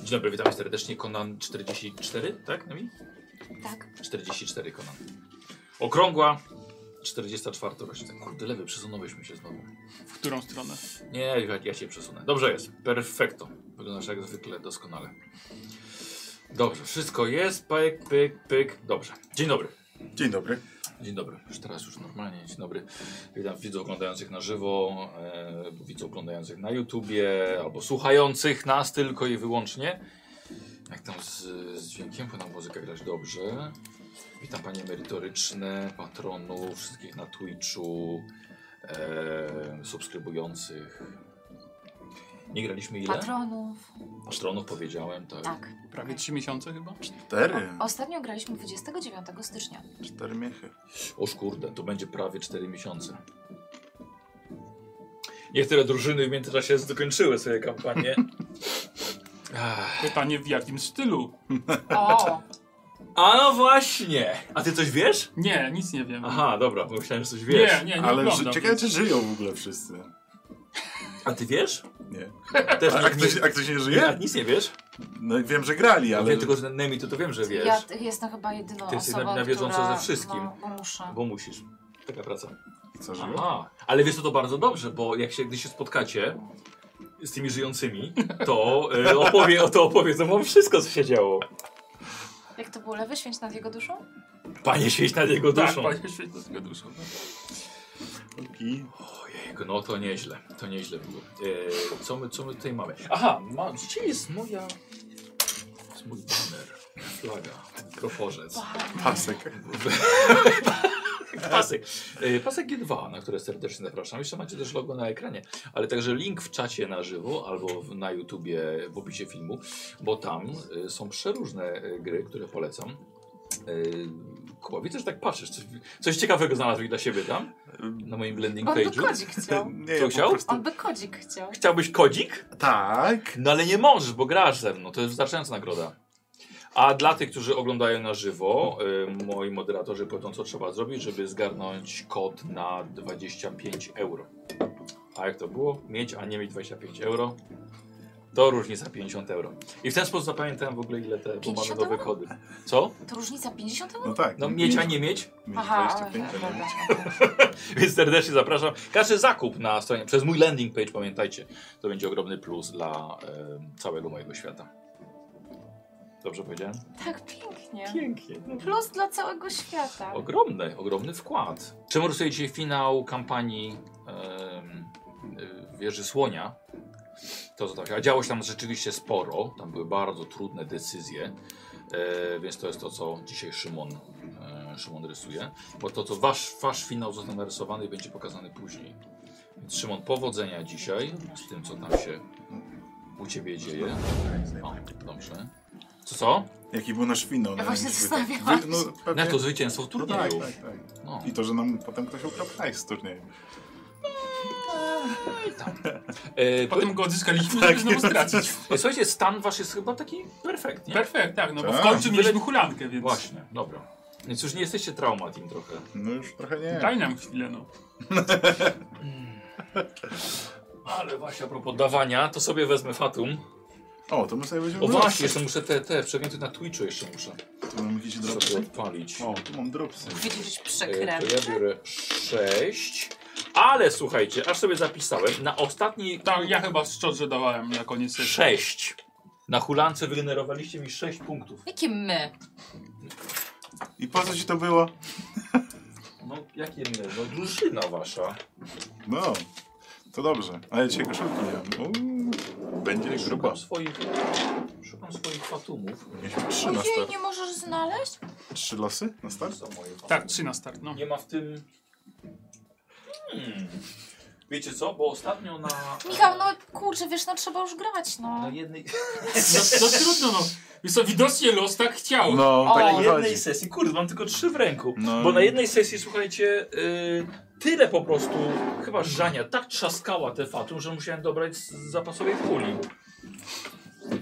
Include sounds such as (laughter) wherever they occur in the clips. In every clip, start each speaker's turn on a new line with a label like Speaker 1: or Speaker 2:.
Speaker 1: Dzień dobry, witam serdecznie. Konan 44, tak? Nami?
Speaker 2: Tak.
Speaker 1: 44 Konan. Okrągła 44 rocznica. Kurde, lewy, przesunąłyśmy się znowu.
Speaker 3: W którą stronę?
Speaker 1: Nie, ja, ja się przesunę. Dobrze jest. Perfekto. Wyglądasz jak zwykle doskonale. Dobrze, wszystko jest. Pyk, pyk, pyk. Dobrze. Dzień dobry.
Speaker 4: Dzień dobry.
Speaker 1: Dzień dobry. Już teraz już normalnie. Dzień dobry. Witam widzów oglądających na żywo, e, widzów oglądających na YouTubie, albo słuchających nas tylko i wyłącznie. Jak tam z, z dźwiękiem, bo nam muzyka grać dobrze. Witam panie emerytoryczne, patronów, wszystkich na Twitchu, e, subskrybujących. Nie graliśmy ile?
Speaker 2: Patronów.
Speaker 1: Patronów powiedziałem, tak.
Speaker 2: Tak.
Speaker 3: Prawie 3 miesiące chyba?
Speaker 4: Cztery.
Speaker 2: Ostatnio graliśmy 29 stycznia.
Speaker 4: Cztery miechy.
Speaker 1: Oż kurde, to będzie prawie 4 miesiące. Niektóre drużyny w międzyczasie zakończyły swoje kampanie. Ach.
Speaker 3: Pytanie w jakim stylu?
Speaker 2: O!
Speaker 1: (laughs) A no właśnie! A ty coś wiesz?
Speaker 3: Nie, nic nie wiem.
Speaker 1: Aha, dobra, bo myślałem, że coś wiesz.
Speaker 3: nie, nie, nie
Speaker 4: Ale ży-
Speaker 3: oglądam.
Speaker 4: ciekawe, czy żyją w ogóle wszyscy.
Speaker 1: A ty wiesz?
Speaker 4: Nie.
Speaker 1: Też
Speaker 4: A, a, ktoś, a ktoś nie
Speaker 1: nie,
Speaker 4: żyje?
Speaker 1: nic nie wiesz?
Speaker 4: No wiem, że grali,
Speaker 1: Ja
Speaker 4: ale...
Speaker 1: wiem tylko, że Nemi to, to wiem, że wiesz.
Speaker 2: Ja t- jestem chyba jedyną
Speaker 1: Ty jesteś
Speaker 2: osobą,
Speaker 1: na- na bieżąco
Speaker 2: która,
Speaker 1: ze wszystkim.
Speaker 2: No, bo muszę.
Speaker 1: Bo musisz. Taka praca.
Speaker 4: Co, żyją?
Speaker 1: Aha. Ale wiesz, co to bardzo dobrze, bo jak się gdy się spotkacie z tymi żyjącymi, to, y, opowie, to opowiedzą wam wszystko, co się działo.
Speaker 2: Jak to było? Lewy święć nad jego duszą?
Speaker 1: Panie świeć nad jego
Speaker 3: Tak,
Speaker 1: duszą.
Speaker 3: panie świetnie z jego duszą.
Speaker 4: Tak. Okej.
Speaker 1: Ojejku, no to nieźle, to nieźle było. E, co, my, co my tutaj mamy? Aha, ma, gdzie jest moja... Jest mój banner, flaga, kroforzec,
Speaker 4: Pasek.
Speaker 1: (laughs) pasek. E, pasek G2, na które serdecznie zapraszam. Jeszcze macie też logo na ekranie, ale także link w czacie na żywo albo w, na YouTubie w opisie filmu, bo tam e, są przeróżne e, gry, które polecam. E, Kuba, widzę, że tak patrzysz. Coś, coś ciekawego znalazłeś dla siebie tam? Na moim blending
Speaker 2: On by
Speaker 1: page'u?
Speaker 2: kodzik
Speaker 1: (laughs)
Speaker 2: chciał.
Speaker 4: (laughs) Nie,
Speaker 1: Co
Speaker 4: ja po
Speaker 1: chciał?
Speaker 4: prostu-
Speaker 2: On by kodzik chciał.
Speaker 1: Chciałbyś kodzik?
Speaker 4: Tak.
Speaker 1: No ale nie możesz, bo grasz ze mną. To jest wystarczająca nagroda. A dla tych, którzy oglądają na żywo, y, moi moderatorzy powiedzą, co trzeba zrobić, żeby zgarnąć kod na 25 euro. A jak to było? Mieć, a nie mieć 25 euro. To różnica 50 euro. I w ten sposób zapamiętałem w ogóle, ile te bo mamy
Speaker 2: 50
Speaker 1: nowe
Speaker 2: euro?
Speaker 1: kody. Co?
Speaker 2: To różnica 50 euro?
Speaker 4: No tak.
Speaker 1: No mieć, a nie mieć?
Speaker 4: Mieć
Speaker 2: Aha,
Speaker 4: 25,
Speaker 2: okej,
Speaker 4: ale
Speaker 2: dobra.
Speaker 4: mieć.
Speaker 1: Więc serdecznie zapraszam. Każdy zakup na stronie, przez mój landing page, pamiętajcie, to będzie ogromny plus dla em, całego mojego świata. Dobrze powiedziałem?
Speaker 2: Tak pięknie.
Speaker 1: Pięknie.
Speaker 2: Plus dla całego świata.
Speaker 1: Ogromny, ogromny wkład. Czym rysujecie finał kampanii em, y, Wieży Słonia? To co tak, a działo się tam rzeczywiście sporo, tam były bardzo trudne decyzje, e, więc to jest to, co dzisiaj Szymon, e, Szymon rysuje. Bo to, co wasz, wasz finał został narysowany i będzie pokazany później. Więc Szymon, powodzenia dzisiaj z tym, co tam się u ciebie dzieje. O, dobrze. Co, co?
Speaker 4: Jaki był nasz finał? no,
Speaker 2: Ja właśnie zastanawiałam
Speaker 4: zastanawiałam. No, pewnie-
Speaker 1: Jak to zwycięstwo w
Speaker 4: no tak,
Speaker 1: turnieju?
Speaker 4: tak, tak.
Speaker 1: No.
Speaker 4: I to, że nam potem ktoś ukrał hajs z turnieju.
Speaker 1: E,
Speaker 3: Potem go odzyskaliśmy,
Speaker 4: Tak,
Speaker 3: żeby znowu
Speaker 4: nie,
Speaker 3: stracić.
Speaker 1: E, Słuchajcie, stan wasz jest chyba taki perfekt, nie?
Speaker 3: Perfekt, tak, no bo w
Speaker 4: Tak.
Speaker 3: końcu mieliśmy hulankę, więc Właśnie.
Speaker 1: Właśnie, dobra. Więc już nie jesteście traumatim trochę.
Speaker 4: No już trochę nie.
Speaker 3: daj nam chwilę, no.
Speaker 1: Ale No właśnie a propos dawania, to sobie wezmę Fatum.
Speaker 4: O, to my sobie będziemy...
Speaker 1: O właśnie, jeszcze muszę te, te przedmioty na Twitchu jeszcze muszę
Speaker 4: Tu mam jakieś
Speaker 1: sobie
Speaker 4: dropsy.
Speaker 1: odpalić.
Speaker 4: O, tu mam dropsy.
Speaker 2: Widzisz
Speaker 1: E,
Speaker 2: przekręt.
Speaker 1: to ja biorę 6. Ale słuchajcie, aż sobie zapisałem, na ostatni
Speaker 3: Tak, ja chyba szczodrze dawałem na koniec sesji.
Speaker 1: 6. Na hulance wygenerowaliście mi 6 punktów.
Speaker 2: Jakie my?
Speaker 4: I po co ci to było?
Speaker 1: No jakie mnie? No drużyna wasza.
Speaker 4: No, to dobrze. A ja dzisiaj koszulki nie mam. Uuu, będzie
Speaker 1: Szukam
Speaker 4: gruba.
Speaker 1: swoich, szukam swoich Fatumów.
Speaker 4: Mieliśmy trzy na
Speaker 2: Ojej,
Speaker 4: start.
Speaker 2: nie możesz znaleźć?
Speaker 4: Trzy losy na
Speaker 1: To
Speaker 4: start?
Speaker 1: są moje Fatumy.
Speaker 3: Tak, 3 na start, no.
Speaker 1: Nie ma w tym. Hmm. Wiecie co? Bo ostatnio na.
Speaker 2: Michał, no kurczę, wiesz, no trzeba już grać,
Speaker 1: Na
Speaker 2: no.
Speaker 1: jednej,
Speaker 3: No, no trudno, no. Wiesz co, widocznie los tak chciał.
Speaker 2: O,
Speaker 4: No, tak
Speaker 1: na
Speaker 4: mi
Speaker 1: jednej
Speaker 4: chodzi.
Speaker 1: sesji. Kurde, mam tylko trzy w ręku.
Speaker 4: No.
Speaker 1: Bo na jednej sesji, słuchajcie, y, tyle po prostu. Chyba Żania tak trzaskała te fatum, że musiałem dobrać z zapasowej puli.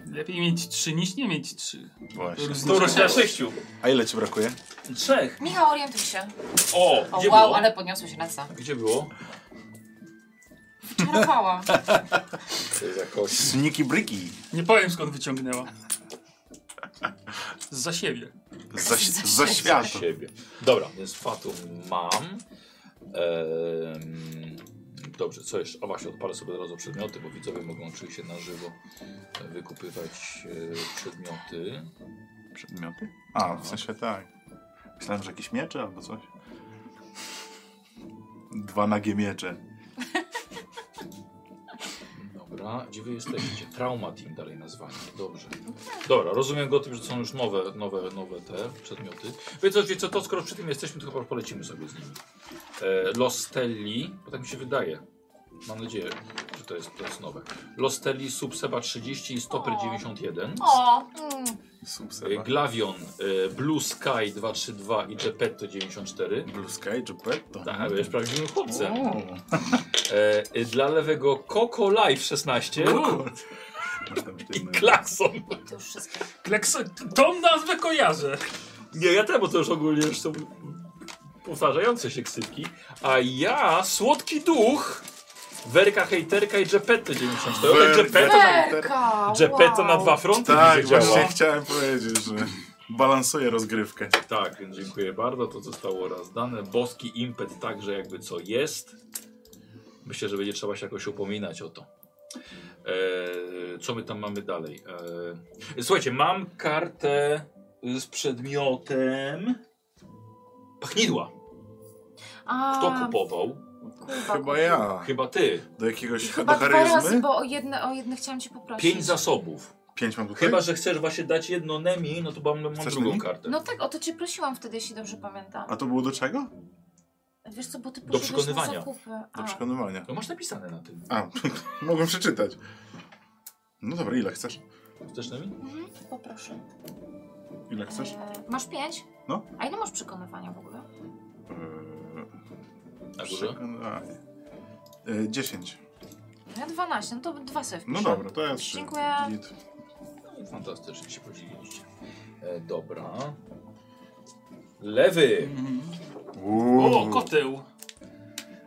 Speaker 3: Lepiej mieć 3 niż nie mieć 3.
Speaker 4: Właśnie.
Speaker 1: To rośnie sześciu.
Speaker 4: A ile ci brakuje?
Speaker 1: Trzech.
Speaker 2: Michał, orientuj się.
Speaker 1: O,
Speaker 2: O,
Speaker 1: gdzie
Speaker 2: wow,
Speaker 1: było?
Speaker 2: ale podniosłeś ręce.
Speaker 1: Gdzie było?
Speaker 2: Czarowała.
Speaker 1: To jest jakoś...
Speaker 4: Sniki bryki.
Speaker 3: Nie powiem skąd wyciągnęła. Za siebie.
Speaker 4: Za,
Speaker 2: Za
Speaker 4: za świat.
Speaker 1: siebie. Dobra, więc Fatum mam. Ehm, dobrze, co jeszcze? A właśnie, odpalę sobie od razu przedmioty, bo widzowie mogą oczywiście na żywo wykupywać e, przedmioty.
Speaker 4: Przedmioty? A, w sensie tak. Myślałem, że jakieś miecze albo coś. Dwa nagie miecze.
Speaker 1: Dobra, gdzie wy jesteście? Trauma Team dalej nazwanie. Dobrze. Dobra, rozumiem go tym, że są już nowe, nowe, nowe te przedmioty. Więc wiecie co, to skoro przy tym jesteśmy, to chyba polecimy sobie z nimi. E, Los Telli, bo tak mi się wydaje. Mam nadzieję, że to jest, to jest nowe. Los Telli, Subseba 30 i Stopper
Speaker 2: O.
Speaker 1: 91.
Speaker 2: O, mm,
Speaker 1: E,
Speaker 4: Subseba.
Speaker 1: Glavion, e, Blue Sky 232 i Geppetto 94.
Speaker 4: Blue Sky, Geppetto.
Speaker 1: Tak, bo jest prawdziwym chłopcem.
Speaker 4: O,
Speaker 2: mm.
Speaker 1: E, e, dla lewego Coco Life 16
Speaker 4: masz tam
Speaker 1: i
Speaker 4: jedno-
Speaker 1: Klakson.
Speaker 2: to już wszystko.
Speaker 3: Kleks... Tą nazwę kojarzę.
Speaker 1: Nie, ja temu to już ogólnie już są powtarzające się ksywki. A ja, słodki duch, Werka Hejterka i Geppetto 94.
Speaker 4: Werka.
Speaker 1: Tak, Geppetto, na,
Speaker 2: Perka!
Speaker 1: Geppetto
Speaker 2: wow.
Speaker 1: na dwa fronty
Speaker 4: Tak,
Speaker 1: mi się
Speaker 4: właśnie
Speaker 1: działa.
Speaker 4: chciałem powiedzieć, że balansuje rozgrywkę.
Speaker 1: Tak, więc dziękuję bardzo. To zostało raz dane. Boski impet także jakby co jest. Myślę, że będzie trzeba się jakoś upominać o to. Eee, co my tam mamy dalej? Eee, słuchajcie, mam kartę z przedmiotem pachnidła.
Speaker 2: A,
Speaker 1: Kto kupował?
Speaker 2: Kuba,
Speaker 4: Chyba ja.
Speaker 1: Chyba ty.
Speaker 4: Do jakiegoś do
Speaker 2: Chyba dwa razy,
Speaker 4: charyzmy?
Speaker 2: bo o jedne, o jedne chciałam cię poprosić.
Speaker 1: Pięć zasobów.
Speaker 4: Pięć mam tutaj?
Speaker 1: Chyba, że chcesz właśnie dać jedno Nemi, no to mam, mam
Speaker 4: Chcesz
Speaker 1: drugą
Speaker 4: Nemi?
Speaker 1: kartę.
Speaker 2: No tak, o to cię prosiłam wtedy, jeśli dobrze pamiętam.
Speaker 4: A to było do czego?
Speaker 2: Wiesz co, bo ty poszedłeś
Speaker 1: przekonywania.
Speaker 2: na zakupy.
Speaker 4: Do
Speaker 2: A.
Speaker 4: przekonywania.
Speaker 1: No masz napisane na tym.
Speaker 4: A, (laughs) mogłem przeczytać. No dobra, ile chcesz?
Speaker 1: Chcesz Nemi?
Speaker 2: Mhm, poproszę.
Speaker 4: Ile chcesz?
Speaker 2: E, masz pięć?
Speaker 4: No.
Speaker 2: A ile masz przekonywania w ogóle?
Speaker 4: Eee,
Speaker 1: Na górze?
Speaker 4: Przekonywanie. Eee, 10.
Speaker 2: Ja 12, no to dwa sobie
Speaker 4: No
Speaker 2: wpiszę.
Speaker 4: dobra, to ja 3.
Speaker 2: Dziękuję.
Speaker 1: No i fantastycznie się podzieliliście. E, dobra. Lewy.
Speaker 4: Mhm.
Speaker 3: O, koteł.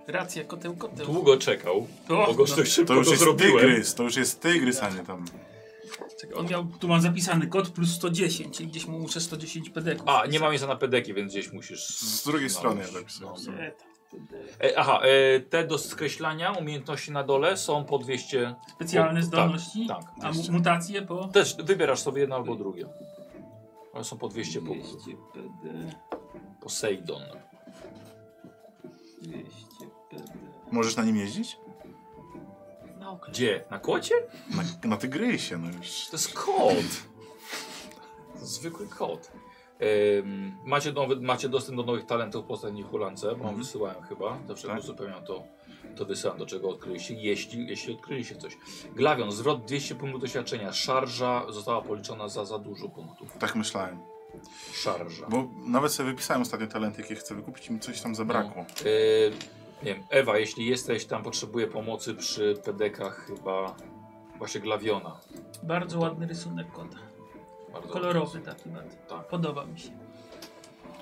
Speaker 3: Racja, koteł, koteł.
Speaker 1: Długo czekał.
Speaker 3: O,
Speaker 1: Bo go no, szybko
Speaker 4: To już
Speaker 1: to
Speaker 4: jest
Speaker 1: zrobiłem.
Speaker 4: tygrys, to już jest tygrys, a nie tam.
Speaker 3: Czekaj, on miał, tu mam zapisany kod plus 110 i gdzieś mu muszę 110 pedeków.
Speaker 1: A, nie mam miejsca na pedeki, więc gdzieś musisz.
Speaker 4: Z drugiej strony ja
Speaker 1: No.
Speaker 4: napisałem.
Speaker 3: Nie, tak.
Speaker 1: E, aha, e, te do skreślania umiejętności na dole są po 200.
Speaker 3: Specjalne
Speaker 1: O,
Speaker 3: zdolności,
Speaker 1: Tak, tak.
Speaker 3: a mu- mutacje po...
Speaker 1: Też wybierasz sobie jedno albo drugie. One są po 200 punktów.
Speaker 5: 200 PD,
Speaker 1: Poseidon.
Speaker 5: 200 PD.
Speaker 4: Możesz na nim jeździć?
Speaker 2: Na okręt.
Speaker 1: Gdzie? Na kocie?
Speaker 4: Na, na tygrysie, no już.
Speaker 1: To jest kot. Zwykły kot. Ym, macie, nowy, macie dostęp do nowych talentów w ostatniej hulance, bo wam
Speaker 4: Mhm.
Speaker 1: wysyłałem chyba. Zawsze
Speaker 4: Tak.
Speaker 1: uzupełniam to, to wysyłam, do czego odkryliście, jeśli, jeśli odkryliście coś. Glawion, zwrot 200 punktów doświadczenia. Szarża została policzona za za dużo punktów.
Speaker 4: Tak myślałem.
Speaker 1: Szarża.
Speaker 4: Bo nawet sobie wypisałem ostatnio talenty, jakie chcę wykupić i mi coś tam zabrakło.
Speaker 1: Yy, nie wiem, Ewa, jeśli jesteś tam, potrzebuję pomocy przy pedekach chyba właśnie Glawiona.
Speaker 3: Bardzo ładny rysunek kota.
Speaker 1: Bardzo
Speaker 3: Kolorowy taki bardzo.
Speaker 1: Tak,
Speaker 3: Podoba mi się.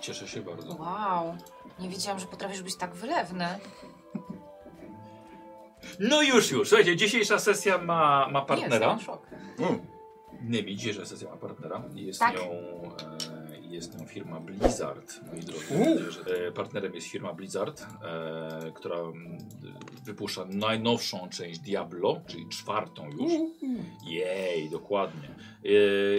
Speaker 1: cieszę się bardzo.
Speaker 2: Wow, nie wiedziałam, że potrafisz być tak wylewny.
Speaker 1: No już, już. Słuchajcie, dzisiejsza sesja ma, ma partnera.
Speaker 2: Jestem w szoku.
Speaker 1: No.
Speaker 4: U,
Speaker 1: Nie widzi, że sesja ma partnera. Jest,
Speaker 2: Tak.
Speaker 1: nią, e, jest nią firma Blizzard, moi drodzy. E, partnerem jest firma Blizzard, e, która mm, wypuszcza najnowszą część Diablo, czyli czwartą już. Jej, dokładnie. E,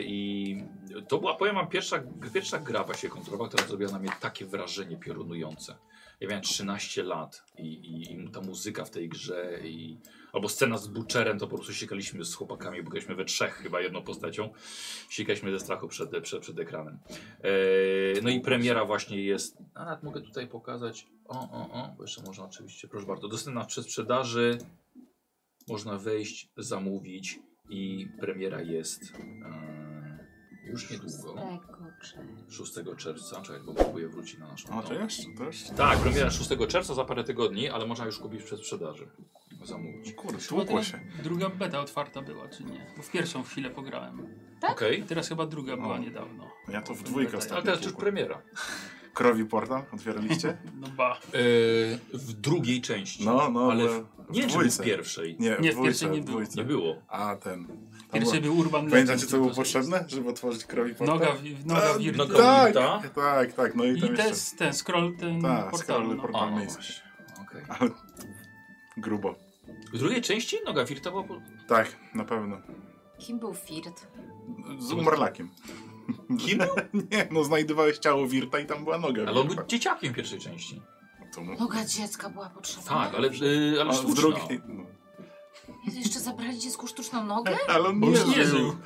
Speaker 1: I to była, powiem wam, pierwsza, pierwsza gra właśnie kontrowa, która zrobiła na mnie takie wrażenie piorunujące. Ja miałem 13 lat i, i, i ta muzyka w tej grze i albo scena z Butcherem, to po prostu sikaliśmy z chłopakami, bo graliśmy we trzech chyba jedną postacią. Sikaliśmy ze strachu przed, przed, przed ekranem. Eee, no i premiera właśnie jest, a nawet mogę tutaj pokazać, o, o, o, bo jeszcze można oczywiście, proszę bardzo, dostępna przy sprzedaży, można wejść, zamówić i premiera jest eee, już niedługo,
Speaker 2: Tego, czy...
Speaker 1: 6 czerwca, czekaj, bo próbuję wrócić na naszą
Speaker 4: a to
Speaker 1: stronę.
Speaker 4: jeszcze, to jeszcze.
Speaker 1: Tak, premiera 6 czerwca za parę tygodni, ale można już kupić przed sprzedaży. Zamówić.
Speaker 4: Kurde, tłukło się.
Speaker 3: Druga beta otwarta była, czy nie? Bo w pierwszą chwilę pograłem.
Speaker 1: Okej.
Speaker 3: Teraz chyba druga była
Speaker 4: O.
Speaker 3: niedawno.
Speaker 4: Ja to w dwójkę
Speaker 3: Ale
Speaker 1: Ale
Speaker 4: ostatnio
Speaker 1: teraz już
Speaker 4: tłukłem.
Speaker 1: premiera.
Speaker 4: Krowi portal otwieraliście?
Speaker 3: (laughs) No ba.
Speaker 1: Yy, w drugiej części.
Speaker 4: No, no.
Speaker 1: ale
Speaker 4: bo-
Speaker 1: w, nie, czy w
Speaker 4: dwójce.
Speaker 1: pierwszej.
Speaker 4: Nie,
Speaker 3: Nie,
Speaker 4: w
Speaker 3: w
Speaker 4: dwójce,
Speaker 3: pierwszej nie
Speaker 4: nie,
Speaker 3: było.
Speaker 1: Nie
Speaker 4: dwójce.
Speaker 1: było.
Speaker 4: A ten. Tam
Speaker 3: Pierwszy
Speaker 4: było-
Speaker 3: był Urban
Speaker 4: Pamiętacie,
Speaker 3: Legend,
Speaker 4: co było
Speaker 3: to coś-
Speaker 4: potrzebne, żeby otworzyć krowi portal?
Speaker 3: Noga, w- noga
Speaker 1: No,
Speaker 3: wirta.
Speaker 1: tak.
Speaker 4: Tak, tak, tak. No i
Speaker 3: I
Speaker 4: tam
Speaker 3: ten,
Speaker 4: jeszcze.
Speaker 3: ten scroll, ten
Speaker 4: Tak,
Speaker 3: portal.
Speaker 4: scroll
Speaker 3: No.
Speaker 4: portal.
Speaker 1: A, no
Speaker 4: Miejsce.
Speaker 1: właśnie. Okej.
Speaker 4: Ale grubo.
Speaker 1: W drugiej części No, noga wirtowa. bo-
Speaker 4: Tak, na pewno.
Speaker 2: Kim był Firt?
Speaker 4: Z umarlakiem.
Speaker 1: Kim? był?
Speaker 4: (laughs) Nie, no znajdowałeś ciało Wirta i tam była noga.
Speaker 1: Ale on był
Speaker 4: Wirta.
Speaker 1: dzieciakiem pierwszej części.
Speaker 4: To mu-
Speaker 2: Noga dziecka była potrzebna.
Speaker 1: Tak, ale, yy, ale
Speaker 4: A w
Speaker 1: sztuczna.
Speaker 4: drugiej. No.
Speaker 2: Jezu, jeszcze zabrali dziecku sztuczną
Speaker 1: Tak,
Speaker 2: nogę?
Speaker 4: Ale on
Speaker 3: Bo już nie żył.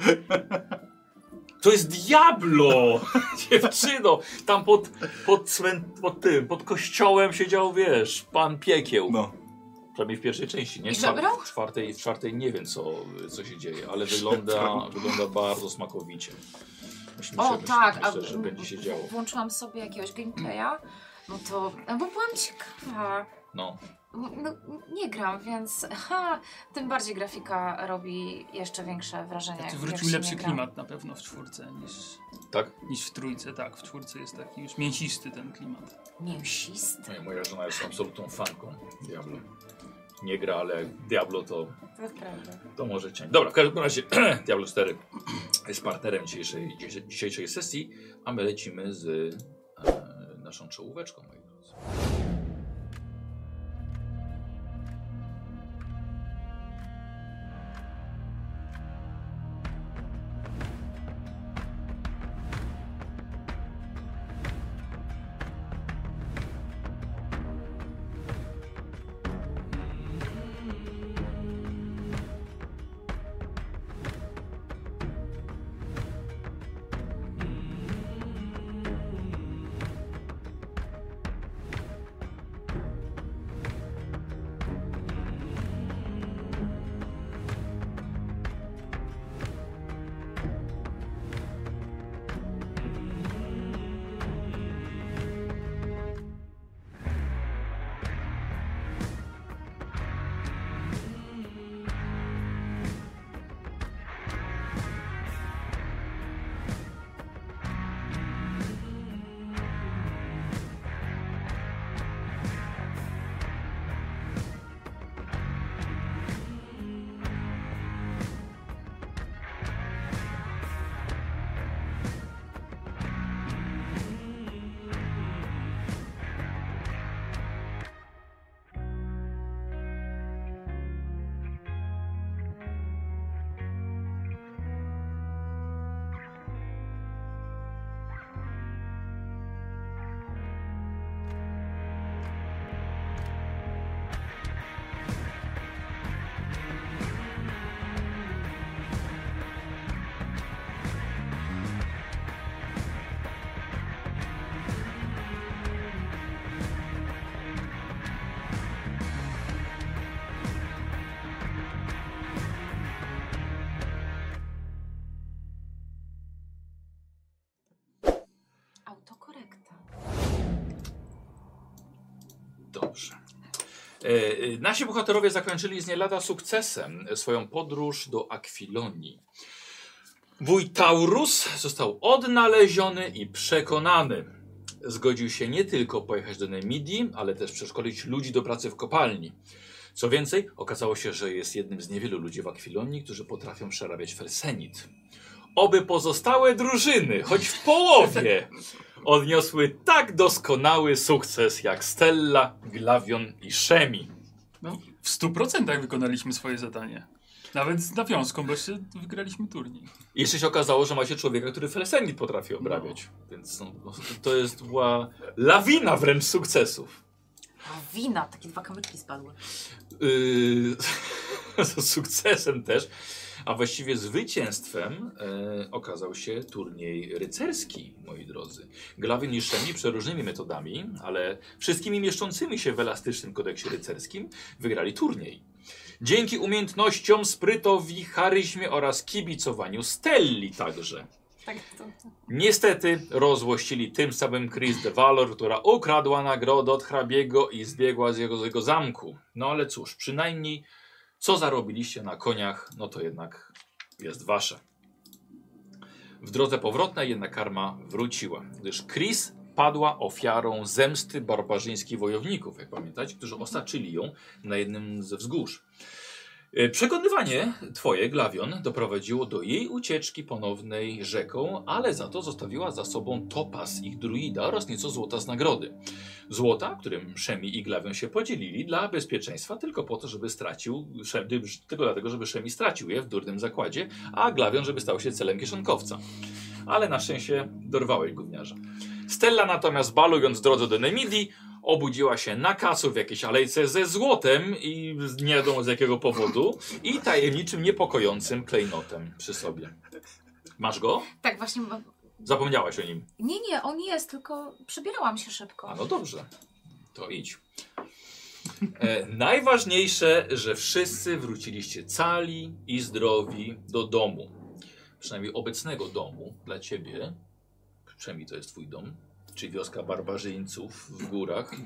Speaker 1: (laughs) To jest Diablo! (laughs) Dziewczyno! Tam pod, pod, cmen- pod tym, pod kościołem siedział, wiesz, pan piekieł.
Speaker 4: No,
Speaker 1: Przynajmniej w pierwszej części, nie?
Speaker 2: I
Speaker 1: W czwar-
Speaker 2: żebrał?
Speaker 1: W czwartej, w czwartej nie wiem, co, co się dzieje, ale wygląda, wygląda bardzo smakowicie. Myślę,
Speaker 2: O
Speaker 1: że-
Speaker 2: tak,
Speaker 1: myślę,
Speaker 2: a
Speaker 1: że będzie się działo.
Speaker 2: włączyłam sobie jakiegoś gameplaya, no to, no bo byłam ciekawa.
Speaker 1: No.
Speaker 2: No, nie gram, więc ha, tym bardziej grafika robi jeszcze większe wrażenie.
Speaker 3: Znaczy,
Speaker 2: jak
Speaker 3: wrócił
Speaker 2: Tak, się nie
Speaker 3: lepszy
Speaker 2: gra.
Speaker 3: klimat na pewno w czwórce niż,
Speaker 1: Tak?
Speaker 3: niż w trójce. Tak, w czwórce jest taki już mięsisty ten klimat.
Speaker 2: Mięsisty.
Speaker 1: Moja- Moja żona jest absolutną fanką Diablo. Nie gra, ale jak Diablo to,
Speaker 2: To jest prawda.
Speaker 1: to może ciąć. Dobra, w każdym razie (clears throat) Diablo 4 jest partnerem dzisiejszej, dzisie- dzisiejszej sesji, a my lecimy z e, naszą czołóweczką, moi drodzy.
Speaker 2: Autokorekta.
Speaker 1: Dobrze. E, e, Nasi bohaterowie zakończyli z nie lada sukcesem swoją podróż do Akwilonii. Wuj Taurus został odnaleziony i przekonany. Zgodził się nie tylko pojechać do Nemidii, ale też przeszkolić ludzi do pracy w kopalni. Co więcej, okazało się, że jest jednym z niewielu ludzi w Akwilonii, którzy potrafią przerabiać felsenit. Oby pozostałe drużyny, choć w połowie, odniosły tak doskonały sukces jak Stella, Glavion i Szemi.
Speaker 3: No, w 100% wykonaliśmy swoje zadanie. Nawet z nawiązką, bo jeszcze wygraliśmy turniej.
Speaker 1: I Jeszcze się okazało, że macie człowieka, który Felsenit potrafi obrabiać. Więc no, no, to jest była lawina wręcz sukcesów.
Speaker 2: A wina, takie dwa kamyczki spadły.
Speaker 1: Yy, (laughs) z sukcesem też, a właściwie zwycięstwem e, okazał się turniej rycerski, moi drodzy. Glawion i Szemi przeróżnymi metodami, ale wszystkimi mieszczącymi się w elastycznym kodeksie rycerskim wygrali turniej. Dzięki umiejętnościom, sprytowi, charyzmie oraz kibicowaniu Stelli także.
Speaker 2: Tak, to...
Speaker 1: Niestety rozłościli tym samym Chris de Valor, która ukradła nagrodę od hrabiego i zbiegła z jego, z jego zamku. No ale cóż, przynajmniej co zarobiliście na koniach, no to jednak jest wasze. W drodze powrotnej jednak karma wróciła, gdyż Chris padła ofiarą zemsty barbarzyńskich wojowników, jak pamiętacie, którzy osaczyli ją na jednym ze wzgórz. E, Przekonywanie twoje, Glawion, doprowadziło do jej ucieczki ponownej rzeką, ale za to zostawiła za sobą topas ich druida oraz nieco złota z nagrody. Złota, którym Szemi i Glawion się podzielili dla bezpieczeństwa, tylko po to, żeby stracił, Szem- tylko dlatego, żeby Szemi stracił je w durnym zakładzie, a Glawion, żeby stał się celem kieszonkowca. Ale na szczęście dorwałeś gówniarza. Stella natomiast balując drodze do Nemidii, obudziła się na kasu w jakiejś alejce ze złotem i z- nie wiadomo z jakiego powodu i tajemniczym, niepokojącym klejnotem przy sobie. Masz go?
Speaker 2: Tak, właśnie. bo-
Speaker 1: Zapomniałaś o nim.
Speaker 2: Nie, nie, on jest, tylko przebierałam się
Speaker 1: A
Speaker 2: szybko.
Speaker 1: no dobrze, to idź. E, najważniejsze, że wszyscy wróciliście cali i zdrowi do domu. Przynajmniej obecnego domu dla ciebie. Przynajmniej to jest twój dom. Czy wioska barbarzyńców w górach.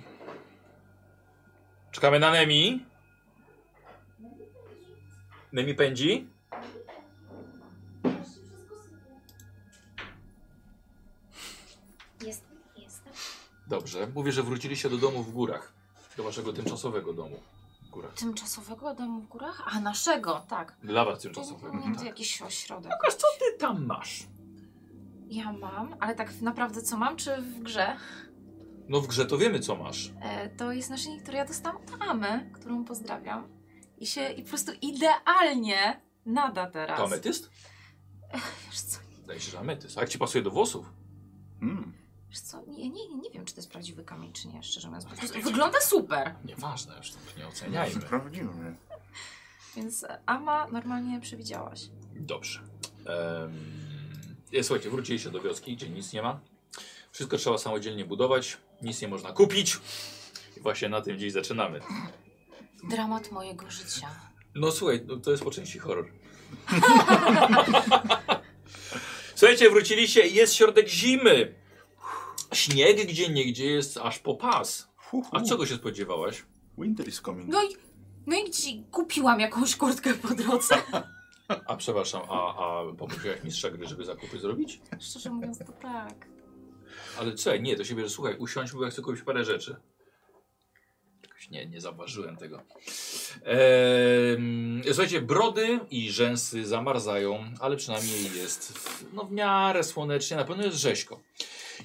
Speaker 1: Czekamy na Nemi. Nemi pędzi.
Speaker 6: Jest, jestem.
Speaker 1: Dobrze. Mówię, że wróciliście do domu w górach. Do waszego tymczasowego domu w górach.
Speaker 2: Tymczasowego domu w górach? A naszego, tak.
Speaker 1: Dla was
Speaker 2: To
Speaker 1: tymczasowego.
Speaker 2: nie
Speaker 1: Tak.
Speaker 2: jakiś ośrodek.
Speaker 1: Pokaż, co ty tam masz.
Speaker 2: Ja mam, ale tak naprawdę co mam, czy w grze?
Speaker 1: No w grze to wiemy co masz.
Speaker 2: E, to jest naszyjnik, który ja dostałam od Amy, którą pozdrawiam. I się i po prostu idealnie nada teraz.
Speaker 1: To ametyst?
Speaker 2: Wiesz co,
Speaker 1: Wydaje się, że ametyst. A jak ci pasuje do włosów?
Speaker 4: Mm.
Speaker 2: wiesz co, nie, nie, nie wiem, czy to jest prawdziwy kamień, czy nie, szczerze mówiąc. Po prostu wygląda super.
Speaker 1: Nieważne, już tak nie oceniajmy.
Speaker 4: Sprawdziłem.
Speaker 2: Więc e, Ama normalnie przewidziałaś.
Speaker 1: Dobrze. Em, e, słuchajcie, wróciliście do wioski, gdzie nic nie ma. Wszystko trzeba samodzielnie budować, nic nie można kupić. I właśnie na tym dziś zaczynamy.
Speaker 2: Dramat mojego życia.
Speaker 1: No słuchaj, no, to jest po części horror. (laughs) Słuchajcie, wróciliście i jest środek zimy. Śnieg gdzie niegdzie jest aż po pas.
Speaker 4: Hu, hu.
Speaker 1: A czego się spodziewałaś?
Speaker 4: Winter is coming.
Speaker 2: No i, no i ci kupiłam jakąś kurtkę po drodze.
Speaker 1: A przepraszam, a, a poprosiłaś mistrza gry, żeby zakupy zrobić?
Speaker 2: Szczerze mówiąc, to tak.
Speaker 1: Ale co, nie, to się bierze, słuchaj, usiądźmy, bo ja chcę kupić parę rzeczy. Jakoś nie, nie zauważyłem tego. Ehm, słuchajcie, brody i rzęsy zamarzają, ale przynajmniej jest w, no, w miarę słonecznie, na pewno jest rzeźko.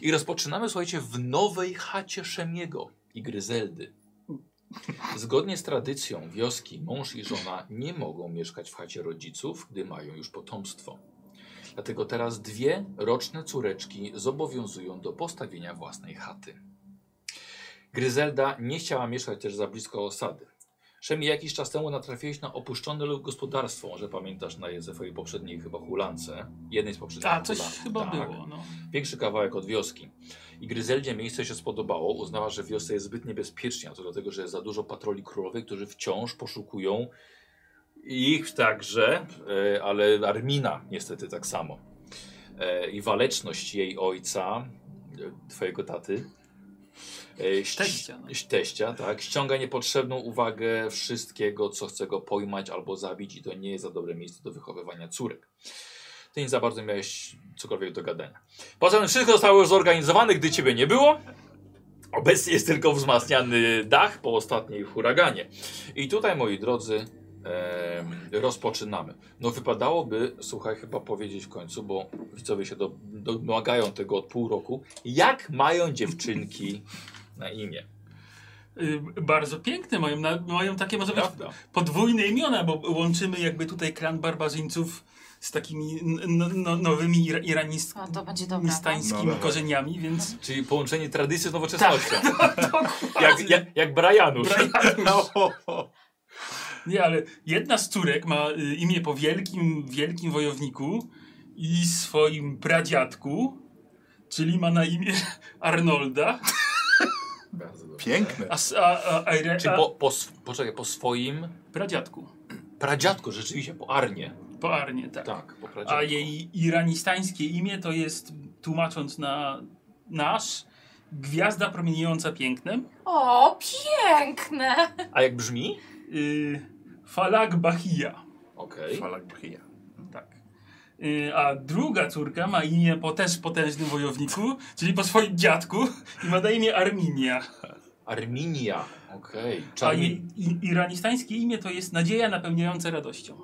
Speaker 1: I rozpoczynamy, słuchajcie, w nowej chacie Szemiego i Gryzeldy. Zgodnie z tradycją wioski mąż i żona nie mogą mieszkać w chacie rodziców, gdy mają już potomstwo. Dlatego teraz dwie roczne córeczki zobowiązują do postawienia własnej chaty. Gryzelda nie chciała mieszkać też za blisko osady. Szemi, jakiś czas temu natrafiłeś na opuszczone lub gospodarstwo, może pamiętasz na jednej twojej poprzedniej chyba hulance, jednej z poprzednich
Speaker 3: A, coś
Speaker 1: hulan.
Speaker 3: chyba
Speaker 1: Tak
Speaker 3: było, no.
Speaker 1: większy kawałek od wioski. I Gryzeldzie miejsce się spodobało, uznała, że w wiosce jest zbyt niebezpiecznie, a to dlatego, że jest za dużo patroli królowej, którzy wciąż poszukują ich także, e, ale Armina niestety tak samo. E, I waleczność jej ojca, e, twojego taty, e, ści-
Speaker 3: Teścia, no.
Speaker 1: teścia, tak, ściąga niepotrzebną uwagę wszystkiego, co chce go pojmać albo zabić i to nie jest za dobre miejsce do wychowywania córek. Ty nie za bardzo miałeś cokolwiek do gadania. Poza tym wszystko zostało już zorganizowane, gdy ciebie nie było. Obecnie jest tylko wzmacniany dach po ostatniej huraganie. I tutaj, moi drodzy, em, rozpoczynamy. No wypadałoby, słuchaj, chyba powiedzieć w końcu, bo widzowie się do, domagają tego od pół roku, jak mają dziewczynki na imię.
Speaker 3: Y, bardzo piękne, mają, na, mają takie może być
Speaker 1: Prawda?
Speaker 3: podwójne imiona, bo łączymy jakby tutaj klan barbarzyńców z takimi n- n- no, nowymi ira-
Speaker 2: A to będzie dobre. no.
Speaker 3: iranistańskimi
Speaker 4: No, dawaj.
Speaker 3: korzeniami, więc
Speaker 1: Czyli połączenie tradycji z nowoczesnością.
Speaker 3: Tak, (laughs) no,
Speaker 1: jak, jak, jak Brianusz.
Speaker 4: (laughs) No, (laughs) ho, ho.
Speaker 3: nie, ale jedna z córek ma y, imię po wielkim, wielkim wojowniku i swoim pradziadku, czyli ma na imię (laughs) Arnolda,
Speaker 4: Piękne.
Speaker 3: a, s- a, a, a, Ire-
Speaker 1: Czy
Speaker 3: a
Speaker 1: po, po, sw- poczekaj, po swoim
Speaker 3: pradziadku,
Speaker 1: pradziadku, rzeczywiście, po Arnie.
Speaker 3: po Arnie, tak.
Speaker 1: Tak, po pradziadku.
Speaker 3: A jej iranistańskie imię to jest, tłumacząc na nasz, Gwiazda promieniejąca pięknem.
Speaker 2: O, piękne!
Speaker 1: A jak brzmi?
Speaker 3: Yy, y, Falak Bahia.
Speaker 1: Okej.
Speaker 4: Falak Bahia.
Speaker 3: Tak. y, a druga córka ma imię po też potężnym wojowniku, czyli po swoim dziadku i ma na imię Arminia.
Speaker 1: Arminia. Okej.
Speaker 3: A
Speaker 1: Czarni-
Speaker 3: jej i, iranistańskie imię to jest nadzieja napełniająca radością,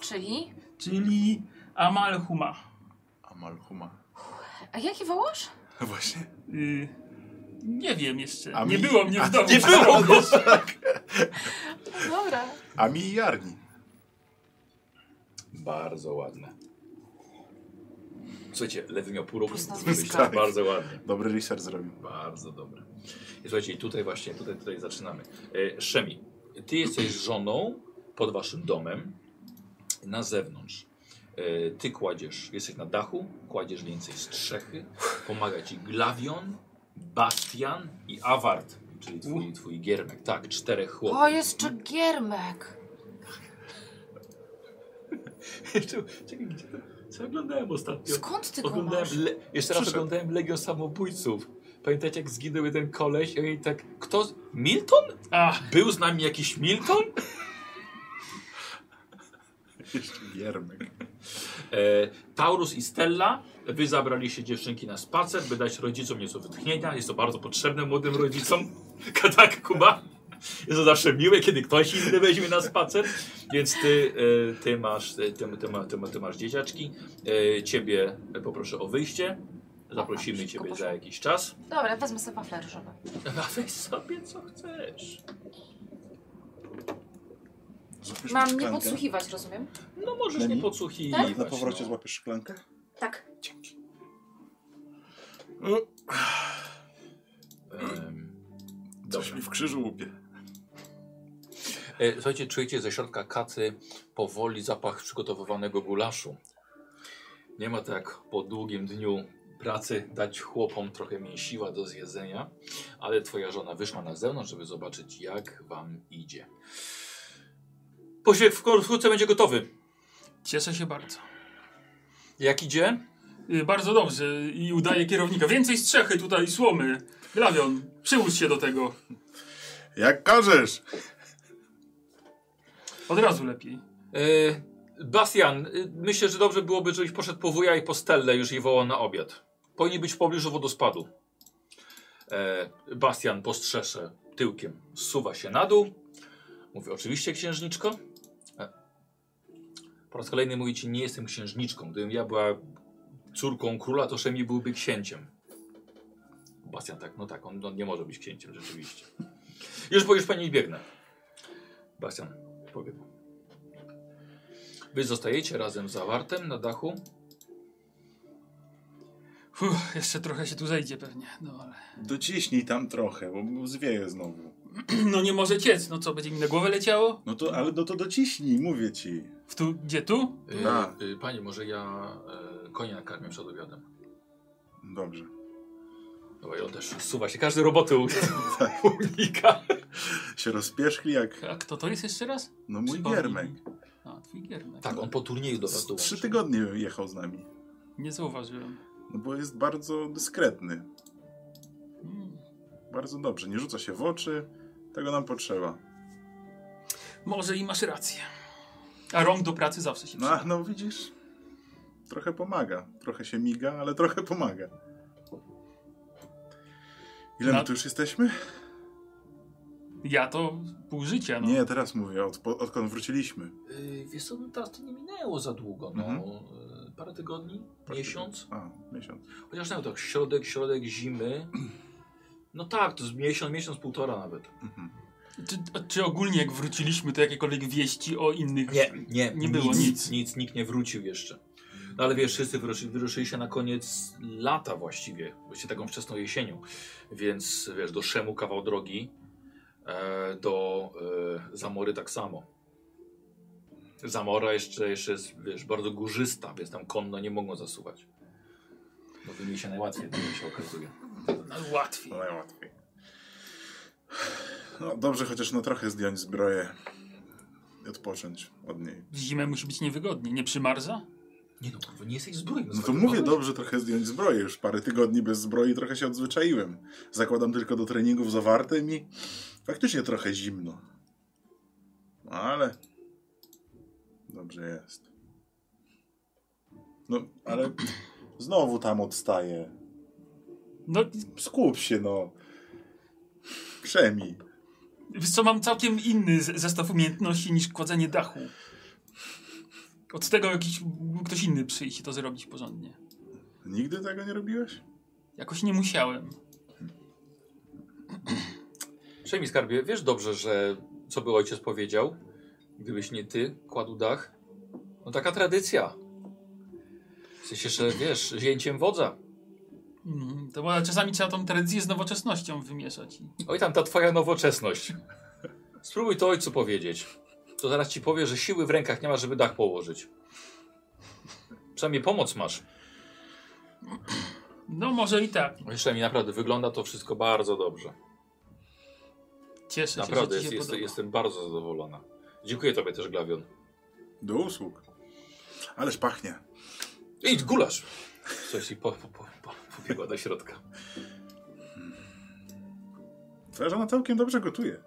Speaker 2: Czyli?
Speaker 3: czyli Amal Huma.
Speaker 4: Amalhuma.
Speaker 2: A jaki wołosz?
Speaker 4: (laughs) Właśnie.
Speaker 3: Y, nie wiem jeszcze,
Speaker 4: A
Speaker 3: nie
Speaker 4: mi-
Speaker 3: było mnie
Speaker 4: a
Speaker 3: w domu.
Speaker 4: nie było
Speaker 3: Cały czas.
Speaker 2: No Dobra.
Speaker 4: Ami i Jarni.
Speaker 1: Bardzo ładne. Słuchajcie, lewy miał pół roku.
Speaker 2: Plus
Speaker 1: więc
Speaker 2: nazwiska.
Speaker 1: tak, Bardzo ładnie.
Speaker 4: Dobry research zrobił.
Speaker 1: Bardzo dobre. I słuchajcie, i tutaj właśnie, tutaj, tutaj zaczynamy. E, Szemi, ty jesteś żoną pod waszym domem na zewnątrz. E, Ty kładziesz, jesteś na dachu, kładziesz więcej strzechy, pomaga ci Glawion, Bastian i Awart, czyli twój, twój giermek. Tak, czterech
Speaker 2: O,
Speaker 1: chłopów.
Speaker 2: jeszcze giermek.
Speaker 1: Jeszcze- Czekaj, gdzie to? Co oglądałem ostatnio?
Speaker 2: Skąd ty go
Speaker 1: Oglądałem
Speaker 2: masz?
Speaker 1: le- jeszcze raz
Speaker 4: Przyszedł.
Speaker 1: oglądałem Legion Samobójców. Pamiętacie jak zginął jeden koleś i tak, kto? z- Milton?
Speaker 3: A,
Speaker 1: Był z nami jakiś Milton?
Speaker 4: (laughs)
Speaker 1: (laughs)
Speaker 4: Jeszcze Giermek.
Speaker 1: E, Taurus i Stella, wy zabraliście dziewczynki na spacer, by dać rodzicom nieco wytchnienia. Jest to bardzo potrzebne młodym rodzicom. (laughs) Tak, Kuba. Jest to zawsze miłe, kiedy ktoś inny weźmie na spacer. Więc ty, e, ty, masz, ty, ty, ma- ty, ma- ty masz dzieciaczki. E, Ciebie poproszę o wyjście. Zaprosimy
Speaker 2: szybko
Speaker 1: Ciebie
Speaker 2: poszło.
Speaker 1: za jakiś czas.
Speaker 2: Dobra, wezmę sobie wafle ryżowe.
Speaker 1: A weź sobie co chcesz.
Speaker 4: Złapiesz mi
Speaker 2: Mam nie
Speaker 4: szklankę?
Speaker 2: podsłuchiwać, rozumiem?
Speaker 1: No możesz
Speaker 4: Menu?
Speaker 1: nie podsłuchiwać.
Speaker 2: Tak?
Speaker 4: Na powrocie
Speaker 1: no.
Speaker 4: złapiesz szklankę?
Speaker 2: Tak.
Speaker 4: Dzięki. O,
Speaker 1: Em,
Speaker 4: coś
Speaker 1: Dobrze.
Speaker 4: mi w krzyżu łupie.
Speaker 1: E, Słuchajcie, czujecie ze środka kacy powoli zapach przygotowywanego gulaszu. Nie ma tak jak po długim dniu pracy dać chłopom trochę mięsiła do zjedzenia, ale twoja żona wyszła na zewnątrz, żeby zobaczyć jak wam idzie. Posie w wkrótce będzie gotowy.
Speaker 3: cieszę się bardzo.
Speaker 1: Jak idzie?
Speaker 3: Y, Bardzo dobrze i udaje kierownika. Więcej strzechy tutaj, słomy. Glawion, przyłóż się do tego.
Speaker 4: Jak każesz!
Speaker 3: Od razu lepiej.
Speaker 1: E, Bastian, e, myślę, że dobrze byłoby, żebyś poszedł po wuja i po Stellę, już jej woła na obiad. Powinien być w pobliżu wodospadu. E, Bastian postrzeże tyłkiem, zsuwa się na dół. Mówi, oczywiście księżniczko. E, po raz kolejny mówi ci, nie jestem księżniczką. Gdybym ja była córką króla, to Szemi byłby księciem. Bastian tak, no tak, on, on nie może być księciem, rzeczywiście. Już, po- już pani biegnę. Bastian pobiegł. Wy zostajecie razem zawartem na dachu.
Speaker 3: Fuh, jeszcze trochę się tu zejdzie pewnie, no ale...
Speaker 4: Dociśnij tam trochę, bo zwieje znowu.
Speaker 3: (clears throat) No nie może ciec, no co, będzie mi na głowę leciało?
Speaker 4: No to, ale no to dociśnij, mówię ci.
Speaker 3: W tu, gdzie tu?
Speaker 1: Y,
Speaker 4: Da.
Speaker 1: y, Panie, może ja y, konia nakarmię przed obiadem.
Speaker 4: Dobrze.
Speaker 1: Dobra, i on też suwa się. Każdy roboty
Speaker 4: (laughs)
Speaker 1: u-
Speaker 4: Tak.
Speaker 1: unika.
Speaker 4: Się rozpierzchli jak,
Speaker 3: A kto to jest jeszcze raz?
Speaker 4: no mój
Speaker 3: Przypomnij
Speaker 4: giermek.
Speaker 3: mi. A, twój giermek.
Speaker 1: Tak, on po turnieju do was
Speaker 4: Z
Speaker 1: dołączy.
Speaker 4: trzy tygodnie jechał z nami.
Speaker 3: Nie zauważyłem.
Speaker 4: No bo jest bardzo dyskretny.
Speaker 3: Mm.
Speaker 4: Bardzo dobrze, nie rzuca się w oczy. Tego nam potrzeba.
Speaker 3: Może i masz rację. A rąk do pracy zawsze się
Speaker 4: No,
Speaker 3: przyda.
Speaker 4: a no widzisz? Trochę pomaga. Trochę się miga, ale trochę pomaga. Ile
Speaker 3: Na-
Speaker 4: my tu już jesteśmy?
Speaker 3: Ja to pół życia, no.
Speaker 4: Nie, teraz mówię, od, po- odkąd wróciliśmy.
Speaker 1: Y, Wiesz co, no teraz to nie minęło za długo. No.
Speaker 4: Mhm.
Speaker 1: Y, Parę tygodni, miesiąc.
Speaker 4: A, miesiąc.
Speaker 1: Chociaż nawet tak, środek, środek zimy. No tak, to z miesiąc, miesiąc, półtora nawet.
Speaker 4: Mhm.
Speaker 3: Czy, czy ogólnie jak wróciliśmy, to jakiekolwiek wieści o innych...
Speaker 1: nie,
Speaker 3: nie było nic.
Speaker 1: Nic, nikt nie wrócił jeszcze. No ale wiesz, wszyscy wyruszy, wyruszyli się na koniec lata właściwie, właściwie taką wczesną jesienią, więc wiesz, do Szemu kawał drogi, e, do e, Zamory tak samo. Zamora jeszcze, jeszcze jest wiesz, bardzo górzysta, więc tam konno nie mogą zasuwać. No to mi się najłatwiej, to mi się okazuje.
Speaker 3: No, łatwiej.
Speaker 4: No najłatwiej. No dobrze, chociaż no trochę zdjąć zbroję. I odpocząć od niej.
Speaker 3: W zimę musi być niewygodnie. Nie przymarza?
Speaker 1: Nie no, kurwa, nie jesteś zbrojny.
Speaker 4: No to
Speaker 1: słuchaj,
Speaker 4: mówię,
Speaker 1: no,
Speaker 4: dobrze trochę zdjąć zbroję. Już parę tygodni bez zbroi trochę się odzwyczaiłem. Zakładam tylko do treningów zawartym i faktycznie trochę zimno. No ale dobrze jest. No, ale znowu tam odstaje.
Speaker 3: No,
Speaker 4: Skup się, no. Przemij.
Speaker 3: wiesz co, mam całkiem inny z- zestaw umiejętności niż kładzenie dachu. Od tego jakiś, mógł ktoś inny przyjść i to zrobić porządnie.
Speaker 4: Nigdy tego nie robiłeś?
Speaker 3: Jakoś nie musiałem.
Speaker 1: Przejmij skarbie, wiesz dobrze, że co by ojciec powiedział, gdybyś nie ty kładł dach? No taka tradycja. Jesteś jeszcze, wiesz, zięciem wodza.
Speaker 3: Mhm, To bo czasami trzeba tą tradycję z nowoczesnością wymieszać. I-
Speaker 1: Oj tam ta twoja nowoczesność. Spróbuj to ojcu powiedzieć. To zaraz ci powie, że siły w rękach nie ma, żeby dach położyć. Przynajmniej pomoc masz.
Speaker 3: No może i tak.
Speaker 1: Jeszcze mi naprawdę wygląda to wszystko bardzo dobrze.
Speaker 3: Cieszę się,
Speaker 1: Naprawdę
Speaker 3: że ci
Speaker 1: jest,
Speaker 3: się
Speaker 1: jest,
Speaker 3: podoba.
Speaker 1: jestem bardzo zadowolona. Dziękuję tobie też, Glawion.
Speaker 4: Do usług. Ależ pachnie.
Speaker 1: Idź, gulasz! Coś i po, po, po, po, pobiegła do środka.
Speaker 4: Twoja żona całkiem dobrze gotuje.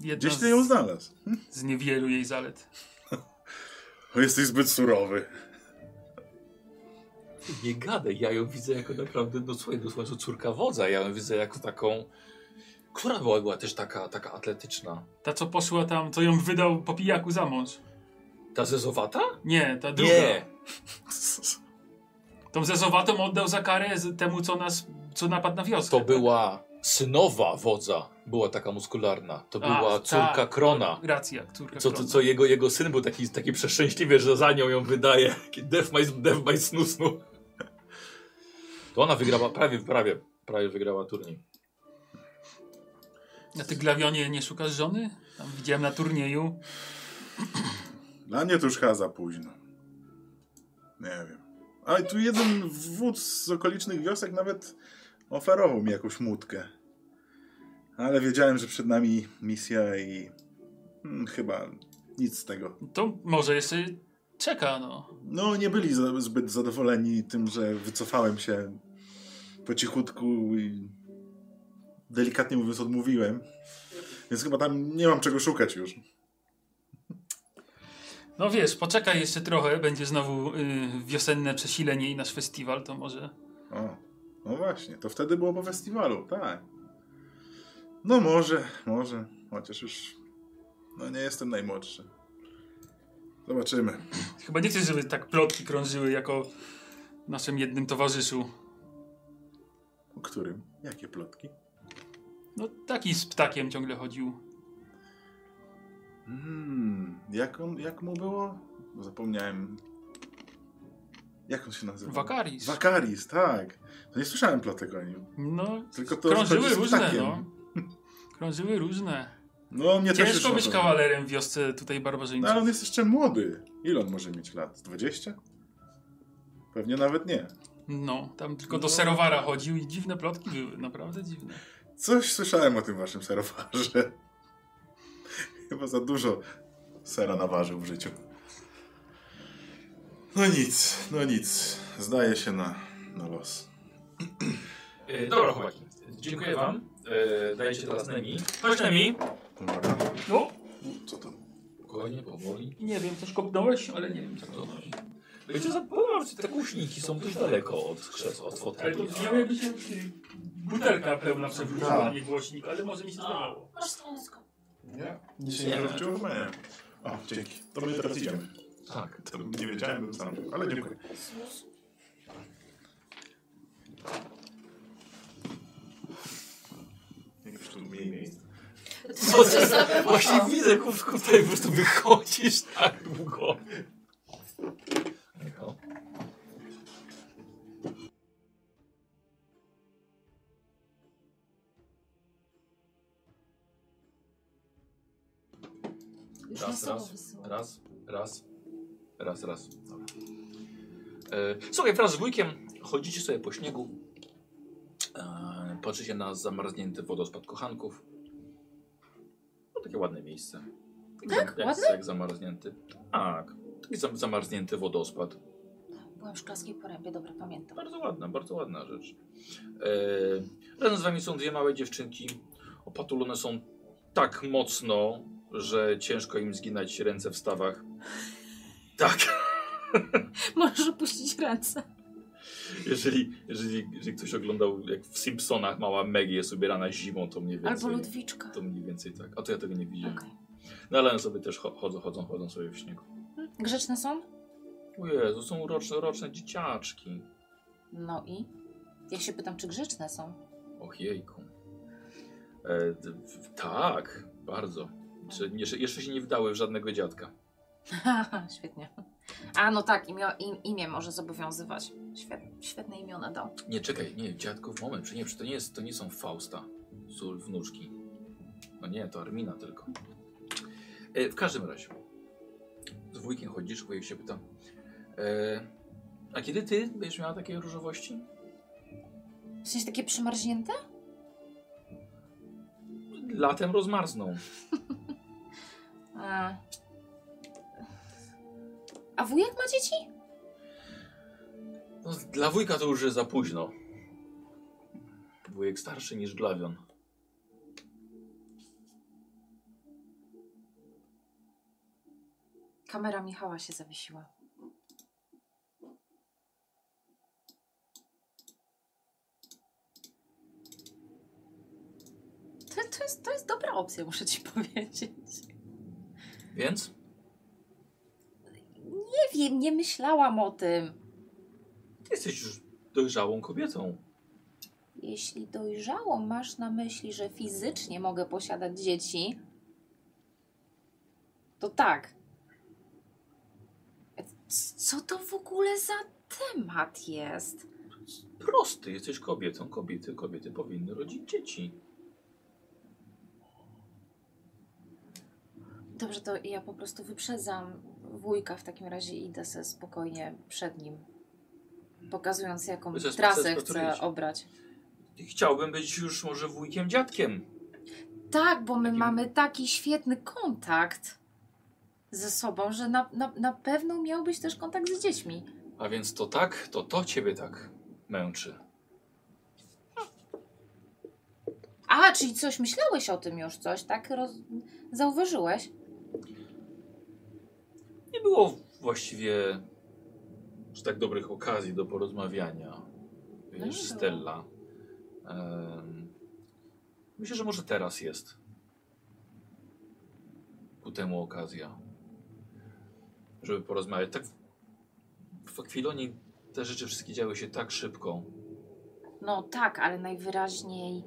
Speaker 3: Jedna
Speaker 4: Gdzieś ty ją
Speaker 3: z-
Speaker 4: znalazł.
Speaker 3: z niewielu jej zalet.
Speaker 4: O, jesteś zbyt surowy.
Speaker 1: Nie gadaj, ja ją widzę jako naprawdę, no słuchaj, no, słuchaj, to córka wodza, ja ją widzę jako taką, która była, była też taka, taka atletyczna.
Speaker 3: Ta co poszła tam, to ją wydał po pijaku za mąż.
Speaker 1: Ta zezowata?
Speaker 3: Nie, ta druga.
Speaker 1: Nie,
Speaker 3: Tą zezowatą oddał za karę z- temu, co nas, co napadł na wioskę.
Speaker 1: to była synowa wodza, była taka muskularna, to
Speaker 3: A,
Speaker 1: była
Speaker 3: tak.
Speaker 1: córka Krona.
Speaker 3: Racja, córka
Speaker 1: Co, to,
Speaker 3: Krona.
Speaker 1: co jego, jego syn był taki, taki przeszczęśliwy, że za nią ją wydaje. (laughs) Def my, def my snusnu. To ona wygrała, prawie, prawie, prawie wygrała turniej.
Speaker 3: Na ty glawionie nie szukasz żony? Tam widziałem na turnieju.
Speaker 4: Dla mnie to już chyba za późno. Nie wiem. Ale tu jeden wódz z okolicznych wiosek nawet oferował mi jakąś mutkę. Ale wiedziałem, że przed nami misja i hmm, chyba nic z tego.
Speaker 3: To może jeszcze czeka, no.
Speaker 4: No, nie byli za, zbyt zadowoleni tym, że wycofałem się po cichutku i delikatnie mówiąc odmówiłem. Więc chyba tam nie mam czego szukać już.
Speaker 3: No wiesz, poczekaj jeszcze trochę, będzie znowu y, wiosenne przesilenie i nasz festiwal, to może...
Speaker 4: O, no właśnie, to wtedy było po festiwalu, tak. No może, może, chociaż już no nie jestem najmłodszy. Zobaczymy.
Speaker 3: Chyba nie chcesz, żeby tak plotki krążyły jako w naszym jednym towarzyszu.
Speaker 4: O którym? Jakie plotki?
Speaker 3: No taki z ptakiem ciągle chodził.
Speaker 4: Hmm, jak on, jak mu było? Zapomniałem. Jak on się nazywa?
Speaker 3: Wakaris.
Speaker 4: Wakaris, tak. No nie słyszałem plotek o nim.
Speaker 3: No,
Speaker 4: Tylko to
Speaker 3: krążyły
Speaker 4: chodzi z
Speaker 3: różne,
Speaker 4: ptakiem.
Speaker 3: no. Krążyły różne.
Speaker 4: No, mnie też
Speaker 3: Ciężko
Speaker 4: już
Speaker 3: być
Speaker 4: na to-
Speaker 3: kawalerem w wiosce tutaj
Speaker 4: No, ale
Speaker 3: barbarzyńców.
Speaker 4: on jest jeszcze młody. Ile on może mieć lat? 20? Pewnie nawet nie.
Speaker 3: No, tam tylko do
Speaker 4: No.
Speaker 3: serowara chodził i dziwne plotki były, naprawdę dziwne.
Speaker 4: Coś słyszałem o tym waszym serowarze. (laughs) Chyba za dużo sera naważył w życiu. No nic, no nic. Zdaje się na, na los.
Speaker 1: E, Dobra, chłopaki. Dziękuję wam. E, Dajcie teraz Nemi. Chodź Nemi.
Speaker 4: Uwaga.
Speaker 3: No,
Speaker 4: Co tam?
Speaker 1: Spokojnie, powoli.
Speaker 3: nie wiem, coś kopnąłeś, ale nie wiem co to.
Speaker 1: Wiecie, zapomniałem, że te kuśniki są dość daleko od krzes, od
Speaker 3: Ale to
Speaker 1: foteli.
Speaker 3: brzmiało jakby się y, butelka pełna przewróciła, a nie głośnik, ale może mi się zdawało.
Speaker 2: Masz stanowisko.
Speaker 6: Nie?
Speaker 4: Nic
Speaker 6: nie
Speaker 4: wróciło? Nie. O, dzięki. To my teraz idziemy.
Speaker 1: Tak.
Speaker 4: To nie wiedziałem, bym sam. Ale dziękuję. Jakbyś tu mniej miejsc.
Speaker 1: Co ty za... Właśnie widzę, kurczę, tutaj po prostu wychodzisz tak długo. Echo.
Speaker 2: Już
Speaker 1: Raz,
Speaker 2: na sobą
Speaker 1: raz.
Speaker 2: wysyłam.
Speaker 1: Raz, raz, raz, raz. Dobra. E, słuchaj, wraz z wujkiem chodzicie sobie po śniegu. E, patrzycie na zamarznięty wodospad kochanków. No takie ładne miejsce.
Speaker 2: Tak?
Speaker 1: Jak,
Speaker 2: Ładne?
Speaker 1: jak, jak zamarznięty. Tak. Taki zam, zamarznięty wodospad.
Speaker 2: Byłam w szklarskiej porębie, dobra, pamiętam.
Speaker 1: Bardzo ładna, bardzo ładna rzecz. E, razem z wami są dwie małe dziewczynki. Opatulone są tak mocno, że ciężko im zginać ręce w stawach. Tak.
Speaker 2: (laughs) Możesz opuścić ręce.
Speaker 1: Jeżeli, jeżeli, jeżeli ktoś oglądał, jak w Simpsonach mała Maggie jest ubierana zimą, to mniej
Speaker 2: Albo
Speaker 1: więcej...
Speaker 2: Ludwiczka.
Speaker 1: To mniej więcej tak. A to ja tego nie widziałem.
Speaker 2: Okej.
Speaker 1: No ale one sobie też cho- chodzą, chodzą, chodzą sobie w śniegu.
Speaker 2: Grzeczne są?
Speaker 1: O Jezu, są roczne, roczne dzieciaczki.
Speaker 2: No i? Ja się pytam, czy grzeczne są? (laughs)
Speaker 1: Och jejku. E, d- w- tak, bardzo. Czy, jeszcze, jeszcze się nie wdały w żadnego dziadka.
Speaker 2: Haha, świetnie. A no tak, imio, im, imię może zobowiązywać. Świet, świetne imiona dał.
Speaker 1: Nie, czekaj, nie, dziadków, moment, czy nie, czy to nie, jest, to nie są Fausta, sól wnuczki. No nie, to Armina tylko. E, w każdym razie, z wujkiem chodzisz, wujek się pyta, e, a kiedy ty będziesz miała takie różowości?
Speaker 2: W sensie takie przymarznięte?
Speaker 1: Latem rozmarzną.
Speaker 2: A, A wujek ma dzieci?
Speaker 1: No, dla wujka to już jest za późno. Wujek starszy niż Glawion.
Speaker 2: Kamera Michała się zawiesiła. To, to, jest, to jest dobra opcja, muszę ci (laughs) powiedzieć.
Speaker 1: Więc?
Speaker 2: Nie wiem, nie myślałam o tym.
Speaker 1: Ty jesteś już dojrzałą kobietą.
Speaker 2: Jeśli dojrzałą masz na myśli, że fizycznie mogę posiadać dzieci, to tak. C- Co to w ogóle za temat jest?
Speaker 1: Prosty, jesteś kobietą. Kobiety, kobiety powinny rodzić dzieci.
Speaker 2: Dobrze, to ja po prostu wyprzedzam wujka w takim razie i idę sobie spokojnie przed nim, pokazując jaką
Speaker 1: Chociaż
Speaker 2: trasę
Speaker 1: proces
Speaker 2: chcę
Speaker 1: potrudzi.
Speaker 2: obrać.
Speaker 1: Chciałbym być już może wujkiem, dziadkiem.
Speaker 2: Tak, bo my
Speaker 1: Takim-
Speaker 2: mamy taki świetny kontakt ze sobą, że na, na, na pewno miałbyś też kontakt z dziećmi.
Speaker 1: A więc to tak, to to ciebie tak męczy.
Speaker 2: A, czyli coś myślałeś o tym już, coś tak roz... zauważyłeś?
Speaker 1: Nie było właściwie aż tak dobrych okazji do porozmawiania.
Speaker 2: No nie
Speaker 1: Wiesz,
Speaker 2: było.
Speaker 1: Stella. Em, myślę, że może teraz jest. Ku temu okazja. Żeby porozmawiać. Tak w, w Akwilonii te rzeczy wszystkie działy się tak szybko.
Speaker 2: No tak, ale najwyraźniej.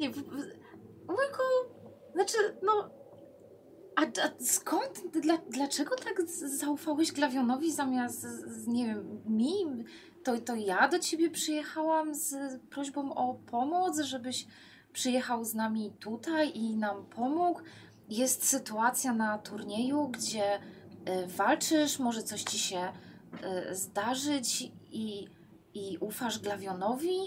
Speaker 2: Nie, w- w- Łyku, znaczy, no. A, a skąd, dla, dlaczego tak z- zaufałeś Glawionowi zamiast, z, z, nie wiem, mi? To, to ja do ciebie przyjechałam z prośbą o pomoc, żebyś przyjechał z nami tutaj i nam pomógł. Jest sytuacja na turnieju, gdzie y, walczysz, może coś ci się y, zdarzyć i, i ufasz Glawionowi,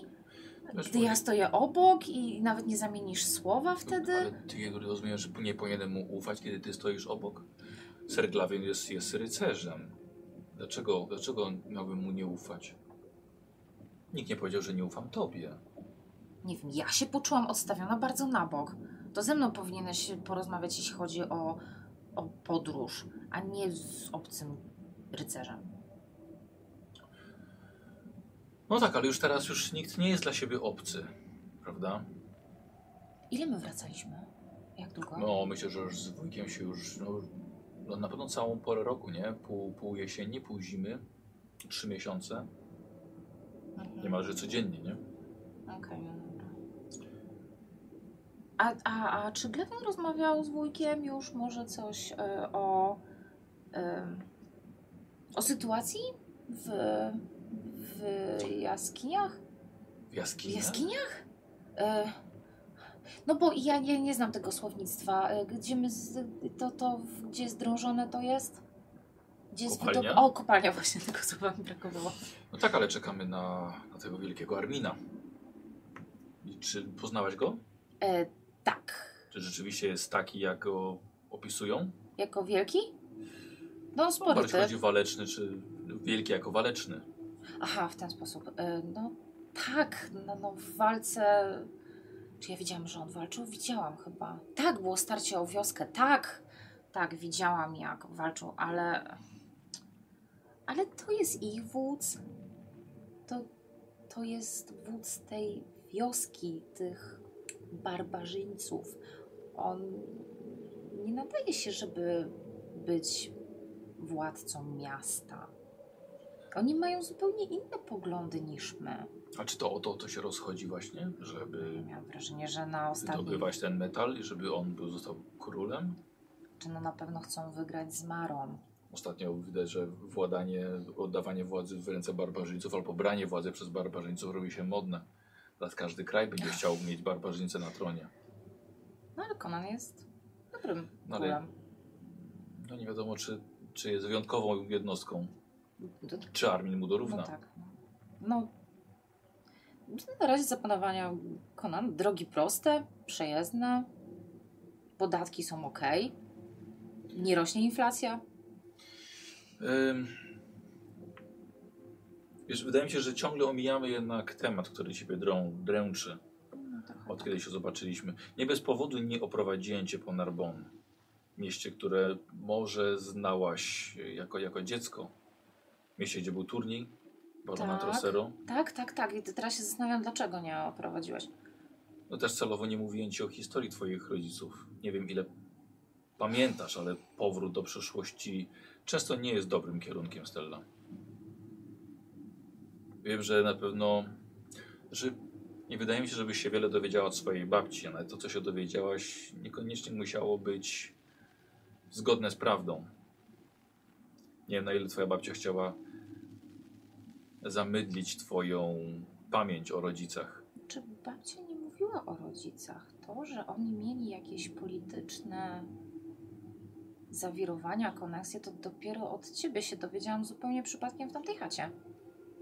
Speaker 1: Wiesz,
Speaker 2: gdy ja stoję obok i nawet nie zamienisz słowa
Speaker 1: Ale
Speaker 2: wtedy.
Speaker 1: ty Jezu, rozumiem, że nie powinienem mu ufać, kiedy ty stoisz obok. Ser Glawion jest, jest rycerzem. Dlaczego, dlaczego miałbym mu nie ufać? Nikt nie powiedział, że nie ufam tobie.
Speaker 2: Nie wiem, ja się poczułam odstawiona bardzo na bok. To ze mną powinieneś porozmawiać, jeśli chodzi o, o podróż, a nie z obcym rycerzem.
Speaker 1: No tak, ale już teraz już nikt nie jest dla siebie obcy, prawda?
Speaker 2: Ile my wracaliśmy? Jak długo?
Speaker 1: No myślę, że już z wujkiem się już, no, no na pewno całą porę roku, nie? Pół, pół jesieni, pół zimy, trzy miesiące,
Speaker 2: Mhm.
Speaker 1: niemalże codziennie, nie?
Speaker 2: Okej, no dobra. A, a, a czy Glewin rozmawiał z wujkiem już może coś y, o, em, o sytuacji w, w jaskiniach?
Speaker 1: W
Speaker 2: W
Speaker 1: jaskini.
Speaker 2: jaskiniach? E, no bo ja, ja nie znam tego słownictwa. E, Gdzie my z, to, to, gdzie jest drążone to jest? Gdzie jest
Speaker 1: Kopalnia?
Speaker 2: wydop- O, kopalnia (laughs) właśnie, tego słowa mi brakowało.
Speaker 1: No tak, ale czekamy na, na tego wielkiego Armina. I czy poznałaś go?
Speaker 2: E, tak.
Speaker 1: Czy rzeczywiście jest taki, jak go opisują?
Speaker 2: Jako wielki? No, spory
Speaker 1: Bardziej
Speaker 2: typ.
Speaker 1: chodzi o waleczny, czy wielki jako waleczny?
Speaker 2: Aha, w ten sposób. E, No tak, no, no w walce. Czy ja widziałam, że on walczył? Widziałam chyba. Tak, było starcie o wioskę, tak. Tak, widziałam jak walczą, ale. Ale to jest ich wódz. To, to jest wódz tej wioski, tych barbarzyńców. On nie nadaje się, żeby być władcą miasta. Oni mają zupełnie inne poglądy niż my.
Speaker 1: A czy to o to, to się rozchodzi właśnie, żeby
Speaker 2: Miałam wrażenie, że na ostatnim
Speaker 1: wydobywać ten metal i żeby on był, został królem?
Speaker 2: czy no na pewno chcą wygrać z Marą.
Speaker 1: Ostatnio widać, że władanie, oddawanie władzy w ręce barbarzyńców albo branie władzy przez barbarzyńców robi się modne. Teraz każdy kraj będzie chciał mieć barbarzyńcę na tronie.
Speaker 2: No ale Conan jest dobrym
Speaker 1: No, ale-
Speaker 2: królem.
Speaker 1: No nie wiadomo, czy, czy jest wyjątkową jednostką,
Speaker 2: To-
Speaker 1: czy Armin mu dorówna.
Speaker 2: No tak. No. Na razie zapanowania Conan. Drogi proste, przejezdne, podatki są ok, nie rośnie inflacja.
Speaker 1: Ym, Wiesz, wydaje mi się, że ciągle omijamy jednak temat, który ciebie drą, dręczy, od kiedy się zobaczyliśmy. Nie bez powodu nie oprowadziłem cię po Narbon, mieście, które może znałaś e, jako, jako dziecko. Mieście, gdzie był turniej Barona
Speaker 2: Tak.
Speaker 1: Trocero.
Speaker 2: Tak, tak, tak. I teraz się zastanawiam, dlaczego nie oprowadziłeś.
Speaker 1: No też celowo nie mówiłem ci o historii twoich rodziców. Nie wiem ile pamiętasz, ale powrót do przeszłości często nie jest dobrym kierunkiem, Stella. Wiem, że na pewno... Że nie wydaje mi się, żebyś się wiele dowiedziała od swojej babci, ale to, co się dowiedziałaś, niekoniecznie musiało być zgodne z prawdą. Nie wiem, na ile twoja babcia chciała zamydlić twoją pamięć o rodzicach.
Speaker 2: Czy babcia nie mówiła o rodzicach? To, że oni mieli jakieś polityczne zawirowania, koneksje, to dopiero od ciebie się dowiedziałam zupełnie przypadkiem w tamtej chacie.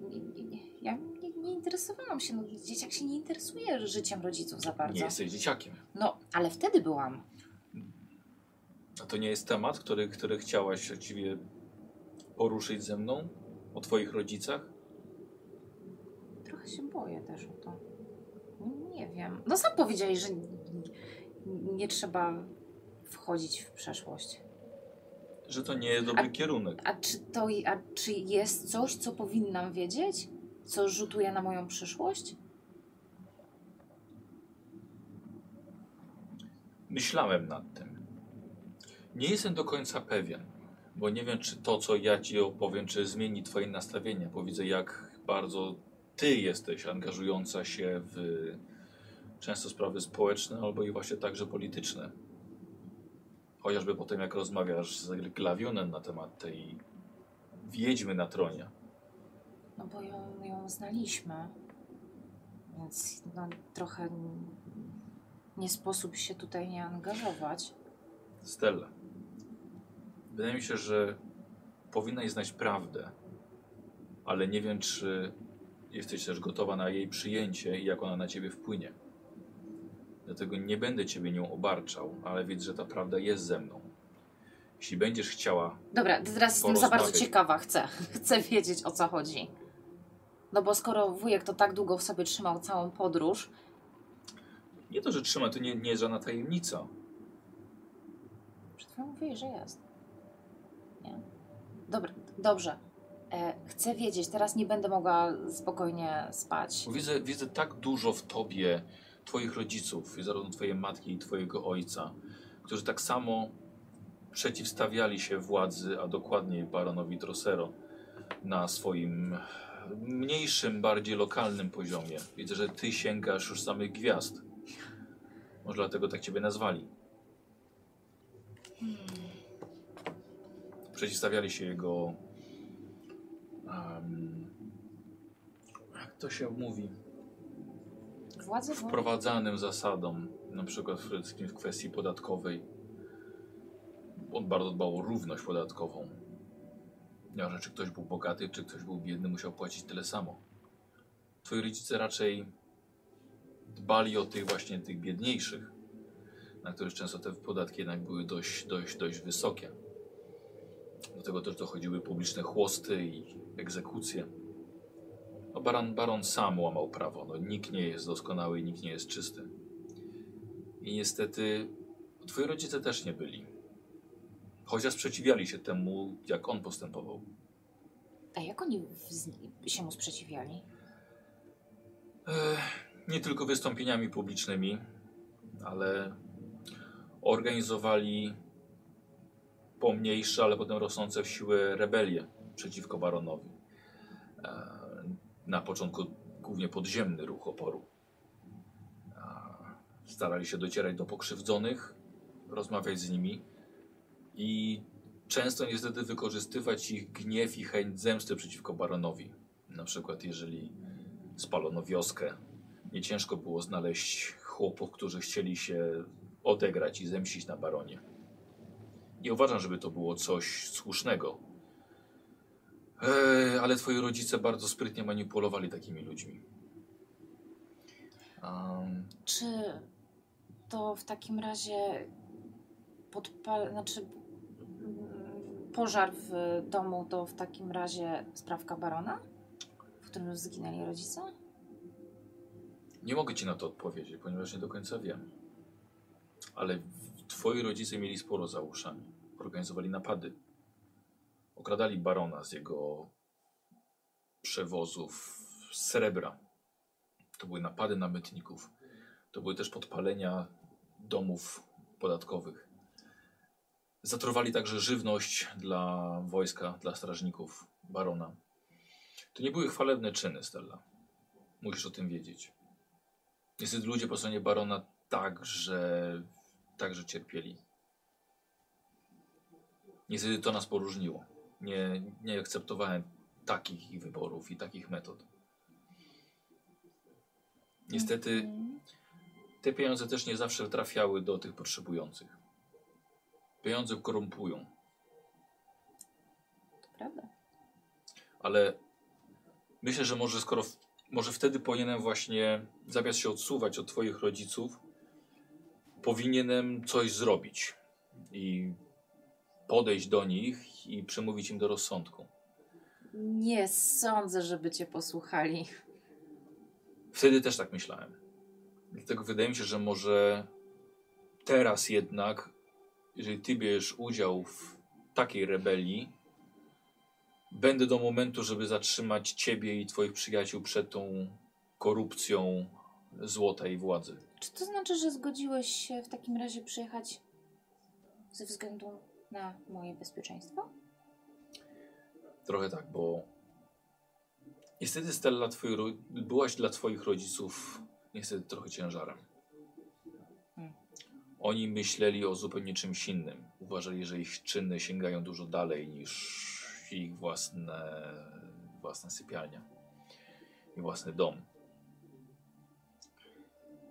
Speaker 2: Nie, nie, nie. Ja nie, nie interesowałam się, no dzieciak się nie interesuje życiem rodziców za bardzo.
Speaker 1: Nie jesteś dzieciakiem.
Speaker 2: No, ale wtedy byłam.
Speaker 1: A to nie jest temat, który, który chciałaś właściwie poruszyć ze mną? O twoich rodzicach?
Speaker 2: Trochę się boję też o to. Nie wiem. No sam powiedziałeś, że n- n- nie trzeba wchodzić w przeszłość.
Speaker 1: Że to nie jest dobry
Speaker 2: A-
Speaker 1: kierunek.
Speaker 2: A czy to, a czy jest coś, co powinnam wiedzieć? Co rzutuje na moją przyszłość?
Speaker 1: Myślałem nad tym. Nie jestem do końca pewien, bo nie wiem, czy to, co ja ci opowiem, czy zmieni twoje nastawienie, bo widzę, jak bardzo ty jesteś angażująca się w często sprawy społeczne, albo i właśnie także polityczne. Chociażby po tym, jak rozmawiasz z Glawionem na temat tej wiedźmy na tronie.
Speaker 2: No bo ją, ją znaliśmy. Więc no, trochę n- nie sposób się tutaj nie angażować.
Speaker 1: Stella, wydaje mi się, że powinnaś znać prawdę, ale nie wiem, czy jesteś też gotowa na jej przyjęcie i jak ona na ciebie wpłynie. Dlatego nie będę ciebie nią obarczał, ale wiedz, że ta prawda jest ze mną. Jeśli będziesz chciała,
Speaker 2: Dobra, ty teraz jestem za bardzo
Speaker 1: Porozmawiać.
Speaker 2: ciekawa. Chcę, (laughs) chcę wiedzieć o co chodzi. No bo skoro wujek to tak długo w sobie trzymał całą podróż,
Speaker 1: nie to, że trzyma, to nie, nie jest żadna tajemnica.
Speaker 2: Przed chwilą mówiłeś, że jest. Nie? Dobra, dobrze. E, chcę wiedzieć, teraz nie będę mogła spokojnie spać.
Speaker 1: Bo Widzę, widzę tak dużo w tobie, twoich rodziców, zarówno twojej matki i twojego ojca, którzy tak samo przeciwstawiali się władzy, a dokładniej baronowi Drosero na swoim mniejszym, bardziej lokalnym poziomie. Widzę, że ty sięgasz już samych gwiazd. Może dlatego tak ciebie nazwali. Przeciwstawiali się jego... em, jak to się mówi?
Speaker 2: Władze woli-
Speaker 1: wprowadzanym zasadom, na przykład w wszystkim w kwestii podatkowej. On bardzo dbał o równość podatkową. Nie, że czy ktoś był bogaty, czy ktoś był biedny, musiał płacić tyle samo. Twoi rodzice raczej dbali o tych właśnie tych biedniejszych, na których często te podatki jednak były dość, dość, dość wysokie. Do tego też dochodziły publiczne chłosty i egzekucje. No baron, baron sam łamał prawo. No, nikt nie jest doskonały i nikt nie jest czysty. I niestety twoi rodzice też nie byli. Chociaż sprzeciwiali się temu, jak on postępował.
Speaker 2: A jak oni w- z- się mu sprzeciwiali?
Speaker 1: Ech, E, Nie tylko wystąpieniami publicznymi, ale organizowali pomniejsze, ale potem rosnące w siłę rebelie przeciwko baronowi. E, Na początku głównie podziemny ruch oporu. E, Starali się docierać do pokrzywdzonych, rozmawiać z nimi i często niestety wykorzystywać ich gniew i chęć zemsty przeciwko baronowi. Na przykład jeżeli spalono wioskę. Nie ciężko było znaleźć chłopów, którzy chcieli się odegrać i zemścić na baronie. Nie uważam, żeby to było coś słusznego. Eee, ale twoi rodzice bardzo sprytnie manipulowali takimi ludźmi. Am,
Speaker 2: Czy to w takim razie podpal, znaczy mm, pożar w domu to w takim razie sprawka barona, w którym zginęli rodzice?
Speaker 1: nie mogę ci na to odpowiedzieć, ponieważ nie do końca wiem. Ale w- twoi rodzice mieli sporo za uszami. Organizowali napady. Okradali barona z jego przewozów srebra. To były napady na mytników. To były też podpalenia domów podatkowych. Zatrowali także żywność dla wojska, dla strażników barona. To nie były chwalebne czyny, Stella. Musisz o tym wiedzieć. Niestety ludzie po stronie barona także, także cierpieli. Niestety to nas poróżniło. Nie, nie akceptowałem takich ich wyborów i takich metod. Niestety
Speaker 2: Mhm.
Speaker 1: te pieniądze też nie zawsze trafiały do tych potrzebujących. Pieniądze korumpują,
Speaker 2: To prawda.
Speaker 1: ale myślę, że może skoro w, może wtedy powinienem właśnie zamiast się odsuwać od twoich rodziców, powinienem coś zrobić i podejść do nich i przemówić im do rozsądku.
Speaker 2: Nie sądzę, żeby cię posłuchali.
Speaker 1: Wtedy też tak myślałem. Dlatego wydaje mi się, że może teraz jednak, jeżeli ty bierzesz udział w takiej rebelii, będę do momentu, żeby zatrzymać ciebie i twoich przyjaciół przed tą korupcją złota i władzy.
Speaker 2: Czy to znaczy, że zgodziłeś się w takim razie przyjechać ze względu na moje bezpieczeństwo?
Speaker 1: Trochę tak, bo niestety Stella, twoi, ro- byłaś dla twoich rodziców niestety trochę ciężarem.
Speaker 2: Hmm.
Speaker 1: Oni myśleli o zupełnie czymś innym. Uważali, że ich czyny sięgają dużo dalej niż ich własne, własna sypialnia i własny dom.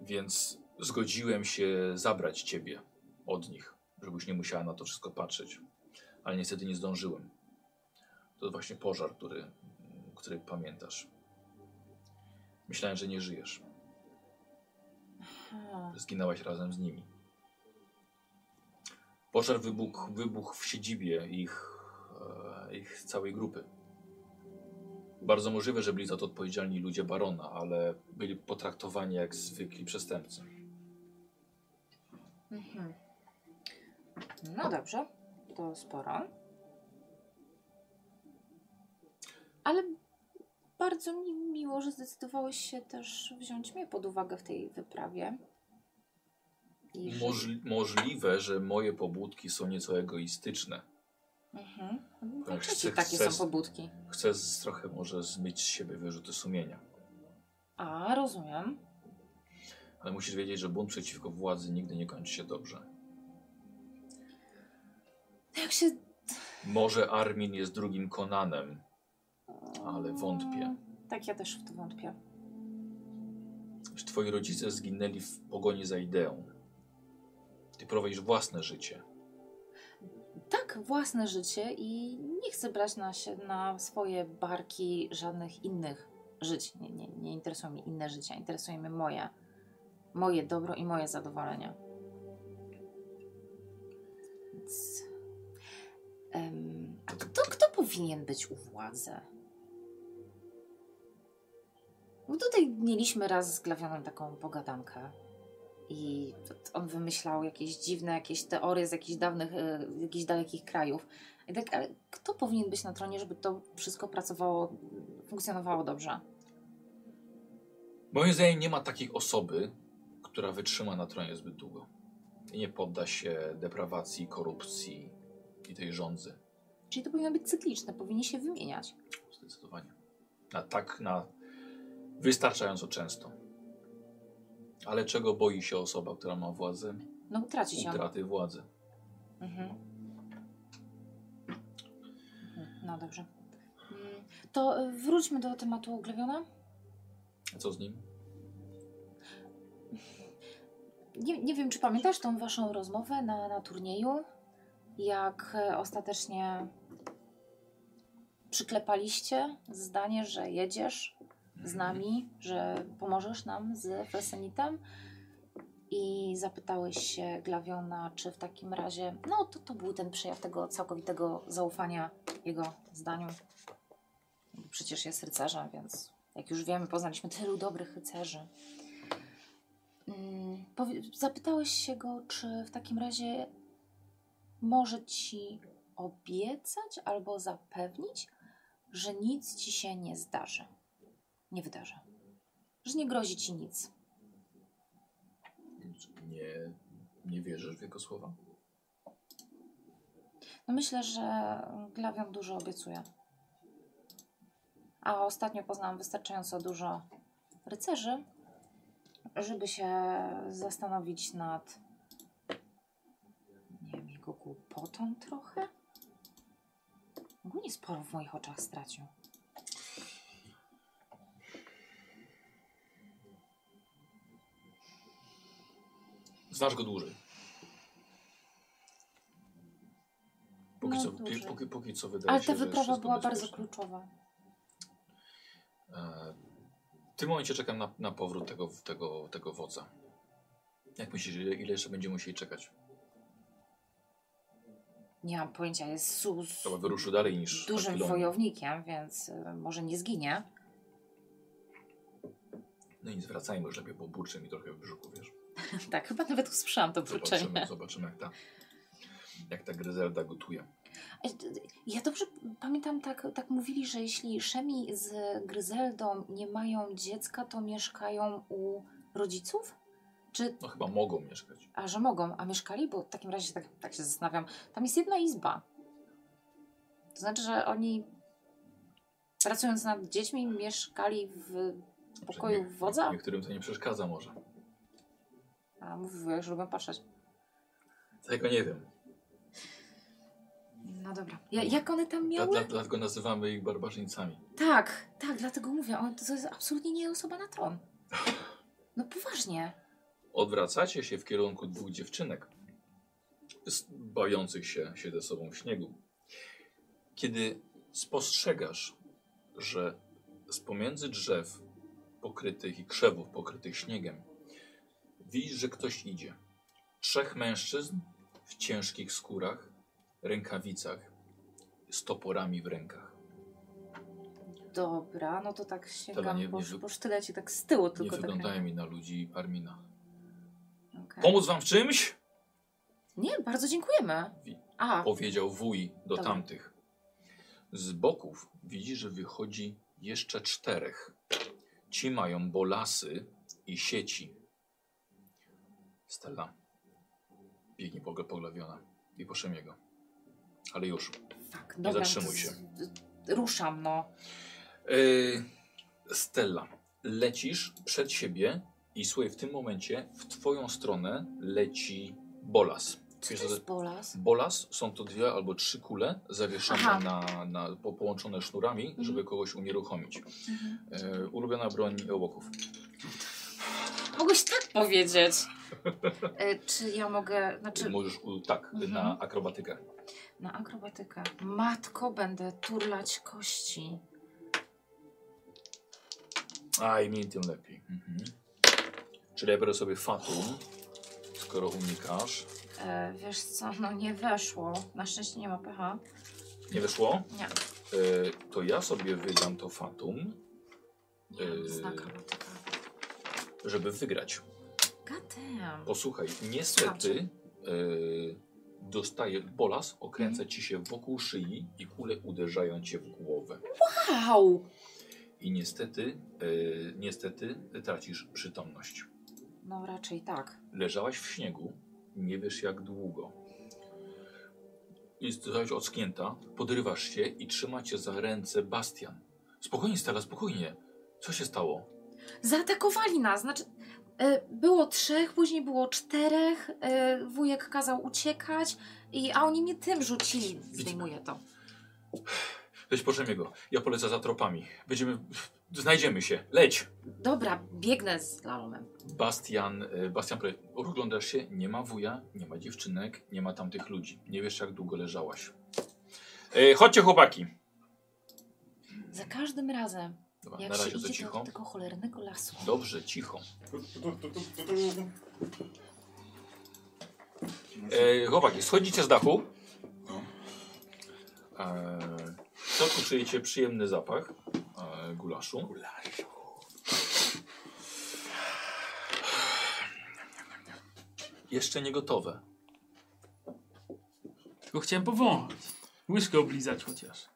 Speaker 1: Więc zgodziłem się zabrać ciebie od nich, żebyś nie musiała na to wszystko patrzeć. Ale niestety nie zdążyłem. To właśnie pożar, który, który pamiętasz. Myślałem, że nie żyjesz.
Speaker 2: Aha.
Speaker 1: Zginęłaś razem z nimi. Pożar wybuchł, wybuchł w siedzibie ich, e, ich całej grupy. Bardzo możliwe, że byli za to odpowiedzialni ludzie barona, ale byli potraktowani jak zwykli przestępcy.
Speaker 2: Mhm. No dobrze, to sporo. Ale bardzo mi miło, że zdecydowałeś się też wziąć mnie pod uwagę w tej wyprawie. I że-
Speaker 1: Możli, możliwe, że moje pobudki są nieco egoistyczne.
Speaker 2: Mhm. No,
Speaker 1: Tak,
Speaker 2: Dzieci
Speaker 1: chcę-
Speaker 2: takie
Speaker 1: chcę-
Speaker 2: są pobudki.
Speaker 1: Chcę z, trochę może zmyć z siebie wyrzuty sumienia.
Speaker 2: A, rozumiem.
Speaker 1: Ale musisz wiedzieć, że bunt przeciwko władzy nigdy nie kończy się dobrze.
Speaker 2: Jak Tak się...
Speaker 1: Może Armin jest drugim Konanem. Ale wątpię.
Speaker 2: Tak, ja też w to wątpię.
Speaker 1: Twoi rodzice zginęli w pogoni za ideą. Ty prowadzisz własne życie.
Speaker 2: Tak, własne życie i nie chcę brać na, się, na swoje barki żadnych innych żyć. Nie, nie, nie interesują mnie inne życia, interesuje mnie moje. Moje dobro i moje zadowolenie. Więc, em, a kto, kto powinien być u władzy? Bo tutaj mieliśmy raz z Glawionem taką pogadankę. I to- to on wymyślał jakieś dziwne, jakieś teorie z jakichś dawnych, e, jakichś dalekich krajów. I tak, ale kto powinien być na tronie, żeby to wszystko pracowało, funkcjonowało dobrze?
Speaker 1: Moim zdaniem nie ma takiej osoby, która wytrzyma na tronie zbyt długo i nie podda się deprawacji, korupcji i tej żądzy.
Speaker 2: Czyli to powinno być cykliczne, powinni się wymieniać.
Speaker 1: Zdecydowanie. Na tak, na wystarczająco często. Ale czego boi się osoba, która ma władzę?
Speaker 2: No utracić ją.
Speaker 1: Utraty władzy.
Speaker 2: Mhm. Mhm, No dobrze. Mm, To y, wróćmy do tematu Glewiona.
Speaker 1: A co z nim?
Speaker 2: Nie, nie wiem, czy pamiętasz tą waszą rozmowę na, na turnieju, jak e, ostatecznie przyklepaliście zdanie, że jedziesz z nami, że pomożesz nam z Felsenitem i zapytałeś się Glawiona, czy w takim razie, no to, to był ten przejaw tego całkowitego zaufania jego zdaniu. Przecież jest rycerzem, więc jak już wiemy, poznaliśmy tylu dobrych rycerzy. Mm, powie- Zapytałeś się go, czy w takim razie może ci obiecać albo zapewnić, że nic ci się nie zdarzy. Nie wydarzy. Że nie grozi ci nic.
Speaker 1: Nie, nie wierzysz w jego słowa?
Speaker 2: No myślę, że Glawion dużo obiecuje. A ostatnio poznałam wystarczająco dużo rycerzy, żeby się zastanowić nad nie wiem, jego głupotą trochę. Ogólnie sporo w moich oczach stracił.
Speaker 1: Znasz go dłużej. Póki,
Speaker 2: No,
Speaker 1: co,
Speaker 2: dłużej.
Speaker 1: pi- póki, póki co wydaje
Speaker 2: Ale
Speaker 1: się,
Speaker 2: ta
Speaker 1: że
Speaker 2: wyprawa
Speaker 1: wszystko
Speaker 2: była bardzo
Speaker 1: bezpieczne.
Speaker 2: kluczowa.
Speaker 1: E, W tym momencie czekam na, na powrót tego, tego, tego wodza. Jak myślisz, ile, ile jeszcze będziemy musieli czekać?
Speaker 2: Nie mam pojęcia, jest sus
Speaker 1: Chyba wyruszył dalej niż
Speaker 2: dużym
Speaker 1: Aquilon.
Speaker 2: wojownikiem, więc y, może nie zginie.
Speaker 1: No i zwracajmy już lepiej, bo burczy mi trochę w brzuchu, wiesz.
Speaker 2: tak, chyba nawet usłyszałam to
Speaker 1: Zobaczymy,
Speaker 2: burczenie.
Speaker 1: zobaczymy jak ta, jak ta Gryzelda gotuje.
Speaker 2: E, Ja dobrze pamiętam, tak, tak mówili, że jeśli Szemi z Gryzeldą nie mają dziecka, to mieszkają u rodziców? Czy,
Speaker 1: No chyba mogą mieszkać.
Speaker 2: a że mogą, a mieszkali? Bo w takim razie tak, tak się zastanawiam. Tam jest jedna izba. To znaczy, że oni pracując nad dziećmi mieszkali w pokoju
Speaker 1: nie-
Speaker 2: wodza?
Speaker 1: Niektórym to nie przeszkadza może.
Speaker 2: A mówił, jak lubię patrzeć.
Speaker 1: Tego nie wiem.
Speaker 2: No dobra. Ja, jak one tam
Speaker 1: Dla,
Speaker 2: miały?
Speaker 1: dla, dlatego nazywamy ich barbarzyńcami.
Speaker 2: Tak, tak, dlatego mówię. On to jest absolutnie nie osoba na tron. No poważnie.
Speaker 1: Odwracacie się w kierunku dwóch dziewczynek s- bawiących się, się ze sobą w śniegu. Kiedy spostrzegasz, że z pomiędzy drzew pokrytych i krzewów pokrytych śniegiem widzisz, że ktoś idzie. Trzech mężczyzn w ciężkich skórach, rękawicach, z toporami w rękach.
Speaker 2: Dobra, no to tak
Speaker 1: Tyle
Speaker 2: sięgam
Speaker 1: nie-
Speaker 2: po,
Speaker 1: nie wy-
Speaker 2: po sztylecie, tak z tyłu
Speaker 1: Nie
Speaker 2: tylko. tak
Speaker 1: wyglądają mi na ludzi Parmina.
Speaker 2: Okej.
Speaker 1: Pomóc wam w czymś?
Speaker 2: Nie, bardzo dziękujemy.
Speaker 1: Wi-
Speaker 2: A,
Speaker 1: powiedział wuj do
Speaker 2: Dobra.
Speaker 1: tamtych. Z boków widzi, że wychodzi jeszcze czterech. Ci mają bolasy i sieci. Stella biegnie po- poglawiona i po Szemiego. Ale już.
Speaker 2: tak, dobra.
Speaker 1: zatrzymuj
Speaker 2: to z-
Speaker 1: się.
Speaker 2: Ruszam, no.
Speaker 1: Yy, Stella, lecisz przed siebie i słuchaj, w tym momencie w twoją stronę leci bolas.
Speaker 2: Co
Speaker 1: Wiesz,
Speaker 2: to
Speaker 1: że-
Speaker 2: jest bolas?
Speaker 1: Bolas są to dwie albo trzy kule zawieszone
Speaker 2: Aha.
Speaker 1: na, na, po, połączone sznurami, żeby kogoś unieruchomić.
Speaker 2: Mhm.
Speaker 1: E, ulubiona broń ołoków.
Speaker 2: Mogłeś tak
Speaker 1: (laughs)
Speaker 2: powiedzieć. E, czy ja mogę, znaczy
Speaker 1: Możesz u, tak,
Speaker 2: Mhm.
Speaker 1: na akrobatykę.
Speaker 2: na akrobatykę. Matko, będę turlać kości.
Speaker 1: A im mniej, tym lepiej. Mhm. Czyli ja biorę sobie fatum, skoro unikasz.
Speaker 2: E, wiesz co, no nie weszło. Na szczęście nie ma pH.
Speaker 1: Nie wyszło?
Speaker 2: Nie,
Speaker 1: E, to ja sobie wydam to fatum,
Speaker 2: nie,
Speaker 1: Yy.
Speaker 2: znak akrobatyka.
Speaker 1: żeby wygrać.
Speaker 2: God damn.
Speaker 1: Posłuchaj, niestety y, dostaje bolas,
Speaker 2: Mhm.
Speaker 1: okręca ci się wokół szyi i kule uderzają cię w głowę.
Speaker 2: Wow!
Speaker 1: I niestety, y, niestety tracisz przytomność.
Speaker 2: No raczej tak.
Speaker 1: Leżałaś w śniegu, nie wiesz jak długo. I zostałaś ocknięta, podrywasz się i trzymacie za ręce Bastian. Spokojnie, Stella, spokojnie. Co się stało?
Speaker 2: Zaatakowali nas, znaczy e, było trzech, później było czterech, e, wujek kazał uciekać, i, a oni mnie tym rzucili, zdejmuję to.
Speaker 1: Leć po go. Ja polecę za tropami. Będziemy... Znajdziemy się. Leć!
Speaker 2: Dobra, biegnę z lalomem.
Speaker 1: Bastian, y, Bastian, powie- oglądasz się, nie ma wuja, nie ma dziewczynek, nie ma tamtych ludzi. Nie wiesz jak długo leżałaś. Y, chodźcie chłopaki.
Speaker 2: Za każdym razem,
Speaker 1: Dobra,
Speaker 2: jak
Speaker 1: na
Speaker 2: się
Speaker 1: razie to
Speaker 2: idzie do
Speaker 1: cicho.
Speaker 2: tego cholernego lasu.
Speaker 1: Dobrze, cicho.
Speaker 4: E...
Speaker 1: E, chłopaki, schodzicie z dachu.
Speaker 4: No.
Speaker 1: E, w środku czujecie przyjemny zapach e, gulaszu. Gulaszu. Jeszcze nie gotowe.
Speaker 3: Tylko chciałem powąchać. Łyżkę oblizać chociaż.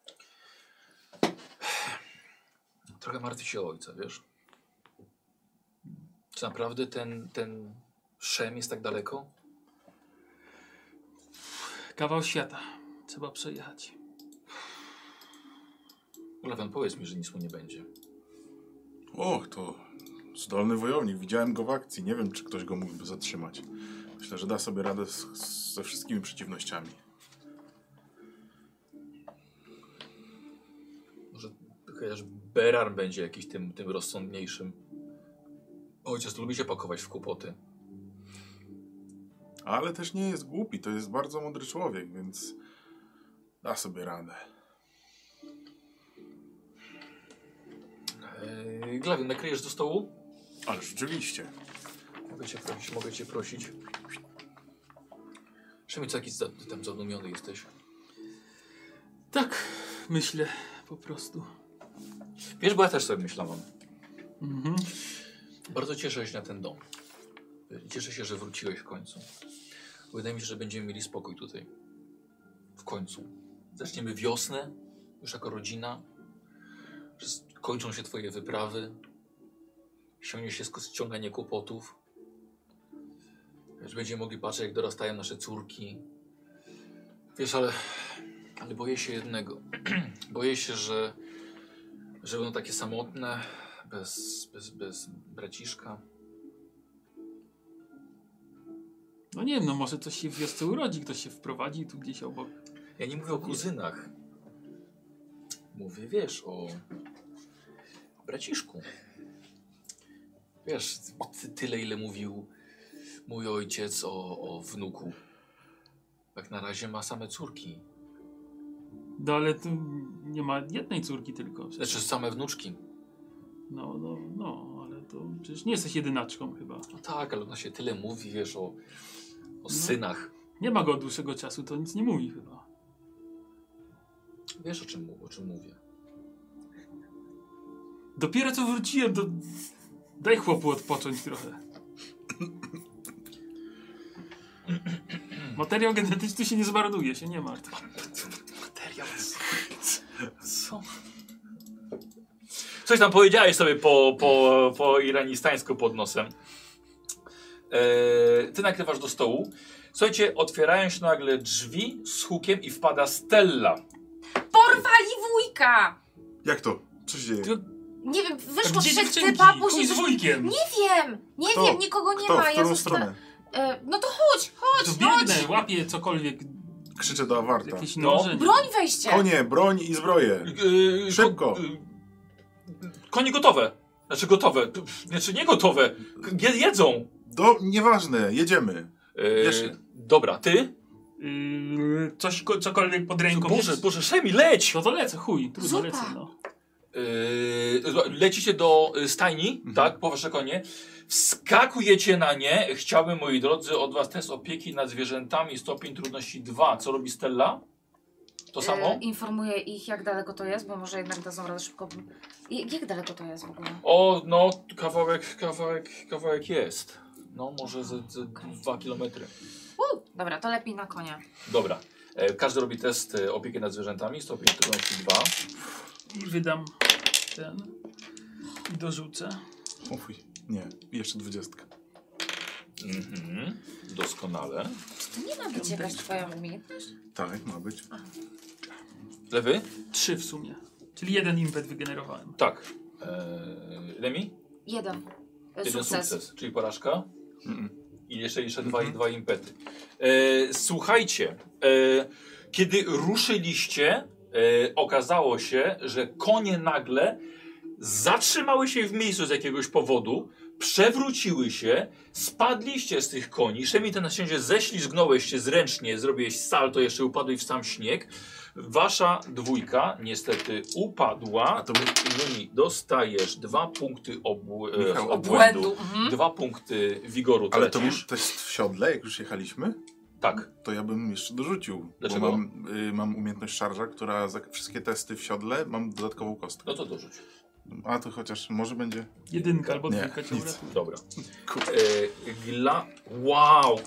Speaker 1: Trochę martwi się o ojca, wiesz? Czy naprawdę ten, ten szem jest tak daleko?
Speaker 3: Kawał świata. Trzeba przejechać.
Speaker 1: Lewan, powiedz mi, że nic mu nie będzie.
Speaker 4: Och, to zdolny wojownik. Widziałem go w akcji. Nie wiem, czy ktoś go mógłby zatrzymać. Myślę, że da sobie radę z, z, ze wszystkimi przeciwnościami.
Speaker 1: Może chociaż Berar będzie jakiś tym, tym rozsądniejszym. Ojciec lubi się pakować w kłopoty.
Speaker 4: Ale też nie jest głupi. To jest bardzo mądry człowiek, więc da sobie radę.
Speaker 1: Eee, Glawion, nakryjesz do stołu?
Speaker 4: Ale rzeczywiście.
Speaker 1: Mogę cię prosić, mogę cię prosić. Szymon, co jakiś za, ty tam zadumiony jesteś?
Speaker 3: Tak, myślę po prostu.
Speaker 1: Wiesz, bo ja też sobie myślałam.
Speaker 3: Mhm.
Speaker 1: Bardzo cieszę się na ten dom. Cieszę się, że wróciłeś w końcu. Wydaje mi się, że będziemy mieli spokój tutaj. W końcu. Zaczniemy wiosnę, już jako rodzina. Że s- kończą się twoje wyprawy. Ściągnie się sk- ściąganie kłopotów. Wiesz, będziemy mogli patrzeć, jak dorastają nasze córki. Wiesz, ale, ale boję się jednego. (clears throat) boję się, że, że będą takie samotne, bez, bez, bez braciszka.
Speaker 3: No nie wiem, no może coś się w wiosce urodzi, ktoś się wprowadzi tu gdzieś obok.
Speaker 1: Ja nie mówię o kuzynach. Mówię, wiesz, o, o braciszku. Wiesz, ty, tyle ile mówił mój ojciec o, o wnuku. Jak na razie ma same córki.
Speaker 3: No ale tu nie ma jednej córki tylko. przecież.
Speaker 1: Znaczy same wnuczki.
Speaker 3: No, no, no, ale to przecież nie jesteś jedynaczką chyba.
Speaker 1: No tak, ale ona się tyle mówi, wiesz, o, o synach.
Speaker 3: Nie ma go od dłuższego czasu, to nic nie mówi chyba.
Speaker 1: Wiesz, o czym, mu- o czym mówię.
Speaker 3: Dopiero co wróciłem, to daj chłopu odpocząć trochę. Materiał genetyczny się nie zmarnuje, się nie martw.
Speaker 1: Materiał. Co? Coś tam powiedziałeś sobie po, po, po iranistańsku pod nosem. Eee, ty nakrywasz do stołu. Słuchajcie, otwierają się nagle drzwi z hukiem i wpada Stella.
Speaker 2: Porwali wujka!
Speaker 4: Jak to? Co się dzieje?
Speaker 3: Ty-
Speaker 2: Nie wiem,
Speaker 3: A
Speaker 2: wyszło trzech
Speaker 3: dziewczynki?
Speaker 2: typa,
Speaker 3: Chuj
Speaker 2: później...
Speaker 3: z
Speaker 2: coś-
Speaker 3: wujkiem!
Speaker 2: Nie wiem, nie
Speaker 4: Kto?
Speaker 2: wiem, nikogo nie
Speaker 4: Kto?
Speaker 2: ma.
Speaker 4: W którą
Speaker 2: zosta-
Speaker 4: stronę?
Speaker 2: E, no to chodź, chodź,
Speaker 3: To
Speaker 2: chodź!
Speaker 3: biegnę, łapię cokolwiek,
Speaker 4: Krzyczę do Awarta.
Speaker 3: jakieś
Speaker 1: No.
Speaker 3: noże.
Speaker 2: Broń wejście!
Speaker 4: Konie, broń i zbroję.
Speaker 1: Eee,
Speaker 4: Szybko.
Speaker 1: ko- eee, konie gotowe. Znaczy gotowe. P- Znaczy nie gotowe. K- je- Jedzą.
Speaker 4: Do, nieważne, jedziemy.
Speaker 1: Eee,
Speaker 4: Jeszcze.
Speaker 1: dobra, ty?
Speaker 3: Yy, coś, ko- cokolwiek pod ręką
Speaker 1: Boże,
Speaker 3: jest.
Speaker 1: Boże, Szemi, leć!
Speaker 3: No to lecę, chuj, trudno
Speaker 2: Zupa.
Speaker 3: lecę, no.
Speaker 1: Yy, zobacz, lecicie do y, stajni, tak, po wasze konie. Wskakujecie na nie. Chciałbym, moi drodzy, od was test opieki nad zwierzętami, stopień trudności 2. Co robi Stella? To samo?
Speaker 2: E, informuję ich, jak daleko to jest, bo może jednak dadzą radę szybko. I- Jak daleko to jest w ogóle?
Speaker 1: O, no, kawałek, kawałek, kawałek jest. No, może ze, ze dwa kilometry.
Speaker 2: U, dobra, to lepiej na konia.
Speaker 1: Dobra. E, Każdy robi test e, opieki nad zwierzętami, stopień trudności 2.
Speaker 3: I wydam ten. I dorzucę.
Speaker 4: Ufuj. Nie, jeszcze dwudziestka.
Speaker 1: Mhm. Doskonale.
Speaker 2: Czy to nie ma być jakaś twoja umiejętność?
Speaker 4: Tak, ma być.
Speaker 1: Lewy?
Speaker 3: Trzy w sumie. Czyli jeden impet wygenerowałem.
Speaker 1: Tak. E, Remi?
Speaker 2: Jeden. E,
Speaker 1: Jeden
Speaker 2: Sukces.
Speaker 1: sukces, czyli porażka.
Speaker 4: Mm.
Speaker 1: I jeszcze, jeszcze dwa,
Speaker 4: Mhm.
Speaker 1: dwa impety. E, słuchajcie, e, kiedy ruszyliście, e, okazało się, że konie nagle zatrzymały się w miejscu z jakiegoś powodu, przewróciły się, spadliście z tych koni. Szemi, ty na szczęście ześlizgnąłeś się zręcznie, zrobiłeś salto, jeszcze upadłeś w sam śnieg. Wasza dwójka niestety upadła.
Speaker 4: A to był...
Speaker 1: Juni, dostajesz dwa punkty obł
Speaker 4: Michał,
Speaker 1: e, obłędu.
Speaker 2: Obłędu. Mhm.
Speaker 1: Dwa punkty wigoru
Speaker 4: Ale to
Speaker 1: tracisz.
Speaker 4: już też w siodle, jak już jechaliśmy,
Speaker 1: Tak.
Speaker 4: to ja bym jeszcze dorzucił.
Speaker 1: Dlaczego?
Speaker 4: Bo mam, y, mam umiejętność szarża, która za wszystkie testy w siodle mam dodatkową kostkę.
Speaker 1: No to dorzuć.
Speaker 4: A to chociaż może będzie...
Speaker 3: Jedynka albo
Speaker 4: Nie,
Speaker 3: dwójka cię
Speaker 4: nic.
Speaker 3: uratuje.
Speaker 1: Dobra. E, gla... Wow!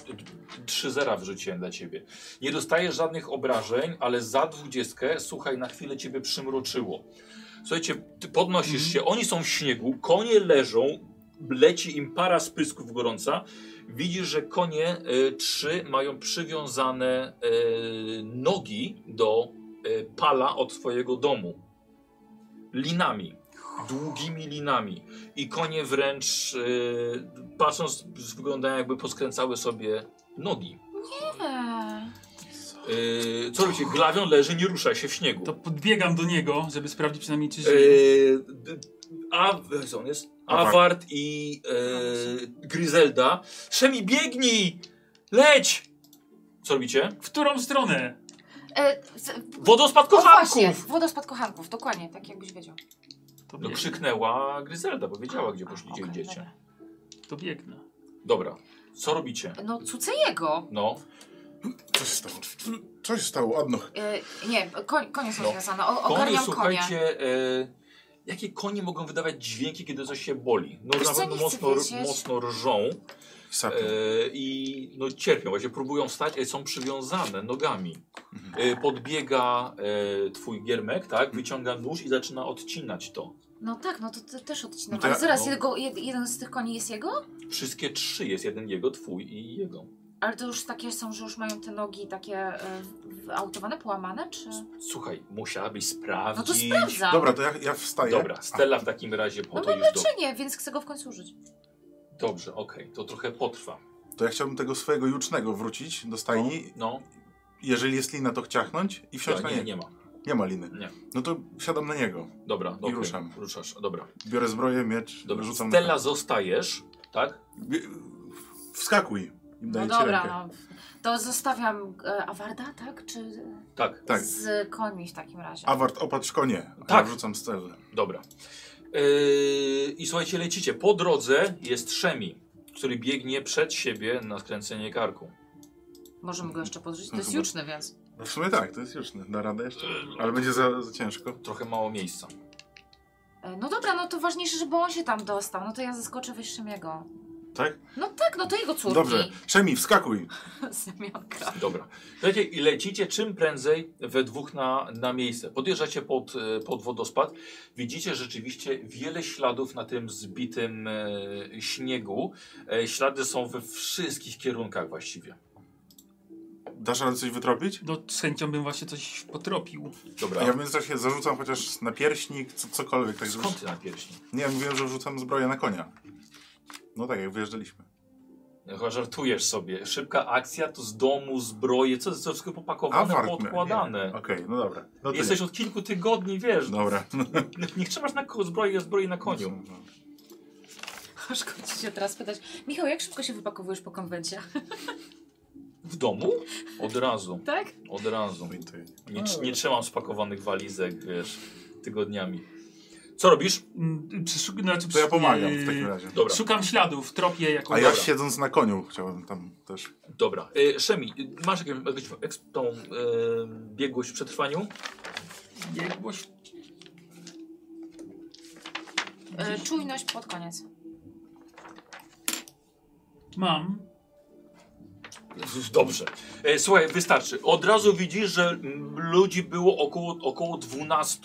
Speaker 1: Trzy zera wrzuciłem dla ciebie. Nie dostajesz żadnych obrażeń, ale za dwudziestkę, słuchaj, na chwilę ciebie przymroczyło. Słuchajcie, ty podnosisz się, oni są w śniegu, konie leżą, leci im para sprysków gorąca. Widzisz, że konie e, trzy mają przywiązane e, nogi do e, pala od twojego domu. Linami. Długimi linami. I konie wręcz, e, patrząc, z- wyglądają jakby poskręcały sobie nogi.
Speaker 2: Eee,
Speaker 1: E, co robicie? Glawion leży, nie rusza się w śniegu. Yy,
Speaker 3: To podbiegam do niego, żeby sprawdzić przynajmniej czy
Speaker 1: E,
Speaker 4: Yy.
Speaker 3: żyje.
Speaker 1: d- a, co on jest?
Speaker 4: Awart.
Speaker 1: Awart i e, Gryzelda. Szemi, biegnij! Leć! Co robicie?
Speaker 3: W którą stronę?
Speaker 2: e, z-
Speaker 1: Wodospad
Speaker 2: O właśnie,
Speaker 1: kochanków!
Speaker 2: wodospad kochanków, dokładnie, tak jakbyś wiedział.
Speaker 3: To
Speaker 1: No
Speaker 3: biegnę.
Speaker 1: krzyknęła Gryzelda, bo wiedziała, gdzie poszli, gdzie
Speaker 2: Okej,
Speaker 1: idziecie.
Speaker 3: To biegnę.
Speaker 1: Dobra, co robicie?
Speaker 2: dobra. No, Cucejego.
Speaker 1: No,
Speaker 4: Co się stało? Co się stało? Adno.
Speaker 2: E, nie, koń, konie są
Speaker 1: No.
Speaker 2: związane, o,
Speaker 1: konie,
Speaker 2: ogarniam konie.
Speaker 1: słuchajcie, e, jakie konie mogą wydawać dźwięki, kiedy coś się boli? No
Speaker 2: Wiesz
Speaker 1: na
Speaker 2: co,
Speaker 1: pewno
Speaker 2: nie chcę
Speaker 1: mocno,
Speaker 2: wiedzieć.
Speaker 1: mocno rżą e,
Speaker 4: Sapie.
Speaker 1: i no, cierpią, właśnie próbują wstać, ale są przywiązane nogami. E, podbiega e, twój giermek, tak, wyciąga nóż i zaczyna odcinać to.
Speaker 2: No tak, no to, to też odcinam.
Speaker 4: No to ja-
Speaker 2: Ale zaraz,
Speaker 1: no.
Speaker 2: jego, jed, jeden z tych koni jest jego?
Speaker 1: Wszystkie trzy jest, jeden jego, twój i jego.
Speaker 2: Ale to już takie są, że już mają te nogi takie e, w- wyautowane, połamane, czy...
Speaker 1: Słuchaj, musiałabyś
Speaker 2: No to
Speaker 1: sprawdzić.
Speaker 2: sprawdzam.
Speaker 4: Dobra, to ja, ja wstaję.
Speaker 1: Dobra, Stella w takim razie
Speaker 2: No
Speaker 1: po
Speaker 2: mam
Speaker 1: już do...
Speaker 2: leczenie, więc chcę go w końcu użyć.
Speaker 1: Dobrze, okej, to trochę potrwa.
Speaker 4: A, to ja chciałbym tego swojego jucznego wrócić do stajni.
Speaker 1: No,
Speaker 4: Jeżeli jest lina, to chciachnąć i wsiąść
Speaker 1: tak, nie,
Speaker 4: na
Speaker 1: nie
Speaker 4: nie.
Speaker 1: ma.
Speaker 4: Nie ma liny.
Speaker 1: Nie.
Speaker 4: No to siadam na niego.
Speaker 1: Dobra, okej,
Speaker 4: ruszam.
Speaker 1: Ruszasz, dobra.
Speaker 4: Biorę zbroję, miecz,
Speaker 1: Dobra,
Speaker 4: rzucam.
Speaker 1: Stella zostajesz, tak?
Speaker 4: Bie- Wskakuj.
Speaker 2: No
Speaker 4: Daję ci
Speaker 2: dobra,
Speaker 4: rękę.
Speaker 2: no. To zostawiam e, Awarda, tak? Czy
Speaker 1: Tak,
Speaker 4: Tak.
Speaker 2: z końmi w takim razie?
Speaker 4: Awart, opatrz konie. a
Speaker 1: Tak.
Speaker 4: Ja rzucam Stellę.
Speaker 1: dobra. Yy, I słuchajcie, lecicie. Po drodze jest Szemi, który biegnie przed siebie na skręcenie karku.
Speaker 2: Możemy go jeszcze podżyć, to
Speaker 4: No
Speaker 2: jest
Speaker 4: chyba.
Speaker 2: juczny, więc...
Speaker 4: No w sumie tak, to jest już. Da radę jeszcze? Ale będzie za, za ciężko.
Speaker 1: Trochę mało miejsca.
Speaker 2: E, No dobra, no to ważniejsze, żeby on się tam dostał. No to ja zaskoczę Wyższymiego.
Speaker 4: Tak?
Speaker 2: No tak, no to jego córki. (laughs)
Speaker 4: Dobrze. Szemi, wskakuj.
Speaker 2: Semionka.
Speaker 1: Dobra. Słuchajcie, i lecicie czym prędzej we dwóch na, na miejsce. Podjeżdżacie pod, e, pod wodospad. Widzicie rzeczywiście wiele śladów na tym zbitym e, śniegu. E, ślady są we wszystkich kierunkach właściwie.
Speaker 4: Dasz radę coś wytropić?
Speaker 3: No z chęcią bym właśnie coś potropił.
Speaker 1: Dobra.
Speaker 4: A ja w międzyczasie zarzucam chociaż na pierśnik, co, cokolwiek. Tak żeby...
Speaker 1: Skąd ty na pierśni?
Speaker 4: Nie, mówiłem, że rzucam zbroję na konia. No tak, jak wyjeżdżaliśmy.
Speaker 1: Chyba żartujesz sobie. Szybka akcja to z domu, zbroje, co co wszystko popakowane,
Speaker 4: Awart,
Speaker 1: poodkładane.
Speaker 4: Okej, no dobra. No to
Speaker 1: Jesteś od kilku tygodni, wiesz.
Speaker 4: nie. Dobra. No,
Speaker 1: Nie trzymasz na ko- zbroje, zbroi na koniu.
Speaker 2: Szkoda ci się teraz pytać. Michał, jak szybko się wypakowujesz po konwencie? (laughs)
Speaker 1: W domu? Od razu,
Speaker 2: Tak?
Speaker 1: od razu.
Speaker 4: No i ty.
Speaker 1: Nie, tr- nie trzymam spakowanych walizek, wiesz, tygodniami. Co robisz?
Speaker 3: Mm, Przeszuk... Znaczy,
Speaker 4: To ja
Speaker 3: przesz-
Speaker 4: pomagam w
Speaker 3: yy,
Speaker 4: takim razie.
Speaker 1: Dobra,
Speaker 3: Szukam śladów, tropię jako...
Speaker 4: A ja
Speaker 1: Dobra.
Speaker 4: siedząc na koniu chciałbym tam też.
Speaker 1: dobra. E, Szemi, masz jakąś, jakąś eks- tą e, biegłość w przetrwaniu?
Speaker 3: Biegłość...
Speaker 2: E, czujność pod koniec.
Speaker 3: Mam.
Speaker 1: Dobrze. E, Słuchaj, wystarczy. Od razu widzisz, że mm, ludzi było około, około 12,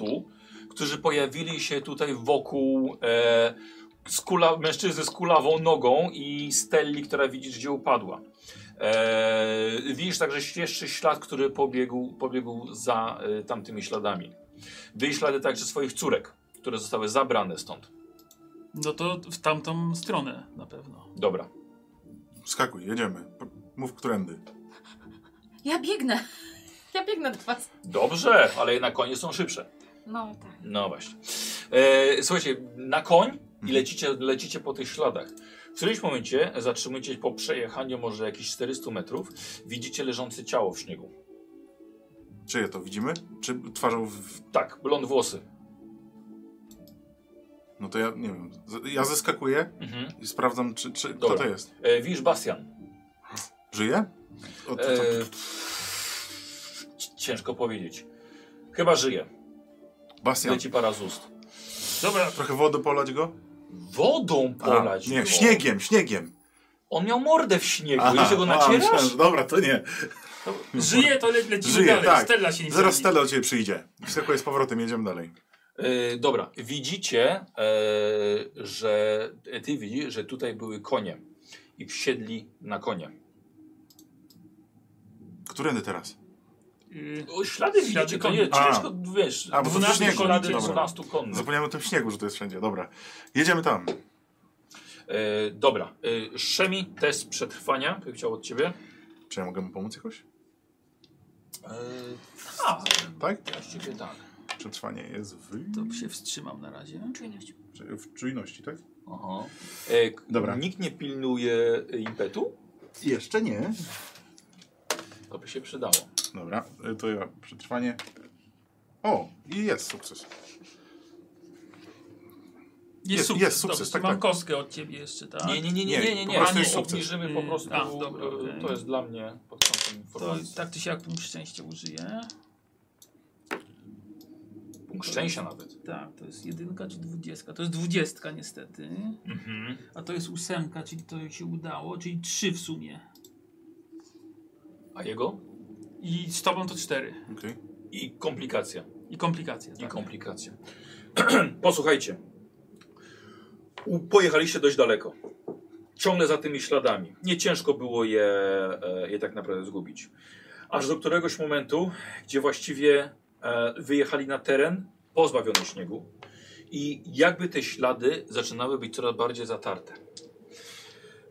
Speaker 1: którzy pojawili się tutaj wokół e, z kula, mężczyzny z kulawą nogą i Stelli, która widzisz, gdzie upadła. E, widzisz także świeższy ślad, który pobiegł, pobiegł za e, tamtymi śladami. Widzisz ślady także swoich córek, które zostały zabrane stąd.
Speaker 3: No to w tamtą stronę na pewno.
Speaker 1: Dobra.
Speaker 4: Skakuj, jedziemy. P- Mów którędy.
Speaker 2: Ja biegnę. (laughs) Ja biegnę do was.
Speaker 1: Dobrze, ale jednak konie są szybsze.
Speaker 2: No tak.
Speaker 1: No właśnie. E, słuchajcie, na koń i
Speaker 4: Mhm.
Speaker 1: lecicie, lecicie po tych śladach. W którymś momencie zatrzymujecie się po przejechaniu może jakieś 400 metrów. Widzicie leżące ciało w śniegu.
Speaker 4: Czyje to widzimy? Czy twarzą w...
Speaker 1: Tak, blond włosy.
Speaker 4: No to ja nie wiem. Z- Ja zeskakuję
Speaker 1: Mhm.
Speaker 4: i sprawdzam, czy, czy kto
Speaker 1: Dobra.
Speaker 4: to jest.
Speaker 1: E, widzisz Bastian.
Speaker 4: Żyje? O, No to,
Speaker 1: E,
Speaker 4: to,
Speaker 1: ciężko powiedzieć. Chyba żyje.
Speaker 4: Bastian,
Speaker 1: Leci para z ust.
Speaker 3: Dobra,
Speaker 4: trochę wody polać go?
Speaker 1: Wodą
Speaker 4: A,
Speaker 1: polać
Speaker 4: nie,
Speaker 1: go.
Speaker 4: śniegiem, śniegiem.
Speaker 1: On miał mordę w śniegu.
Speaker 4: Aha,
Speaker 1: Aha, I go
Speaker 4: a,
Speaker 1: nacierasz?
Speaker 4: myślałem, że- dobra, to nie.
Speaker 3: żyje to le lecimy
Speaker 4: Żyje,
Speaker 3: dalej.
Speaker 4: tak.
Speaker 3: Stella się nie
Speaker 4: Zaraz
Speaker 3: zabije.
Speaker 4: Stella do ciebie przyjdzie. Wskakuję z powrotem, jedziemy dalej.
Speaker 1: E, dobra, widzicie, e, że e, ty widzisz, że tutaj były konie i wsiedli na konie.
Speaker 4: Którędy teraz?
Speaker 3: Y,
Speaker 1: O, ślady
Speaker 3: Ślady
Speaker 1: widzicie, to
Speaker 3: koni.
Speaker 1: nie
Speaker 4: A.
Speaker 1: ciężko, wiesz,
Speaker 4: A, bo to
Speaker 1: 12
Speaker 4: śnieg,
Speaker 1: ślady,
Speaker 4: dobra.
Speaker 1: 12 konnych.
Speaker 4: Zapomniałem o tym śniegu, że to jest wszędzie. Dobra. Jedziemy tam.
Speaker 1: E, dobra, e, Szemi, test przetrwania, bym chciał od ciebie.
Speaker 4: Czy ja mogę mu pomóc jakoś?
Speaker 1: E,
Speaker 3: A,
Speaker 4: Tak?
Speaker 1: właściwie tak.
Speaker 4: Przetrwanie jest w,
Speaker 3: to się wstrzymam na razie.
Speaker 2: no, Czujność.
Speaker 4: w czujności, tak?
Speaker 1: Aha. E, k-
Speaker 4: Dobra.
Speaker 1: Nikt nie pilnuje impetu?
Speaker 4: Jeszcze nie.
Speaker 1: To by się przydało.
Speaker 4: Dobra, y, to ja przetrwanie. O, i jest sukces. Jest-
Speaker 3: Jest sukces.
Speaker 4: jest sukces,
Speaker 3: Dobrze,
Speaker 4: tak,
Speaker 3: mam
Speaker 4: tak.
Speaker 3: kostkę od ciebie jeszcze, tak?
Speaker 1: Nie, nie, nie, nie,
Speaker 4: Nie,
Speaker 1: nie, nie,
Speaker 4: po
Speaker 1: nie.
Speaker 4: prostu
Speaker 1: nie,
Speaker 4: jest sukces.
Speaker 1: obniżymy po
Speaker 3: Mm,
Speaker 1: prostu,
Speaker 3: a, dobra,
Speaker 1: e,
Speaker 3: okej.
Speaker 1: to jest dla mnie pod kątem
Speaker 3: To
Speaker 1: informacji.
Speaker 3: tak ty się jak punkt szczęścia użyję.
Speaker 1: Punkt szczęścia nawet.
Speaker 3: Tak, to jest jedynka czy dwudziestka. To jest dwudziestka niestety.
Speaker 1: Mhm.
Speaker 3: A to jest ósemka, czyli to się udało, czyli trzy w sumie.
Speaker 1: A jego?
Speaker 3: I z tobą to cztery.
Speaker 4: Okej.
Speaker 1: I komplikacja.
Speaker 3: I komplikacja.
Speaker 1: I
Speaker 3: Tak?
Speaker 1: komplikacje. (clears throat) Posłuchajcie. U- Pojechaliście dość daleko. Ciągle za tymi śladami. Nie ciężko było je, e, je tak naprawdę zgubić. Aż do któregoś momentu, gdzie właściwie e, wyjechali na teren pozbawiony śniegu i jakby te ślady zaczynały być coraz bardziej zatarte.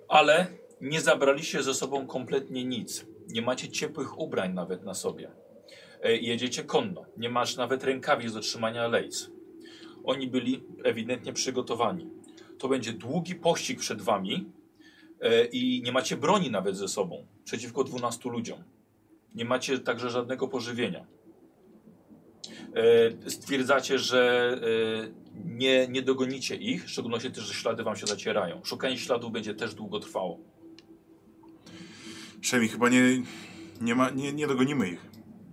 Speaker 1: Ale nie zabraliście ze sobą kompletnie nic. Nie macie ciepłych ubrań nawet na sobie. E, jedziecie konno. Nie masz nawet rękawic do trzymania lejc. Oni byli ewidentnie przygotowani. To będzie długi pościg przed wami e, i nie macie broni nawet ze sobą przeciwko 12 ludziom. Nie macie także żadnego pożywienia. E, Stwierdzacie, że e, nie, nie dogonicie ich, w szczególności też, że ślady wam się zacierają. Szukanie śladów będzie też długo trwało.
Speaker 4: Szemi, chyba nie, nie, ma, nie, nie dogonimy ich.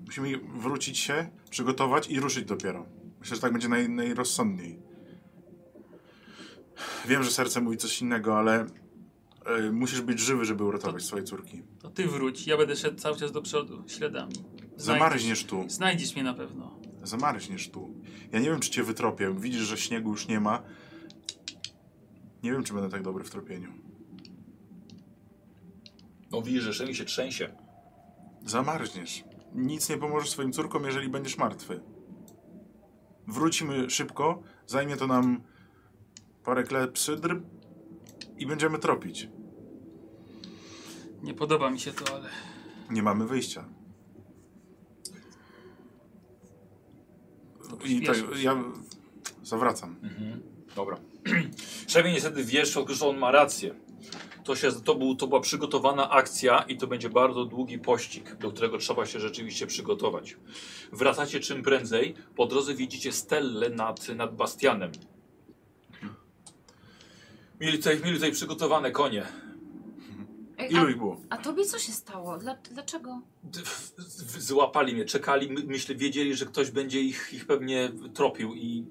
Speaker 4: Musimy wrócić się, przygotować i ruszyć dopiero. Myślę, że tak będzie naj, najrozsądniej. Wiem, że serce mówi coś innego, ale y, musisz być żywy, żeby uratować swoje córki.
Speaker 3: To ty wróć, ja będę szedł cały czas do przodu, śladami.
Speaker 4: Zamarzniesz tu.
Speaker 3: Znajdziesz mnie na pewno.
Speaker 4: Zamarzniesz tu. Ja nie wiem, czy cię wytropię. Widzisz, że śniegu już nie ma. Nie wiem, czy będę tak dobry w tropieniu.
Speaker 1: No widzisz, że Szemi się trzęsie.
Speaker 4: Zamarzniesz. Nic nie pomożesz swoim córkom, jeżeli będziesz martwy. Wrócimy szybko, zajmie to nam parę klepsydr i będziemy tropić.
Speaker 3: Nie podoba mi się to, ale
Speaker 4: Nie mamy wyjścia. I tak,
Speaker 3: Pośpieszysz.
Speaker 4: ja zawracam.
Speaker 1: Mhm. Dobra. (clears throat) Szemi niestety wiesz, że on ma rację. To, się, to, był, to była przygotowana akcja i to będzie bardzo długi pościg, do którego trzeba się rzeczywiście przygotować. Wracacie czym prędzej. Po drodze widzicie Stellę nad, nad Bastianem. Mieli tutaj, mieli tutaj przygotowane konie.
Speaker 2: Ej,
Speaker 4: Ilu ich
Speaker 2: a,
Speaker 4: było?
Speaker 2: a tobie co się stało? Dla, dlaczego?
Speaker 1: D- w- w- Złapali mnie, czekali, my- myślę, wiedzieli, że ktoś będzie ich, ich pewnie tropił i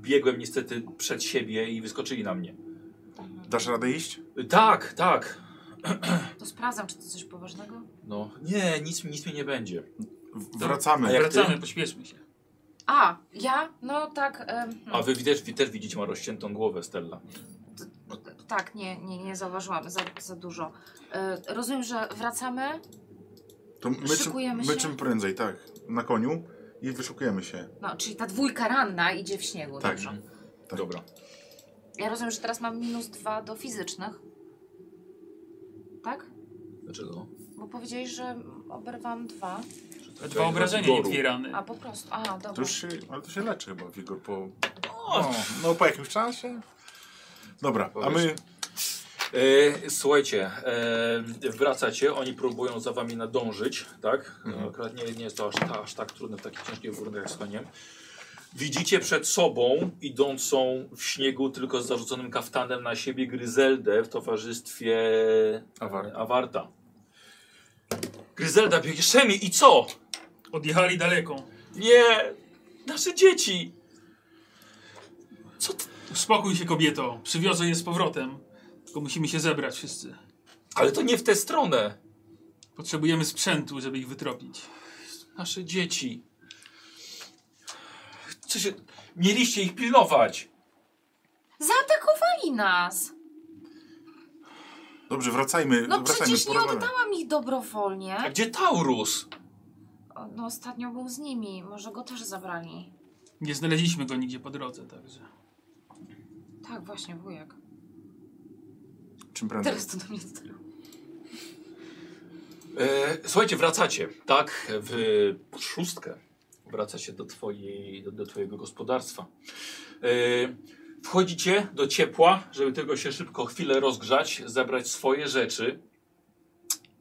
Speaker 1: biegłem niestety przed siebie i wyskoczyli na mnie.
Speaker 4: Dasz radę iść?
Speaker 1: Tak, tak.
Speaker 2: To sprawdzam, czy to coś poważnego.
Speaker 1: No, nie, nic, mi- nic mi nie będzie.
Speaker 4: W-
Speaker 3: To-
Speaker 4: Wracamy.
Speaker 1: jak
Speaker 3: Wracamy,
Speaker 1: ty?
Speaker 3: pośpieszmy się.
Speaker 2: A, ja? No tak. em,
Speaker 1: A wy też, wy też widzicie, ma rozciętą głowę Stella.
Speaker 2: Tak, nie, nie, nie zauważyłam za, za dużo. E, rozumiem, że wracamy.
Speaker 4: To my, czym,
Speaker 2: Szykujemy
Speaker 4: my
Speaker 2: się?
Speaker 4: czym prędzej, tak. Na koniu i wyszukujemy się.
Speaker 2: No, czyli ta dwójka ranna idzie w śniegu.
Speaker 4: Tak.
Speaker 2: Dobrze.
Speaker 4: Tak.
Speaker 1: Dobra.
Speaker 2: Ja rozumiem, że teraz mam minus dwa do fizycznych. Tak?
Speaker 1: Dlaczego?
Speaker 2: Bo powiedziałeś, że oberwam dwa.
Speaker 3: Dwa obrażenia, nie dwie rany.
Speaker 2: A po prostu. A,
Speaker 4: To
Speaker 2: dobra.
Speaker 4: już się, ale to się leczy chyba, Wigor, po... No, no po jakimś czasie. Dobra, a my...
Speaker 1: E, słuchajcie, e, wracacie, oni próbują za wami nadążyć, tak? No, Akurat nie, nie jest to aż, ta, aż tak trudne w takich ciężkich warunkach jak z koniem. Widzicie przed sobą idącą w śniegu tylko z zarzuconym kaftanem na siebie Gryzeldę w towarzystwie
Speaker 4: Awar.
Speaker 1: Awarta. Gryzelda biegnie, Szemi i co?
Speaker 3: Odjechali daleko.
Speaker 1: Nie! Nasze dzieci! Co ty?
Speaker 3: Uspokój się, kobieto. Przywiozę je z powrotem. Tylko musimy się zebrać wszyscy.
Speaker 1: Ale to nie w tę stronę!
Speaker 3: Potrzebujemy sprzętu, żeby ich wytropić.
Speaker 1: Nasze dzieci. Co się... Mieliście ich pilnować.
Speaker 2: Zaatakowali nas!
Speaker 4: Dobrze, wracajmy. Tak.
Speaker 2: No
Speaker 4: wracajmy,
Speaker 2: przecież nie
Speaker 4: porozmawiamy.
Speaker 2: oddałam ich
Speaker 1: A
Speaker 2: dobrowolnie.
Speaker 1: gdzie Taurus?
Speaker 2: O, No ostatnio był z nimi, może go też zabrali.
Speaker 3: Nie znaleźliśmy go nigdzie po drodze, także.
Speaker 2: Tak, właśnie, wujek.
Speaker 1: Mhm.
Speaker 4: Czym prędzej.
Speaker 2: Teraz to do mnie dotarło.
Speaker 1: E, słuchajcie, wracacie, tak? W szóstkę. Wracacie do, twojej, do, do twojego gospodarstwa. E, wchodzicie do ciepła, żeby tylko się szybko chwilę rozgrzać, zebrać swoje rzeczy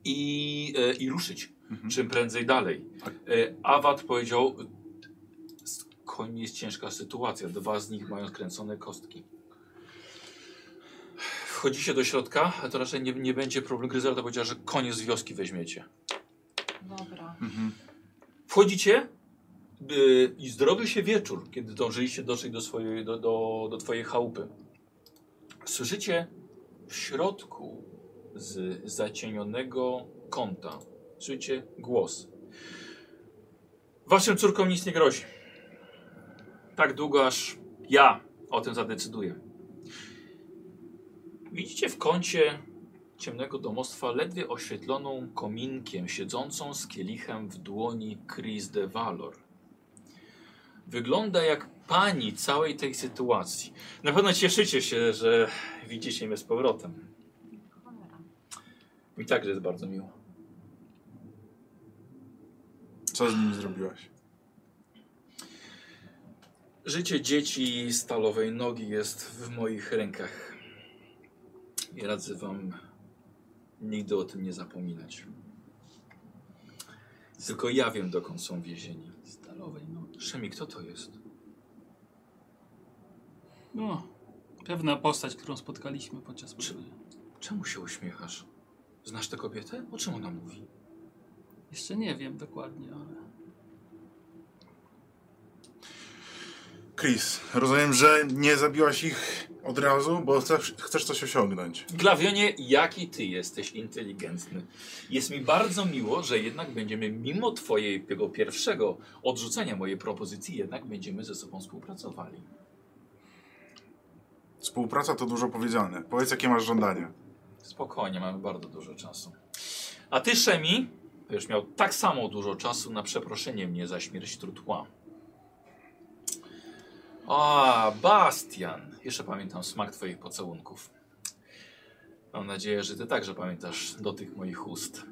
Speaker 1: i, e, i ruszyć czym prędzej dalej. E, Awad powiedział, z końmi jest ciężka sytuacja. Dwa z nich mają skręcone kostki. Wchodzicie do środka, a to raczej nie, nie będzie problem. Gryzelda powiedziała, że koniec wioski weźmiecie.
Speaker 2: Dobra.
Speaker 4: Mhm.
Speaker 1: Wchodzicie y, i zrobił się wieczór, kiedy dążyliście dotrzeć do, swojej, do, do, do twojej chałupy. Słyszycie w środku z zacienionego kąta, słyszycie głos. Waszym córkom nic nie grozi. Tak długo, aż ja o tym zadecyduję. Widzicie w kącie ciemnego domostwa, ledwie oświetloną kominkiem, siedzącą z kielichem w dłoni Chris de Valor. Wygląda jak pani całej tej sytuacji. Na pewno cieszycie się, że widzicie mnie z powrotem.
Speaker 2: Cholera.
Speaker 1: Mi także jest bardzo miło.
Speaker 4: Co z nimi zrobiłaś?
Speaker 1: Życie dzieci i stalowej nogi jest w moich rękach. I radzę wam nigdy o tym nie zapominać. Tylko ja wiem, dokąd są więzieni.
Speaker 5: Stalowej nogi.
Speaker 1: Szemi, kto to jest?
Speaker 3: No, pewna postać, którą spotkaliśmy podczas
Speaker 1: Czy-
Speaker 3: podróży.
Speaker 1: Czemu się uśmiechasz? Znasz tę kobietę? O czym ona mówi?
Speaker 3: Jeszcze nie wiem dokładnie, ale.
Speaker 4: Chris, rozumiem, że nie zabiłaś ich od razu, bo chcesz, chcesz coś osiągnąć.
Speaker 1: Glawionie, jaki ty jesteś inteligentny. Jest mi bardzo miło, że jednak będziemy, mimo twojego pierwszego odrzucenia mojej propozycji, jednak będziemy ze sobą współpracowali.
Speaker 4: Współpraca to dużo powiedziane. Powiedz, jakie masz żądania.
Speaker 1: Spokojnie, mamy bardzo dużo czasu. A ty, Szemi, będziesz miał tak samo dużo czasu na przeproszenie mnie za śmierć trutła. A, Bastian. Jeszcze pamiętam smak twoich pocałunków. Mam nadzieję, że ty także pamiętasz dotyk moich ust.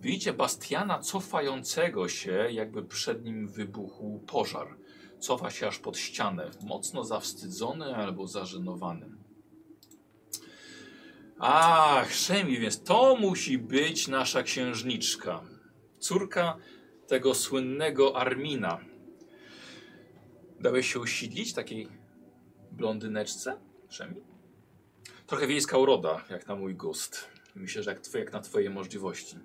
Speaker 1: Widzicie Bastiana cofającego się, jakby przed nim wybuchł pożar. Cofa się aż pod ścianę, mocno zawstydzony albo zażenowany. Ach, Szemi, więc to musi być nasza księżniczka. Córka tego słynnego Armina. Dałeś się usidlić takiej blondyneczce, Szemi? Trochę wiejska uroda, jak na mój gust. Myślę, że jak, twoje, jak na twoje możliwości.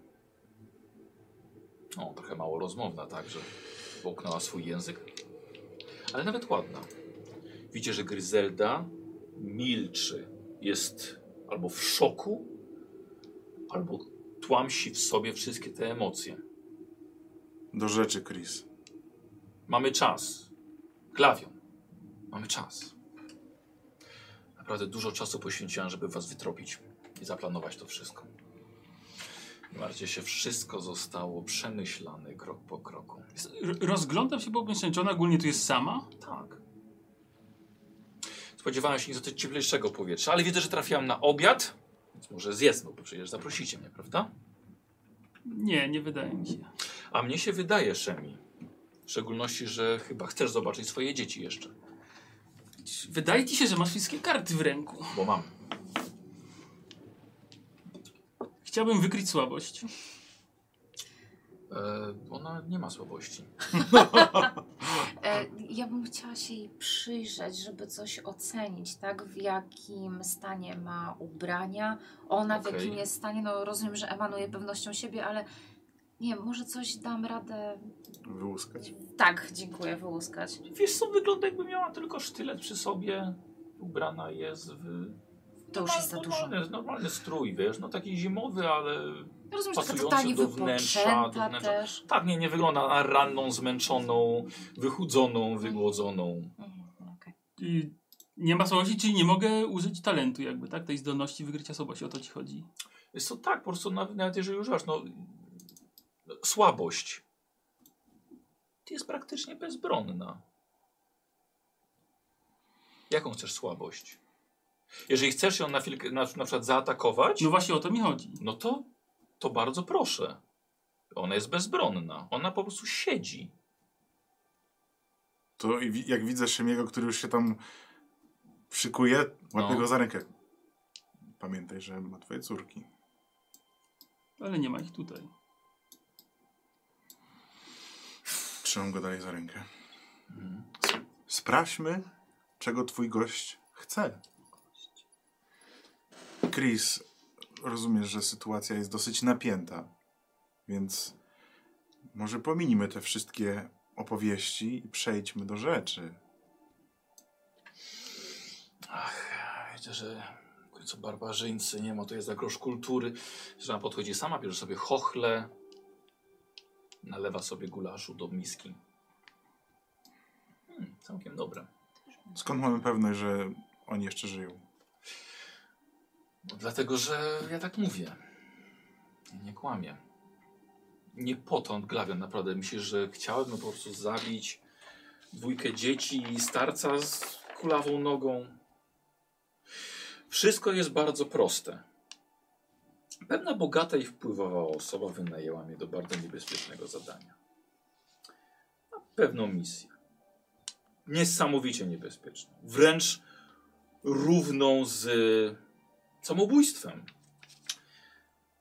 Speaker 1: O, trochę mało rozmowna także. Połknęła swój język. Ale nawet ładna. Widzicie, że Gryzelda milczy. Jest albo w szoku, albo tłamsi w sobie wszystkie te emocje.
Speaker 4: Do rzeczy, Chris.
Speaker 1: Mamy czas. Glawion. Mamy czas. Naprawdę dużo czasu poświęciłem, żeby was wytropić i zaplanować to wszystko. Bardziej się wszystko zostało przemyślane krok po kroku.
Speaker 3: S- r- Rozglądam się, bo myślę, czy ona ogólnie tu jest sama?
Speaker 1: Tak. Spodziewałem się nieco cieplejszego powietrza, ale widzę, że trafiłam na obiad, więc może zjedzmy, bo przecież zaprosicie mnie, prawda?
Speaker 3: Nie, nie wydaje mi się.
Speaker 1: A mnie się wydaje, Szemi, w szczególności, że chyba chcesz zobaczyć swoje dzieci jeszcze,
Speaker 3: Czy Wydaje ci się, że masz wszystkie karty w ręku.
Speaker 1: bo mam.
Speaker 3: Chciałbym wykryć słabość.
Speaker 1: E, ona nie ma słabości.
Speaker 2: E, ja bym chciała się jej przyjrzeć, żeby coś ocenić, tak? W jakim stanie ma ubrania, ona w
Speaker 1: Okej.
Speaker 2: jakim jest stanie. No rozumiem, że emanuje pewnością siebie, ale nie wiem, może coś dam radę.
Speaker 4: Wyłuskać.
Speaker 2: Tak, dziękuję, wyłuskać.
Speaker 1: Wiesz co, wygląda jakby miała tylko sztylet przy sobie, ubrana jest w...
Speaker 2: To już jest za dużo.
Speaker 1: Normalny, normalny strój, wiesz, no taki zimowy, ale...
Speaker 2: Rozumiem, że taka
Speaker 1: Pasujący
Speaker 2: totalnie
Speaker 1: do wnętrza, do
Speaker 2: wypoczęta
Speaker 1: wnętrza.
Speaker 2: też.
Speaker 1: Tak, nie, nie wygląda na ranną, zmęczoną, wychudzoną, wygłodzoną.
Speaker 2: Mhm, okej.
Speaker 3: Y, nie ma słabości, czyli nie mogę użyć talentu jakby, tak? Tej zdolności wykrycia słabości, o to ci chodzi.
Speaker 1: Jest to tak, po prostu nawet, nawet jeżeli używasz, no, no, słabość jest praktycznie bezbronna. Jaką chcesz słabość? Jeżeli chcesz ją na, chwilkę, na, na przykład zaatakować,
Speaker 3: No właśnie o to mi chodzi.
Speaker 1: no to, to bardzo proszę. Ona jest bezbronna. Ona po prostu siedzi.
Speaker 4: To i wi- jak widzę Szymiego, który już się tam szykuje, łapię
Speaker 1: No.
Speaker 4: go za rękę. Pamiętaj, że ma twoje córki.
Speaker 3: Ale nie ma ich tutaj.
Speaker 4: Trzymam go dalej za rękę. Sprawdźmy, czego twój gość chce. Chris, rozumiesz, że sytuacja jest dosyć napięta, więc może pominimy te wszystkie opowieści i przejdźmy do rzeczy.
Speaker 1: Wiecie, że co barbarzyńcy, nie ma, to jest zagroż kultury. Że ona podchodzi sama, bierze sobie chochle, nalewa sobie gulaszu do miski. Hmm, całkiem dobre.
Speaker 4: Skąd mamy pewność, że oni jeszcze żyją?
Speaker 1: No, dlatego, że ja tak mówię. Ja Nie kłamię. Nie potąd glawiam, naprawdę. Myślę, że chciałbym po prostu zabić dwójkę dzieci i starca z kulawą nogą. Wszystko jest bardzo proste. Pewna bogata i wpływowa osoba wynajęła mnie do bardzo niebezpiecznego zadania. Na pewną misję. Niesamowicie niebezpieczną. Wręcz równą z samobójstwem.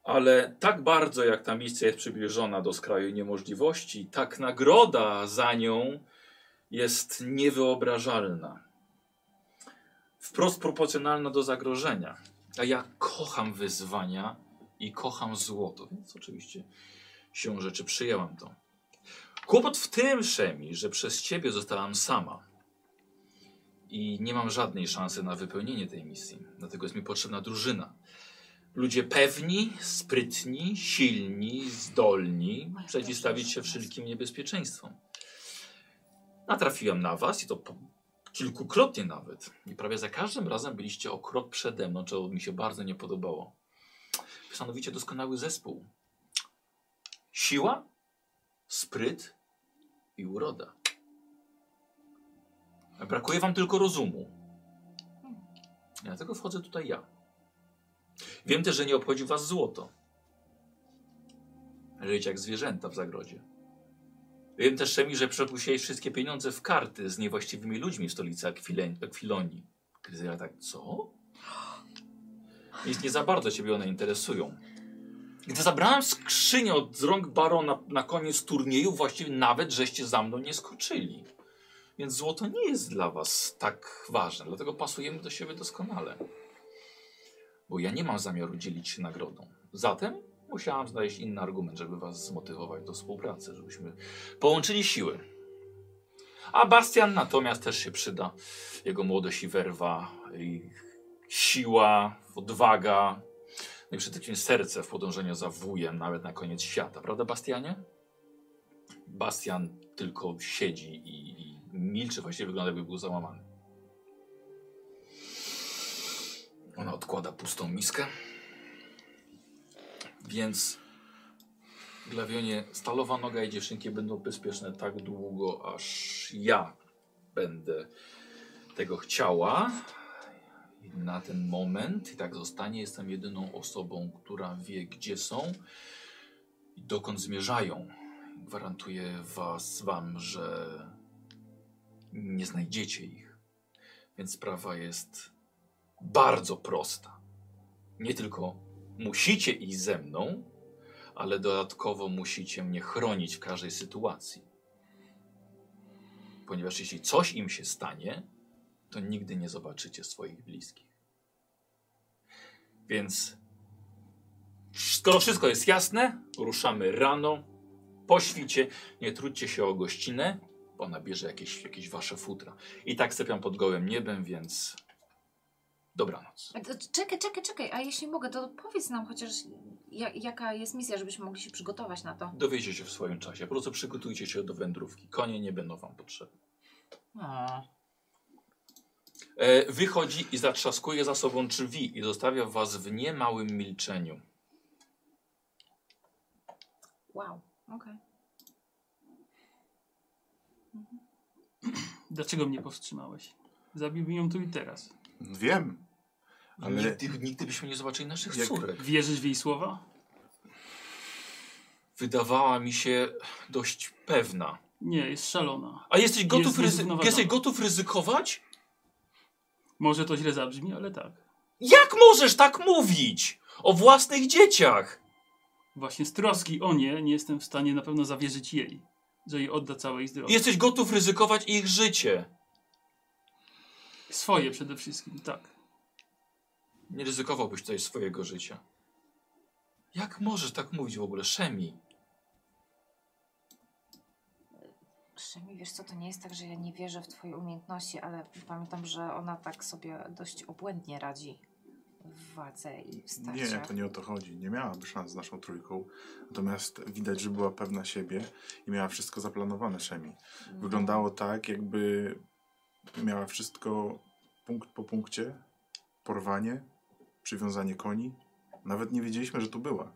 Speaker 1: Ale tak bardzo jak ta misja jest przybliżona do skraju niemożliwości, tak nagroda za nią jest niewyobrażalna. Wprost proporcjonalna do zagrożenia. A ja kocham wyzwania i kocham złoto, więc oczywiście się rzeczy przyjęłam to. Kłopot w tym, Szemi, że przez ciebie zostałam sama i nie mam żadnej szansy na wypełnienie tej misji. Dlatego jest mi potrzebna drużyna. Ludzie pewni, sprytni, silni, zdolni,
Speaker 2: Moja
Speaker 1: przeciwstawić
Speaker 2: pierwsza
Speaker 1: się
Speaker 2: szansa.
Speaker 1: wszelkim niebezpieczeństwom. Natrafiłem na was i to po- kilkukrotnie nawet. I prawie za każdym razem byliście o krok przede mną, czego mi się bardzo nie podobało. Stanowicie doskonały zespół. Siła, spryt i uroda. Brakuje wam tylko rozumu. Dlatego wchodzę tutaj ja. Wiem też, że nie obchodzi was złoto. Żyć jak zwierzęta w zagrodzie. Wiem też, Szemi, że przepuściłeś wszystkie pieniądze w karty z niewłaściwymi ludźmi w stolicy Akwile- Akwilonii. Kryzyra tak, co? Więc nie za bardzo ciebie one interesują. Gdy zabrałem skrzynię od z rąk barona na koniec turnieju, właściwie nawet żeście za mną nie skoczyli. Więc złoto nie jest dla was tak ważne, dlatego pasujemy do siebie doskonale. Bo ja nie mam zamiaru dzielić się nagrodą. Zatem musiałam znaleźć inny argument, żeby was zmotywować do współpracy, żebyśmy połączyli siły. A Bastian natomiast też się przyda. Jego młodość i werwa, i siła, odwaga. i przede wszystkim serce w podążeniu za wujem, nawet na koniec świata, prawda, Bastianie? Bastian tylko siedzi i, i milczy, właściwie wygląda, jakby był załamany. Ona odkłada pustą miskę. Więc Glawionie, stalowa noga i dziewczynki będą bezpieczne tak długo, aż ja będę tego chciała. Na ten moment i tak zostanie. Jestem jedyną osobą, która wie, gdzie są i dokąd zmierzają. Gwarantuję was, wam, że nie znajdziecie ich. Więc sprawa jest bardzo prosta. Nie tylko musicie iść ze mną, ale dodatkowo musicie mnie chronić w każdej sytuacji. Ponieważ jeśli coś im się stanie, to nigdy nie zobaczycie swoich bliskich. Więc skoro wszystko jest jasne, ruszamy rano, po świcie, nie trudźcie się o gościnę, bo ona bierze jakieś, jakieś wasze futra. I tak sypiam pod gołym niebem, więc dobranoc.
Speaker 2: A to- Czekaj, czekaj, czekaj, a jeśli mogę, to powiedz nam chociaż ja, jaka jest misja, żebyśmy mogli się przygotować na to.
Speaker 1: Dowiecie się w swoim czasie. Po prostu przygotujcie się do wędrówki. Konie nie będą wam potrzebne. E, wychodzi i zatrzaskuje za sobą drzwi i zostawia was w niemałym milczeniu.
Speaker 2: Wow, okej.
Speaker 3: Dlaczego mnie powstrzymałeś? Zabiłbym ją tu i teraz.
Speaker 4: Wiem. Ale-
Speaker 1: Ale... Nigdy, nigdy byśmy nie zobaczyli naszych
Speaker 4: Jak-
Speaker 1: córek.
Speaker 3: Wierzysz w jej słowa?
Speaker 1: Wydawała mi się dość pewna.
Speaker 3: Nie, jest szalona.
Speaker 1: A jesteś gotów,
Speaker 3: Jest
Speaker 1: ryzy
Speaker 3: zrezygnowana.
Speaker 1: jesteś gotów ryzykować?
Speaker 3: Może to źle zabrzmi, ale tak.
Speaker 1: Jak możesz tak mówić? O własnych dzieciach!
Speaker 3: Właśnie z troski o nie nie jestem w stanie na pewno zawierzyć jej, że jej odda całej zdrowie.
Speaker 1: Jesteś gotów ryzykować ich życie.
Speaker 3: Swoje przede wszystkim, tak.
Speaker 1: Nie ryzykowałbyś tutaj swojego życia. Jak możesz tak mówić w ogóle, Szemi?
Speaker 2: Szemi, wiesz co, to nie jest tak, że ja nie wierzę w twoje umiejętności, ale pamiętam, że ona tak sobie dość obłędnie radzi w wadze i w
Speaker 4: Nie,
Speaker 2: starciach.
Speaker 4: to nie o to chodzi. Nie miałaby szans z naszą trójką. Natomiast widać, że była pewna siebie i miała wszystko zaplanowane Szemi.
Speaker 2: No.
Speaker 4: Wyglądało tak, jakby miała wszystko punkt po punkcie. Porwanie, przywiązanie koni. Nawet nie wiedzieliśmy, że tu była.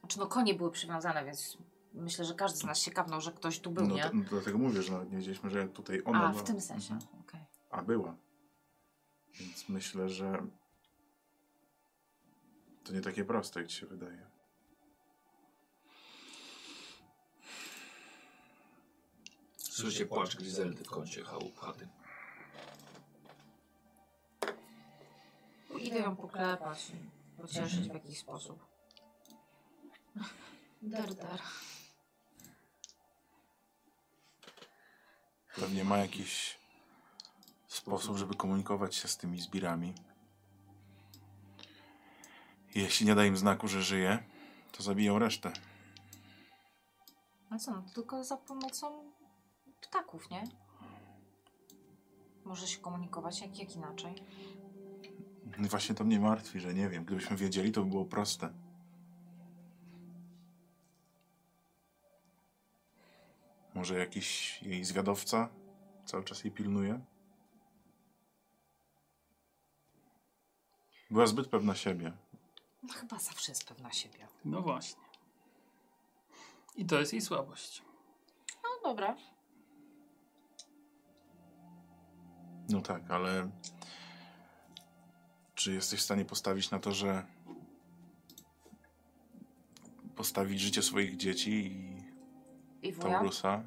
Speaker 2: Znaczy, no konie były przywiązane, więc myślę, że każdy z nas się kapnął, że ktoś tu był,
Speaker 4: No,
Speaker 2: nie?
Speaker 4: d- no, dlatego mówię, że nawet nie wiedzieliśmy, że tutaj ona
Speaker 2: A,
Speaker 4: była.
Speaker 2: w tym sensie,
Speaker 4: Mhm.
Speaker 2: okej.
Speaker 4: A była. Więc myślę, że to nie takie proste, jak ci się wydaje.
Speaker 1: Słyszycie płacz Grizeldy w kącie chałupady.
Speaker 2: Idę ją poklepać, pocieszyć w jakiś sposób. Dar, dar.
Speaker 4: Pewnie ma jakiś sposób, żeby komunikować się z tymi zbirami. Jeśli nie da im znaku, że żyje, to zabiją resztę.
Speaker 2: No co, no to tylko za pomocą ptaków, nie? Może się komunikować jak, jak inaczej.
Speaker 4: No Właśnie to mnie martwi, że nie wiem. Gdybyśmy wiedzieli, to by było proste. Może jakiś jej zwiadowca cały czas jej pilnuje? Była zbyt pewna siebie.
Speaker 2: No chyba zawsze jest pewna siebie.
Speaker 3: No właśnie. I to jest jej słabość.
Speaker 2: No dobra.
Speaker 4: No tak, ale czy jesteś w stanie postawić na to, że postawić życie swoich dzieci i
Speaker 2: I wuja?
Speaker 4: Taurusa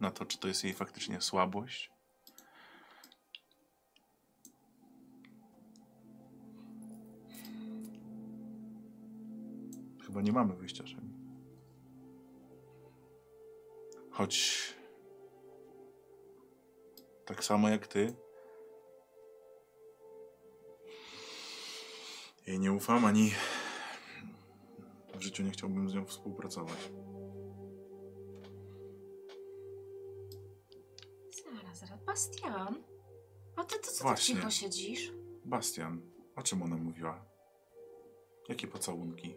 Speaker 4: na to, czy to jest jej faktycznie słabość? Chyba nie mamy wyjścia, Szemi. Choć tak samo jak ty, jej nie ufam, ani w życiu nie chciałbym z nią współpracować.
Speaker 2: Zaraz, zaraz. Bastian, a ty to co ty
Speaker 4: Właśnie.
Speaker 2: cicho siedzisz?
Speaker 4: Bastian, o czym ona mówiła? Jakie pocałunki?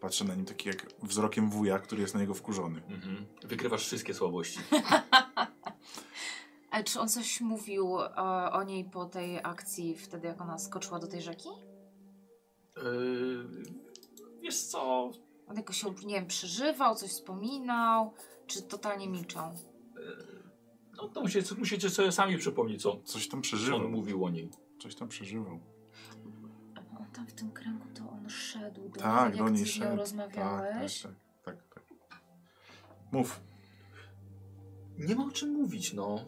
Speaker 4: Patrzę na nim taki jak wzrokiem wuja, który jest na niego wkurzony.
Speaker 1: Mhm. Wykrywasz wszystkie (laughs) słabości.
Speaker 2: Ale czy on coś mówił e, o niej po tej akcji, wtedy jak ona skoczyła do tej rzeki?
Speaker 1: Yy, wiesz co?
Speaker 2: On jakoś się, nie wiem, przeżywał, coś wspominał, czy totalnie milczał?
Speaker 1: No to musicie, musicie sobie sami przypomnieć, co
Speaker 4: Coś tam
Speaker 1: on
Speaker 4: przeżywał.
Speaker 1: mówił o niej.
Speaker 4: Coś tam przeżywał.
Speaker 2: On No, tam w tym kręgu to on szedł do
Speaker 4: Tak,
Speaker 2: niej,
Speaker 4: do
Speaker 2: jak
Speaker 4: niej
Speaker 2: ty z nią
Speaker 4: szedł.
Speaker 2: rozmawiałeś.
Speaker 4: Tak, tak, tak, tak, tak. Mów.
Speaker 1: Nie ma o czym mówić, no.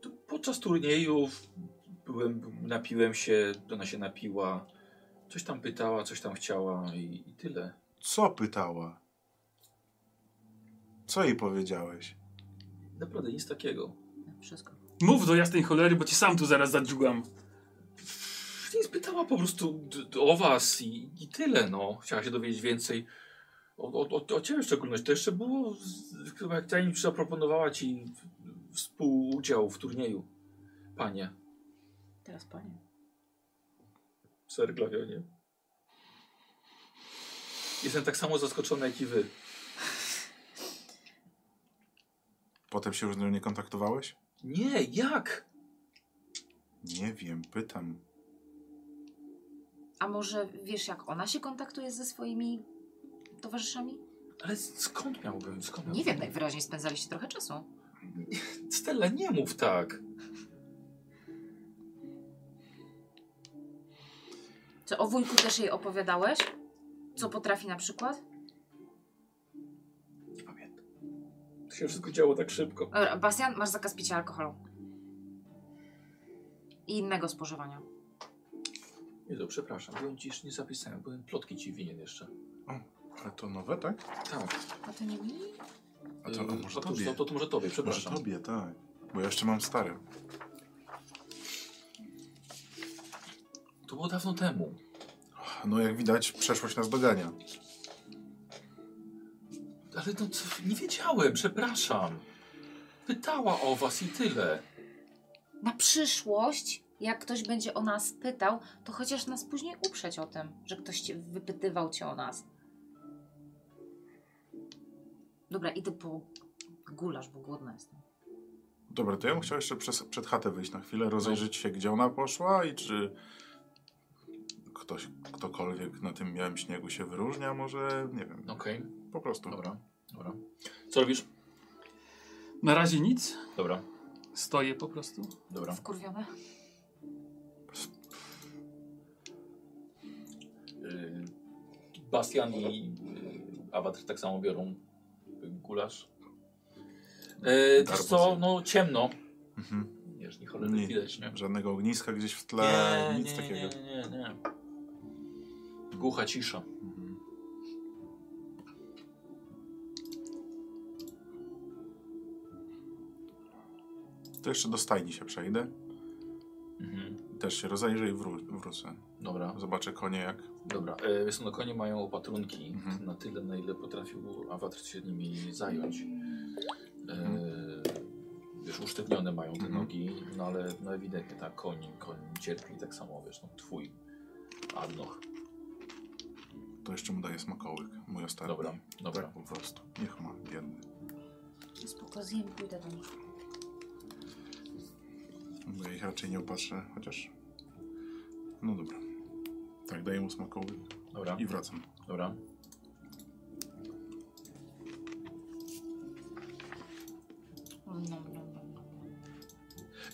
Speaker 1: Tu Podczas turniejów byłem, napiłem się, ona się napiła. Coś tam pytała, coś tam chciała i, i tyle.
Speaker 4: Co pytała? Co jej powiedziałeś?
Speaker 1: Naprawdę nic takiego.
Speaker 2: No, Wszystko.
Speaker 3: Mów do jasnej cholery, bo cię sam tu zaraz zadziugam.
Speaker 1: Więc pytała po prostu d- d- o was i, i tyle, no. Chciała się dowiedzieć więcej o, o, o, o ciebie w szczególności. To jeszcze było, z- chyba jak tajemnicza zaproponowała ci w- współudział w turnieju, panie.
Speaker 2: Teraz panie.
Speaker 1: Serglawionie. Jestem tak samo zaskoczony jak i wy.
Speaker 4: Potem się już z nią nie kontaktowałeś?
Speaker 1: Nie, jak?
Speaker 4: Nie wiem, pytam.
Speaker 2: A może wiesz, jak ona się kontaktuje ze swoimi towarzyszami?
Speaker 1: Ale skąd miałbym? Skąd
Speaker 2: Nie wiem, najwyraźniej spędzaliście trochę czasu.
Speaker 1: Stella, nie mów tak.
Speaker 2: Czy o wujku też jej opowiadałeś? Co potrafi na przykład?
Speaker 1: Nie pamiętam. To się wszystko działo tak szybko.
Speaker 2: Dobra, E, Bastian, masz zakaz picia alkoholu. I innego spożywania.
Speaker 1: Nie, to przepraszam. Byłem ci jeszcze nie zapisałem. Byłem plotki ci winien jeszcze.
Speaker 4: Ale to nowe, tak?
Speaker 1: Tak.
Speaker 2: A to nie mi?
Speaker 4: A to, a
Speaker 1: Yy,
Speaker 4: może
Speaker 1: to,
Speaker 4: tobie?
Speaker 1: to, to, to może tobie,
Speaker 4: Może
Speaker 1: przepraszam.
Speaker 4: tobie, tak. Bo ja jeszcze mam stare.
Speaker 1: To było dawno temu.
Speaker 4: No jak widać, przeszłość nas dogania.
Speaker 1: Ale no, co- nie wiedziałem, przepraszam. Pytała o was i tyle.
Speaker 2: Na przyszłość, jak ktoś będzie o nas pytał, to chociaż nas później uprzeć o tym, że ktoś cię wypytywał cię o nas. Dobra, idę po gulasz, bo głodna jestem.
Speaker 4: Dobra, to ja bym chciał jeszcze przez, przed chatę wyjść na chwilę, rozejrzeć się, gdzie ona poszła i czy ktoś, ktokolwiek na tym białym śniegu się wyróżnia, może, nie wiem,
Speaker 1: Okej,
Speaker 4: po prostu.
Speaker 1: dobra, dobra. Co robisz?
Speaker 3: Na razie nic.
Speaker 1: Dobra,
Speaker 3: Stoję po prostu. (clears throat)
Speaker 1: dobra.
Speaker 2: Wkurwiona?
Speaker 1: Y, Bastian i y, Awatr tak samo biorą y, gulasz. Yy, wiesz
Speaker 4: Darmo
Speaker 1: co,
Speaker 4: zje-
Speaker 1: no ciemno.
Speaker 4: Mhm.
Speaker 1: Wiesz, nie cholernie
Speaker 4: Nie.
Speaker 1: widać, nie?
Speaker 4: Żadnego ogniska gdzieś w tle,
Speaker 1: Nie,
Speaker 4: nic
Speaker 1: nie,
Speaker 4: takiego.
Speaker 1: nie, nie, nie. Głucha cisza.
Speaker 4: Mhm. To jeszcze do stajni się przejdę.
Speaker 1: Mhm.
Speaker 4: Też się rozejrzę i wró wrócę.
Speaker 1: Dobra,
Speaker 4: Zobaczę konie jak...
Speaker 1: dobra. E, wiesz co, no konie mają opatrunki
Speaker 4: Mhm.
Speaker 1: na tyle, na ile potrafił Awatr się nimi zająć. E, wiesz, usztywnione mają te
Speaker 4: Mhm.
Speaker 1: nogi, no ale no ewidentnie tak, koń, koń cierpi tak samo, wiesz, no twój Adnoch.
Speaker 4: To jeszcze mu daję smakołyk. Mój ostatni.
Speaker 1: Dobra, dobra.
Speaker 4: Tak po prostu. Niech ma, biedny.
Speaker 2: Spoko, zjem, pójdę do nich.
Speaker 4: Bo ja ich raczej nie opatrzę, chociaż... No dobra. Tak, daję mu smakołyk
Speaker 1: Dobra,
Speaker 4: i wracam.
Speaker 1: dobra.
Speaker 2: Nom, nom, nom, nom.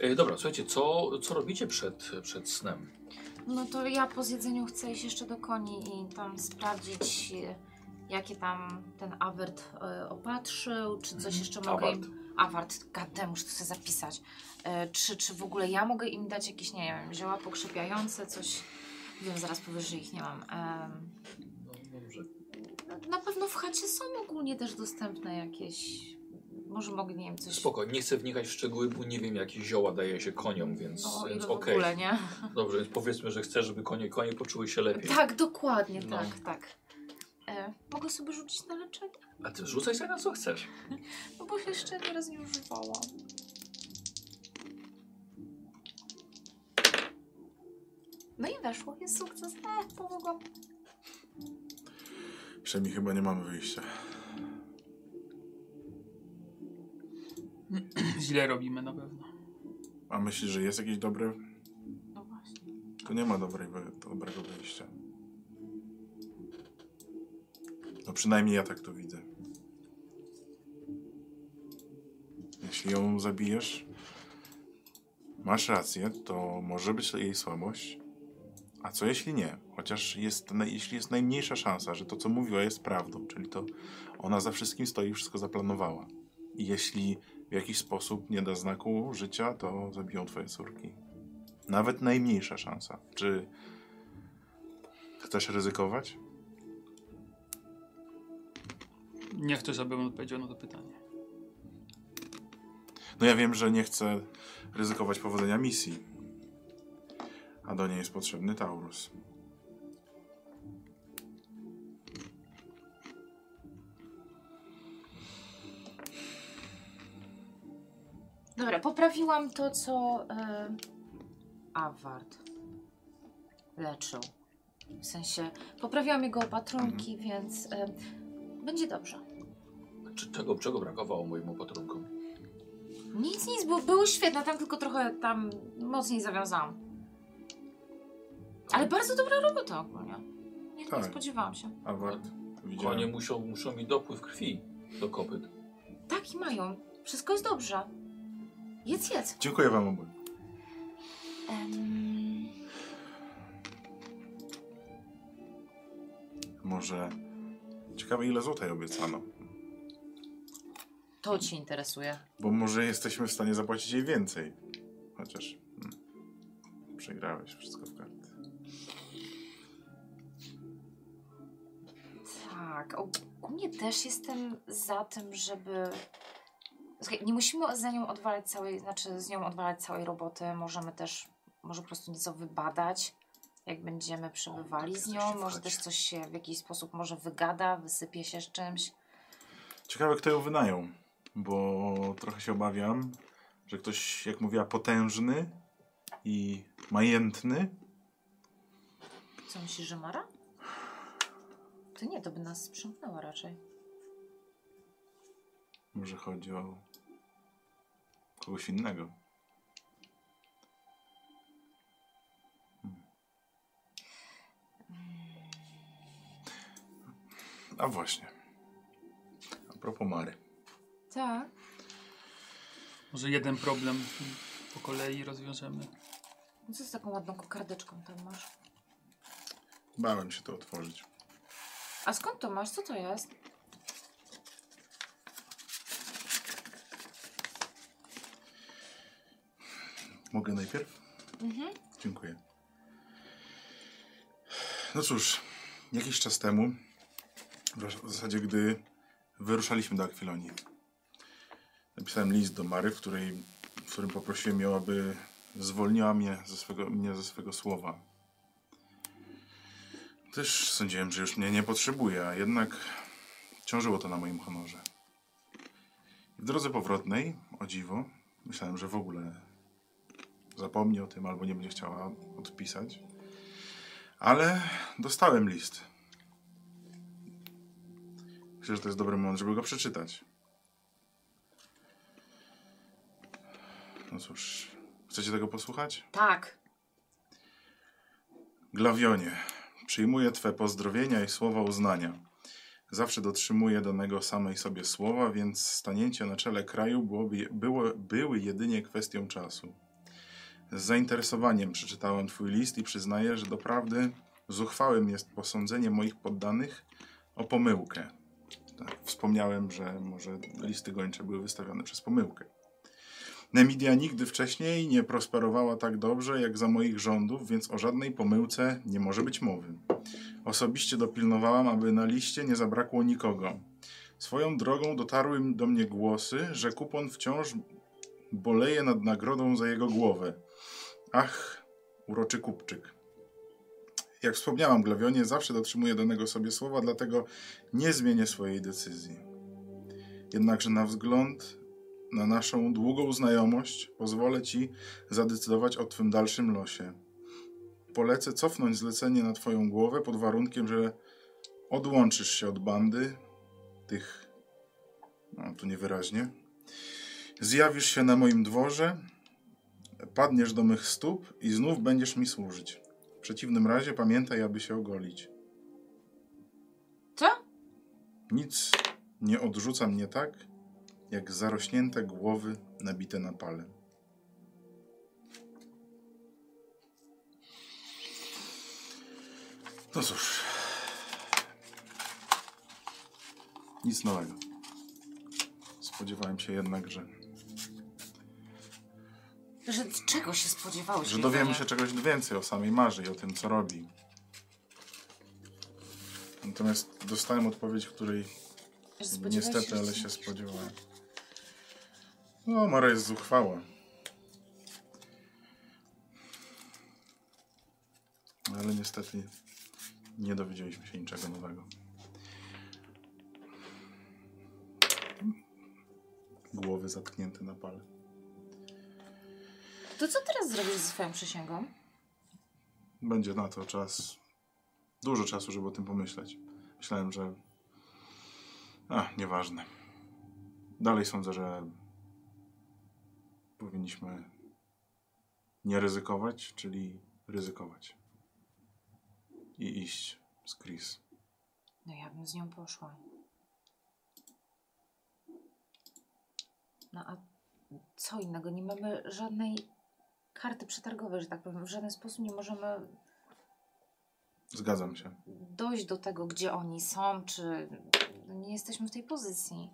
Speaker 1: E, dobra, słuchajcie, co, co robicie przed, przed snem?
Speaker 2: No to ja po zjedzeniu chcę iść jeszcze do koni i tam sprawdzić, e, jakie tam ten awert e, opatrzył, czy coś
Speaker 1: Mhm.
Speaker 2: jeszcze mogę
Speaker 1: Awart.
Speaker 2: im... Awart, gadem, muszę to sobie zapisać. E, czy, czy w ogóle ja mogę im dać jakieś, nie wiem, zioła pokrzepiające, coś... Wiem, zaraz powiesz, że ich nie mam. Em,
Speaker 1: No, dobrze.
Speaker 2: no, na pewno w chacie są ogólnie też dostępne jakieś... Może mogę, nie wiem, coś...
Speaker 1: Spoko, nie chcę wnikać w szczegóły, bo nie wiem jakie zioła daje się koniom, więc,
Speaker 2: o, ile
Speaker 1: więc
Speaker 2: No, w
Speaker 1: okej.
Speaker 2: ogóle, nie?
Speaker 1: Dobrze, więc powiedzmy, że chcę, żeby konie, konie poczuły się lepiej.
Speaker 2: Tak, dokładnie,
Speaker 1: No.
Speaker 2: tak, tak. E, E, mogę sobie rzucić na leczenie?
Speaker 5: A ty rzucaj sobie na co chcesz.
Speaker 2: No bo jeszcze nieraz nie używałam. No i weszło, jest sukces. E, pomogłam.
Speaker 4: Przynajmniej chyba nie mamy wyjścia.
Speaker 3: Źle robimy na pewno.
Speaker 4: A myślisz, że jest jakieś dobre?
Speaker 2: No właśnie.
Speaker 4: To nie ma dobrej, wy- dobrego wyjścia. No przynajmniej ja tak to widzę. Jeśli ją zabijesz, masz rację, to może być jej słabość. A co jeśli nie? Chociaż jest, naj- jeśli jest najmniejsza szansa, że to co mówiła jest prawdą, czyli to ona za wszystkim stoi, wszystko zaplanowała. I jeśli w jakiś sposób nie da znaku życia, to zabiją twoje córki. Nawet najmniejsza szansa. Czy chcesz ryzykować?
Speaker 3: Nie chcę, żeby on odpowiedział na to pytanie.
Speaker 4: No ja wiem, że nie chcę ryzykować powodzenia misji. A do niej jest potrzebny Taurus.
Speaker 2: Dobra, poprawiłam to, co e, Award leczył. W sensie, poprawiłam jego opatrunki, więc e, będzie dobrze.
Speaker 1: Czy czego, czego brakowało moim opatrunkom?
Speaker 2: Nic, nic, bo były świetne, tam tylko trochę tam mocniej zawiązałam. Ale bardzo dobra robota ogólnie. Nie,
Speaker 4: Tak.
Speaker 2: nie spodziewałam się.
Speaker 4: Award.
Speaker 1: Konie
Speaker 4: Widziałem.
Speaker 1: muszą, muszą mi dopływ krwi do kopyt.
Speaker 2: Tak i mają. Wszystko jest dobrze. Jedz, jedz.
Speaker 4: Dziękuję wam obu.
Speaker 2: Em,
Speaker 4: Może... Ciekawe ile złotej obiecano.
Speaker 2: to ci interesuje.
Speaker 4: Bo może jesteśmy w stanie zapłacić jej więcej. Chociaż... Hmm, przegrałeś wszystko w karty.
Speaker 2: Tak, ogólnie też jestem za tym, żeby... Słuchaj, nie musimy za nią odwalać całej, znaczy z nią odwalać całej roboty. Możemy też, może po prostu nieco wybadać, jak będziemy przebywali
Speaker 4: O, tak,
Speaker 2: z
Speaker 4: coś
Speaker 2: nią.
Speaker 4: się
Speaker 2: Może
Speaker 4: wchodzi.
Speaker 2: też coś się w jakiś sposób może wygada, wysypie się z czymś.
Speaker 4: Ciekawe, kto ją wynajął, bo trochę się obawiam, że ktoś, jak mówiła, potężny i majętny.
Speaker 2: Co myślisz, że Mara? To nie, to by nas sprzątnęła raczej.
Speaker 4: Może chodzi o kogoś innego. Hmm. A właśnie. A propos Mary.
Speaker 2: Tak.
Speaker 3: Może jeden problem po kolei rozwiążemy.
Speaker 2: No Co z taką ładną kokardeczką tam masz?
Speaker 4: Bałem się to otworzyć.
Speaker 2: A skąd to masz? Co to jest?
Speaker 4: Mogę najpierw?
Speaker 2: Mhm.
Speaker 4: Dziękuję. No cóż, jakiś czas temu, w zasadzie gdy wyruszaliśmy do Akwilonii, napisałem list do Mary, w, której, w którym poprosiłem ją, aby zwolniła mnie ze swego, mnie ze swego słowa. Też sądziłem, że już mnie nie potrzebuje, a jednak ciążyło to na moim honorze. W drodze powrotnej, o dziwo, myślałem, że w ogóle zapomni o tym albo nie będzie chciała odpisać. Ale dostałem list. Myślę, że to jest dobry moment, żeby go przeczytać. No cóż, chcecie tego posłuchać?
Speaker 2: Tak.
Speaker 4: Glawionie, przyjmuję Twe pozdrowienia i słowa uznania. Zawsze dotrzymuję danego samej sobie słowa, więc stanięcie na czele kraju byłoby, było, były jedynie kwestią czasu. Z zainteresowaniem przeczytałem Twój list i przyznaję, że doprawdy zuchwałym jest posądzenie moich poddanych o pomyłkę. Tak, wspomniałem, że może listy gończe były wystawione przez pomyłkę. Nemidia nigdy wcześniej nie prosperowała tak dobrze jak za moich rządów, więc o żadnej pomyłce nie może być mowy. Osobiście dopilnowałam, aby na liście nie zabrakło nikogo. Swoją drogą dotarły m- do mnie głosy, że kupon wciąż boleje nad nagrodą za jego głowę. Ach, uroczy kupczyk. Jak wspomniałam, Glawionie zawsze dotrzymuję danego sobie słowa, dlatego nie zmienię swojej decyzji. Jednakże na wzgląd na naszą długą znajomość pozwolę ci zadecydować o twym dalszym losie. Polecę cofnąć zlecenie na twoją głowę pod warunkiem, że odłączysz się od bandy tych, no tu niewyraźnie, zjawisz się na moim dworze, padniesz do mych stóp i znów będziesz mi służyć. W przeciwnym razie pamiętaj, aby się ogolić.
Speaker 2: Co?
Speaker 4: Nic nie odrzuca mnie tak, jak zarośnięte głowy nabite na pale. No cóż. Nic nowego. Spodziewałem się jednak, że,
Speaker 2: Że z czego się spodziewałeś?
Speaker 4: że
Speaker 2: Iwanie?
Speaker 4: dowiemy się czegoś więcej o samej Marzy i o tym, co robi. Natomiast dostałem odpowiedź, której
Speaker 2: Że spodziewałeś
Speaker 4: Niestety,
Speaker 2: że-
Speaker 4: ale się spodziewałem. No, Mara jest zuchwała. Ale niestety nie dowiedzieliśmy się niczego nowego. Głowy zatknięte na pale.
Speaker 2: To co teraz zrobisz ze swoją przysięgą?
Speaker 4: Będzie na to czas. Dużo czasu, żeby o tym pomyśleć. Myślałem, że. A, nieważne. Dalej sądzę, że powinniśmy nie ryzykować, czyli ryzykować. I iść z Chris.
Speaker 2: No ja bym z nią poszła. No a co innego? Nie mamy żadnej karty przetargowej, że tak powiem. W żaden sposób nie możemy
Speaker 4: Zgadzam się.
Speaker 2: dojść do tego, gdzie oni są, czy no nie jesteśmy w tej pozycji.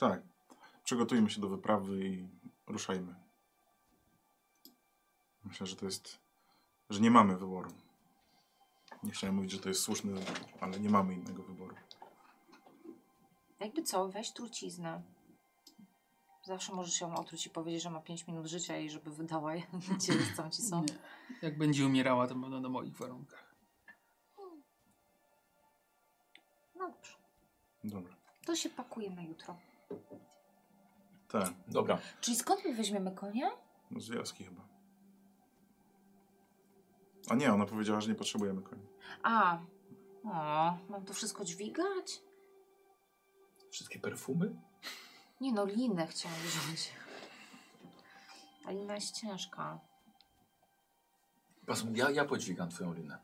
Speaker 4: Tak. Przygotujmy się do wyprawy i ruszajmy. Myślę, że to jest. że nie mamy wyboru. Nie chciałem mówić, że to jest słuszny wybór, ale nie mamy innego wyboru.
Speaker 2: Jakby co, weź truciznę. Zawsze możesz ją otruć i powiedzieć, że ma 5 minut życia i żeby wydała je, (laughs) gdzie jest, co ci są.
Speaker 3: Nie. Jak będzie umierała, to będą na moich warunkach.
Speaker 2: No dobrze.
Speaker 4: Dobra.
Speaker 2: To się pakuje na jutro.
Speaker 4: Tak,
Speaker 1: Dobra.
Speaker 2: Czyli skąd my weźmiemy konia?
Speaker 4: no z wioski chyba. A nie, ona powiedziała, że nie potrzebujemy koni.
Speaker 2: A, o, mam to wszystko dźwigać?
Speaker 5: Wszystkie perfumy?
Speaker 2: Nie no, linę chciałam wziąć. A lina jest ciężka.
Speaker 1: Pasum, ja, ja podźwigam twoją linę.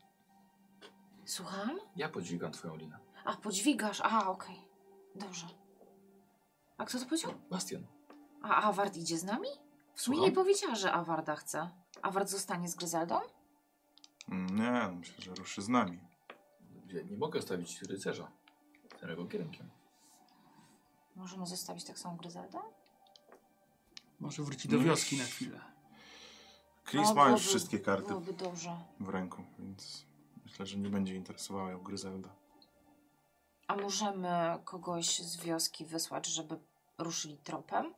Speaker 2: Słucham?
Speaker 1: Ja podźwigam twoją linę.
Speaker 2: A, podźwigasz. A, okej. Dobrze. A kto to powiedział?
Speaker 1: Bastian.
Speaker 2: A Award idzie z nami? W sumie nie
Speaker 1: Słucham?
Speaker 2: powiedziała, że Awarda chce. Award zostanie z Gryzeldą?
Speaker 4: Mm, Nie, myślę, że ruszy z nami.
Speaker 1: Ja nie mogę stawić rycerza starego kierunkiem.
Speaker 2: Możemy zostawić tak samo Gryzeldę?
Speaker 3: Może wróci do
Speaker 4: No.
Speaker 3: wioski na chwilę.
Speaker 2: O,
Speaker 4: Chris ma już
Speaker 2: No, byłoby-
Speaker 4: wszystkie karty
Speaker 2: Byłoby dobrze.
Speaker 4: w ręku, więc myślę, że nie będzie interesowała ją Gryzelda.
Speaker 2: A możemy kogoś z wioski wysłać, żeby ruszyli tropem?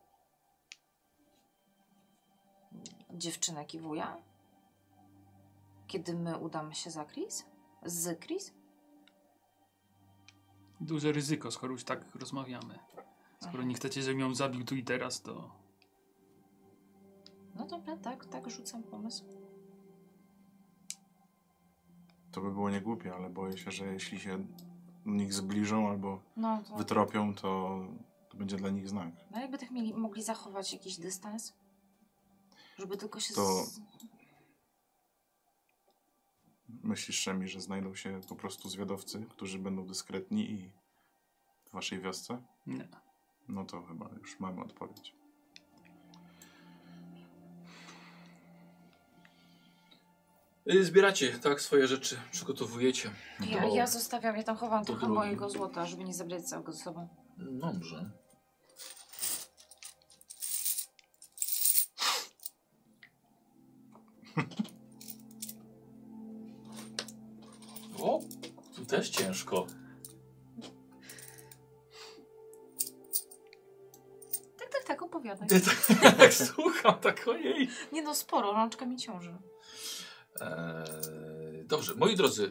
Speaker 2: Dziewczynę kiwuja? Kiedy my udamy się za Chris? Z Chris?
Speaker 3: Duże ryzyko, skoro już tak rozmawiamy. Skoro nie chcecie, żebym ją zabił tu i teraz, to
Speaker 2: No dobra, tak, tak, rzucam pomysł.
Speaker 4: To by było niegłupie, ale boję się, że jeśli się do nich zbliżą albo
Speaker 2: No to...
Speaker 4: wytropią, to, to będzie dla nich znak.
Speaker 2: No jakby tych mieli, mogli zachować jakiś dystans? Żeby tylko się...
Speaker 4: To-
Speaker 2: Z...
Speaker 4: Myślisz, Szemi, że znajdą się po prostu zwiadowcy, którzy będą dyskretni i w waszej wiosce?
Speaker 3: nie.
Speaker 4: No to chyba już mamy odpowiedź.
Speaker 1: Y, Zbieracie, tak, swoje rzeczy, przygotowujecie.
Speaker 2: Ja,
Speaker 1: do-
Speaker 2: ja zostawiam, ja tam chowam trochę
Speaker 1: drogi.
Speaker 2: mojego złota, żeby nie zabrać całego ze sobą.
Speaker 1: Dobrze. (laughs) O, tu też ciężko.
Speaker 2: Tak, tak,
Speaker 1: (laughs)
Speaker 2: tak, opowiadaj.
Speaker 1: Ty tak, tak słucham, tak ojej.
Speaker 2: Nie no, sporo, rączka mi ciąży.
Speaker 1: Eee, E, dobrze, moi drodzy,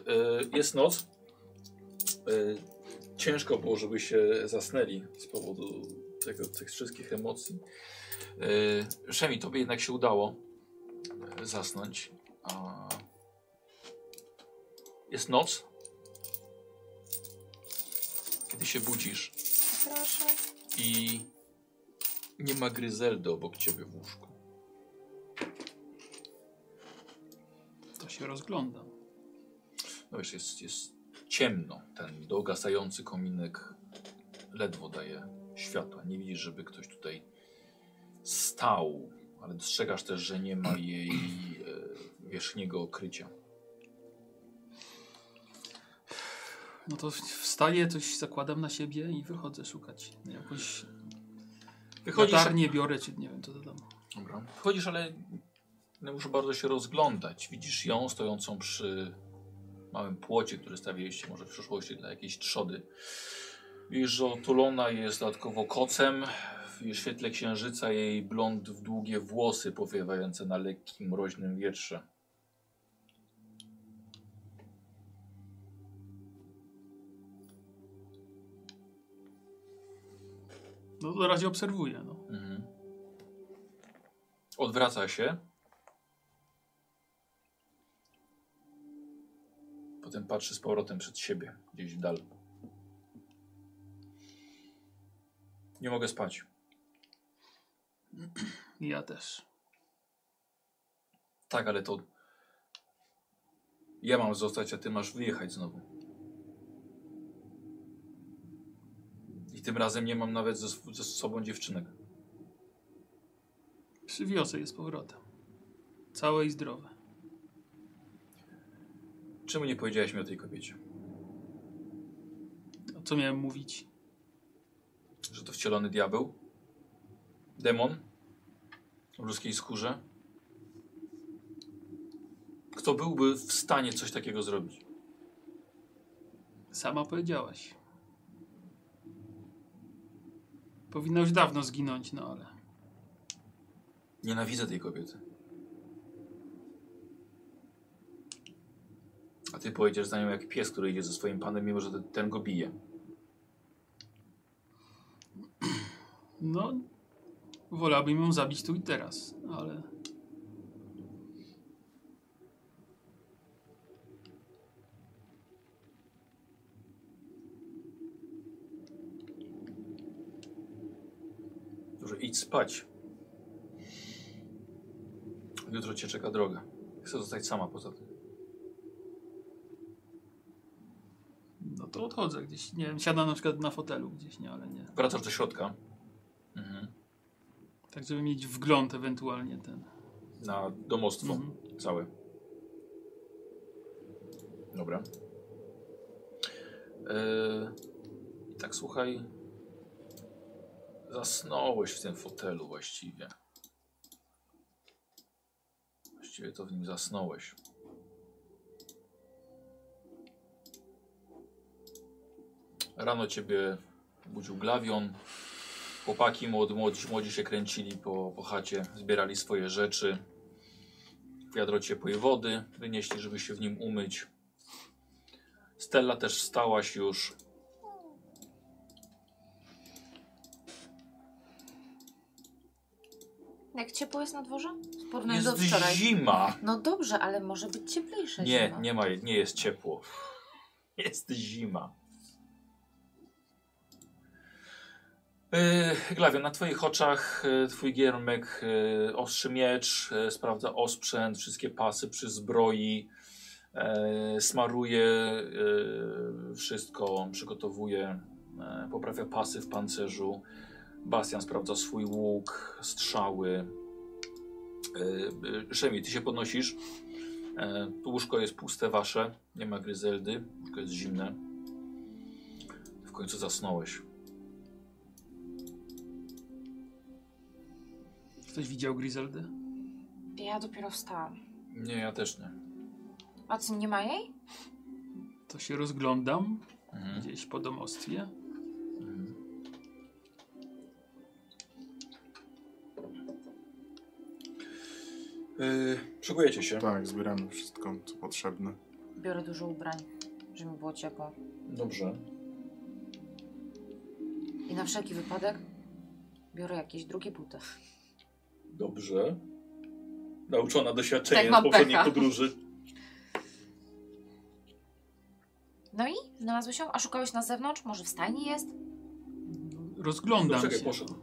Speaker 1: e, jest noc. E, ciężko było, żeby się zasnęli z powodu tego, tych wszystkich emocji. E, Szemi, tobie jednak się udało e, zasnąć. A... Jest noc. Kiedy się budzisz
Speaker 2: Proszę.
Speaker 1: i nie ma Gryzeldy obok ciebie w łóżku.
Speaker 3: To się rozglądam.
Speaker 1: No wiesz, jest, jest ciemno. Ten dogasający kominek ledwo daje światła. Nie widzisz, żeby ktoś tutaj stał, ale dostrzegasz też, że nie ma jej e, wierzchniego okrycia.
Speaker 3: No to wstaję, coś zakładam na siebie i wychodzę szukać. Jakąś
Speaker 1: Wychodzisz,
Speaker 3: latarnię biorę, czy nie wiem, co to tam.
Speaker 1: Dobra. Wchodzisz, ale nie muszę bardzo się rozglądać. Widzisz ją stojącą przy małym płocie, który stawiliście może w przyszłości dla jakiejś trzody. Widzisz, że otulona jest dodatkowo kocem. W świetle księżyca jej blond w długie włosy powiewające na lekkim, mroźnym wietrze.
Speaker 3: No na razie obserwuję, no.
Speaker 1: Mhm. Odwraca się. Potem patrzy z powrotem przed siebie, gdzieś w dal. Nie mogę spać.
Speaker 3: Ja też.
Speaker 1: Tak, ale to. Ja mam zostać, a ty masz wyjechać znowu. I tym razem nie mam nawet ze, sw- ze sobą dziewczynek.
Speaker 3: Przywiozę je z powrotem. Całe i zdrowe.
Speaker 1: Czemu nie powiedziałeś mi o tej kobiecie?
Speaker 3: A No, co miałem mówić?
Speaker 1: Że to wcielony diabeł? Demon? W ludzkiej skórze? Kto byłby w stanie coś takiego zrobić?
Speaker 3: Sama powiedziałaś. Powinna już dawno zginąć, no ale...
Speaker 1: Nienawidzę tej kobiety. A ty pojedziesz za nią jak pies, który idzie ze swoim panem, mimo że ten- ten go bije.
Speaker 3: No... Wolałbym ją zabić tu i teraz, ale...
Speaker 1: Dobrze, idź spać. Jutro cię czeka droga. Chcę zostać sama poza tym.
Speaker 3: No to odchodzę gdzieś. Nie wiem, siadam na przykład na fotelu gdzieś, nie, ale nie.
Speaker 1: Wracasz do środka. Mhm.
Speaker 3: Tak, żeby mieć wgląd ewentualnie ten.
Speaker 1: Na domostwo
Speaker 3: Mhm.
Speaker 1: całe. Dobra. Yy, I tak słuchaj. Zasnąłeś w tym fotelu właściwie. Właściwie to w nim zasnąłeś. Rano ciebie budził glawion. Chłopaki młodzi, młodzi, młodzi się kręcili po, po chacie, zbierali swoje rzeczy. Wiadro ciepłej wody wynieśli, żeby się w nim umyć. Stella też wstałaś już.
Speaker 2: Jak ciepło jest na dworze? W porównaniu
Speaker 1: Jest
Speaker 2: No do wczoraj.
Speaker 1: zima.
Speaker 2: No dobrze, ale może być cieplejsze
Speaker 1: Nie,
Speaker 2: zima.
Speaker 1: nie ma, nie jest ciepło. (laughs) Jest zima. Yy, Glawio, na twoich oczach yy, twój giermek yy, ostrzy miecz, yy, sprawdza osprzęt, wszystkie pasy przy zbroi, yy, smaruje yy, wszystko, przygotowuje, yy, poprawia pasy w pancerzu. Bastian sprawdza swój łuk, strzały. Yy, yy, Szemi, ty się podnosisz. E, tu łóżko jest puste wasze, nie ma gryzeldy, łóżko jest zimne. W końcu zasnąłeś.
Speaker 3: Ktoś widział Griseldę?
Speaker 2: Ja dopiero wstałam.
Speaker 1: Nie, ja też nie.
Speaker 2: A co, nie ma jej?
Speaker 3: To się rozglądam
Speaker 1: Mhm.
Speaker 3: gdzieś po domostwie.
Speaker 1: Mhm.
Speaker 6: Yy,
Speaker 1: E,
Speaker 6: szykujecie się.
Speaker 4: Tak, zbieramy wszystko, co potrzebne.
Speaker 2: Biorę dużo ubrań, żeby mi było ciepło.
Speaker 6: Dobrze.
Speaker 2: I na wszelki wypadek biorę jakieś drugie buty.
Speaker 6: Dobrze. Nauczona doświadczeniem
Speaker 2: Tak,
Speaker 6: z
Speaker 2: mam
Speaker 6: poprzedniej
Speaker 2: pecha.
Speaker 6: podróży.
Speaker 2: No i? Znalazłeś ją? A szukałeś na zewnątrz? Może w stajni jest?
Speaker 3: No,
Speaker 5: Rozglądam
Speaker 1: No,
Speaker 6: Czekaj,
Speaker 5: się.
Speaker 6: poszedł.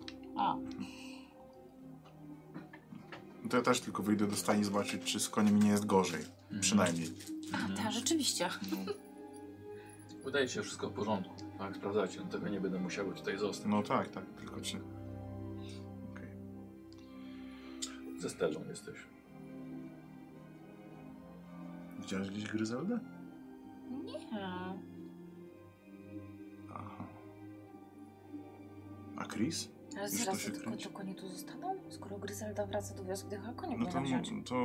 Speaker 4: To ja też tylko wyjdę do stajni zobaczyć, czy z koniem nie jest gorzej. Przynajmniej.
Speaker 2: A,
Speaker 4: Mm.
Speaker 2: tak, rzeczywiście.
Speaker 4: No.
Speaker 1: Wydaje się Mhm. wszystko w porządku. Tak, sprawdzajcie, no tego nie będę musiał tutaj zostać.
Speaker 4: No tak, tak, tylko czy... Okej.
Speaker 1: Ze stelą jesteś.
Speaker 4: Widziałeś gdzieś Gryzeldę?
Speaker 2: Hmm.
Speaker 4: Aha. A Chris?
Speaker 2: Ale
Speaker 4: Już to
Speaker 2: zaraz,
Speaker 4: się
Speaker 2: to tylko,
Speaker 4: kręci.
Speaker 2: to konie tu zostaną? Skoro Gryzelda wraca do wioski, to chyba konie
Speaker 4: No to,
Speaker 2: powinna wziąć.
Speaker 4: to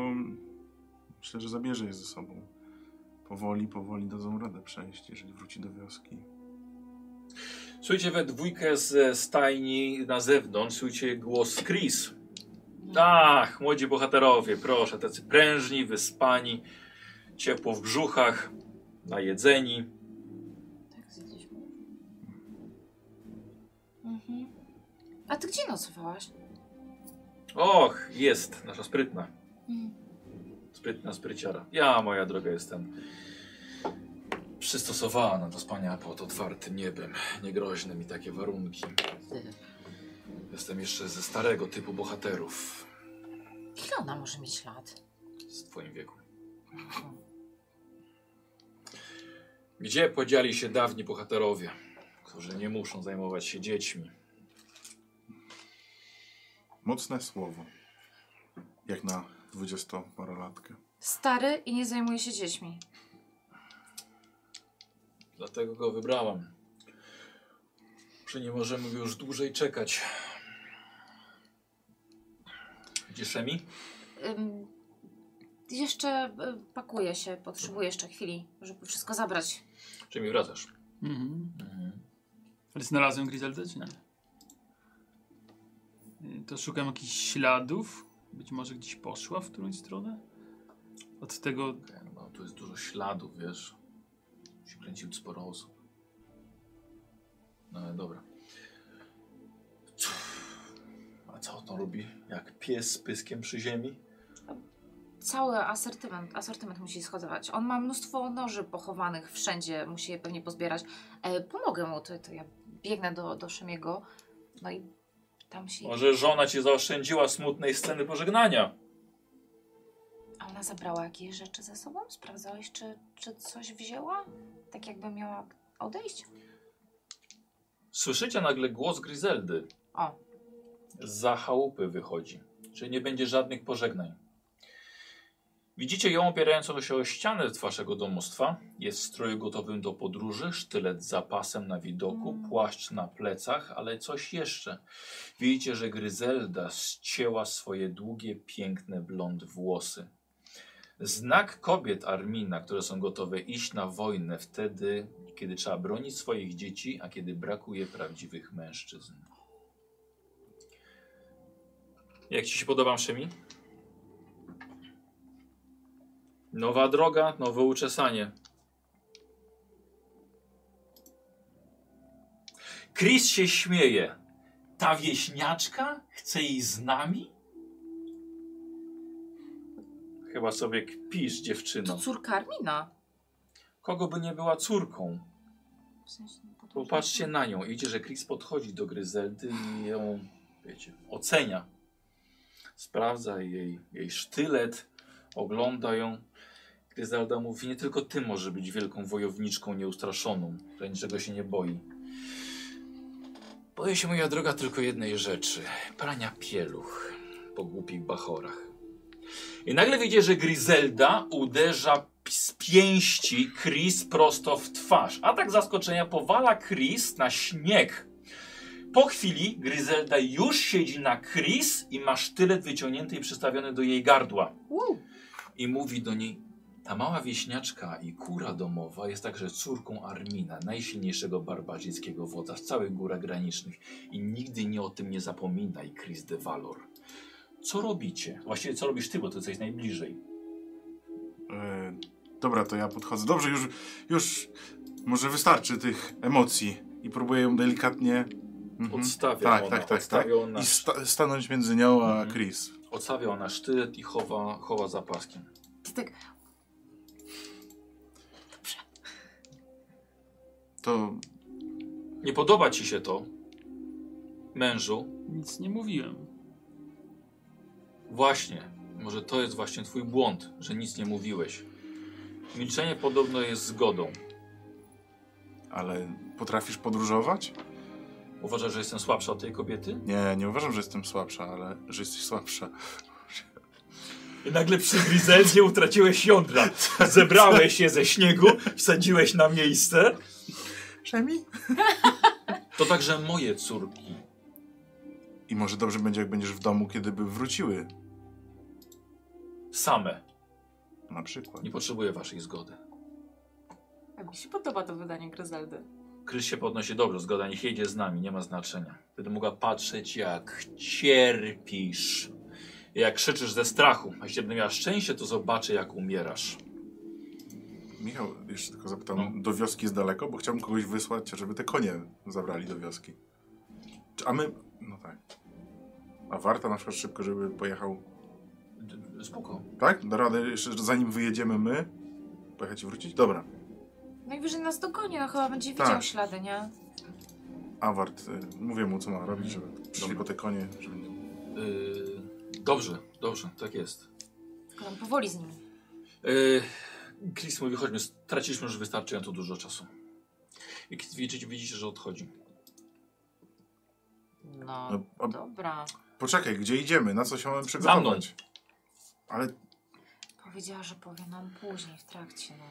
Speaker 4: myślę, że zabierze je ze sobą. Powoli, powoli dadzą radę przejść, jeżeli wróci do wioski.
Speaker 1: Słuchajcie we dwójkę z stajni na zewnątrz, słuchajcie głos Chris.
Speaker 2: Mm.
Speaker 4: Tak.
Speaker 1: Ach, młodzi bohaterowie, proszę, tacy prężni, wyspani, ciepło w brzuchach, najedzeni.
Speaker 2: Tak, zjedliśmy. Mhm. A ty gdzie nocowałaś?
Speaker 1: Och, jest nasza sprytna,
Speaker 2: Mm.
Speaker 1: sprytna spryciara. Ja, moja droga, jestem przystosowana do spania pod otwartym niebem, niegroźne mi takie warunki. Jestem jeszcze ze starego typu bohaterów
Speaker 2: Ile ona może mieć lat?
Speaker 1: w twoim wieku.
Speaker 2: Mhm.
Speaker 1: Gdzie podzieli się dawni bohaterowie, którzy nie muszą zajmować się dziećmi?
Speaker 4: Mocne słowo. Jak na dwudziestoparolatkę.
Speaker 2: Stary i nie zajmuje się dziećmi.
Speaker 1: Dlatego go wybrałam. Że nie możemy już dłużej czekać. Gdzie Szemi?
Speaker 2: Ym, jeszcze y, pakuję się, potrzebuję jeszcze chwili, żeby wszystko zabrać.
Speaker 1: Szemi, wracasz.
Speaker 5: Mhm. Ale znalazłem Griseldę, czy nie? Y, To szukam jakichś śladów. Być może gdzieś poszła w którąś stronę? Od tego
Speaker 1: Okej, No, tu jest dużo śladów, wiesz. Tu Się kręcił sporo osób. No ale dobra. A co on robi? Jak pies z pyskiem przy ziemi?
Speaker 2: Cały asortyment, asortyment musi schodować. On ma mnóstwo noży pochowanych wszędzie, musi je pewnie pozbierać. E, pomogę mu, to, to ja biegnę do, do Szemiego, no i tam się...
Speaker 1: Może żona cię zaoszczędziła smutnej sceny pożegnania.
Speaker 2: A ona zabrała jakieś rzeczy ze sobą? Sprawdzałeś, czy, czy coś wzięła? Tak jakby miała odejść?
Speaker 1: Słyszycie nagle głos Gryzeldy.
Speaker 2: O,
Speaker 1: za chałupy wychodzi, czyli nie będzie żadnych pożegnań. Widzicie ją opierającą się o ścianę z waszego domostwa. Jest w stroju gotowym do podróży, sztylet z zapasem na widoku,
Speaker 2: Mm.
Speaker 1: płaszcz na plecach, ale coś jeszcze. Widzicie, że Gryzelda ścięła swoje długie, piękne blond włosy. Znak kobiet Armina, które są gotowe iść na wojnę wtedy, kiedy trzeba bronić swoich dzieci, a kiedy brakuje prawdziwych mężczyzn. Jak ci się podoba, Szymi? Nowa droga, nowe uczesanie. Chris się śmieje. Ta wieśniaczka chce jej z nami? Chyba sobie kpisz,
Speaker 2: to
Speaker 1: dziewczyno.
Speaker 2: córka Armina.
Speaker 1: Kogo by nie była córką?
Speaker 2: W sensie, no, podróżna.
Speaker 1: Popatrzcie na nią. Idzie, że Chris podchodzi do Gryzeldy i ją, wiecie, ocenia. Sprawdza jej, jej sztylet, ogląda ją. Gryzelda mówi, nie tylko ty może być wielką wojowniczką nieustraszoną, która niczego się nie boi. Boję się, moja droga, tylko jednej rzeczy. Prania pieluch po głupich bachorach. I nagle widzicie, że Griselda uderza p- z pięści Chris prosto w twarz. Atak zaskoczenia powala Chris na śnieg. Po chwili Griselda już siedzi na Chris i ma sztylet wyciągnięty i przystawiony do jej gardła.
Speaker 2: Uuu,
Speaker 1: I mówi do niej, ta mała wieśniaczka i kura domowa jest także córką Armina, najsilniejszego barbarzyńskiego wodza z całych górach granicznych. I nigdy nie o tym nie zapominaj, Chris de Valor. Co robicie? Właściwie co robisz ty, bo ty jesteś najbliżej.
Speaker 4: E, dobra, to ja podchodzę. Dobrze, już, już może wystarczy tych emocji i próbuję ją delikatnie mhm.
Speaker 1: Odstawia
Speaker 4: tak,
Speaker 1: ona,
Speaker 4: tak, tak, tak.
Speaker 1: odstawia ona.
Speaker 4: i sta stanąć między nią a
Speaker 1: Mhm.
Speaker 4: Chris.
Speaker 1: Odstawia ona sztylet i chowa, chowa za paskiem.
Speaker 2: Ty tak,
Speaker 4: To
Speaker 1: Nie podoba ci się to, mężu?
Speaker 3: Nic nie mówiłem.
Speaker 1: Właśnie. Może to jest właśnie twój błąd, że nic nie mówiłeś. Milczenie podobno jest zgodą.
Speaker 4: Ale potrafisz podróżować?
Speaker 1: Uważasz, że jestem słabsza od tej kobiety?
Speaker 4: Nie, nie uważam, że jestem słabsza, ale że jesteś słabsza.
Speaker 1: I nagle przy Grizeldzie utraciłeś jądra. Zebrałeś się ze śniegu, wsadziłeś na miejsce.
Speaker 4: Przemi?
Speaker 1: To także moje córki.
Speaker 4: I może dobrze będzie, jak będziesz w domu, kiedy by wróciły.
Speaker 1: Same.
Speaker 4: Na przykład.
Speaker 1: Nie potrzebuję waszej zgody.
Speaker 2: a mi się podoba to wydanie Gryzeldy.
Speaker 1: Krys się podnosi dobrze, zgoda, niech jedzie z nami, nie ma znaczenia. Będę mogła patrzeć, jak cierpisz. Jak krzyczysz ze strachu. A jeśli będę miała szczęście, to zobaczę, jak umierasz.
Speaker 4: Michał, jeszcze tylko zapytam,
Speaker 1: No.
Speaker 4: do wioski jest daleko, bo chciałbym kogoś wysłać, żeby te konie zabrali do wioski. Czy- A my... No tak. A Warta na przykład szybko, żeby pojechał...
Speaker 1: D- Spoko.
Speaker 4: Tak? Da radę jeszcze, zanim wyjedziemy my? Pojechać i wrócić? Dobra.
Speaker 2: Najwyżej nas dogoni, no chyba będzie
Speaker 4: Tak.
Speaker 2: widział ślady, nie?
Speaker 4: A Wart, y, mówię mu, co ma robić, żeby przyszli
Speaker 1: Mhm. Dobra.
Speaker 4: po te konie, żeby... nie-
Speaker 1: Yy, dobrze, dobrze, tak jest.
Speaker 2: Tylko tam powoli z nimi.
Speaker 1: Yy, Chris mówi, chodźmy, straciliśmy już wystarczająco dużo czasu. I kiedy widzicie, widzicie, że odchodzi.
Speaker 2: No,
Speaker 4: No, a-
Speaker 2: dobra.
Speaker 4: Poczekaj, gdzie idziemy? Na co się mamy przygotować? Ale
Speaker 2: Powiedziała, że powie nam później w trakcie, no.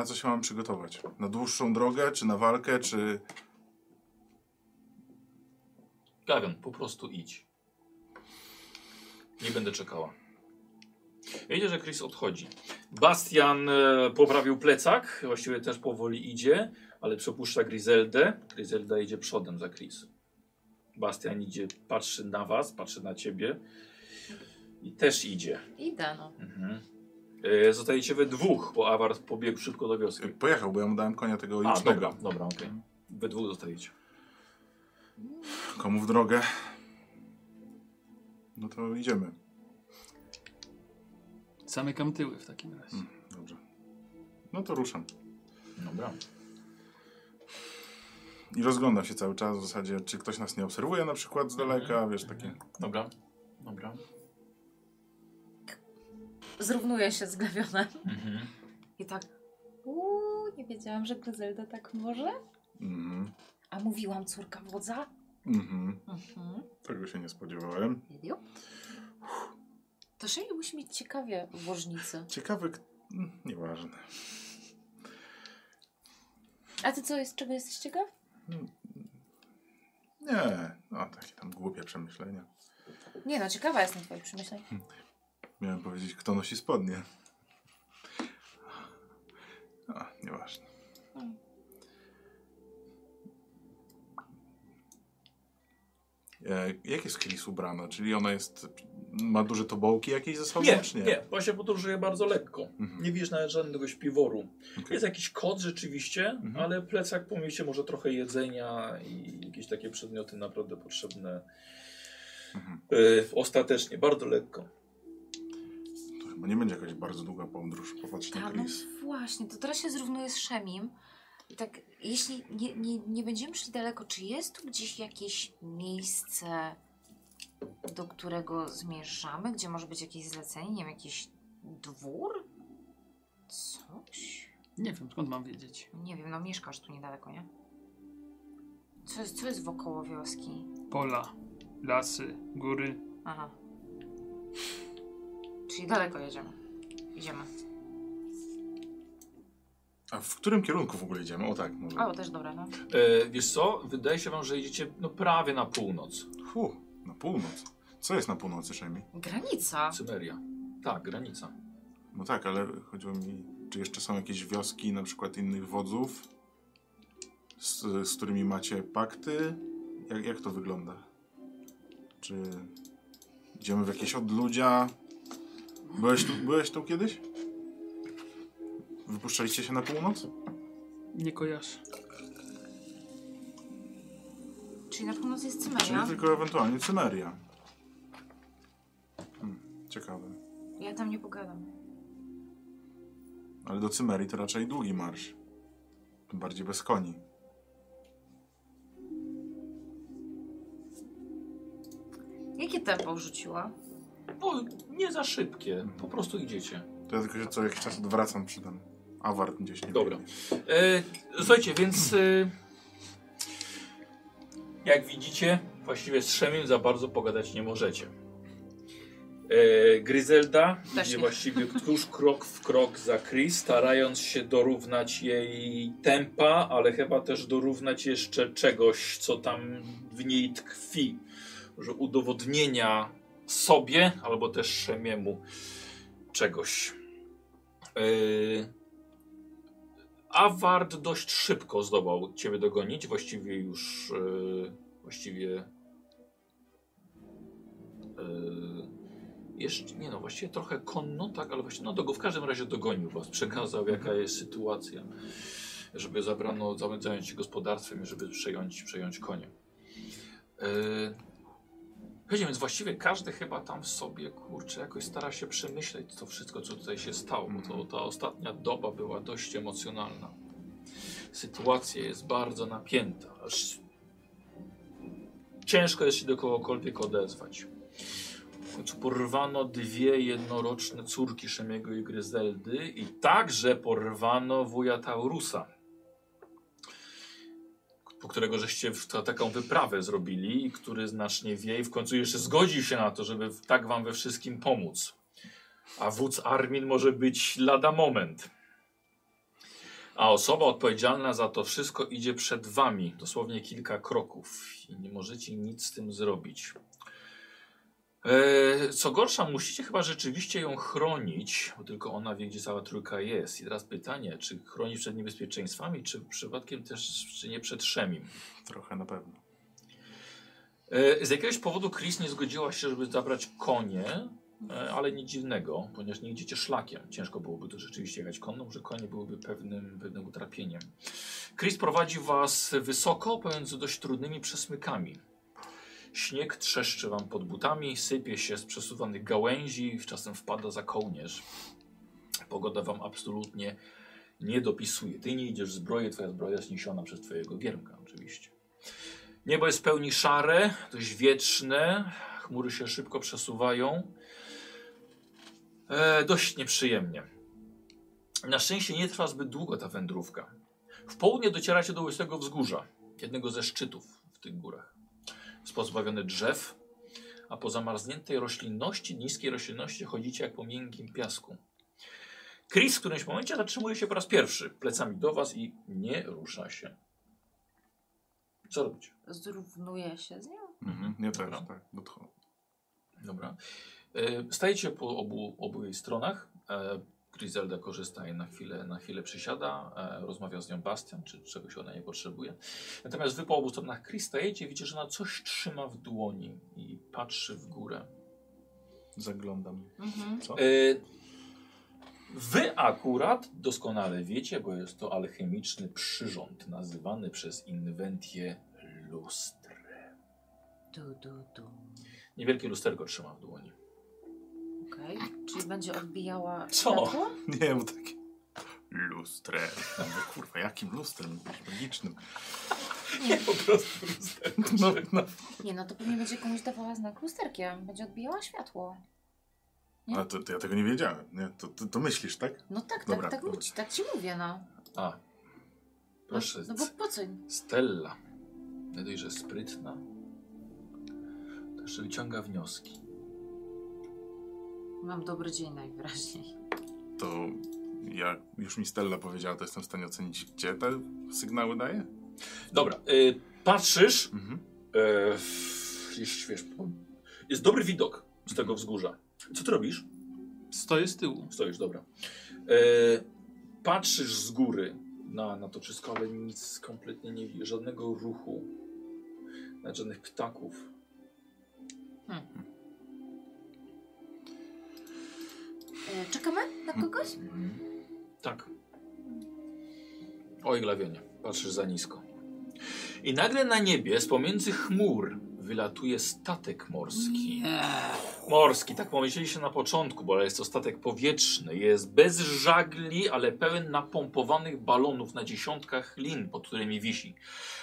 Speaker 4: Na co się mam przygotować? Na dłuższą drogę, czy na walkę, czy...
Speaker 1: Gawion, po prostu idź. Nie będę czekała. Wiecie, że Chris odchodzi. Bastian e, poprawił plecak, właściwie też powoli idzie, ale przepuszcza Grizeldę. Grizelda idzie przodem za Chris. Bastian idzie, patrzy na was, patrzy na ciebie i też idzie.
Speaker 2: Idę, no.
Speaker 1: Mhm. E, zostajecie we dwóch, bo Award pobiegł szybko do wioski.
Speaker 4: Pojechał, bo ja mu dałem konia tego
Speaker 1: A, dobra,
Speaker 4: jucznego.
Speaker 1: dobra, okej. We dwóch zostajecie.
Speaker 4: Komu w drogę? No to idziemy.
Speaker 3: Zamykam tyły w takim razie.
Speaker 4: Mm, Dobrze. No to ruszam.
Speaker 1: Dobra.
Speaker 4: I rozglądam się cały czas w zasadzie, czy ktoś nas nie obserwuje na przykład z
Speaker 1: Mhm.
Speaker 4: daleka, wiesz, takie...
Speaker 1: Dobra. Dobra.
Speaker 2: Zrównuję się z Glawionem.
Speaker 1: Mhm.
Speaker 2: I tak, uuu, nie wiedziałam, że Gryzelda tak może.
Speaker 4: Mhm.
Speaker 2: A mówiłam córka wodza?
Speaker 4: Mhm.
Speaker 2: Mhm.
Speaker 4: Tego się nie spodziewałem.
Speaker 2: Jup. To szybko musi mieć ciekawie w łożnicy.
Speaker 4: Ciekawy... k- mm, Nieważne.
Speaker 2: A ty co, jest, czego jesteś ciekaw?
Speaker 4: Nie, no takie tam głupie przemyślenia.
Speaker 2: Nie no, ciekawa jestem twoich przemyśleń.
Speaker 4: Miałem powiedzieć, kto nosi spodnie. A, nieważne.
Speaker 2: Mm.
Speaker 4: E, jak jest Chris ubrana? Czyli ona jest, ma duże tobołki jakieś ze sobą?
Speaker 1: Nie,
Speaker 4: czy
Speaker 1: nie, nie, właśnie podróżuje bardzo lekko.
Speaker 4: Mhm.
Speaker 1: Nie widzisz nawet żadnego śpiworu.
Speaker 4: Okej.
Speaker 1: Jest jakiś kot rzeczywiście, ale plecak pomieści może trochę jedzenia i jakieś takie przedmioty naprawdę potrzebne.
Speaker 4: Mhm.
Speaker 1: Yy, ostatecznie, bardzo lekko.
Speaker 4: To chyba nie będzie jakaś bardzo długa podróż, popatrz na
Speaker 2: Tak, no
Speaker 4: Chris.
Speaker 2: właśnie, to teraz się zrównuję z Szemim. I tak, jeśli nie, nie, nie będziemy szli daleko, czy jest tu gdzieś jakieś miejsce, do którego zmierzamy, gdzie może być jakieś zlecenie, nie wiem, jakiś dwór? Coś?
Speaker 3: Nie wiem, skąd mam wiedzieć.
Speaker 2: Nie wiem, no mieszkasz tu niedaleko, nie? Co jest, co jest wokoło wioski?
Speaker 3: Pola, lasy, góry.
Speaker 2: Aha. Czyli daleko jedziemy. Idziemy.
Speaker 4: A w którym kierunku w ogóle idziemy? O tak, może.
Speaker 2: O, też dobra, no.
Speaker 1: Yy, wiesz co, wydaje się wam, że idziecie no, prawie na północ.
Speaker 4: Fu, na północ. Co jest na północy, Szemi?
Speaker 2: Granica.
Speaker 1: Cymeria. Tak, granica.
Speaker 4: No tak, ale chodziło mi, czy jeszcze są jakieś wioski, na przykład innych wodzów, z, z którymi macie pakty? Jak, jak to wygląda? Czy Idziemy w jakieś odludzia. Byłeś tu, byłeś tu kiedyś? Wypuszczaliście się na północ?
Speaker 3: Nie kojarzę.
Speaker 2: Czyli na północ jest
Speaker 4: Czyli
Speaker 2: Cymeria.
Speaker 4: tylko ewentualnie Cymeria. Hmm, ciekawe.
Speaker 2: Ja tam nie pogadam.
Speaker 4: Ale do Cymerii to raczej długi marsz. Tym bardziej bez koni.
Speaker 2: Jakie tempo rzuciła?
Speaker 1: No, nie za szybkie, po prostu idziecie.
Speaker 4: To ja tylko się co jakiś czas odwracam przy tym. Awart gdzieś nie
Speaker 1: Dobra.
Speaker 4: biegnie.
Speaker 1: E, słuchajcie, więc e, jak widzicie, właściwie z Szemim za bardzo pogadać nie możecie. E, Gryzelda
Speaker 2: Też
Speaker 1: idzie
Speaker 2: nie.
Speaker 1: właściwie tuż krok w krok za Chris, starając się dorównać jej tempa, ale chyba też dorównać jeszcze czegoś, co tam w niej tkwi. Że udowodnienia sobie albo też Szemiemu czegoś. E, Award dość szybko zdołał ciebie dogonić, właściwie już e, właściwie e, jeszcze, nie no, właściwie trochę konno, tak, ale właśnie, no dogo, w każdym razie dogonił was, przekazał jaka jest sytuacja, żeby zabrano, za- zająć się gospodarstwem i żeby przejąć, przejąć konie. E, Wiecie, więc właściwie każdy chyba tam w sobie, kurczę, jakoś stara się przemyśleć to wszystko, co tutaj się stało, bo to, ta ostatnia doba była dość emocjonalna. Sytuacja jest bardzo napięta, aż ciężko jest się do kogokolwiek odezwać. W końcu porwano dwie jednoroczne córki Szemiego i Gryzeldy i także porwano wuja Taurusa, po którego żeście w ta, taką wyprawę zrobili, i który znacznie wie i w końcu jeszcze zgodził się na to, żeby w- tak wam we wszystkim pomóc. A wódz Armin może być lada moment. A osoba odpowiedzialna za to wszystko idzie przed wami, dosłownie kilka kroków i nie możecie nic z tym zrobić. E, Co gorsza, musicie chyba rzeczywiście ją chronić, bo tylko ona wie, gdzie cała trójka jest. I teraz pytanie, czy chronić przed niebezpieczeństwami, czy przypadkiem też czy nie przed szemim?
Speaker 4: Trochę na pewno.
Speaker 1: E, Z jakiegoś powodu Chris nie zgodziła się, żeby zabrać konie, e, ale nic dziwnego, ponieważ nie idziecie szlakiem. Ciężko byłoby to rzeczywiście jechać konno, że konie byłyby pewnym, pewnym utrapieniem. Chris prowadzi was wysoko, pomiędzy dość trudnymi przesmykami. Śnieg trzeszczy wam pod butami, sypie się z przesuwanych gałęzi, czasem wpada za kołnierz. Pogoda wam absolutnie nie dopisuje. Ty nie idziesz w zbroję, twoja zbroja jest niesiona przez twojego giermka oczywiście. Niebo jest w pełni szare, dość wieczne, chmury się szybko przesuwają. E, dość nieprzyjemnie. Na szczęście nie trwa zbyt długo ta wędrówka. W południe docieracie do łysego wzgórza, jednego ze szczytów w tych górach. Jest pozbawiony drzew, a po zamarzniętej roślinności, niskiej roślinności chodzicie jak po miękkim piasku. Chris w którymś momencie zatrzymuje się po raz pierwszy, plecami do was i nie rusza się. Co robić?
Speaker 2: Zrównuje się z nią?
Speaker 4: Mhm. Nie też,
Speaker 1: Dobra.
Speaker 4: tak. Odcho-
Speaker 1: Dobra. E, Stajecie po obu, obu jej stronach. E, Griselda korzysta i na chwilę, na chwilę przysiada. E, Rozmawia z nią Bastian, czy czegoś ona nie potrzebuje. Natomiast wy po obu stronach Chris stajecie, widzicie, że ona coś trzyma w dłoni i patrzy w górę.
Speaker 4: Zaglądam.
Speaker 2: Mhm.
Speaker 4: Co?
Speaker 1: E, Wy akurat doskonale wiecie, bo jest to alchemiczny przyrząd nazywany przez inwentję lustrem.
Speaker 2: Du, du, du.
Speaker 1: Niewielkie lusterko trzyma w dłoni.
Speaker 2: Okej. Czyli będzie odbijała
Speaker 1: Co?
Speaker 2: światło?
Speaker 4: (laughs) Nie, bo takie... Lustrem. Ja mówię, Kurwa, jakim lustrem? Jakimś Magicznym. (laughs)
Speaker 1: Nie, po prostu lusterko trzyma.
Speaker 4: No, no.
Speaker 2: Nie, no to pewnie będzie komuś dawała znak lusterkiem. Będzie odbijała światło.
Speaker 4: Ale to, to ja tego nie wiedziałem. Nie? To, to, to myślisz, tak?
Speaker 2: No tak, tak,
Speaker 4: Dobra,
Speaker 2: tak,
Speaker 4: dobra.
Speaker 2: Mówię, tak ci mówię, no.
Speaker 1: A. Proszę.
Speaker 2: No, no bo po co?
Speaker 1: Stella. Nie dość, że sprytna. To jeszcze wyciąga wnioski.
Speaker 2: Mam dobry dzień najwyraźniej.
Speaker 4: To jak już mi Stella powiedziała, to jestem w stanie ocenić, gdzie te sygnały daje?
Speaker 1: Dobra, y, patrzysz.
Speaker 4: Mhm.
Speaker 1: Y, w- jest, wiesz, jest dobry widok z tego wzgórza. Co ty robisz?
Speaker 3: Stoję z tyłu.
Speaker 1: Stoisz, dobra. Y, patrzysz z góry na, na to wszystko, ale nic kompletnie nie widzisz. Żadnego ruchu. Nawet żadnych ptaków.
Speaker 2: Hmm. Y, Czekamy na kogoś?
Speaker 1: Tak. Oj, glawionie, patrzysz za nisko. I nagle na niebie z pomiędzy chmur wylatuje statek morski. Morski, tak pomyśleliście na początku, bo jest to statek powietrzny. Jest bez żagli, ale pełen napompowanych balonów na dziesiątkach lin, pod którymi wisi.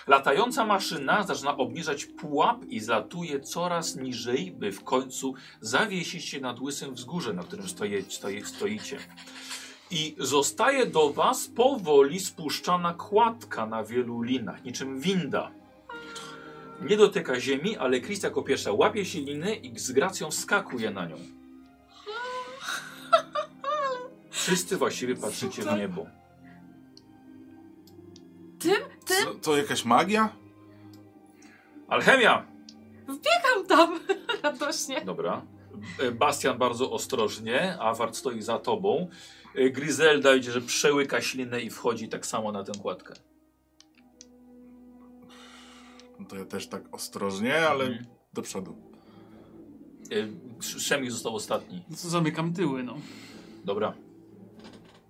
Speaker 1: Latająca maszyna zaczyna obniżać pułap i zlatuje coraz niżej, by w końcu zawiesić się nad łysym wzgórze, na którym stoje, stoje, stoicie. I zostaje do was powoli spuszczana kładka na wielu linach, niczym winda. Nie dotyka ziemi, ale Chris jako pierwsza łapie się liny i z gracją skakuje na nią. Wszyscy właściwie patrzycie w niebo.
Speaker 2: Ty?
Speaker 4: Co, to jakaś magia?
Speaker 1: Alchemia!
Speaker 2: Tam, tam, (laughs) radośnie.
Speaker 1: Dobra. E, Bastian bardzo ostrożnie, Award stoi za tobą. E, Gryzelda idzie, że przełyka ślinę i wchodzi tak samo na tę kładkę.
Speaker 4: No to ja też tak ostrożnie, ale
Speaker 1: Mhm.
Speaker 4: do przodu.
Speaker 1: E, Szemik został ostatni.
Speaker 3: No to zamykam tyły, no.
Speaker 1: Dobra.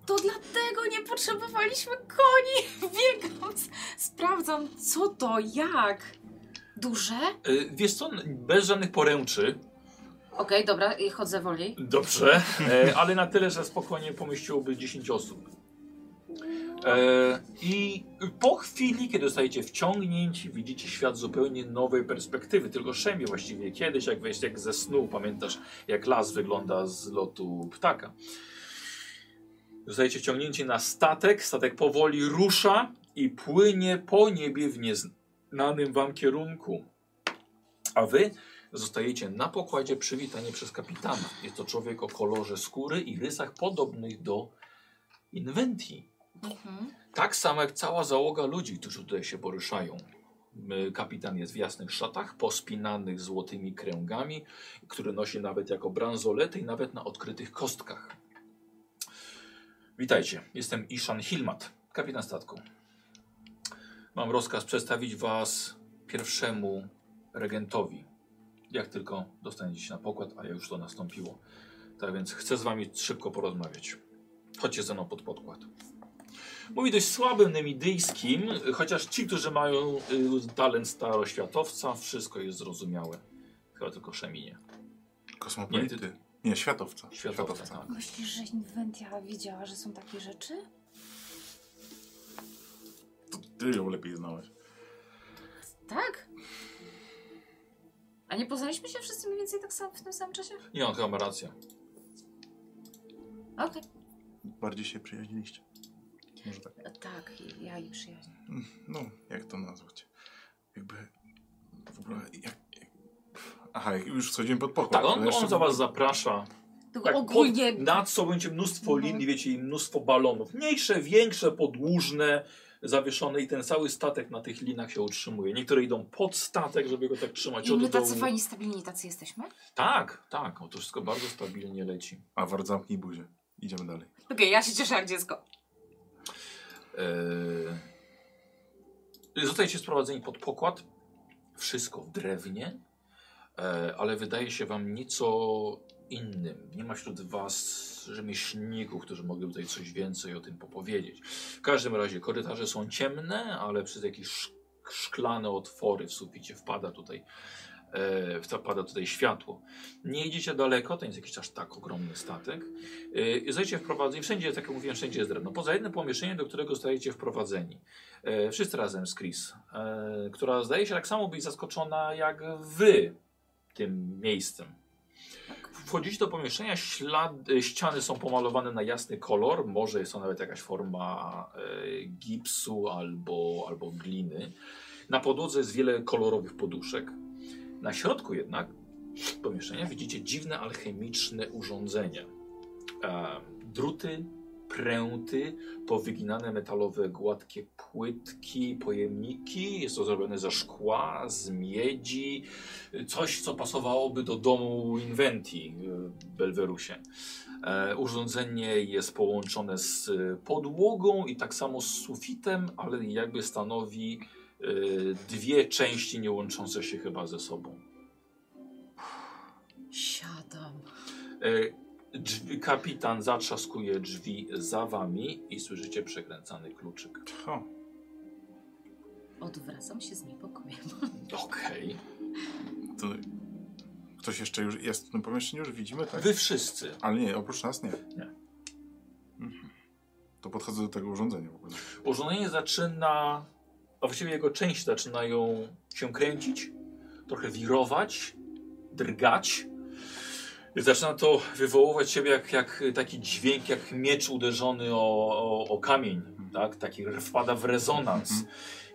Speaker 2: To dlatego nie potrzebowaliśmy koni. (laughs) Biegam, s- sprawdzam, co to, jak. Duże?
Speaker 1: E, Wiesz co, bez żadnych poręczy,
Speaker 2: Okej, dobra, i chodzę wolniej.
Speaker 1: Dobrze, e, ale na tyle, że spokojnie pomieściłoby 10 osób. E, I po chwili, kiedy zostajecie wciągnięci, widzicie świat zupełnie nowej perspektywy. Tylko szemie właściwie kiedyś, jak wejść jak ze snu, pamiętasz, jak las wygląda z lotu ptaka. Zostajecie wciągnięci na statek. Statek powoli rusza i płynie po niebie w nieznanym wam kierunku. A wy Zostajecie na pokładzie przywitani przez kapitana. Jest to człowiek o kolorze skóry i rysach podobnych do Inventii.
Speaker 2: Mhm.
Speaker 1: Tak samo jak cała załoga ludzi, którzy tutaj się poruszają. Y, Kapitan jest w jasnych szatach, pospinanych złotymi kręgami, które nosi nawet jako bransolety i nawet na odkrytych kostkach. Witajcie, jestem Ishan Hilmat, kapitan statku. Mam rozkaz przedstawić was pierwszemu regentowi. Jak tylko dostaniecie się na pokład, a już to nastąpiło. Tak więc chcę z wami szybko porozmawiać. Chodźcie ze mną pod podkład. Mówi dość słabym nemidyjskim, chociaż ci, którzy mają y, talent staroświatowca, wszystko jest zrozumiałe. Chyba tylko Szeminie.
Speaker 4: Kosmopolity.
Speaker 1: Nie,
Speaker 4: Nie, światowca.
Speaker 1: Światowca, tak.
Speaker 2: Myślisz, że Inventia wiedziała, że są takie rzeczy?
Speaker 1: tak.
Speaker 4: To ty ją lepiej znałeś.
Speaker 2: Tak. A nie poznaliśmy się wszyscy mniej więcej tak sam, w tym samym czasie?
Speaker 1: Nie, on chyba ma rację.
Speaker 2: Okej.
Speaker 4: Bardziej się przyjaźniliście. Może tak.
Speaker 2: Tak, ja i przyjaźń.
Speaker 4: No, jak to nazwać? Jakby. W ogóle. Jak, jak... Aha, jak już wchodzimy pod pokład.
Speaker 1: Tak,
Speaker 4: ale
Speaker 1: on,
Speaker 4: jeszcze-
Speaker 1: on za was zaprasza.
Speaker 2: Tylko
Speaker 1: Tak,
Speaker 2: ogólnie
Speaker 1: Pod, nad sobą będzie mnóstwo
Speaker 2: Mhm.
Speaker 1: linii, wiecie, i mnóstwo balonów. Mniejsze, większe, podłużne, zawieszone i ten cały statek na tych linach się utrzymuje. Niektóre idą pod statek, żeby go tak trzymać
Speaker 2: i my
Speaker 1: od
Speaker 2: tacy
Speaker 1: dołu.
Speaker 2: fajni, stabilni tacy jesteśmy.
Speaker 1: Tak, tak, o, to wszystko bardzo stabilnie leci.
Speaker 4: A war zamknij buzię. Idziemy dalej.
Speaker 2: Okej, ja się cieszę jak dziecko.
Speaker 1: Eee, E, Zostajecie sprowadzeni pod pokład. Wszystko w drewnie, e, ale wydaje się wam nieco innym. Nie ma wśród was rzemieślników, którzy mogliby tutaj coś więcej o tym popowiedzieć. W każdym razie korytarze są ciemne, ale przez jakieś sz- szklane otwory w suficie wpada tutaj, e, wpada tutaj światło. Nie idziecie daleko, to nie jest jakiś aż tak ogromny statek. Yy, Zostajecie wprowadzeni, wszędzie, tak jak mówiłem, wszędzie jest drewno. Poza jednym pomieszczeniem, do którego zostajecie wprowadzeni. E, wszyscy razem z Chris, e, która zdaje się tak samo być zaskoczona jak wy tym miejscem. Wchodzicie do pomieszczenia, ślad, e, ściany są pomalowane na jasny kolor, może jest to nawet jakaś forma e, gipsu albo, albo gliny. Na podłodze jest wiele kolorowych poduszek. Na środku jednak pomieszczenia widzicie dziwne alchemiczne urządzenie. E, druty, pręty, powyginane metalowe gładkie płytki, pojemniki. Jest to zrobione ze szkła, z miedzi. Coś, co pasowałoby do domu Inventi w Belwerusie. E, urządzenie jest połączone z e, podłogą i tak samo z sufitem, ale jakby stanowi e, dwie części nie łączące się chyba ze sobą.
Speaker 2: Siadam.
Speaker 1: E,
Speaker 6: Drzwi, kapitan zatrzaskuje drzwi za wami i słyszycie przekręcany kluczyk.
Speaker 4: O,
Speaker 2: Odwracam się z niepokojem.
Speaker 6: Okej.
Speaker 4: to ktoś jeszcze już jest w tym pomieszczeniu, już widzimy, tak?
Speaker 6: Wy wszyscy.
Speaker 4: Ale nie, oprócz nas nie.
Speaker 6: Nie.
Speaker 4: Mhm. To podchodzę do tego urządzenia w ogóle.
Speaker 6: Urządzenie zaczyna, a właściwie jego części zaczynają się kręcić, trochę wirować, drgać. Zaczyna to wywoływać siebie jak, jak taki dźwięk, jak miecz uderzony o, o, o kamień, tak? Taki wpada w rezonans.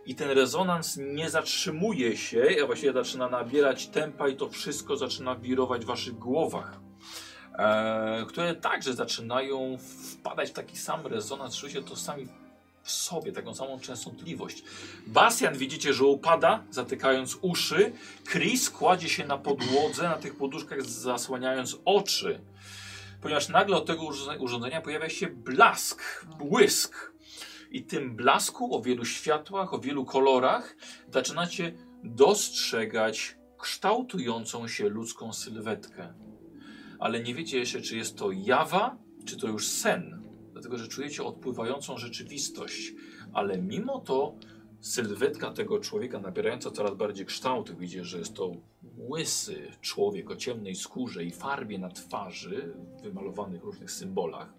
Speaker 6: I ten rezonans nie zatrzymuje się, a właściwie zaczyna nabierać tempa i to wszystko zaczyna wirować w waszych głowach. E, które także zaczynają wpadać w taki sam rezonans, czujecie to sami w sobie, taką samą częstotliwość. Bastian widzicie, że upada, zatykając uszy. Chris kładzie się na podłodze, na tych poduszkach zasłaniając oczy. Ponieważ nagle od tego urządze- urządzenia pojawia się blask, błysk. I tym blasku o wielu światłach, o wielu kolorach zaczynacie dostrzegać kształtującą się ludzką sylwetkę. Ale nie wiecie jeszcze, czy jest to jawa, czy to już sen dlatego że czujecie odpływającą rzeczywistość, ale mimo to sylwetka tego człowieka nabierająca coraz bardziej kształtu, widzicie, że jest to łysy człowiek o ciemnej skórze i farbie na twarzy, wymalowanych w różnych symbolach.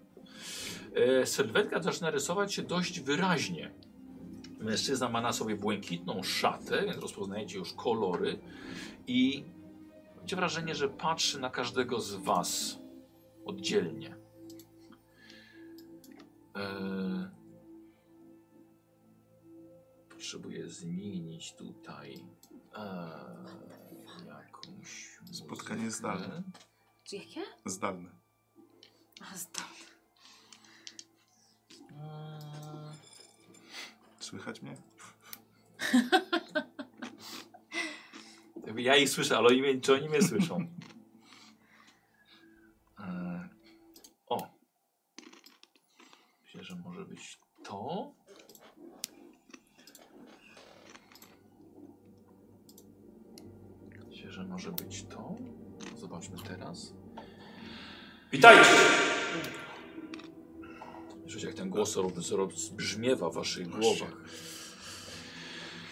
Speaker 6: E, sylwetka zaczyna rysować się dość wyraźnie. Mężczyzna ma na sobie błękitną szatę, więc rozpoznajecie już kolory i macie wrażenie, że patrzy na każdego z was oddzielnie. Eee, potrzebuję zmienić tutaj eee, jakąś.
Speaker 4: Spotkanie
Speaker 6: muzykę.
Speaker 4: zdalne.
Speaker 2: Czy jakie?
Speaker 4: Zdalne.
Speaker 2: A, zda- Mm.
Speaker 6: Eee,
Speaker 4: Słychać mnie?
Speaker 6: jakby Ja ich słyszę, ale oni mnie, czy oni mnie słyszą? Eee, o. Myślę, że może być to. Myślę, że może być to. Zobaczmy teraz. Witajcie! Słyszycie, jak ten głos rob- zrob- brzmiewa w waszych głowach.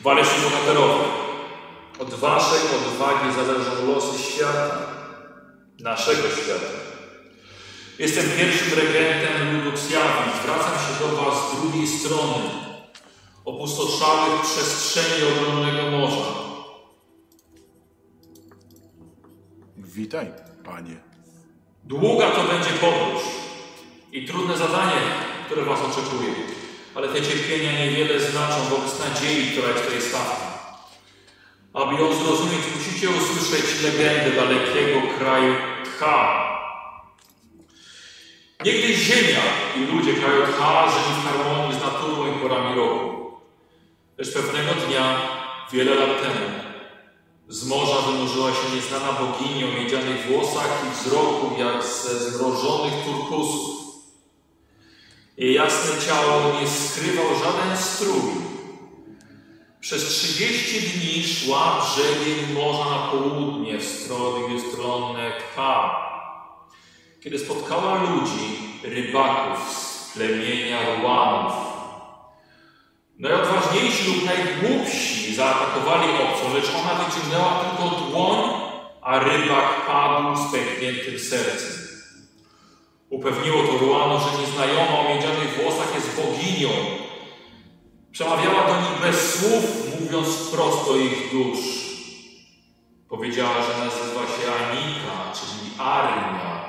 Speaker 6: Waleczni bohaterowie, od waszej odwagi zależą losy świata, naszego świata. Jestem pierwszym regentem Luduxjawi. Zwracam się do was z drugiej strony, opustoszałych przestrzeni ogromnego morza.
Speaker 4: Witaj, panie.
Speaker 6: Długa to będzie podróż i trudne zadanie, które Was oczekuje, ale te cierpienia niewiele znaczą wobec nadziei, która jest tutaj stawką. Aby ją zrozumieć, musicie usłyszeć legendę dalekiego kraju Tcha. Niegdyś ziemia i ludzie kraju Tcha żyli w harmonii z naturą i porami roku. Lecz pewnego dnia, wiele lat temu, z morza wynurzyła się nieznana bogini o miedzianych włosach i wzroku jak ze zmrożonych turkusów. Jej jasne ciało nie skrywał żaden strój. Przez 30 dni szła brzegiem morza na południe w stronę, w stronę K. Kiedy spotkała ludzi, rybaków z plemienia Ruanów, Najodważniejsi lub najgłupsi zaatakowali obcą, lecz ona wyciągnęła tylko dłoń, a rybak padł z pękniętym sercem. Upewniło to Ruano, że nieznajoma o miedzianych włosach jest boginią. Przemawiała do nich bez słów, mówiąc wprost do ich dusz. Powiedziała, że nazywa się Anika, czyli Armia.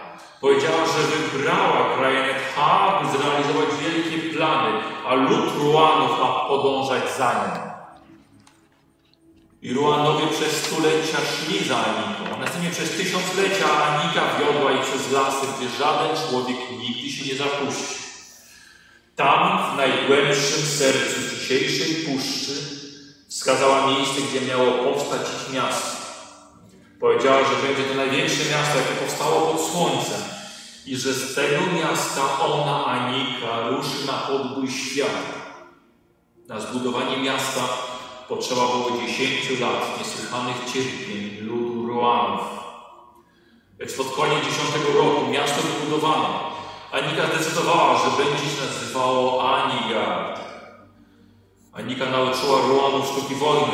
Speaker 6: Powiedziała, że wybrała krainę Tha, by zrealizować wielkie plany, a lud Ruanów ma podążać za nią. I Ruanowie przez stulecia szli za Aniką, a następnie przez tysiąclecia Anika wiodła ich przez lasy, gdzie żaden człowiek nigdy się nie zapuści. Tam, w najgłębszym sercu dzisiejszej puszczy, wskazała miejsce, gdzie miało powstać ich miasto. Powiedziała, że będzie to największe miasto, jakie powstało pod słońcem i że z tego miasta ona, Anika, ruszy na podbój świata. Na zbudowanie miasta potrzeba było 10 lat niesłychanych cierpień ludu Roanów. Pod koniec 10 roku miasto wybudowano. Anika zdecydowała, że będzie się nazywało Anigard. Anika nauczyła Ruanów sztuki wojny.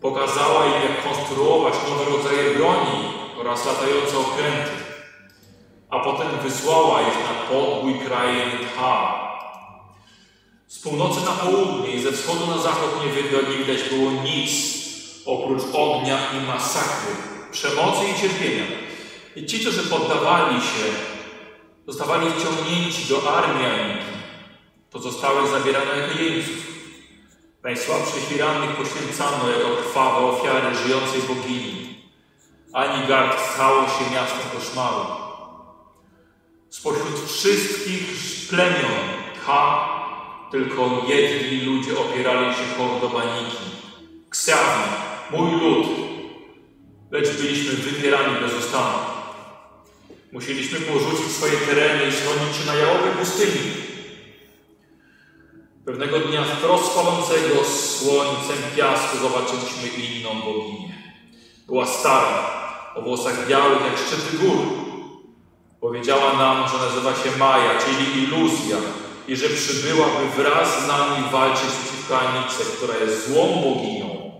Speaker 6: Pokazała im, jak konstruować nowe rodzaje broni oraz latające okręty. A potem wysłała ich na podbój krainy Tha. Z północy na południe i ze wschodu na zachód nie widać, nie widać było nic oprócz ognia i masakry, przemocy i cierpienia. I ci, którzy poddawali się, zostawali wciągnięci do armii Aniki. Pozostałych zabierano jako jeńców. Najsłabszych i rannych poświęcano jako krwawe ofiary żyjącej bogini. Anigard stało się miastem koszmaru. Spośród wszystkich plemion Ka tylko jedni ludzie opierali się kordobaniki. Ksami, mój lud. Lecz byliśmy wypierani bez ustanu. Musieliśmy porzucić swoje tereny i schronić się na jałowej pustyni. Pewnego dnia wprost palącego słońcem piasku zobaczyliśmy inną boginię. Była stara, o włosach białych jak szczyty gór. Powiedziała nam, że nazywa się Maja, czyli iluzja, i że przybyła, by wraz z nami walczyć przeciwko Anice, która jest złą boginią.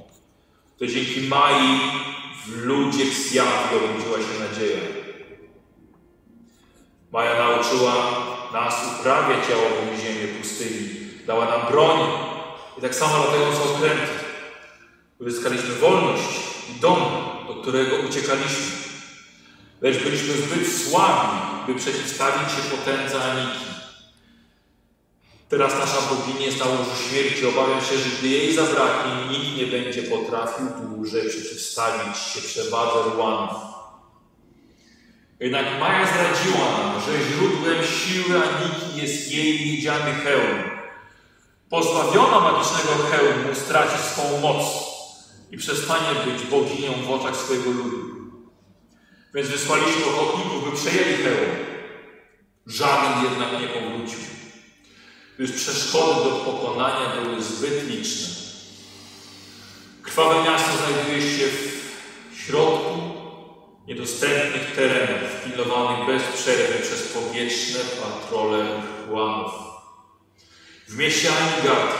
Speaker 6: To dzięki Mai w ludzie Ksjawi obudziła się nadzieja. Maja nauczyła nas uprawiać jałową ziemię pustyni, dała nam broń i tak samo latające okręty. Uzyskaliśmy wolność i dom, do którego uciekaliśmy lecz byliśmy zbyt słabi, by przeciwstawić się potędze Aniki. Teraz nasza bogini jest na łożu śmierci. Obawiam się, że gdy jej zabraknie, nikt nie będzie potrafił dłużej przeciwstawić się przewadze Ruanów. Jednak Maja zdradziła nam, że źródłem siły Aniki jest jej miedziany hełm. Pozbawiona magicznego hełmu straci swą moc i przestanie być boginią w oczach swojego ludu. Więc wysłaliśmy ochotników, by przejęli hełm. Żaden jednak nie powrócił, gdyż przeszkody do pokonania były zbyt liczne. Krwawe miasto znajduje się w środku niedostępnych terenów, pilnowanych bez przerwy przez powietrzne patrole łanów. W mieście Anigard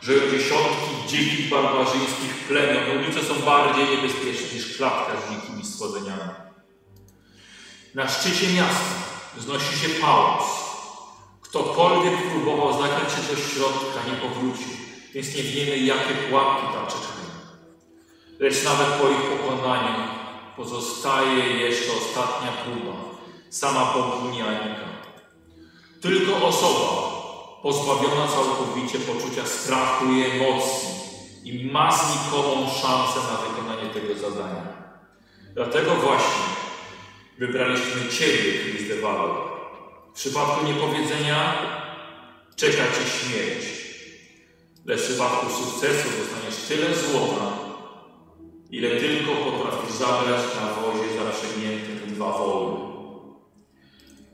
Speaker 6: żyją dziesiątki dzikich, barbarzyńskich plemion. Ulice są bardziej niebezpieczne niż klatka z dzikimi stworzeniami. Na szczycie miasta wznosi się pałac. Ktokolwiek próbował zakrać się do środka, nie powrócił, więc nie wiemy, jakie pułapki tam czekają. Lecz nawet po ich pokonaniu pozostaje jeszcze ostatnia próba, sama bogini Anika. Tylko osoba pozbawiona całkowicie poczucia strachu i emocji i ma znikomą szansę na wykonanie tego zadania. Dlatego właśnie wybraliśmy Ciebie, Chris Walor. W przypadku niepowiedzenia czeka Cię śmierć. Lecz w przypadku sukcesu dostaniesz tyle złota, ile tylko potrafisz zabrać na wozie zaprzymięte dwa woły.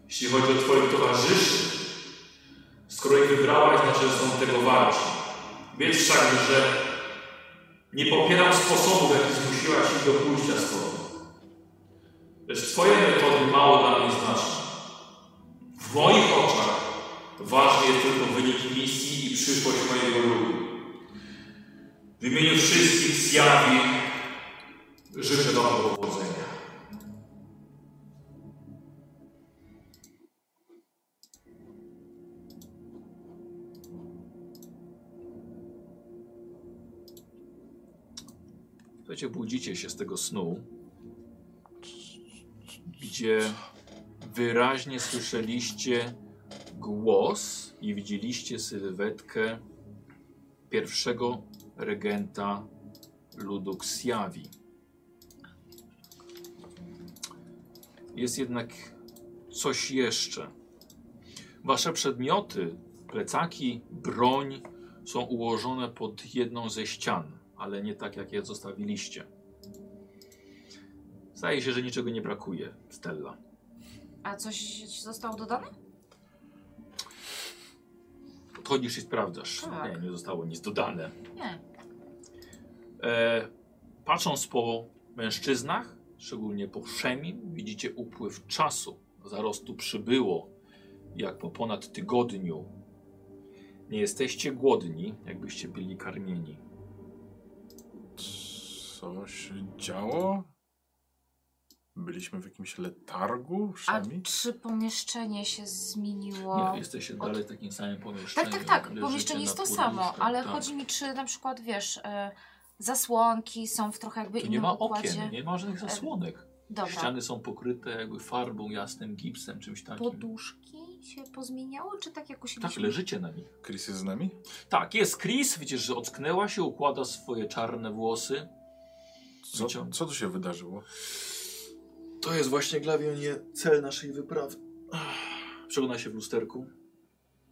Speaker 6: Jeśli chodzi o Twoich towarzyszy, skoro ich wybrałaś, znaczy, że są tego warci. Wiedz wszak, że nie popieram sposobu, w jaki zmusiłaś ich do pójścia z tobą. Lecz Twoje metody mało dla mnie znaczą. W moich oczach ważny jest tylko wynik misji i przyszłość mojego ludu. W imieniu wszystkich zjawi życzę Wam powodzenia.
Speaker 1: Słuchajcie, budzicie się z tego snu, gdzie wyraźnie słyszeliście głos i widzieliście sylwetkę pierwszego regenta ludu Ksjawi. Jest jednak coś jeszcze. Wasze przedmioty, plecaki, broń są ułożone pod jedną ze ścian, ale nie tak jak je zostawiliście. Zdaje się, że niczego nie brakuje, Stella.
Speaker 2: A coś zostało dodane?
Speaker 1: Podchodzisz i sprawdzasz.
Speaker 2: Tak.
Speaker 1: Nie, nie zostało nic dodane.
Speaker 2: Nie.
Speaker 1: E, patrząc po mężczyznach, szczególnie po Szemim, widzicie upływ czasu. Zarostu przybyło, jak po ponad tygodniu. Nie jesteście głodni, jakbyście byli karmieni.
Speaker 4: Co się działo? Byliśmy w jakimś letargu?
Speaker 2: A
Speaker 4: Szemi?
Speaker 2: czy pomieszczenie się zmieniło?
Speaker 1: Nie, jesteście dalej w takim samym pomieszczeniu.
Speaker 2: tak, tak, tak.
Speaker 1: leżycie
Speaker 2: Pomieszczenie jest
Speaker 1: na
Speaker 2: to samo,
Speaker 1: poduszkach,
Speaker 2: ale
Speaker 1: tak.
Speaker 2: chodzi mi, czy na przykład wiesz, e, zasłonki są w trochę jakby
Speaker 1: Tu nie
Speaker 2: innym
Speaker 1: ma
Speaker 2: układzie.
Speaker 1: okien, nie ma żadnych
Speaker 2: E,
Speaker 1: zasłonek.
Speaker 2: Dobra.
Speaker 1: Ściany są pokryte jakby farbą, jasnym gipsem, czymś takim.
Speaker 2: Poduszki się pozmieniały, czy tak jakoś
Speaker 1: Tak, leżycie na nich.
Speaker 4: Chris jest z nami?
Speaker 1: Tak, jest Chris, widzisz, że ocknęła się, układa swoje czarne włosy.
Speaker 4: Co, co tu się wydarzyło?
Speaker 1: To jest właśnie glawionie cel naszej wyprawy. Ach, Przegląda się w lusterku.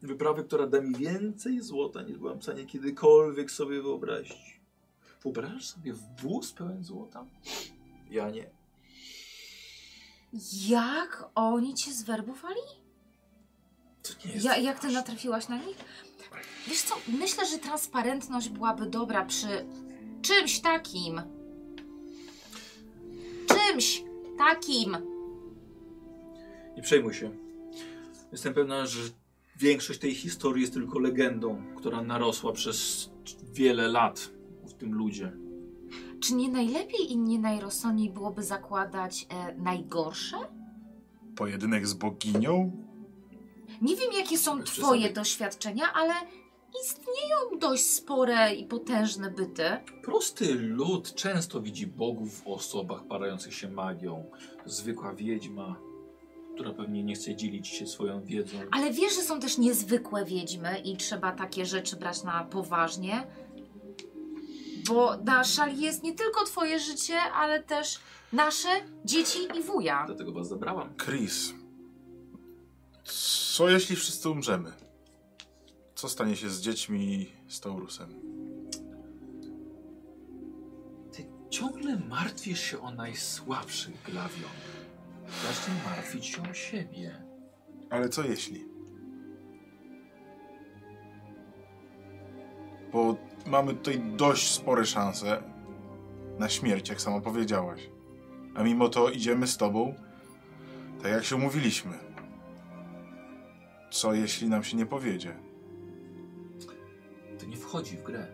Speaker 1: Wyprawy, która da mi więcej złota, niż byłam w stanie kiedykolwiek sobie wyobrazić. Wyobrażasz sobie wóz pełen złota? Ja nie.
Speaker 2: Jak oni cię zwerbowali?
Speaker 1: To nie jest
Speaker 2: Ja, jak ty
Speaker 1: ważne.
Speaker 2: natrafiłaś na nich? Wiesz co, myślę, że transparentność byłaby dobra przy czymś takim. Czymś takim.
Speaker 1: Nie przejmuj się. Jestem pewna, że większość tej historii jest tylko legendą, która narosła przez wiele lat w tym ludzie.
Speaker 2: Czy nie najlepiej i nie najrozsądniej byłoby zakładać e, najgorsze?
Speaker 4: Pojedynek z boginią?
Speaker 2: Nie wiem, jakie są
Speaker 1: Jeszcze
Speaker 2: twoje
Speaker 1: sobie-
Speaker 2: doświadczenia, ale istnieją dość spore i potężne byty.
Speaker 1: Prosty lud często widzi bogów w osobach parających się magią. Zwykła wiedźma, która pewnie nie chce dzielić się swoją wiedzą.
Speaker 2: Ale wiesz, że są też niezwykłe wiedźmy i trzeba takie rzeczy brać na poważnie. Bo na szali jest nie tylko twoje życie, ale też nasze, dzieci i wuja.
Speaker 1: Dlatego was zabrałam.
Speaker 4: Chris. Co jeśli wszyscy umrzemy? Co stanie się z dziećmi i z Taurusem?
Speaker 1: Ty ciągle martwisz się o najsłabszych glawion. Zacznij martwić się o siebie.
Speaker 4: Ale co jeśli? Bo mamy tutaj dość spore szanse na śmierć, jak sama powiedziałaś. A mimo to idziemy z tobą, tak jak się umówiliśmy. Co jeśli nam się nie powiedzie?
Speaker 1: To nie wchodzi w grę.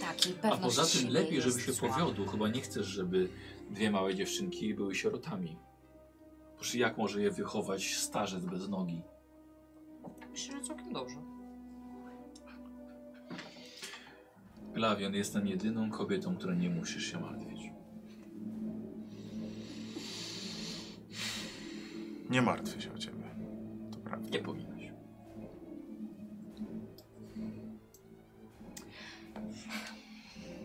Speaker 2: Takiej
Speaker 1: A
Speaker 2: pewności
Speaker 1: poza tym
Speaker 2: siebie
Speaker 1: lepiej, żeby
Speaker 2: jest
Speaker 1: się
Speaker 2: zła.
Speaker 1: powiodło. Chyba nie chcesz, żeby dwie małe dziewczynki były sierotami. Boż jak może je wychować starzec bez nogi?
Speaker 2: Myślę, że całkiem dobrze.
Speaker 1: Glawion jest tam jedyną kobietą, której nie musisz się martwić.
Speaker 4: Nie martwię się o ciebie. To prawda.
Speaker 1: Nie powinnaś.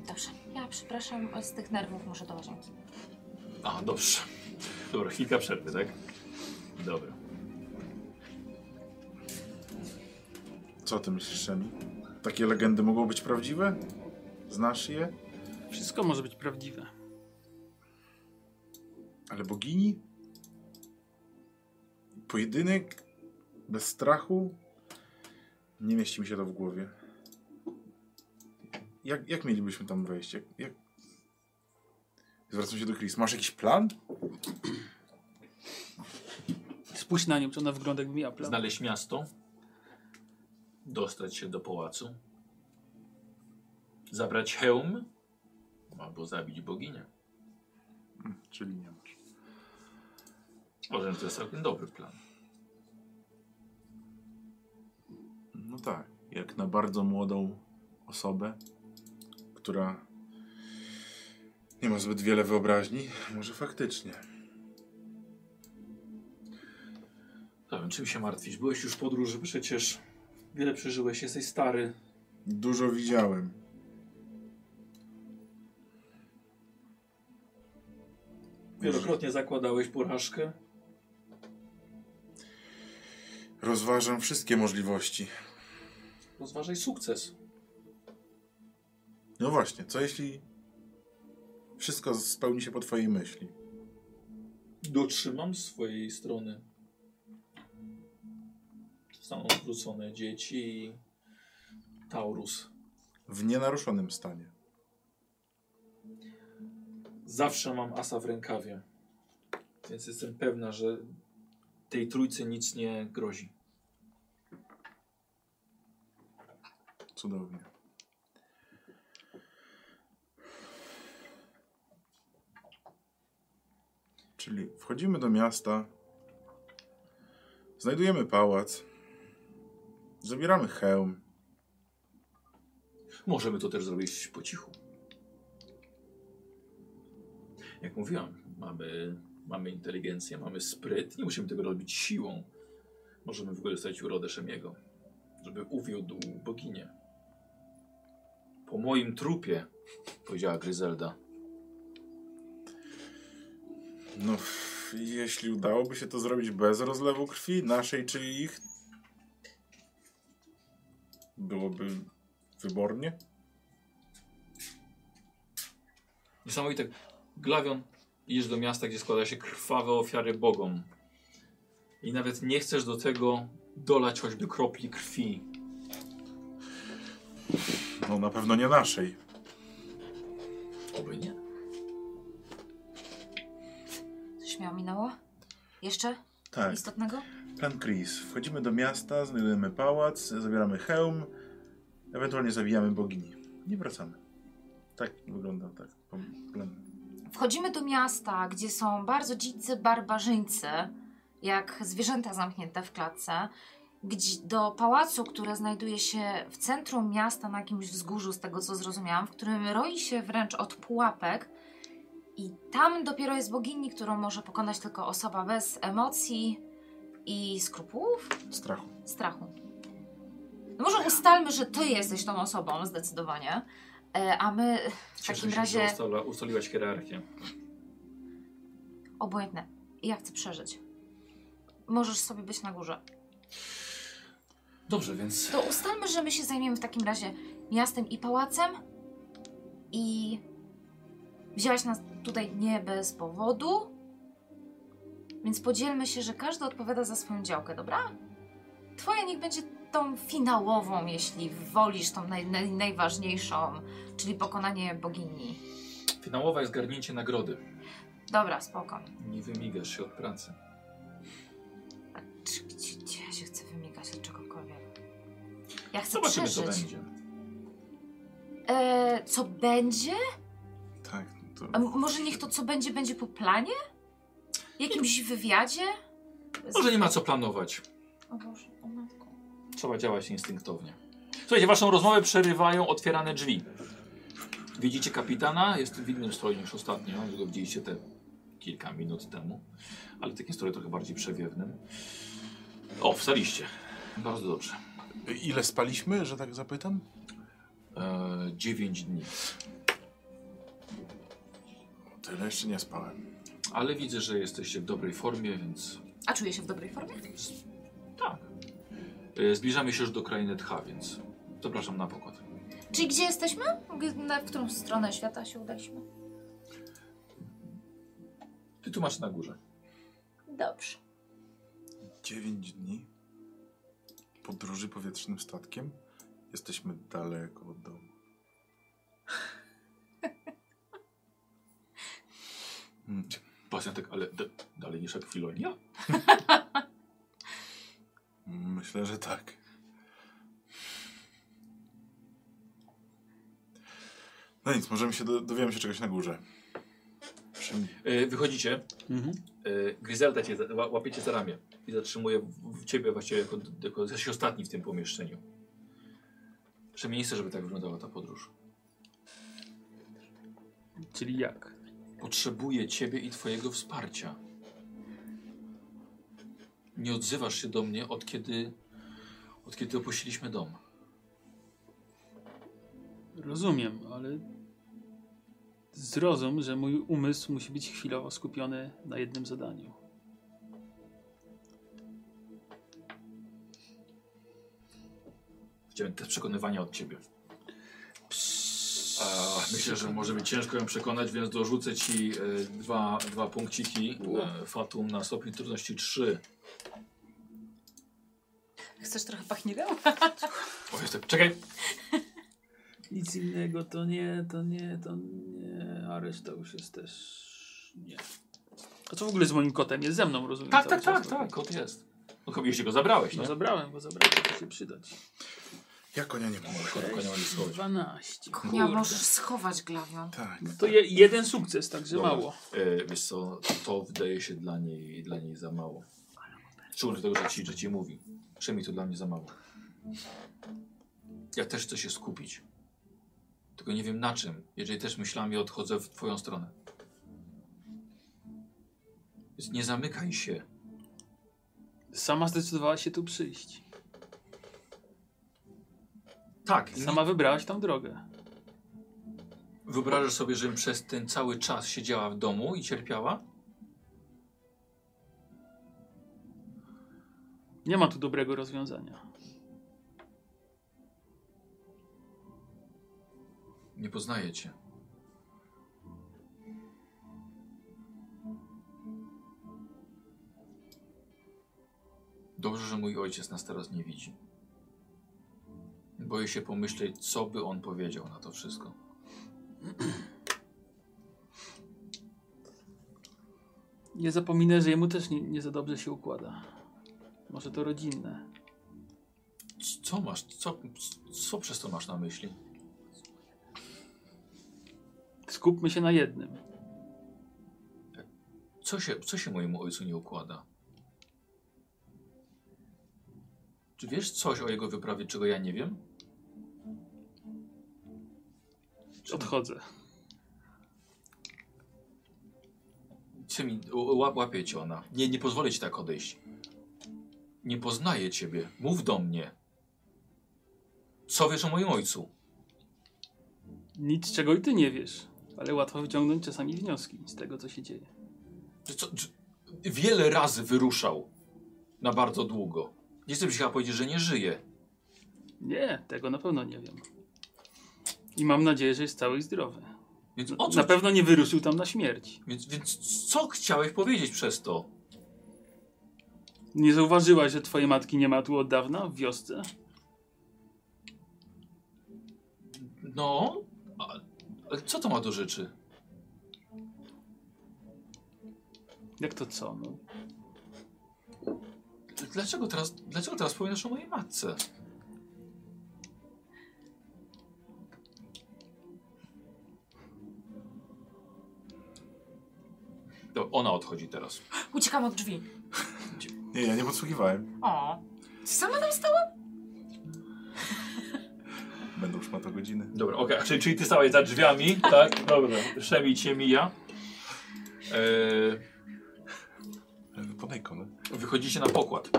Speaker 2: Dobrze, ja przepraszam, z tych nerwów muszę do łazienki.
Speaker 1: A, dobrze. Dobra, chwilka przerwy, tak? Dobra.
Speaker 4: Co ty myślisz, Szemi? Takie legendy mogą być prawdziwe? Znasz je?
Speaker 3: Wszystko może być prawdziwe.
Speaker 4: Ale bogini? Pojedynek? Bez strachu? Nie mieści mi się to w głowie. Jak, jak mielibyśmy tam wejść? Jak, jak... Zwracam się do Chris. Masz jakiś plan?
Speaker 3: Spójrz na nią, czy ona wygląda jakby miała plan.
Speaker 1: Znaleźć miasto, dostać się do pałacu, zabrać hełm albo zabić boginię.
Speaker 4: Czyli nie masz.
Speaker 1: Uważam, że to jest całkiem dobry plan.
Speaker 4: No tak. Jak na bardzo młodą osobę, która nie ma zbyt wiele wyobraźni, może faktycznie.
Speaker 1: Dobra, czym się martwisz? Byłeś już w podróży przecież. Wiele przeżyłeś, jesteś stary.
Speaker 4: Dużo widziałem.
Speaker 1: Wielokrotnie zakładałeś porażkę.
Speaker 4: Rozważam wszystkie możliwości.
Speaker 1: Rozważaj sukces.
Speaker 4: No właśnie, co jeśli wszystko spełni się po twojej myśli?
Speaker 1: Dotrzymam swojej strony. Zostaną zwrócone dzieci i Taurus.
Speaker 4: W nienaruszonym stanie.
Speaker 1: Zawsze mam asa w rękawie. Więc jestem pewna, że tej trójcy nic nie grozi.
Speaker 4: Cudownie. Czyli wchodzimy do miasta, znajdujemy pałac, zabieramy hełm.
Speaker 1: Możemy to też zrobić po cichu. Jak mówiłam, mamy, mamy inteligencję, mamy spryt. Nie musimy tego robić siłą. Możemy wykorzystać urodę Szemiego, żeby uwiódł boginię. Po moim trupie, powiedziała Gryzelda.
Speaker 4: No, f- jeśli udałoby się to zrobić bez rozlewu krwi, naszej czy ich, byłoby wybornie.
Speaker 1: Niesamowite. Glawion, idziesz do miasta, gdzie składa się krwawe ofiary bogom. I nawet nie chcesz do tego dolać choćby kropli krwi.
Speaker 4: No, na pewno nie naszej.
Speaker 1: Oby nie.
Speaker 2: Coś miało minęło? Jeszcze?
Speaker 4: Tak.
Speaker 2: Istotnego?
Speaker 4: Plan Chris. Wchodzimy do miasta, znajdujemy pałac, zabieramy hełm, ewentualnie zabijamy bogini. Nie wracamy. Tak wygląda tak pom- plan.
Speaker 2: Wchodzimy do miasta, gdzie są bardzo dzicy barbarzyńcy, jak zwierzęta zamknięte w klatce, gdzie, do pałacu, które znajduje się w centrum miasta na jakimś wzgórzu, z tego co zrozumiałam, w którym roi się wręcz od pułapek. I tam dopiero jest bogini, którą może pokonać tylko osoba bez emocji i skrupułów,
Speaker 4: Strachu.
Speaker 2: strachu. No może ustalmy, że ty jesteś tą osobą zdecydowanie, e, a my w
Speaker 1: Cieszę
Speaker 2: takim
Speaker 1: się,
Speaker 2: razie
Speaker 1: że ustala, ustaliłaś hierarchię.
Speaker 2: Obojętne. Ja chcę przeżyć. Możesz sobie być na górze.
Speaker 1: Dobrze, więc
Speaker 2: To ustalmy, że my się zajmiemy w takim razie miastem i pałacem. I wzięłaś nas tutaj nie bez powodu. Więc podzielmy się, że każdy odpowiada za swoją działkę, dobra? Twoja niech będzie tą finałową, jeśli wolisz, tą naj, naj, najważniejszą, czyli pokonanie bogini.
Speaker 1: finałowa jest garnięcie nagrody.
Speaker 2: Dobra, spoko.
Speaker 1: Nie wymigasz się od pracy.
Speaker 2: A czy- Gdzie, gdzie ja się chcę wymigać od czegokolwiek? Ja chcę
Speaker 1: Zobaczymy, co
Speaker 2: przeżyć.
Speaker 1: będzie.
Speaker 2: E, co będzie?
Speaker 4: Tak, to
Speaker 2: A m- może niech to co będzie, będzie po planie? Jakimś wywiadzie?
Speaker 1: Może nie ma co planować.
Speaker 2: O Boże, o matko.
Speaker 1: Trzeba działać instynktownie. Słuchajcie, waszą rozmowę przerywają otwierane drzwi. Widzicie kapitana, jest w innym stroju niż ostatnio, jak go widzieliście te kilka minut temu, ale w takim stroju trochę bardziej przewiewnym. O, wstaliście. Bardzo dobrze.
Speaker 4: Ile spaliśmy, że tak zapytam?
Speaker 1: E, 9 dni.
Speaker 4: Tyle jeszcze nie spałem.
Speaker 1: Ale widzę, że jesteście w dobrej formie, więc
Speaker 2: A czuję się w dobrej formie?
Speaker 1: tak. E, zbliżamy się już do krainy Tcha, więc zapraszam na pokład.
Speaker 2: Czyli gdzie jesteśmy? G- Na w którą stronę świata się udaliśmy?
Speaker 1: Ty tu masz na górze.
Speaker 2: Dobrze.
Speaker 4: 9 dni podróży powietrznym statkiem. Jesteśmy daleko od domu. Mm,
Speaker 1: Bastian tak, ale d- dalej niż Akwilonia?
Speaker 4: Myślę, że tak. No nic, możemy się do, dowiemy się czegoś na górze. Szym,
Speaker 1: E, wychodzicie.
Speaker 3: Mhm.
Speaker 1: E, Gryzelda cię za- ła- łapie cię za ramię i zatrzymuje w- w ciebie właściwie jako, jako jesteś ostatni w tym pomieszczeniu. Że nie chcę, żeby tak wyglądała ta podróż.
Speaker 3: Czyli jak?
Speaker 1: Potrzebuję ciebie i twojego wsparcia. Nie odzywasz się do mnie od kiedy, od kiedy opuściliśmy dom.
Speaker 3: Rozumiem, ale zrozum, że mój umysł musi być chwilowo skupiony na jednym zadaniu.
Speaker 1: Chciałem te przekonywania od ciebie. A, myślę, że może być ciężko ją przekonać, więc dorzucę ci e, dwa, dwa punkciki. E, fatum na stopień trudności 3.
Speaker 2: Chcesz trochę pachnideł?
Speaker 1: O, jestem. Czekaj!
Speaker 3: Nic innego to nie, to nie, to nie. Arysteusz jest też... nie. A co w ogóle z moim kotem? Jest ze mną, rozumiem?
Speaker 1: Tak,
Speaker 3: cały
Speaker 1: tak, tak,
Speaker 3: czas?
Speaker 1: tak, kot jest. No chyba jeśli go zabrałeś,
Speaker 3: No
Speaker 1: nie?
Speaker 3: zabrałem go, zabrałem, to się przydać.
Speaker 4: Ja konia nie mogę.
Speaker 1: Tylko nie ma nic schować.
Speaker 3: 12.
Speaker 2: Konia
Speaker 3: kurde.
Speaker 2: możesz schować, Glawion.
Speaker 4: Tak.
Speaker 3: No to je, jeden sukces, także
Speaker 1: Dobra.
Speaker 3: mało.
Speaker 1: E, wiesz co, to wydaje się dla niej, dla niej za mało. Szczególnie tego, że ci, że ci mówi. Przynajmniej to dla mnie za mało. Ja też chcę się skupić. Tylko nie wiem na czym. Jeżeli też myślami odchodzę w twoją stronę. Więc nie zamykaj się.
Speaker 3: Sama zdecydowała się tu przyjść.
Speaker 1: Tak,
Speaker 3: Sama wybrałaś tą drogę.
Speaker 1: Wyobrażasz sobie, żebym przez ten cały czas siedziała w domu i cierpiała?
Speaker 3: Nie ma tu dobrego rozwiązania.
Speaker 1: Nie poznaję cię. Dobrze, że mój ojciec nas teraz nie widzi. Boję się pomyśleć, co by on powiedział na to wszystko.
Speaker 3: Nie zapominaj, że jemu też nie, nie za dobrze się układa. Może to rodzinne.
Speaker 1: C- Co masz? Co, co przez to masz na myśli?
Speaker 3: Skupmy się na jednym.
Speaker 1: Co się, co się mojemu ojcu nie układa? Czy wiesz coś o jego wyprawie, czego ja nie wiem?
Speaker 3: Odchodzę.
Speaker 1: Ty mi, u- ła- łapie cię ona. Nie, nie pozwolę ci tak odejść. Nie poznaję ciebie. Mów do mnie. Co wiesz o moim ojcu?
Speaker 3: Nic, czego i ty nie wiesz. Ale łatwo wyciągnąć czasami wnioski z tego, co się dzieje.
Speaker 1: Ty Co, czy, wiele razy wyruszał. Na bardzo długo. Nie chcę byś chciała powiedzieć, że nie żyje.
Speaker 3: Nie, tego na pewno nie wiem. I mam nadzieję, że jest cały i zdrowy.
Speaker 1: Więc o co?
Speaker 3: Na pewno nie wyruszył tam na śmierć.
Speaker 1: Więc, więc co chciałeś powiedzieć przez to?
Speaker 3: Nie zauważyłaś, że twojej matki nie ma tu od dawna w wiosce?
Speaker 1: No, a, ale co to ma do rzeczy?
Speaker 3: Jak to co? No,
Speaker 1: D- Dlaczego teraz, dlaczego teraz powiadasz o mojej matce? To ona odchodzi teraz.
Speaker 2: Uciekam od drzwi.
Speaker 4: Nie, ja nie podsłuchiwałem.
Speaker 2: O. Sama tam stała?
Speaker 4: Będą już ma to godziny.
Speaker 1: Dobra, okej. Czyli, czyli ty stałeś za drzwiami, tak? Dobra. Szemi cię mija. Eee,
Speaker 4: Podaj konę.
Speaker 1: wychodzicie na pokład.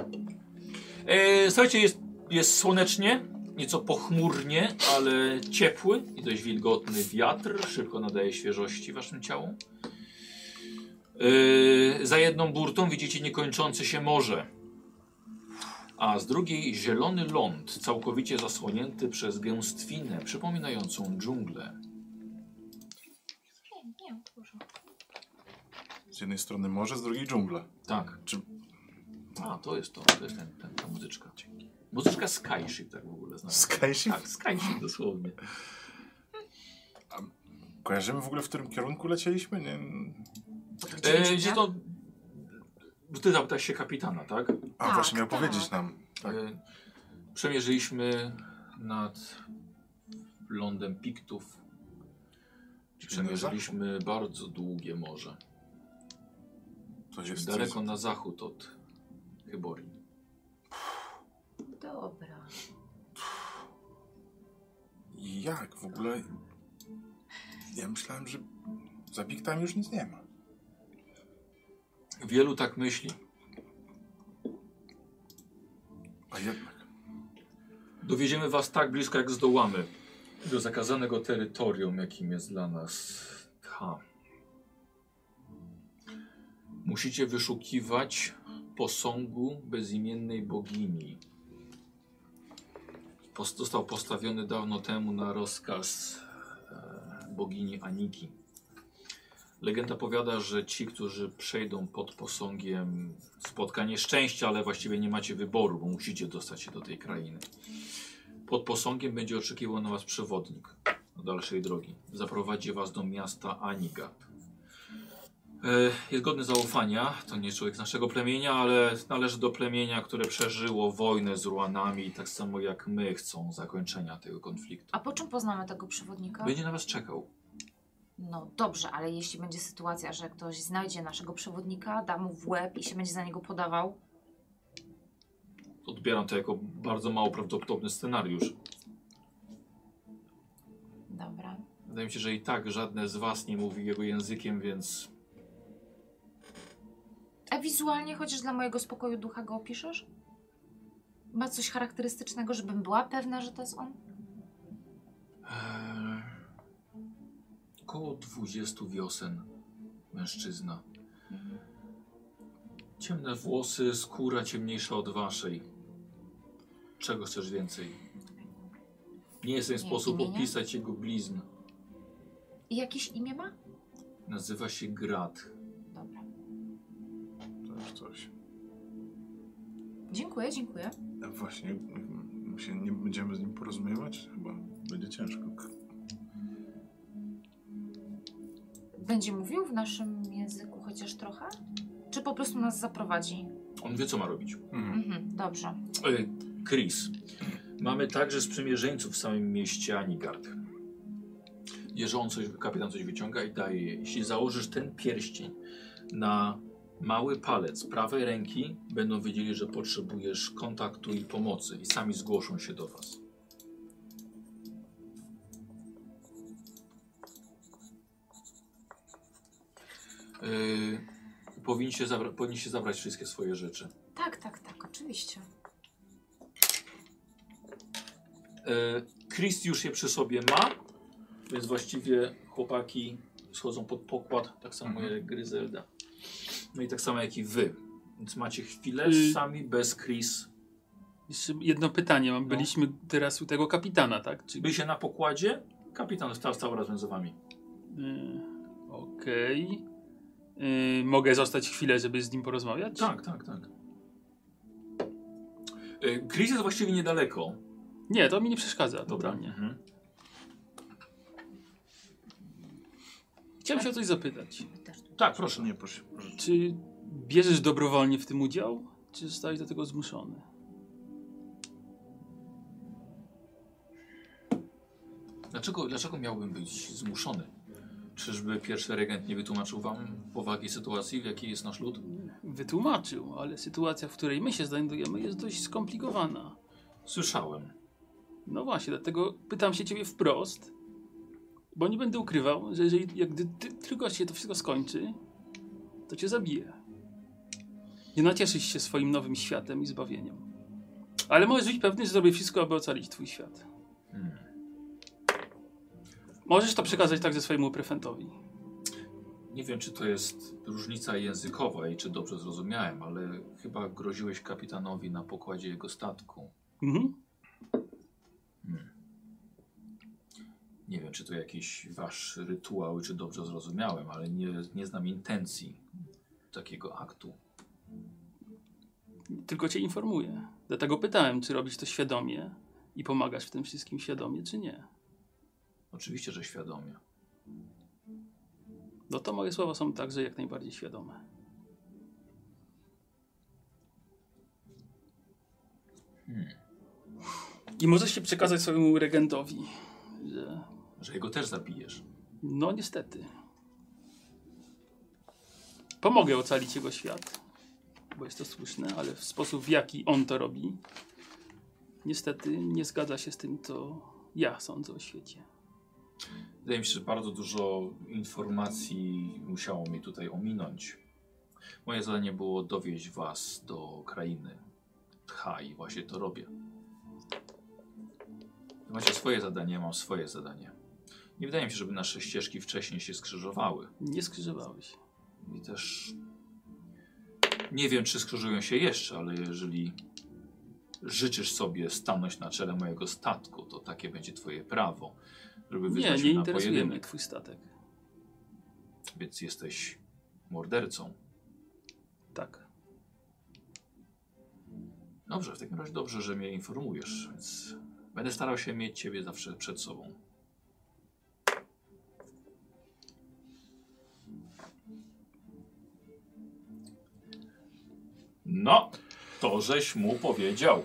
Speaker 1: Eee, słuchajcie, jest, jest słonecznie, nieco pochmurnie, ale ciepły i dość wilgotny wiatr. Szybko nadaje świeżości waszym ciałom. Yy, za jedną burtą widzicie niekończące się morze, a z drugiej zielony ląd, całkowicie zasłonięty przez gęstwinę przypominającą dżunglę.
Speaker 4: Z jednej strony morze, z drugiej dżungla.
Speaker 1: Tak.
Speaker 4: Czy-
Speaker 1: A, to jest to, to jest ten, ten, ta muzyczka. Muzyczka Skyship, tak w ogóle znasz.
Speaker 4: Skyship?
Speaker 1: Tak, Skyship dosłownie.
Speaker 4: Kojarzymy w ogóle, w którym kierunku lecieliśmy? Nie?
Speaker 1: E, gdzie to... Ty zapytasz się kapitana, tak?
Speaker 4: A,
Speaker 2: Tak,
Speaker 4: właśnie miał
Speaker 2: tak.
Speaker 4: powiedzieć nam. Tak.
Speaker 1: E, Przemierzyliśmy nad lądem Piktów. Przemierzyliśmy bardzo długie morze.
Speaker 4: To jest
Speaker 1: Daleko na zachód od Chyborin.
Speaker 2: Dobra.
Speaker 4: I jak w ogóle? Ja myślałem, że za Big Time już nic nie ma.
Speaker 1: Wielu tak myśli.
Speaker 4: A jednak.
Speaker 1: Dowiedziemy was tak blisko, jak zdołamy. Do zakazanego terytorium, jakim jest dla nas Tha. Musicie wyszukiwać posągu bezimiennej bogini. Pos- został postawiony dawno temu na rozkaz e, bogini Aniki. Legenda powiada, że ci, którzy przejdą pod posągiem, spotka nieszczęście, ale właściwie nie macie wyboru, bo musicie dostać się do tej krainy. Pod posągiem będzie oczekiwał na was przewodnik. dalszej drogi. Zaprowadzi was do miasta Anigat. E, Jest godny zaufania, to nie człowiek z naszego plemienia, ale należy do plemienia, które przeżyło wojnę z Ruanami i tak samo jak my chcą zakończenia tego konfliktu.
Speaker 2: A po czym poznamy tego przewodnika?
Speaker 1: Będzie na was czekał.
Speaker 2: No dobrze, ale jeśli będzie sytuacja, że ktoś znajdzie naszego przewodnika, da mu w łeb i się będzie za niego podawał,
Speaker 1: Odbieram to jako bardzo mało prawdopodobny scenariusz.
Speaker 2: dobra.
Speaker 1: Wydaje mi się, że i tak żadne z was nie mówi jego językiem, więc
Speaker 2: A wizualnie chociaż dla mojego spokoju ducha go opiszesz? Ma coś charakterystycznego, żebym była pewna, że to jest on?
Speaker 1: Eee, Koło 20 wiosen mężczyzna. Ciemne włosy, skóra ciemniejsza od waszej. Czego chcesz więcej? Nie jest ten
Speaker 2: Nie,
Speaker 1: sposób
Speaker 2: imienia?
Speaker 1: opisać jego blizn.
Speaker 2: I jakieś imię ma?
Speaker 1: Nazywa się Grad.
Speaker 2: Dobra.
Speaker 4: To już coś.
Speaker 2: Dziękuję, dziękuję.
Speaker 4: A właśnie, mm, my się nie będziemy z nim porozumiewać? Chyba będzie ciężko. K-
Speaker 2: Będzie mówił w naszym języku chociaż trochę? Czy po prostu nas zaprowadzi?
Speaker 1: On wie, co ma robić.
Speaker 2: Mhm, dobrze.
Speaker 1: Ej, E, Chris, mamy także sprzymierzeńców w samym mieście Anigard. Jeżeli on coś, kapitan coś wyciąga i daje jej. Jeśli założysz ten pierścień na mały palec prawej ręki, będą wiedzieli, że potrzebujesz kontaktu i pomocy i sami zgłoszą się do was. Yy, powinniście, zabra- powinniście zabrać wszystkie swoje rzeczy.
Speaker 2: Tak, tak, tak, oczywiście.
Speaker 1: E, Chris już je przy sobie ma, więc właściwie chłopaki schodzą pod pokład, tak samo
Speaker 3: Mhm.
Speaker 1: jak Gryzelda. No i tak samo jak i wy. Więc macie chwilę
Speaker 3: Y-
Speaker 1: sami bez Chris.
Speaker 3: Jeszcze jedno pytanie. mam.
Speaker 1: No.
Speaker 3: Byliśmy teraz u tego kapitana, tak? Czy...
Speaker 1: By się na pokładzie, kapitan stał, stał razem z wami.
Speaker 3: Yy, Okej. Yy, mogę zostać chwilę, żeby z nim porozmawiać?
Speaker 1: Tak, tak, tak. E, Chris jest właściwie niedaleko.
Speaker 3: Nie, to mi nie przeszkadza.
Speaker 1: Dobra.
Speaker 3: Dobra.
Speaker 1: Mhm.
Speaker 3: Chciałem się o coś zapytać.
Speaker 1: Tak, proszę.
Speaker 4: Nie, proszę. proszę.
Speaker 3: Czy bierzesz dobrowolnie w tym udział, czy zostałeś do tego zmuszony?
Speaker 1: Dlaczego, dlaczego miałbym być zmuszony? Czyżby pierwszy regent nie wytłumaczył wam powagi sytuacji, w jakiej jest nasz lud?
Speaker 3: Wytłumaczył, ale sytuacja, w której my się znajdujemy, jest dość skomplikowana.
Speaker 1: Słyszałem.
Speaker 3: No właśnie, dlatego pytam się ciebie wprost, bo nie będę ukrywał, że jeżeli jak gdy ty, tylko się to wszystko skończy, to cię zabiję. Nie nacieszysz się swoim nowym światem i zbawieniem. Ale możesz być pewny, że zrobię wszystko, aby ocalić twój świat.
Speaker 1: Hmm.
Speaker 3: Możesz to przekazać także swojemu prefentowi.
Speaker 1: Nie wiem, czy to jest różnica językowa i czy dobrze zrozumiałem, ale chyba groziłeś kapitanowi na pokładzie jego statku.
Speaker 3: Mhm.
Speaker 1: Nie wiem, czy to jakiś wasz rytuał i czy dobrze zrozumiałem, ale nie, nie znam intencji takiego aktu.
Speaker 3: Tylko cię informuję. Dlatego pytałem, czy robisz to świadomie i pomagasz w tym wszystkim świadomie, czy nie.
Speaker 1: Oczywiście, że świadomie.
Speaker 3: No to moje słowa są także jak najbardziej świadome.
Speaker 1: Hmm.
Speaker 3: I możesz się przekazać swojemu regentowi, że
Speaker 1: Że jego też zabijesz.
Speaker 3: no niestety. Pomogę ocalić jego świat, bo jest to słuszne, ale w sposób w jaki on to robi, niestety nie zgadza się z tym, co ja sądzę o świecie.
Speaker 1: Wydaje mi się, że bardzo dużo informacji musiało mi tutaj ominąć. Moje zadanie było dowieźć was do krainy Tcha i właśnie to robię. Wy Macie swoje zadanie, ja mam swoje zadanie. Nie wydaje mi się, żeby nasze ścieżki wcześniej się skrzyżowały.
Speaker 3: Nie skrzyżowałeś.
Speaker 1: I też nie wiem, czy skrzyżują się jeszcze, ale jeżeli życzysz sobie stanąć na czele mojego statku, to takie będzie twoje prawo, żeby
Speaker 3: Nie,
Speaker 1: wyzwać
Speaker 3: nie
Speaker 1: mnie na
Speaker 3: interesuje
Speaker 1: pojedynek
Speaker 3: mnie twój statek.
Speaker 1: więc jesteś mordercą.
Speaker 3: Tak.
Speaker 1: Dobrze, w takim razie dobrze, że mnie informujesz, więc będę starał się mieć ciebie zawsze przed sobą. No, to żeś mu powiedział.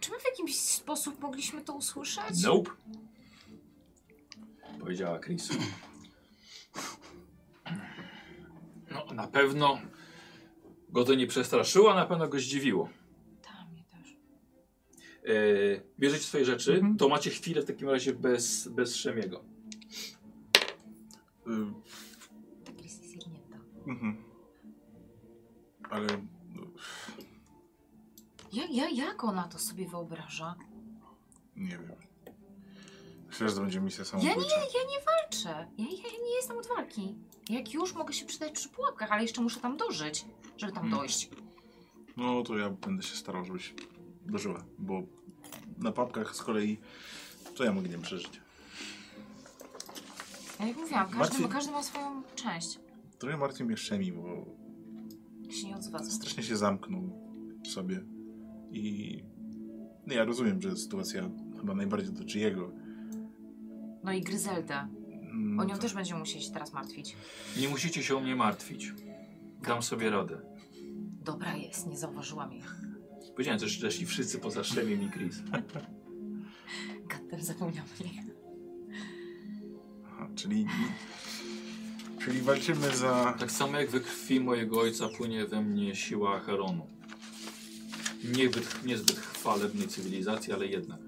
Speaker 2: Czy my w jakiś sposób mogliśmy to usłyszeć?
Speaker 1: Nope. Powiedziała Chris. No, na pewno go to nie przestraszyło, a na pewno go zdziwiło.
Speaker 2: Tam mnie też.
Speaker 1: E, bierzecie swoje rzeczy, to macie chwilę w takim razie bez, bez Szemiego.
Speaker 4: Y,
Speaker 2: Ta Chris Tak jest jednięta.
Speaker 4: mhm. Ale no,
Speaker 2: Ja, ja, jak ona to sobie wyobraża?
Speaker 4: nie wiem. Myślę, że to będzie misja
Speaker 2: Ja nie,
Speaker 4: samobójcza.
Speaker 2: ja nie walczę. Ja, ja, ja nie jestem od walki. Jak już mogę się przydać przy pułapkach, ale jeszcze muszę tam dożyć, żeby tam
Speaker 4: Mhm.
Speaker 2: dojść.
Speaker 4: No to ja będę się starał, żebyś dożyła, bo na papkach z kolei to ja mogę nie przeżyć.
Speaker 2: Ja jak mówiłam, każdy,
Speaker 4: Martwi-
Speaker 2: ma- każdy ma swoją część.
Speaker 4: Trochę martwi mnie Szemi, bo
Speaker 2: Jak się nie odzywa. to-
Speaker 4: strasznie się zamknął w sobie i no ja rozumiem, że sytuacja chyba najbardziej dotyczy jego.
Speaker 2: No i Gryzelda.
Speaker 4: Mm,
Speaker 2: O nią
Speaker 4: tak.
Speaker 2: też będziemy musieli się teraz martwić.
Speaker 1: Nie musicie się o mnie martwić. Dam sobie radę.
Speaker 2: Dobra jest, nie zauważyłam jej.
Speaker 1: Powiedziałem też, że ci wszyscy poza Szemiem i Chris.
Speaker 2: Gadem zapomniałam jej.
Speaker 4: Aha, czyli, czyli walczymy za...
Speaker 1: Tak samo jak we krwi mojego ojca płynie we mnie siła Acheronu. Niezbyt, niezbyt chwalebnej cywilizacji, ale jednak.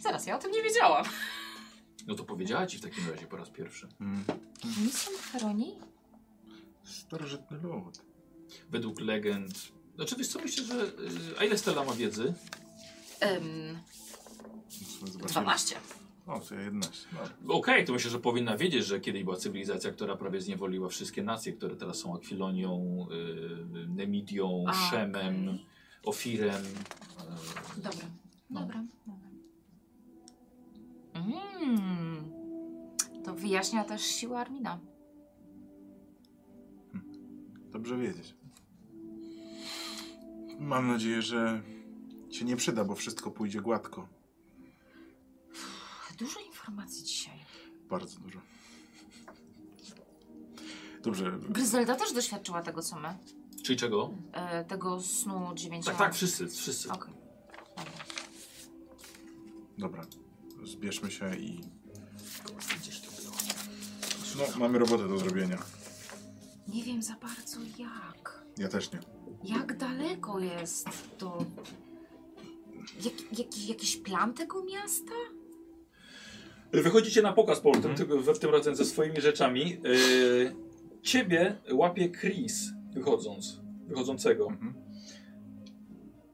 Speaker 2: Zaraz, ja o tym nie wiedziałam.
Speaker 1: No to powiedziała ci w takim razie po raz pierwszy.
Speaker 4: Mm,
Speaker 2: Misja makaroni?
Speaker 4: starożytny lud.
Speaker 1: Według legend. Znaczy wiesz co myślę, że. y, A ile Stella ma wiedzy?
Speaker 2: Ym,
Speaker 4: Zobaczymy.
Speaker 2: 12.
Speaker 4: O, to ja No, 11. Dobra.
Speaker 1: Okej, to myślę, że powinna wiedzieć, że kiedyś była cywilizacja, która prawie zniewoliła wszystkie nacje, które teraz są Akwilonią, y, Nemidią,
Speaker 2: A,
Speaker 1: Szemem,
Speaker 2: okej.
Speaker 1: Ofirem. y,
Speaker 2: Dobra.
Speaker 1: No.
Speaker 2: Dobra. Dobra. Mm. To wyjaśnia też siłę Armina.
Speaker 4: Dobrze wiedzieć. Mam nadzieję, że się nie przyda, bo wszystko pójdzie gładko.
Speaker 2: Dużo informacji dzisiaj.
Speaker 4: Bardzo dużo. Dobrze.
Speaker 2: Gryzelda też doświadczyła tego, co my.
Speaker 1: y, Czyli czego?
Speaker 2: E, tego snu dziewięciu.
Speaker 1: Tak, tak, wszyscy, wszyscy.
Speaker 2: Okej.
Speaker 4: Dobra. Zbierzmy się i. No, mamy robotę do zrobienia.
Speaker 2: Nie wiem za bardzo jak.
Speaker 4: Ja też nie.
Speaker 2: Jak daleko jest to? Jak, jak, jakiś plan tego miasta?
Speaker 1: Y, Wychodzicie na pokaz portem, tylko w tym razem ze swoimi rzeczami. Yy, ciebie łapie Chris wychodząc, wychodzącego.
Speaker 4: Mhm.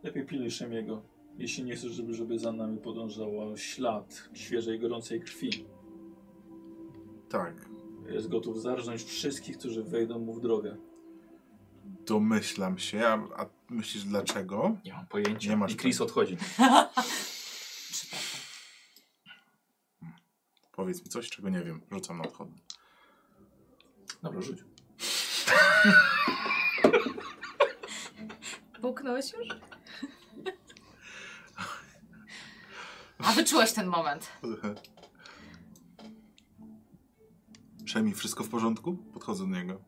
Speaker 1: Lepiej pilnuj Szemiego, jeśli nie chcesz, żeby, żeby za nami podążał ślad świeżej, gorącej krwi.
Speaker 4: Tak.
Speaker 1: Jest gotów zarżnąć wszystkich, którzy wejdą mu w drogę.
Speaker 4: Domyślam się. A, a myślisz dlaczego?
Speaker 1: Nie mam pojęcia.
Speaker 4: Nie masz
Speaker 1: I Chris odchodzi.
Speaker 4: Powiedz mi coś, czego nie wiem. Rzucam na (laughs) odchody.
Speaker 1: Dobra, rzuć.
Speaker 2: Puknąłeś już? A wyczułeś ten moment.
Speaker 4: Szemi, wszystko w porządku? Podchodzę do niego.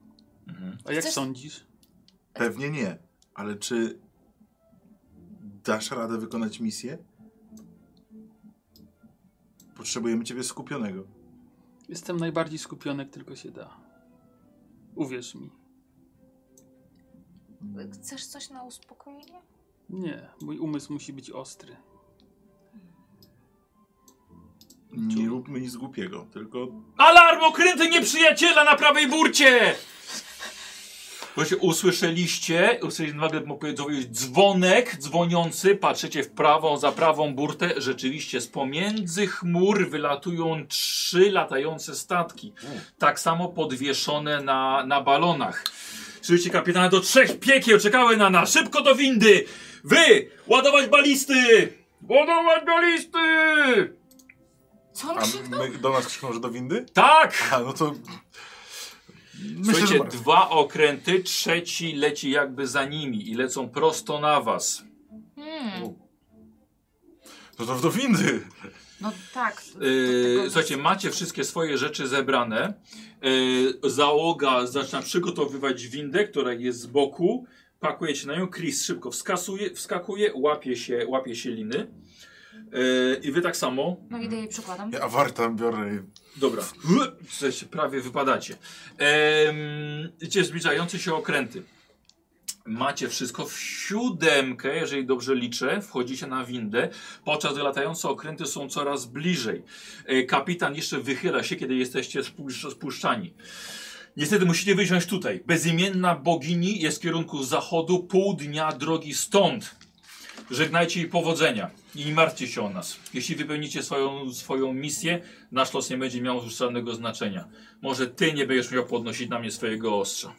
Speaker 3: A jak
Speaker 2: Chcesz-
Speaker 3: sądzisz?
Speaker 4: Pewnie nie, ale czy dasz radę wykonać misję? Potrzebujemy ciebie skupionego.
Speaker 3: Jestem najbardziej skupiony, jak tylko się da. Uwierz mi.
Speaker 2: Chcesz coś na uspokojenie?
Speaker 3: Nie, mój umysł musi być ostry.
Speaker 4: Nie róbmy nic głupiego, tylko
Speaker 1: Alarm okryty nieprzyjaciela na prawej burcie! Właśnie usłyszeliście, usłyszeliście nagle mu powiedzieć dzwonek dzwoniący, patrzycie w prawą, za prawą burtę, rzeczywiście z pomiędzy chmur wylatują trzy latające statki, tak samo podwieszone na, na balonach. Słyszycie kapitana, do trzech piekieł czekały na nas, szybko do windy! Wy, ładować balisty! Ładować balisty!
Speaker 2: Co on
Speaker 4: a
Speaker 2: krzyknął?
Speaker 4: my do nas krzykną, że do windy?
Speaker 1: Tak!
Speaker 4: A no to... Myślę, że
Speaker 1: Słuchajcie,
Speaker 4: bardzo.
Speaker 1: dwa okręty, trzeci leci jakby za nimi i lecą prosto na was.
Speaker 2: Hmm.
Speaker 4: No to do windy.
Speaker 2: No tak. do- do
Speaker 1: Yy,
Speaker 2: tego-
Speaker 1: słuchajcie, macie wszystkie swoje rzeczy zebrane. Yy, załoga zaczyna przygotowywać windę, która jest z boku. Pakujecie na nią. Chris szybko wskasuje, wskakuje, łapie się, łapie się liny. Yy, I wy tak samo.
Speaker 2: No idę jej przykładam.
Speaker 4: Ja warta biorę i...
Speaker 1: Dobra. Słuchajcie, prawie wypadacie. Ehm, Idzie zbliżające się okręty. Macie wszystko w siódemkę, jeżeli dobrze liczę. Wchodzicie na windę, podczas gdy latające okręty są coraz bliżej. E, kapitan jeszcze wychyla się, kiedy jesteście spuszcz- spuszczani. Niestety musicie wyjść tutaj. Bezimienna bogini jest w kierunku zachodu, pół dnia drogi stąd. Żegnajcie i powodzenia. I nie martwcie się o nas. Jeśli wypełnicie swoją, swoją misję, nasz los nie będzie miał już żadnego znaczenia. Może ty nie będziesz miał podnosić na mnie swojego ostrza.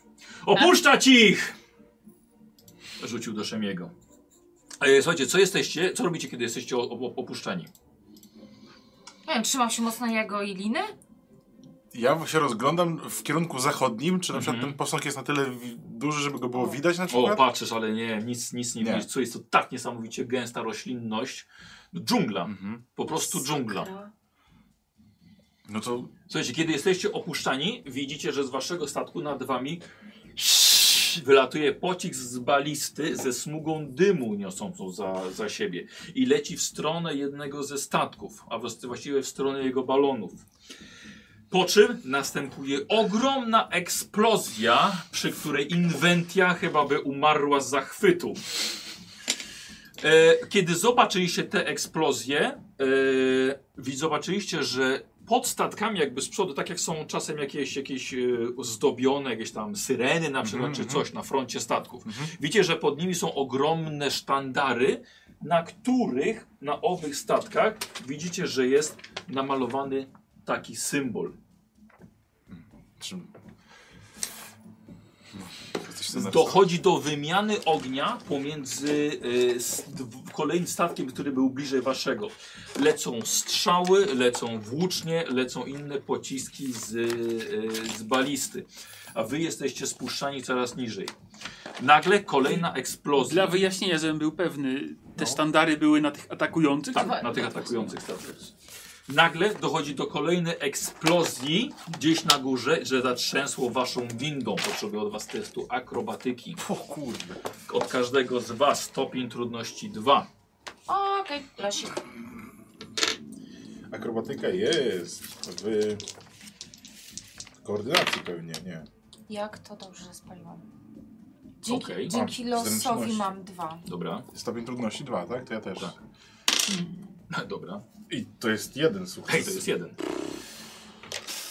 Speaker 1: Opuszczać ich! Rzucił do Szemiego. E, Słuchajcie, co jesteście, co robicie, kiedy jesteście o- o- opuszczani?
Speaker 2: Nie wiem, trzymał się mocno jego i liny?
Speaker 4: Ja się rozglądam w kierunku zachodnim, czy na przykład
Speaker 1: Mhm.
Speaker 4: ten posąg jest na tyle wi- duży, żeby go było widać na
Speaker 1: O,
Speaker 4: przykład?
Speaker 1: patrzysz, ale nie, nic, nic nie,
Speaker 4: No. Nie.
Speaker 1: widzisz. Co jest to tak niesamowicie gęsta roślinność. No, Dżungla,
Speaker 4: Mhm.
Speaker 1: po prostu dżungla.
Speaker 4: No to
Speaker 1: Słuchajcie, kiedy jesteście opuszczani, widzicie, że z waszego statku nad wami wylatuje pocisk z balisty ze smugą dymu niosącą za, za siebie i leci w stronę jednego ze statków, a włas- właściwie w stronę jego balonów. Po czym następuje ogromna eksplozja, przy której inwentia chyba by umarła z zachwytu. E, kiedy zobaczyliście tę eksplozję, e, wi- zobaczyliście, że pod statkami jakby z przodu, tak jak są czasem jakieś, jakieś e, zdobione, jakieś tam syreny na przykład,
Speaker 4: Mhm,
Speaker 1: czy coś na froncie statków. Widzicie, że pod nimi są ogromne sztandary, na których, na owych statkach widzicie, że jest namalowany taki symbol.
Speaker 4: Czy... No,
Speaker 1: Dochodzi do wymiany ognia pomiędzy y, s- dw- kolejnym statkiem, który był bliżej waszego. Lecą strzały, lecą włócznie, lecą inne pociski z, y, z balisty. A wy jesteście spuszczani coraz niżej. Nagle kolejna eksplozja.
Speaker 3: Dla wyjaśnienia, żebym był pewny, te sztandary były na tych atakujących?
Speaker 1: No. Tak, na tych atakujących statków. Nagle dochodzi do kolejnej eksplozji gdzieś na górze, że zatrzęsło waszą windą. Potrzebuję od was testu akrobatyki.
Speaker 4: O kurde.
Speaker 1: Od każdego z was stopień trudności 2.
Speaker 2: Okej, Lesik.
Speaker 4: Akrobatyka jest w koordynacji pewnie, nie.
Speaker 2: Jak to dobrze że spaliłam. Dzięki,
Speaker 1: Okej.
Speaker 2: dzięki
Speaker 4: A,
Speaker 2: losowi
Speaker 4: zręczności.
Speaker 2: mam dwa.
Speaker 1: Dobra, (laughs)
Speaker 4: Stopień trudności dwa, tak? To ja też.
Speaker 1: Tak. dobra.
Speaker 4: I to jest jeden sukces.
Speaker 1: Hej, to jest jeden.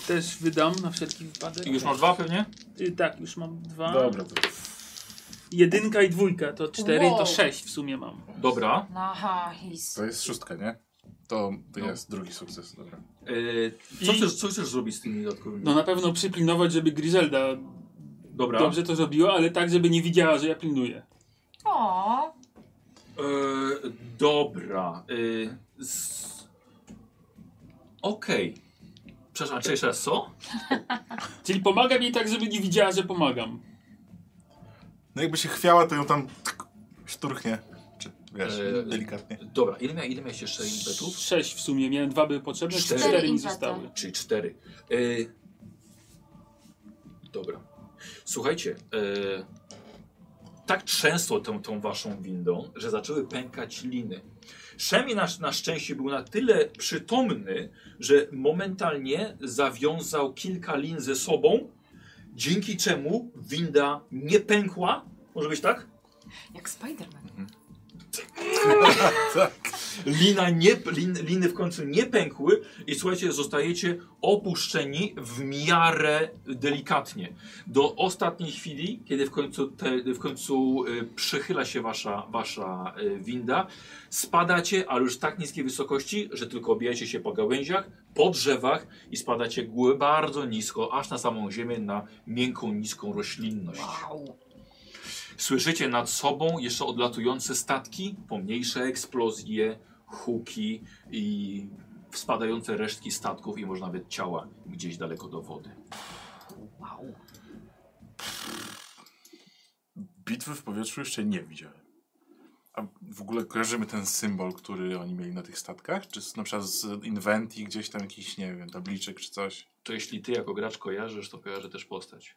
Speaker 3: Też wydam na wszelki wypadek.
Speaker 1: I już masz dwa pewnie?
Speaker 3: Y, tak, już mam dwa.
Speaker 4: Dobra, to
Speaker 3: Jedynka i dwójka to cztery,
Speaker 2: Wow.
Speaker 3: to sześć w sumie mam.
Speaker 1: Dobra.
Speaker 2: No, Aha, his.
Speaker 4: to jest szóstka, nie? To, to
Speaker 1: No.
Speaker 4: jest drugi sukces, dobra.
Speaker 1: Yy, co,
Speaker 3: I-
Speaker 1: chcesz, co chcesz zrobić z tymi dodatkowymi?
Speaker 3: No na pewno przypilnować, żeby Griselda
Speaker 1: Dobra.
Speaker 3: dobrze to zrobiła, ale tak, żeby nie widziała, że ja pilnuję.
Speaker 2: O,
Speaker 1: Yy, dobra. Yy, z... Okej. Przepraszam, czy jeszcze raz co?
Speaker 3: Czyli pomagam jej tak, żeby nie widziała, że pomagam.
Speaker 4: No jakby się chwiała, to ją tam tk, szturchnie. Czy, wiesz,
Speaker 1: Eee,
Speaker 4: delikatnie.
Speaker 1: Dobra, ile, mia, ile miałeś jeszcze impetów?
Speaker 3: Sześć w sumie, miałem dwa były potrzebne,
Speaker 1: Cztery.
Speaker 3: cztery,
Speaker 2: Cztery
Speaker 3: mi
Speaker 2: impety.
Speaker 3: zostały.
Speaker 1: Czyli cztery. Y... Dobra. Słuchajcie, y... tak trzęsło tą, tą waszą windą, że zaczęły pękać liny. Szemi na, na szczęście był na tyle przytomny, że momentalnie zawiązał kilka lin ze sobą, dzięki czemu winda nie pękła. Może być tak?
Speaker 2: jak Spiderman.
Speaker 4: tak.
Speaker 1: Lina nie, lin, liny w końcu nie pękły i słuchajcie, zostajecie opuszczeni w miarę delikatnie. Do ostatniej chwili, kiedy w końcu, te, w końcu y, przechyla się wasza, wasza y, winda, spadacie, ale już tak niskiej wysokości, że tylko obijacie się po gałęziach, po drzewach i spadacie głę- bardzo nisko, aż na samą ziemię, na miękką, niską roślinność.
Speaker 2: Wow.
Speaker 1: Słyszycie nad sobą jeszcze odlatujące statki, pomniejsze eksplozje, huki i spadające resztki statków i może nawet ciała gdzieś daleko do wody.
Speaker 2: Wow.
Speaker 4: Bitwy w powietrzu jeszcze nie widziałem. A w ogóle kojarzymy ten symbol, który oni mieli na tych statkach? Czy z- na przykład z Inventi gdzieś tam jakiś, nie wiem, tabliczek czy coś?
Speaker 1: To jeśli ty jako gracz kojarzysz, to kojarzy też postać.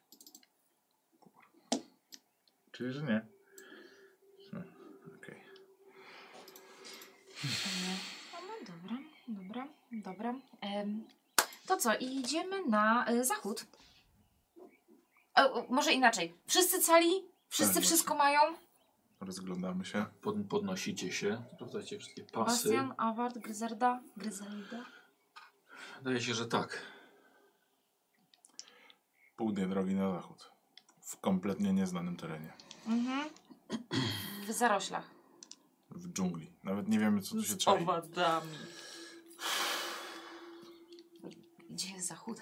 Speaker 4: Czyli, że nie. Hmm, Okej.
Speaker 2: No, no dobra, dobra, dobra. Em, to co, idziemy na e, zachód. E, o, może inaczej. Wszyscy cali? Wszyscy
Speaker 4: Tak,
Speaker 2: wszystko mają?
Speaker 4: Rozglądamy się.
Speaker 1: Pod, podnosicie się, sprawdzacie wszystkie pasy.
Speaker 2: Bastian, Award, Gryzarda, Gryzelda.
Speaker 1: Wydaje się, że tak.
Speaker 4: Południe drogi na zachód. W kompletnie nieznanym terenie.
Speaker 2: Mhm. W zaroślach.
Speaker 4: W dżungli. Nawet nie wiemy, co tu się
Speaker 7: Z
Speaker 4: czai.
Speaker 7: owadami.
Speaker 2: Gdzie jest zachód?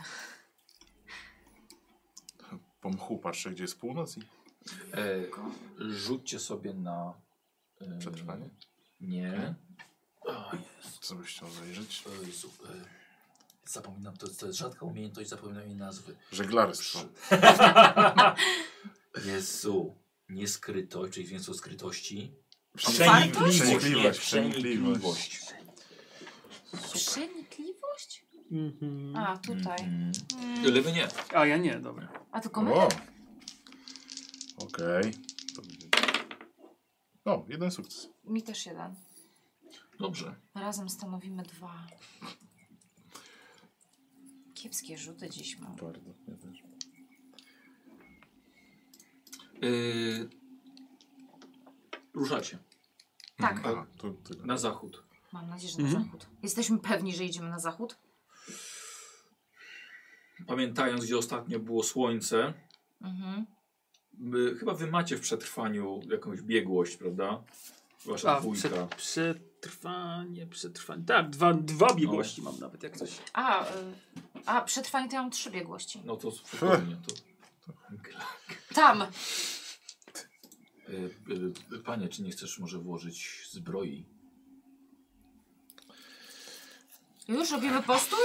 Speaker 4: Po mchu patrzę, gdzie jest północ i
Speaker 1: E, rzućcie sobie na. e,
Speaker 4: przetrwanie.
Speaker 1: Nie.
Speaker 4: Co byś chciał zajrzeć?
Speaker 1: O Jezu, e, zapominam, to, to jest rzadka umiejętność, zapominam jej nazwy.
Speaker 4: Żeglarstwo.
Speaker 1: (laughs) Jezu, nie skryto, czyli więcej skrytości.
Speaker 4: Przenikliwość.
Speaker 1: Przenikliwość.
Speaker 4: Przenikliwość.
Speaker 1: Przenikliwość.
Speaker 4: Przenikliwość.
Speaker 2: Przenikliwość?
Speaker 3: Mhm.
Speaker 2: A, tutaj.
Speaker 1: Mhm.
Speaker 2: Mm.
Speaker 1: Lewy nie.
Speaker 3: A ja nie, dobra.
Speaker 2: A tylko my?
Speaker 4: O! Okej. O, jeden sukces.
Speaker 2: Mi też jeden.
Speaker 1: Dobrze.
Speaker 2: Razem stanowimy dwa. Kiepskie rzuty dziś mam.
Speaker 4: Bardzo. Ja też.
Speaker 1: Y, ruszacie
Speaker 2: Tak,
Speaker 4: Aha, tu, tu.
Speaker 1: na zachód.
Speaker 2: mam nadzieję, że na zachód. Jesteśmy pewni, że idziemy na zachód?
Speaker 1: Pamiętając, gdzie ostatnio było słońce,
Speaker 2: Mhm.
Speaker 1: y, chyba wy macie w przetrwaniu jakąś biegłość, prawda? Wasza
Speaker 3: A,
Speaker 1: dwójka.
Speaker 3: prze, przetrwanie, przetrwanie. Tak, dwa, dwa biegłości mam nawet, jak coś.
Speaker 2: A, y, a przetrwanie to ja mam trzy biegłości.
Speaker 1: No to spokojnie. To...
Speaker 2: Tam!
Speaker 1: Y, y, Panie, czy nie chcesz może włożyć zbroi?
Speaker 2: Już robimy postój?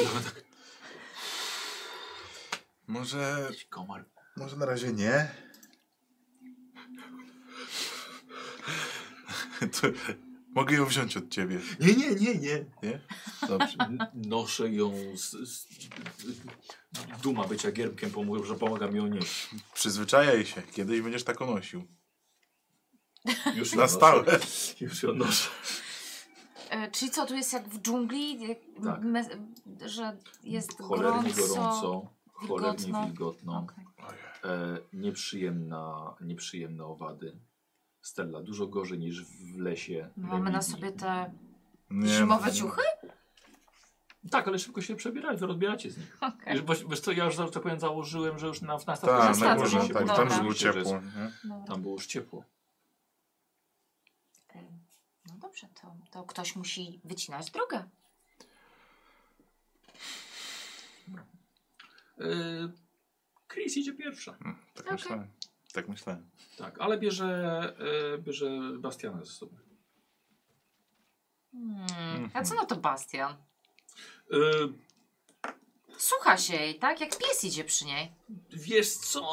Speaker 4: Może,
Speaker 1: Jakiś Komar.
Speaker 4: może na razie nie. (laughs) to, mogę ją wziąć od ciebie.
Speaker 1: Nie, nie, nie, nie.
Speaker 4: Nie? Dobrze.
Speaker 1: Noszę ją z, z, duma bycia gierbkiem, pomógł, że pomaga mi ją nieść.
Speaker 4: Przyzwyczajaj się. Kiedyś będziesz tak nosił. (laughs)
Speaker 1: Już ją
Speaker 4: Na stałe.
Speaker 1: Noszę. Już ją noszę.
Speaker 2: E, czyli co, tu jest jak w dżungli? Jak
Speaker 1: Tak.
Speaker 2: me, że jest
Speaker 1: Cholernie
Speaker 2: gorąco.
Speaker 1: gorąco, cholernie
Speaker 2: wilgotno.
Speaker 1: wilgotno.
Speaker 2: Okej.
Speaker 1: E, nieprzyjemna, nieprzyjemne owady. Stella, dużo gorzej niż w lesie.
Speaker 2: No, Mamy na
Speaker 1: Lewidii.
Speaker 2: sobie te
Speaker 4: Nie,
Speaker 2: zimowe
Speaker 4: no,
Speaker 2: ciuchy?
Speaker 1: Tak, ale szybko się przebieracie, rozbieracie z nich.
Speaker 2: Okej.
Speaker 1: Już, bo, wiesz co, ja już tak powiem założyłem, że już na, na
Speaker 4: Tak,
Speaker 2: Zostawię
Speaker 4: na
Speaker 1: stację
Speaker 4: górze,
Speaker 2: się,
Speaker 4: tak,
Speaker 2: bo-
Speaker 4: tam
Speaker 2: Dobra.
Speaker 4: było
Speaker 1: Oczywiście, że
Speaker 4: ciepło. nie?
Speaker 2: Dobra.
Speaker 1: Tam było już ciepło. tak.
Speaker 2: E, No dobrze, to, to ktoś musi wycinać drogę.
Speaker 1: Yy, Chris idzie pierwsza.
Speaker 4: Tak
Speaker 2: Okej.
Speaker 4: myślałem. Tak myślałem.
Speaker 1: Tak, ale bierze, e, bierze Bastiana ze sobą.
Speaker 2: Hmm.
Speaker 1: Mhm.
Speaker 2: A co na to Bastian?
Speaker 1: E,
Speaker 2: Słucha się jej, tak? Jak pies idzie przy niej.
Speaker 1: wiesz co?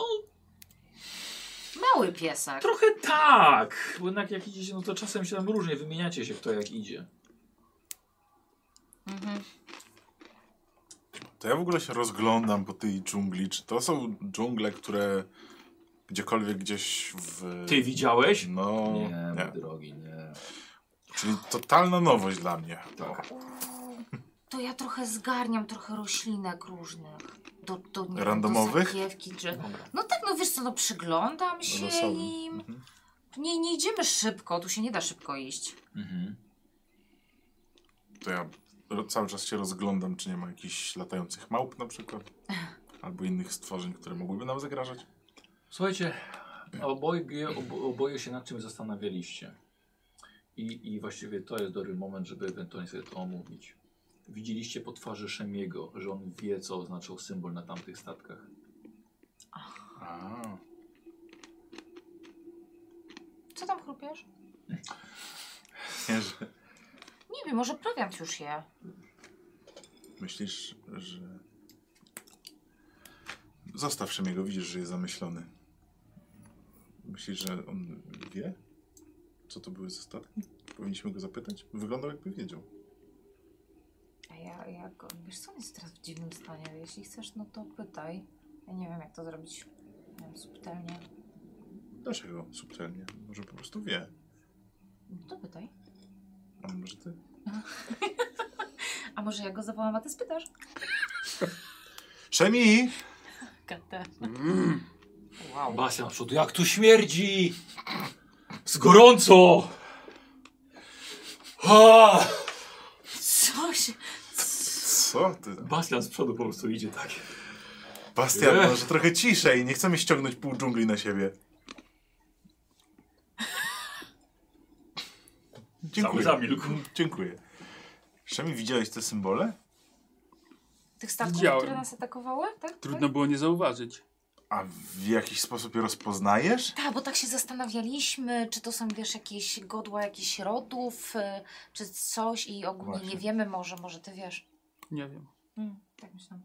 Speaker 2: Mały piesek.
Speaker 1: Trochę tak. Bo jednak jak idziecie, no to czasem się tam różnie wymieniacie się kto jak idzie.
Speaker 2: Mhm.
Speaker 4: To ja w ogóle się rozglądam po tej dżungli. Czy to są dżungle, które gdziekolwiek gdzieś w...
Speaker 1: Ty widziałeś?
Speaker 4: No,
Speaker 1: Nie,
Speaker 4: nie.
Speaker 1: mój drogi, nie.
Speaker 4: Czyli totalna nowość dla mnie.
Speaker 1: Tak.
Speaker 2: To ja trochę zgarniam trochę roślinek różnych. Do, do, nie,
Speaker 4: Randomowych?
Speaker 2: Do sakiewki, czy...
Speaker 1: Dobra.
Speaker 2: No tak, no wiesz co, no przyglądam się
Speaker 4: Losowy.
Speaker 2: im.
Speaker 4: Mhm.
Speaker 2: Nie, nie idziemy szybko, tu się nie da szybko iść.
Speaker 1: Mhm.
Speaker 4: To ja ro- cały czas się rozglądam, czy nie ma jakichś latających małp na przykład. Albo innych stworzeń, które mogłyby nam zagrażać.
Speaker 1: Słuchajcie, oboje, obo- oboje się nad czymś zastanawialiście. I, I właściwie to jest dobry moment, żeby ewentualnie sobie to omówić. Widzieliście po twarzy Szemiego, że on wie, co oznaczał symbol na tamtych statkach.
Speaker 4: A,
Speaker 2: Co tam chrupiesz?
Speaker 4: nie, że
Speaker 2: Nie wiem, może prowiant już je.
Speaker 4: myślisz, że... Zostaw Szemiego, widzisz, że jest zamyślony. Myślisz, że on wie, co to były za statki? Powinniśmy go zapytać. Wyglądał jakby wiedział.
Speaker 2: A ja, ja go, wiesz co, on jest teraz w dziwnym stanie. Jeśli chcesz, no to pytaj. Ja nie wiem, jak to zrobić. Nie wiem, subtelnie.
Speaker 4: Dlaczego? Subtelnie. Może po prostu wie.
Speaker 2: No to pytaj.
Speaker 4: A może ty?
Speaker 2: A może ja go zawołam, a ty spytasz?
Speaker 4: Szemi!
Speaker 2: Kata.
Speaker 4: Mm.
Speaker 2: Wow.
Speaker 6: Basia na przód, jak tu śmierdzi! Z gorąco! Ha!
Speaker 2: Co się...
Speaker 4: Co ty?
Speaker 1: Bastian z przodu po prostu idzie tak.
Speaker 4: Bastian,
Speaker 6: Ech.
Speaker 4: może trochę ciszej. Nie chcemy ściągnąć pół dżungli na siebie.
Speaker 1: Cały
Speaker 4: Dziękuję.
Speaker 1: zamilkł.
Speaker 4: Dziękuję. Szemi, widziałeś te symbole?
Speaker 2: Tych statków,
Speaker 3: Widziałem.
Speaker 2: które nas atakowały? Tak?
Speaker 3: Trudno było nie zauważyć.
Speaker 4: A w jakiś sposób je rozpoznajesz?
Speaker 2: Tak, bo tak się zastanawialiśmy, czy to są, wiesz, jakieś godła jakichś rodów, y, czy coś i ogólnie
Speaker 4: Właśnie.
Speaker 2: nie wiemy może, może ty wiesz.
Speaker 3: Nie wiem.
Speaker 2: Mm, tak myślałam.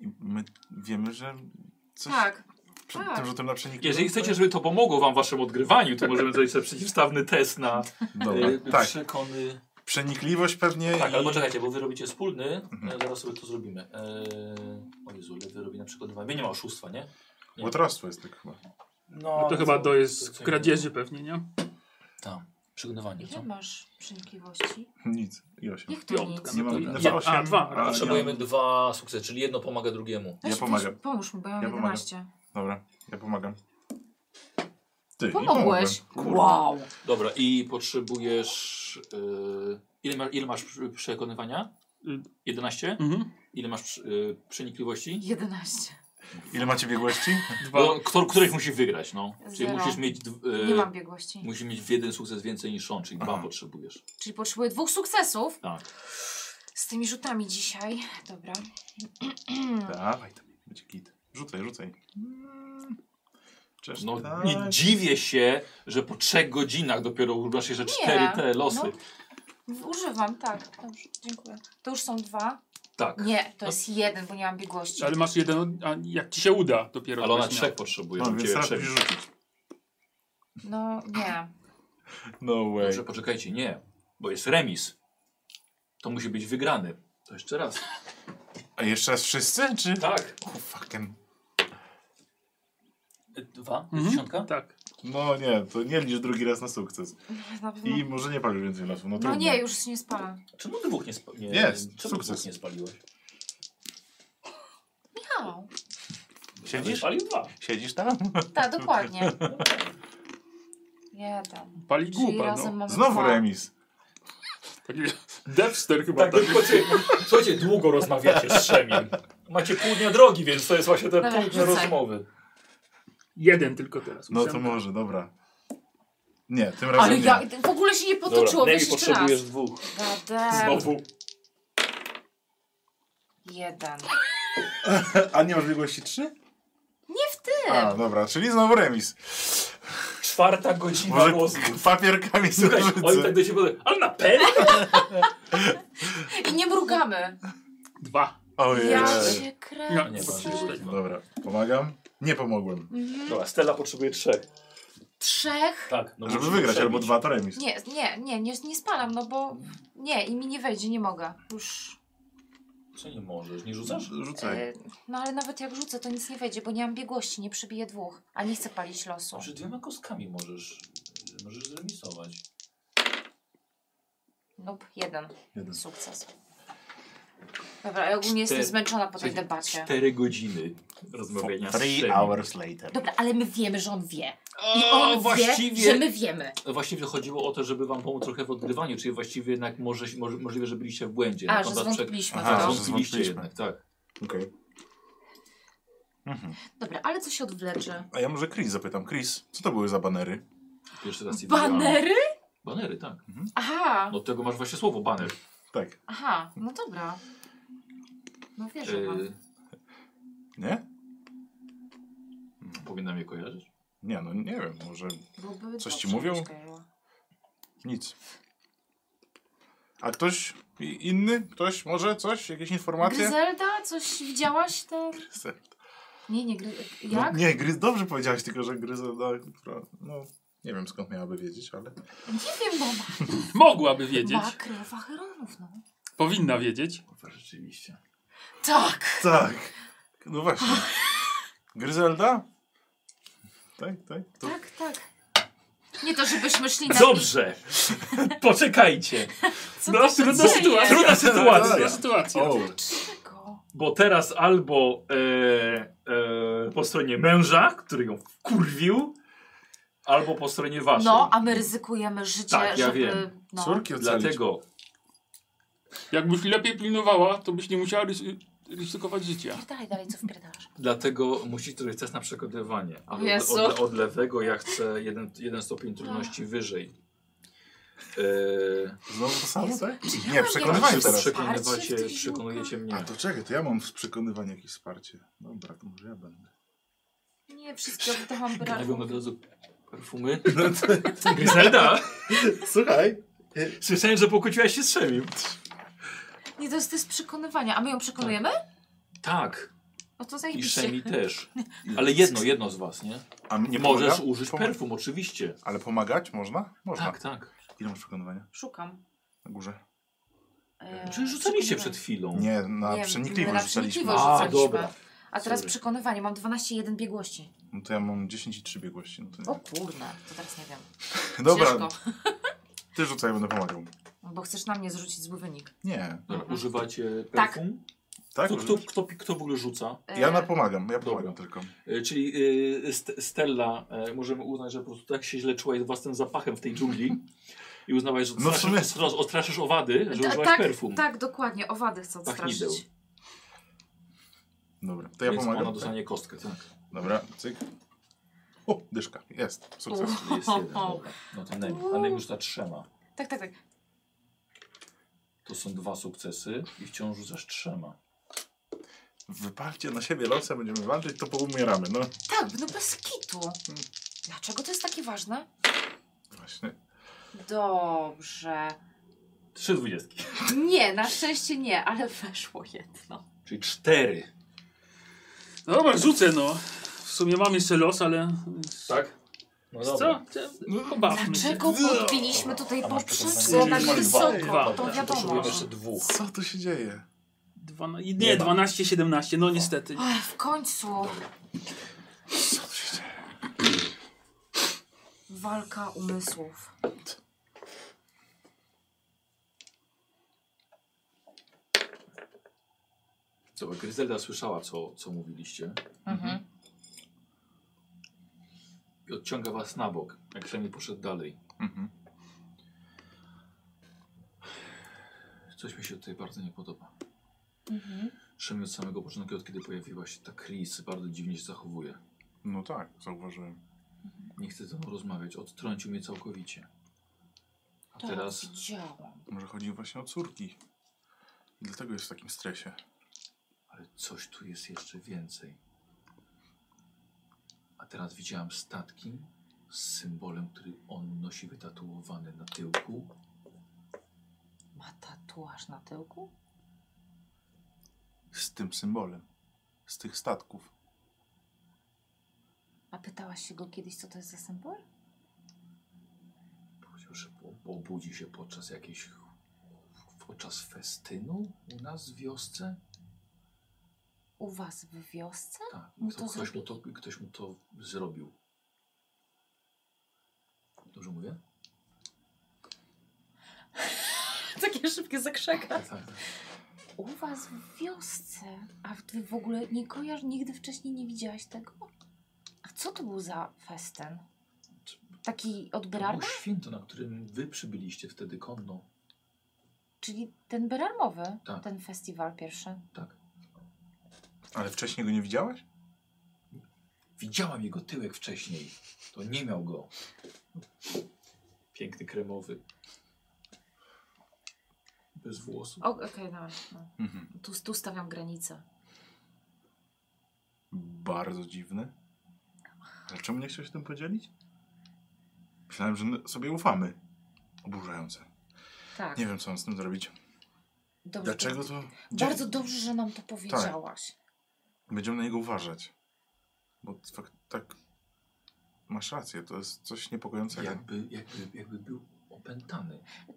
Speaker 4: I my wiemy, że coś
Speaker 2: Tak.
Speaker 4: przed
Speaker 2: tak.
Speaker 4: tym rzutem na przenikliwość.
Speaker 1: Jeżeli chcecie, żeby to pomogło wam w waszym odgrywaniu, to możemy zrobić sobie przeciwstawny test na
Speaker 4: Dobra,
Speaker 1: y,
Speaker 4: tak.
Speaker 1: przekony...
Speaker 4: Przenikliwość pewnie
Speaker 1: Tak,
Speaker 4: i...
Speaker 1: albo czekajcie, bo wy robicie wspólny,
Speaker 4: Mhm.
Speaker 1: e, zaraz sobie to zrobimy. Eee, o Jezu, ile wy robi na przekonywanie? Nie ma oszustwa, nie?
Speaker 4: Łotrostwo jest tak chyba.
Speaker 1: No,
Speaker 3: No to chyba to jest
Speaker 1: co-
Speaker 3: kradzieży pewnie, nie?
Speaker 1: Tak, przekonywanie,
Speaker 2: Ile
Speaker 1: co?
Speaker 2: masz przenikliwości?
Speaker 4: Nic. I osiem.
Speaker 2: Jak to nic?
Speaker 3: Piątka. no
Speaker 4: Nie mam...
Speaker 3: to-
Speaker 4: Znaczy
Speaker 3: ja- a,
Speaker 4: osiem.
Speaker 3: dwa.
Speaker 4: ale
Speaker 1: Potrzebujemy
Speaker 4: Ja...
Speaker 1: dwa sukcesy, czyli jedno pomaga drugiemu.
Speaker 2: Weź-
Speaker 4: Ja pomagam.
Speaker 2: weź Pomóż mi, bo ja mam
Speaker 4: Ja pomagam.
Speaker 2: 11.
Speaker 4: Dobra, ja pomagam. Ty, i
Speaker 2: Pomogłeś?
Speaker 4: pomogłem. Kurde.
Speaker 2: Wow.
Speaker 1: Dobra, i potrzebujesz... y, ile, ma, ile masz przy- przekonywania?
Speaker 3: Y,
Speaker 1: 11?
Speaker 3: Mhm.
Speaker 1: Ile masz przy- y, przenikliwości?
Speaker 2: 11.
Speaker 4: Ile macie biegłości?
Speaker 3: Dwa.
Speaker 1: No, kto, któryś musi wygrać, no. Czyli
Speaker 2: Zero.
Speaker 1: musisz mieć... dw- y,
Speaker 2: Nie mam biegłości.
Speaker 1: Musisz mieć w jeden sukces więcej niż on, czyli dwa
Speaker 4: Aha.
Speaker 1: potrzebujesz.
Speaker 2: Czyli potrzebuję dwóch sukcesów
Speaker 1: Tak.
Speaker 2: z tymi rzutami dzisiaj. Dobra. Hmm.
Speaker 4: Dawaj, to Tak. będzie git. Rzucaj, rzucaj. Mm. Cześć,
Speaker 1: No
Speaker 4: tak.
Speaker 1: i dziwię się, że po trzech godzinach dopiero używasz jeszcze cztery
Speaker 2: Nie,
Speaker 1: te losy.
Speaker 2: no. Używam, tak. Dobrze, dziękuję. To już są dwa.
Speaker 1: Tak.
Speaker 2: Nie, to jest jeden, bo nie mam biegłości.
Speaker 3: Ale masz jeden, od- a jak ci się uda dopiero.
Speaker 1: Ale ona
Speaker 3: będziesz
Speaker 1: trzech potrzebuje,
Speaker 4: No,
Speaker 1: żeby
Speaker 4: więc
Speaker 1: ciebie
Speaker 4: teraz musisz
Speaker 1: przebić.
Speaker 4: rzucić.
Speaker 2: No nie.
Speaker 4: No way.
Speaker 1: Dobrze, poczekajcie, nie. Bo jest remis. To musi być wygrany. To jeszcze raz.
Speaker 4: A jeszcze raz wszyscy, czy?
Speaker 1: Tak.
Speaker 4: Oh, fucking.
Speaker 1: Dwa?
Speaker 3: miał.
Speaker 1: Dziesiątka?
Speaker 3: Mhm. Tak.
Speaker 4: No nie, to nie licz drugi raz na sukces.
Speaker 2: Na pewno.
Speaker 4: I może nie palisz więcej losu. No,
Speaker 2: No
Speaker 4: trudno.
Speaker 2: nie, już się nie spalam.
Speaker 1: Czemu dwóch nie, spa- nie,
Speaker 4: Jest,
Speaker 1: czemu
Speaker 4: sukces.
Speaker 1: dwóch nie spaliłeś?
Speaker 2: Michał.
Speaker 4: Siedzisz?
Speaker 1: Spalił dwa.
Speaker 4: Siedzisz tam?
Speaker 2: Tak, dokładnie. Jeden.
Speaker 3: Pali
Speaker 2: Czyli
Speaker 3: głupa,
Speaker 2: razem
Speaker 3: no.
Speaker 2: mamy
Speaker 4: Znowu
Speaker 2: dwa.
Speaker 4: remis.
Speaker 3: Taki (laughs) Dexter chyba tak.
Speaker 1: słuchajcie, słuchajcie, długo rozmawiacie z Szemim. Macie pół dnia drogi, więc to jest właśnie ten
Speaker 2: Dobra,
Speaker 1: pół dnia
Speaker 2: wrzucaj.
Speaker 1: rozmowy.
Speaker 3: Jeden tylko teraz.
Speaker 4: No to
Speaker 3: ósemka.
Speaker 4: może, dobra. Nie, tym razem
Speaker 2: Ale
Speaker 4: nie.
Speaker 2: ja w ogóle się nie potoczyło,
Speaker 1: Dobra,
Speaker 2: wiesz,
Speaker 1: Nemi,
Speaker 2: jeszcze raz.
Speaker 1: potrzebujesz dwóch.
Speaker 2: Gadem.
Speaker 1: Znowu.
Speaker 2: Jeden.
Speaker 4: A nie masz biegłości trzy?
Speaker 2: Ty.
Speaker 4: A, dobra, czyli znowu remis.
Speaker 1: Czwarta godzina
Speaker 4: Może
Speaker 1: rozmów.
Speaker 4: papierkami
Speaker 1: Słuchaj, oni
Speaker 4: zrzucę.
Speaker 1: tak do siebie mówią, ale na pewno?
Speaker 2: I nie mrugamy.
Speaker 3: Dwa.
Speaker 4: Ojej.
Speaker 2: Ja się
Speaker 3: No,
Speaker 2: kręcę.
Speaker 3: nie patrz.
Speaker 4: Dobra, pomagam? Nie pomogłem.
Speaker 1: Dobra, Stella potrzebuje trzech.
Speaker 2: Mhm. Trzech.
Speaker 1: Tak, no
Speaker 4: Żeby
Speaker 1: musisz
Speaker 4: wygrać,
Speaker 1: przebić.
Speaker 4: albo dwa to remis.
Speaker 2: Nie, nie, nie, nie, nie spalam, no bo nie, i mi nie wejdzie, nie mogę. Już.
Speaker 1: Co nie możesz, nie rzucasz?
Speaker 4: Rzucaj.
Speaker 2: E, no ale nawet jak rzucę, to nic nie wejdzie, bo nie mam biegłości, nie przybiję dwóch, a nie chcę palić losu.
Speaker 1: Może No, dwiema kostkami możesz, możesz zremisować.
Speaker 2: Nope, jeden.
Speaker 4: Jeden.
Speaker 2: Sukces. Dobra, ja ogólnie jestem
Speaker 1: Cztery-
Speaker 2: zmęczona po tej debacie.
Speaker 1: Cztery godziny rozmawiania z
Speaker 4: Three
Speaker 1: Szemim.
Speaker 4: hours later.
Speaker 2: Dobra, ale my wiemy, że on wie. I
Speaker 1: O,
Speaker 2: on wie, że
Speaker 1: właściwie,
Speaker 2: my wiemy.
Speaker 1: właściwie chodziło o to, żeby wam pomóc trochę w odgrywaniu, czyli właściwie jednak może, może, możliwe, że byliście w błędzie.
Speaker 2: A, że
Speaker 1: Natomiast przek-
Speaker 2: zwątpiliśmy. tak.
Speaker 4: Aha,
Speaker 2: to.
Speaker 4: że
Speaker 1: zwątpiliście
Speaker 4: zwątpiliśmy.
Speaker 1: jednak, tak.
Speaker 4: Okej. Mhm.
Speaker 2: Dobra, ale co się odwlecze?
Speaker 4: A ja może Chris zapytam. Chris, co to były za banery?
Speaker 1: Pierwszy raz je widziałem.
Speaker 2: Banery?
Speaker 1: Banery, tak.
Speaker 2: Aha,
Speaker 1: No od tego masz właśnie słowo baner.
Speaker 4: Tak.
Speaker 2: aha, no dobra. No wierzę wam.
Speaker 1: Yy,
Speaker 4: Nie?
Speaker 1: powinnam je kojarzyć.
Speaker 4: Nie, no nie wiem, może
Speaker 2: Byłoby
Speaker 4: coś ci
Speaker 2: dobrze,
Speaker 4: mówią?
Speaker 2: jakbyś kojarzyła.
Speaker 4: nic. A ktoś i- inny? Ktoś może coś? Jakieś informacje?
Speaker 2: Gryzelda? Coś widziałaś te... Nie, nie, gry...
Speaker 4: No,
Speaker 2: jak?
Speaker 4: nie, gryz, dobrze powiedziałeś, tylko że gryzelda, która, no, Nie wiem skąd miałaby wiedzieć, ale...
Speaker 2: Nie wiem, bo ma,
Speaker 3: Mogłaby wiedzieć.
Speaker 2: ma krew Acheronów, no.
Speaker 3: Powinna wiedzieć.
Speaker 1: Kurwa, rzeczywiście.
Speaker 2: Tak!
Speaker 4: Tak. No właśnie. Gryzelda? Tak, tak. To...
Speaker 2: Tak, tak. Nie to, żebyśmy szli na...
Speaker 1: Dobrze! (laughs) Poczekajcie!
Speaker 2: Co
Speaker 1: No,
Speaker 2: to się
Speaker 1: trudna
Speaker 2: dzieje?
Speaker 1: sytuacja. Trudna sytuacja.
Speaker 3: Trudna sytuacja.
Speaker 4: O,
Speaker 2: Dlaczego?
Speaker 1: Bo teraz albo e, e, po stronie męża, który ją kurwił, albo po stronie waszej.
Speaker 2: No, a my ryzykujemy życie,
Speaker 1: Tak, ja
Speaker 2: żeby...
Speaker 1: wiem.
Speaker 2: No.
Speaker 4: córki ocalić.
Speaker 1: Dlatego
Speaker 3: Jakbyś lepiej pilnowała, to byś nie musiała rys- ryzykować życia.
Speaker 2: Dalej, dalej, co wpierdasz?
Speaker 1: Dlatego musisz zrobić test na przekonywanie. Ale od,
Speaker 2: Jezu. Tak.
Speaker 1: od, od lewego ja chcę jeden, jeden stopień trudności wyżej. Eee,
Speaker 4: Znowu to samo, tak?
Speaker 2: Czy ja
Speaker 4: Nie,
Speaker 2: mam
Speaker 4: przekonywanie
Speaker 2: jakieś
Speaker 4: teraz.
Speaker 2: wsparcie
Speaker 1: przekonywacie,
Speaker 2: w tej
Speaker 1: przekonujecie mnie.
Speaker 4: A to czekaj, to ja mam z przekonywania jakieś wsparcie. Dobra, to może ja będę.
Speaker 2: Nie, wszystkie oddałam
Speaker 1: Ja
Speaker 2: brawo.
Speaker 1: wiem od razu perfumy.
Speaker 4: No to,
Speaker 1: (laughs) Gryzelda!
Speaker 4: słuchaj.
Speaker 1: Słyszałem, że pokłóciłaś się z Szemim.
Speaker 2: Nie, to jest test przekonywania. A my ją przekonujemy?
Speaker 1: Tak,
Speaker 2: No to
Speaker 1: i
Speaker 2: zajebiście.
Speaker 1: Szemi
Speaker 2: (laughs)
Speaker 1: też. Ale jedno, jedno z was, nie?
Speaker 4: A mnie
Speaker 1: Nie możesz
Speaker 4: pomaga?
Speaker 1: użyć
Speaker 4: Pomaga.
Speaker 1: perfum, oczywiście.
Speaker 4: Ale pomagać można? Można.
Speaker 1: Tak, tak.
Speaker 4: Ile masz przekonywania?
Speaker 2: Szukam.
Speaker 4: Na górze.
Speaker 2: E,
Speaker 1: Czyli rzucaliście
Speaker 2: przekonywanie.
Speaker 1: przed chwilą.
Speaker 4: Nie, na
Speaker 2: Nie,
Speaker 4: przenikliwość
Speaker 2: na
Speaker 4: rzucaliśmy.
Speaker 2: przenikliwość.
Speaker 1: A,
Speaker 2: rzucaliśmy.
Speaker 1: dobra.
Speaker 2: A teraz
Speaker 1: Sorry.
Speaker 2: przekonywanie. Mam 12,1 biegłości.
Speaker 4: No to ja mam 10 i 3 biegłości. No to
Speaker 2: O
Speaker 4: nie.
Speaker 2: kurde, to teraz nie wiem.
Speaker 4: Dobra,
Speaker 2: Ciężko.
Speaker 4: ty rzucaj, będę pomagał.
Speaker 2: Bo chcesz na mnie zrzucić zły wynik.
Speaker 4: Nie,
Speaker 1: Dobra,
Speaker 2: Mhm.
Speaker 1: używacie
Speaker 2: Tak.
Speaker 1: perfum?
Speaker 4: tak?
Speaker 1: Kto, kto,
Speaker 4: używasz?
Speaker 1: kto, kto w ogóle rzuca?
Speaker 2: E,
Speaker 4: Ja na pomagam, ja pomagam
Speaker 1: Dobra.
Speaker 4: tylko.
Speaker 1: E, Czyli y, St- Stella, y, możemy uznać, że po prostu tak się źle czułaś z własnym zapachem w tej dżungli i uznałaś, że
Speaker 4: No w
Speaker 1: odstraszysz, odstras- odstraszysz owady, że
Speaker 2: Ta-
Speaker 1: użyłaś
Speaker 2: tak,
Speaker 1: perfum. Tak
Speaker 2: tak, dokładnie. Owady chcę
Speaker 1: Pachnideł.
Speaker 2: odstraszyć.
Speaker 4: Dobra, to ja
Speaker 1: Więc
Speaker 4: pomagam.
Speaker 1: ona
Speaker 4: tak?
Speaker 1: dostanie kostkę, tak.
Speaker 4: Dobra, cyk. O, dyszka, jest, sukces.
Speaker 2: Uch. (laughs)
Speaker 1: Jest jeden, dobra. No to nem, a nem już ta trzema.
Speaker 2: Tak, tak, tak.
Speaker 1: To są dwa sukcesy i wciąż rzucasz trzema.
Speaker 4: Wypalcie na siebie losy, będziemy walczyć, to poumieramy, no.
Speaker 2: Tak, no bez kitu. Dlaczego to jest takie ważne?
Speaker 4: Właśnie.
Speaker 2: Dobrze.
Speaker 1: Trzy dwudziestki.
Speaker 2: Nie, na szczęście nie, ale weszło jedno.
Speaker 1: Czyli cztery.
Speaker 3: No dobra, rzucę no. W sumie mam jeszcze los, ale...
Speaker 1: Tak? No dobra.
Speaker 3: Co? Pobawmy się.
Speaker 2: Dlaczego podbiliśmy tutaj
Speaker 1: A masz
Speaker 2: poprzeczkę
Speaker 1: przekazanie?
Speaker 2: tak
Speaker 1: Czyli
Speaker 2: wysoko?
Speaker 3: dwa.
Speaker 2: No To
Speaker 1: Dobra,
Speaker 2: wiadomo.
Speaker 1: Potrzebujemy jeszcze dwóch.
Speaker 4: Co tu się dzieje?
Speaker 3: Dwana...
Speaker 1: Nie
Speaker 3: Nie,
Speaker 1: ma.
Speaker 3: 12, 17, no niestety.
Speaker 2: Oj, w końcu.
Speaker 4: Co tu się dzieje?
Speaker 2: Walka umysłów.
Speaker 1: Co, Gryzelda słyszała, co, co mówiliście
Speaker 2: Mhm.
Speaker 1: i odciąga was na bok, jak Szemi poszedł dalej.
Speaker 4: Mhm.
Speaker 1: Coś mi się tutaj bardzo nie podoba.
Speaker 2: Mhm.
Speaker 1: Szemi od samego początku, od kiedy pojawiła się ta Chris, bardzo dziwnie się zachowuje.
Speaker 4: No tak, zauważyłem.
Speaker 1: Nie chcę ze mną rozmawiać, odtrącił mnie całkowicie. A
Speaker 2: To
Speaker 1: teraz
Speaker 2: widziałam.
Speaker 4: Może chodzi właśnie o córki. I dlatego jest w takim stresie.
Speaker 1: Ale coś tu jest jeszcze więcej. A teraz widziałam statki z symbolem, który on nosi wytatuowany na tyłku.
Speaker 2: Ma tatuaż na tyłku?
Speaker 4: Z tym symbolem. Z tych statków.
Speaker 2: A pytałaś się go kiedyś, co to jest za symbol?
Speaker 1: Powiedział, że po- obudzi się podczas jakiejś. podczas festynu u nas w wiosce.
Speaker 2: U was w wiosce?
Speaker 1: Tak,
Speaker 2: No
Speaker 1: to
Speaker 2: to
Speaker 1: ktoś, mu to,
Speaker 2: zrobili.
Speaker 1: ktoś mu to zrobił. Dobrze mówię?
Speaker 2: Takie szybkie zakrzeka.
Speaker 1: Tak, tak.
Speaker 2: U was w wiosce? A ty w ogóle nie kojarz, nigdy wcześniej nie widziałaś tego? A co to był za festyn? Taki od
Speaker 1: To było
Speaker 2: Berarma?
Speaker 1: święto, na którym wy przybyliście wtedy konno.
Speaker 2: Czyli ten Berarmowy,
Speaker 1: Tak.
Speaker 2: ten festiwal pierwszy.
Speaker 1: Tak.
Speaker 4: Ale wcześniej go nie widziałaś?
Speaker 1: Widziałam jego tyłek wcześniej. To nie miał go. No. Piękny kremowy. Bez włosów.
Speaker 2: O, Okej, dobra. No.
Speaker 4: Mhm.
Speaker 2: Tu, tu stawiam granicę.
Speaker 4: Bardzo dziwny. Ale czemu nie chciał się tym podzielić? Myślałem, że my sobie ufamy. Oburzające.
Speaker 2: Tak.
Speaker 4: Nie wiem, co mam z tym zrobić.
Speaker 2: Dobrze,
Speaker 4: Dlaczego to...
Speaker 2: Bardzo dobrze, że nam to powiedziałaś.
Speaker 4: Będziemy na niego uważać. Bo fakt, tak Masz rację, to jest coś niepokojącego.
Speaker 1: Jakby, jakby, jakby był opętany.
Speaker 4: Tak.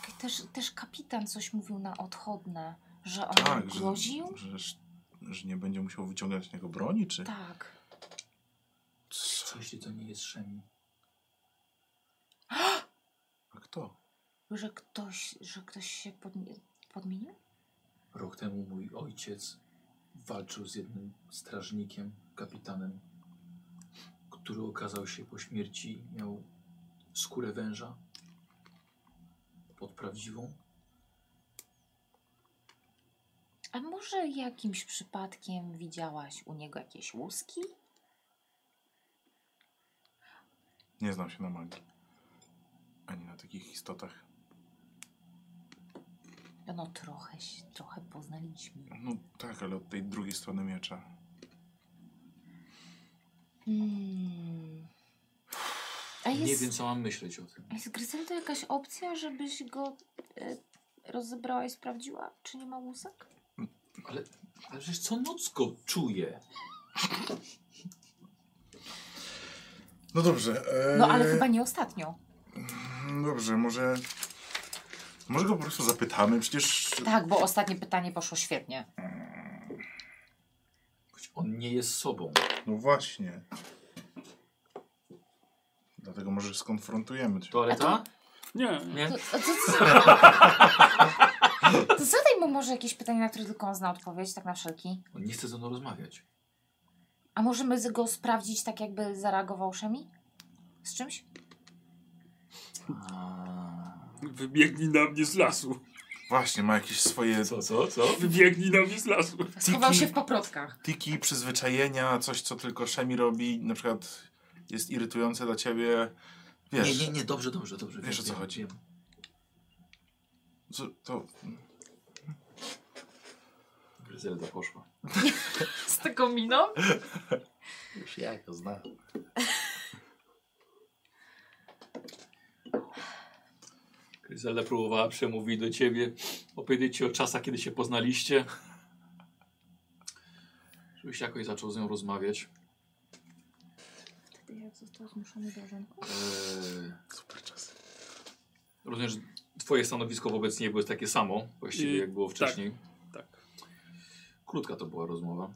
Speaker 2: Czekaj, też, też kapitan coś mówił na odchodne, że on
Speaker 4: Tak, że,
Speaker 2: groził?
Speaker 4: że, że nie będzie musiał wyciągać z niego broni, czy...
Speaker 2: Tak.
Speaker 4: Co?
Speaker 1: Co jeśli to nie jest Szemi?
Speaker 4: A kto?
Speaker 2: Że ktoś, że ktoś się podmi- podmienił?
Speaker 1: Rok temu mój ojciec walczył z jednym strażnikiem, kapitanem, który okazał się po śmierci, miał skórę węża pod prawdziwą.
Speaker 2: A może jakimś przypadkiem widziałaś u niego jakieś łuski?
Speaker 4: Nie znam się na magii. Ani na takich istotach.
Speaker 2: No, no trochę, się- trochę poznaliśmy.
Speaker 4: No tak, ale od tej drugiej strony miecza.
Speaker 2: Hmm. A
Speaker 1: Nie
Speaker 2: jest,
Speaker 1: wiem, co mam myśleć o tym.
Speaker 2: jest Gryzelda jakaś opcja, żebyś go e, rozebrała i sprawdziła, czy nie ma łusek?
Speaker 1: Ale, ale przecież co noc go czuję.
Speaker 4: No dobrze. E...
Speaker 2: No ale chyba nie ostatnio.
Speaker 4: No Dobrze, może... Może go po prostu zapytamy, przecież...
Speaker 2: Tak, bo ostatnie pytanie poszło świetnie.
Speaker 1: Choć on nie jest sobą.
Speaker 4: No właśnie. Dlatego może skonfrontujemy cię.
Speaker 1: Toaleta?
Speaker 3: Nie.
Speaker 1: Nie?
Speaker 2: To, to, to, to zadaj mu może jakieś pytanie, na które tylko on zna odpowiedź, tak na wszelki.
Speaker 1: On nie chce ze mną rozmawiać.
Speaker 2: A możemy z- go sprawdzić tak, jakby zareagował Szemi? Z czymś?
Speaker 3: Wybiegnij na mnie z lasu.
Speaker 4: Właśnie, ma jakieś swoje
Speaker 1: Co, co, co?
Speaker 3: Wybiegnij na mnie z lasu.
Speaker 2: Schował się w paprotkach.
Speaker 4: tiki, przyzwyczajenia, coś co tylko Szemi robi, na przykład jest irytujące dla ciebie. Wiesz,
Speaker 1: Nie, nie, nie, dobrze, dobrze, dobrze.
Speaker 4: Wiesz,
Speaker 1: wiem,
Speaker 4: o co
Speaker 1: wiem,
Speaker 4: chodzi.
Speaker 1: wiem.
Speaker 4: Co, to
Speaker 1: Gryzelda poszła.
Speaker 2: Z taką miną?
Speaker 1: Już ja go znam. Gryzelda próbowała przemówić do ciebie, opowiedzieć ci o czasach, kiedy się poznaliście. Żebyś jakoś zaczął z nią rozmawiać.
Speaker 2: Wtedy jak został zmuszony do żonku?
Speaker 1: Eee,
Speaker 4: super czas.
Speaker 1: rozumiem, że twoje stanowisko wobec niej było takie samo, właściwie
Speaker 4: Eee,
Speaker 3: I-
Speaker 1: jak było wcześniej.
Speaker 3: Tak.
Speaker 1: Krótka to była rozmowa.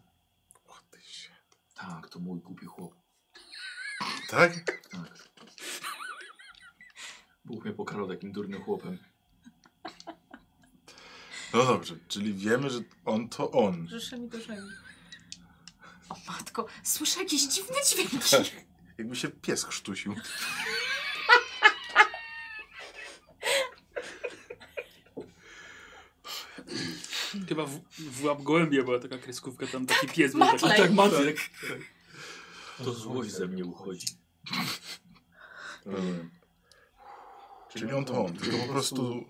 Speaker 4: O, ty się.
Speaker 1: Tak, to mój głupi chłop.
Speaker 4: Tak?
Speaker 1: Tak. Bóg mnie pokarał takim durnym chłopem.
Speaker 4: No dobrze, czyli wiemy, że on to on.
Speaker 2: Że Szemi to Szemi. O matko, słyszę jakieś dziwne dźwięki.
Speaker 4: Jakby się pies krztusił.
Speaker 3: Chyba w, w Łap Gołębia była taka kreskówka, tam taki pies był.
Speaker 2: Matlej.
Speaker 3: Taki,
Speaker 2: Tak,
Speaker 1: Matek. To złość ze mnie uchodzi.
Speaker 4: Rozumiem. Czyli on to on, tylko po prostu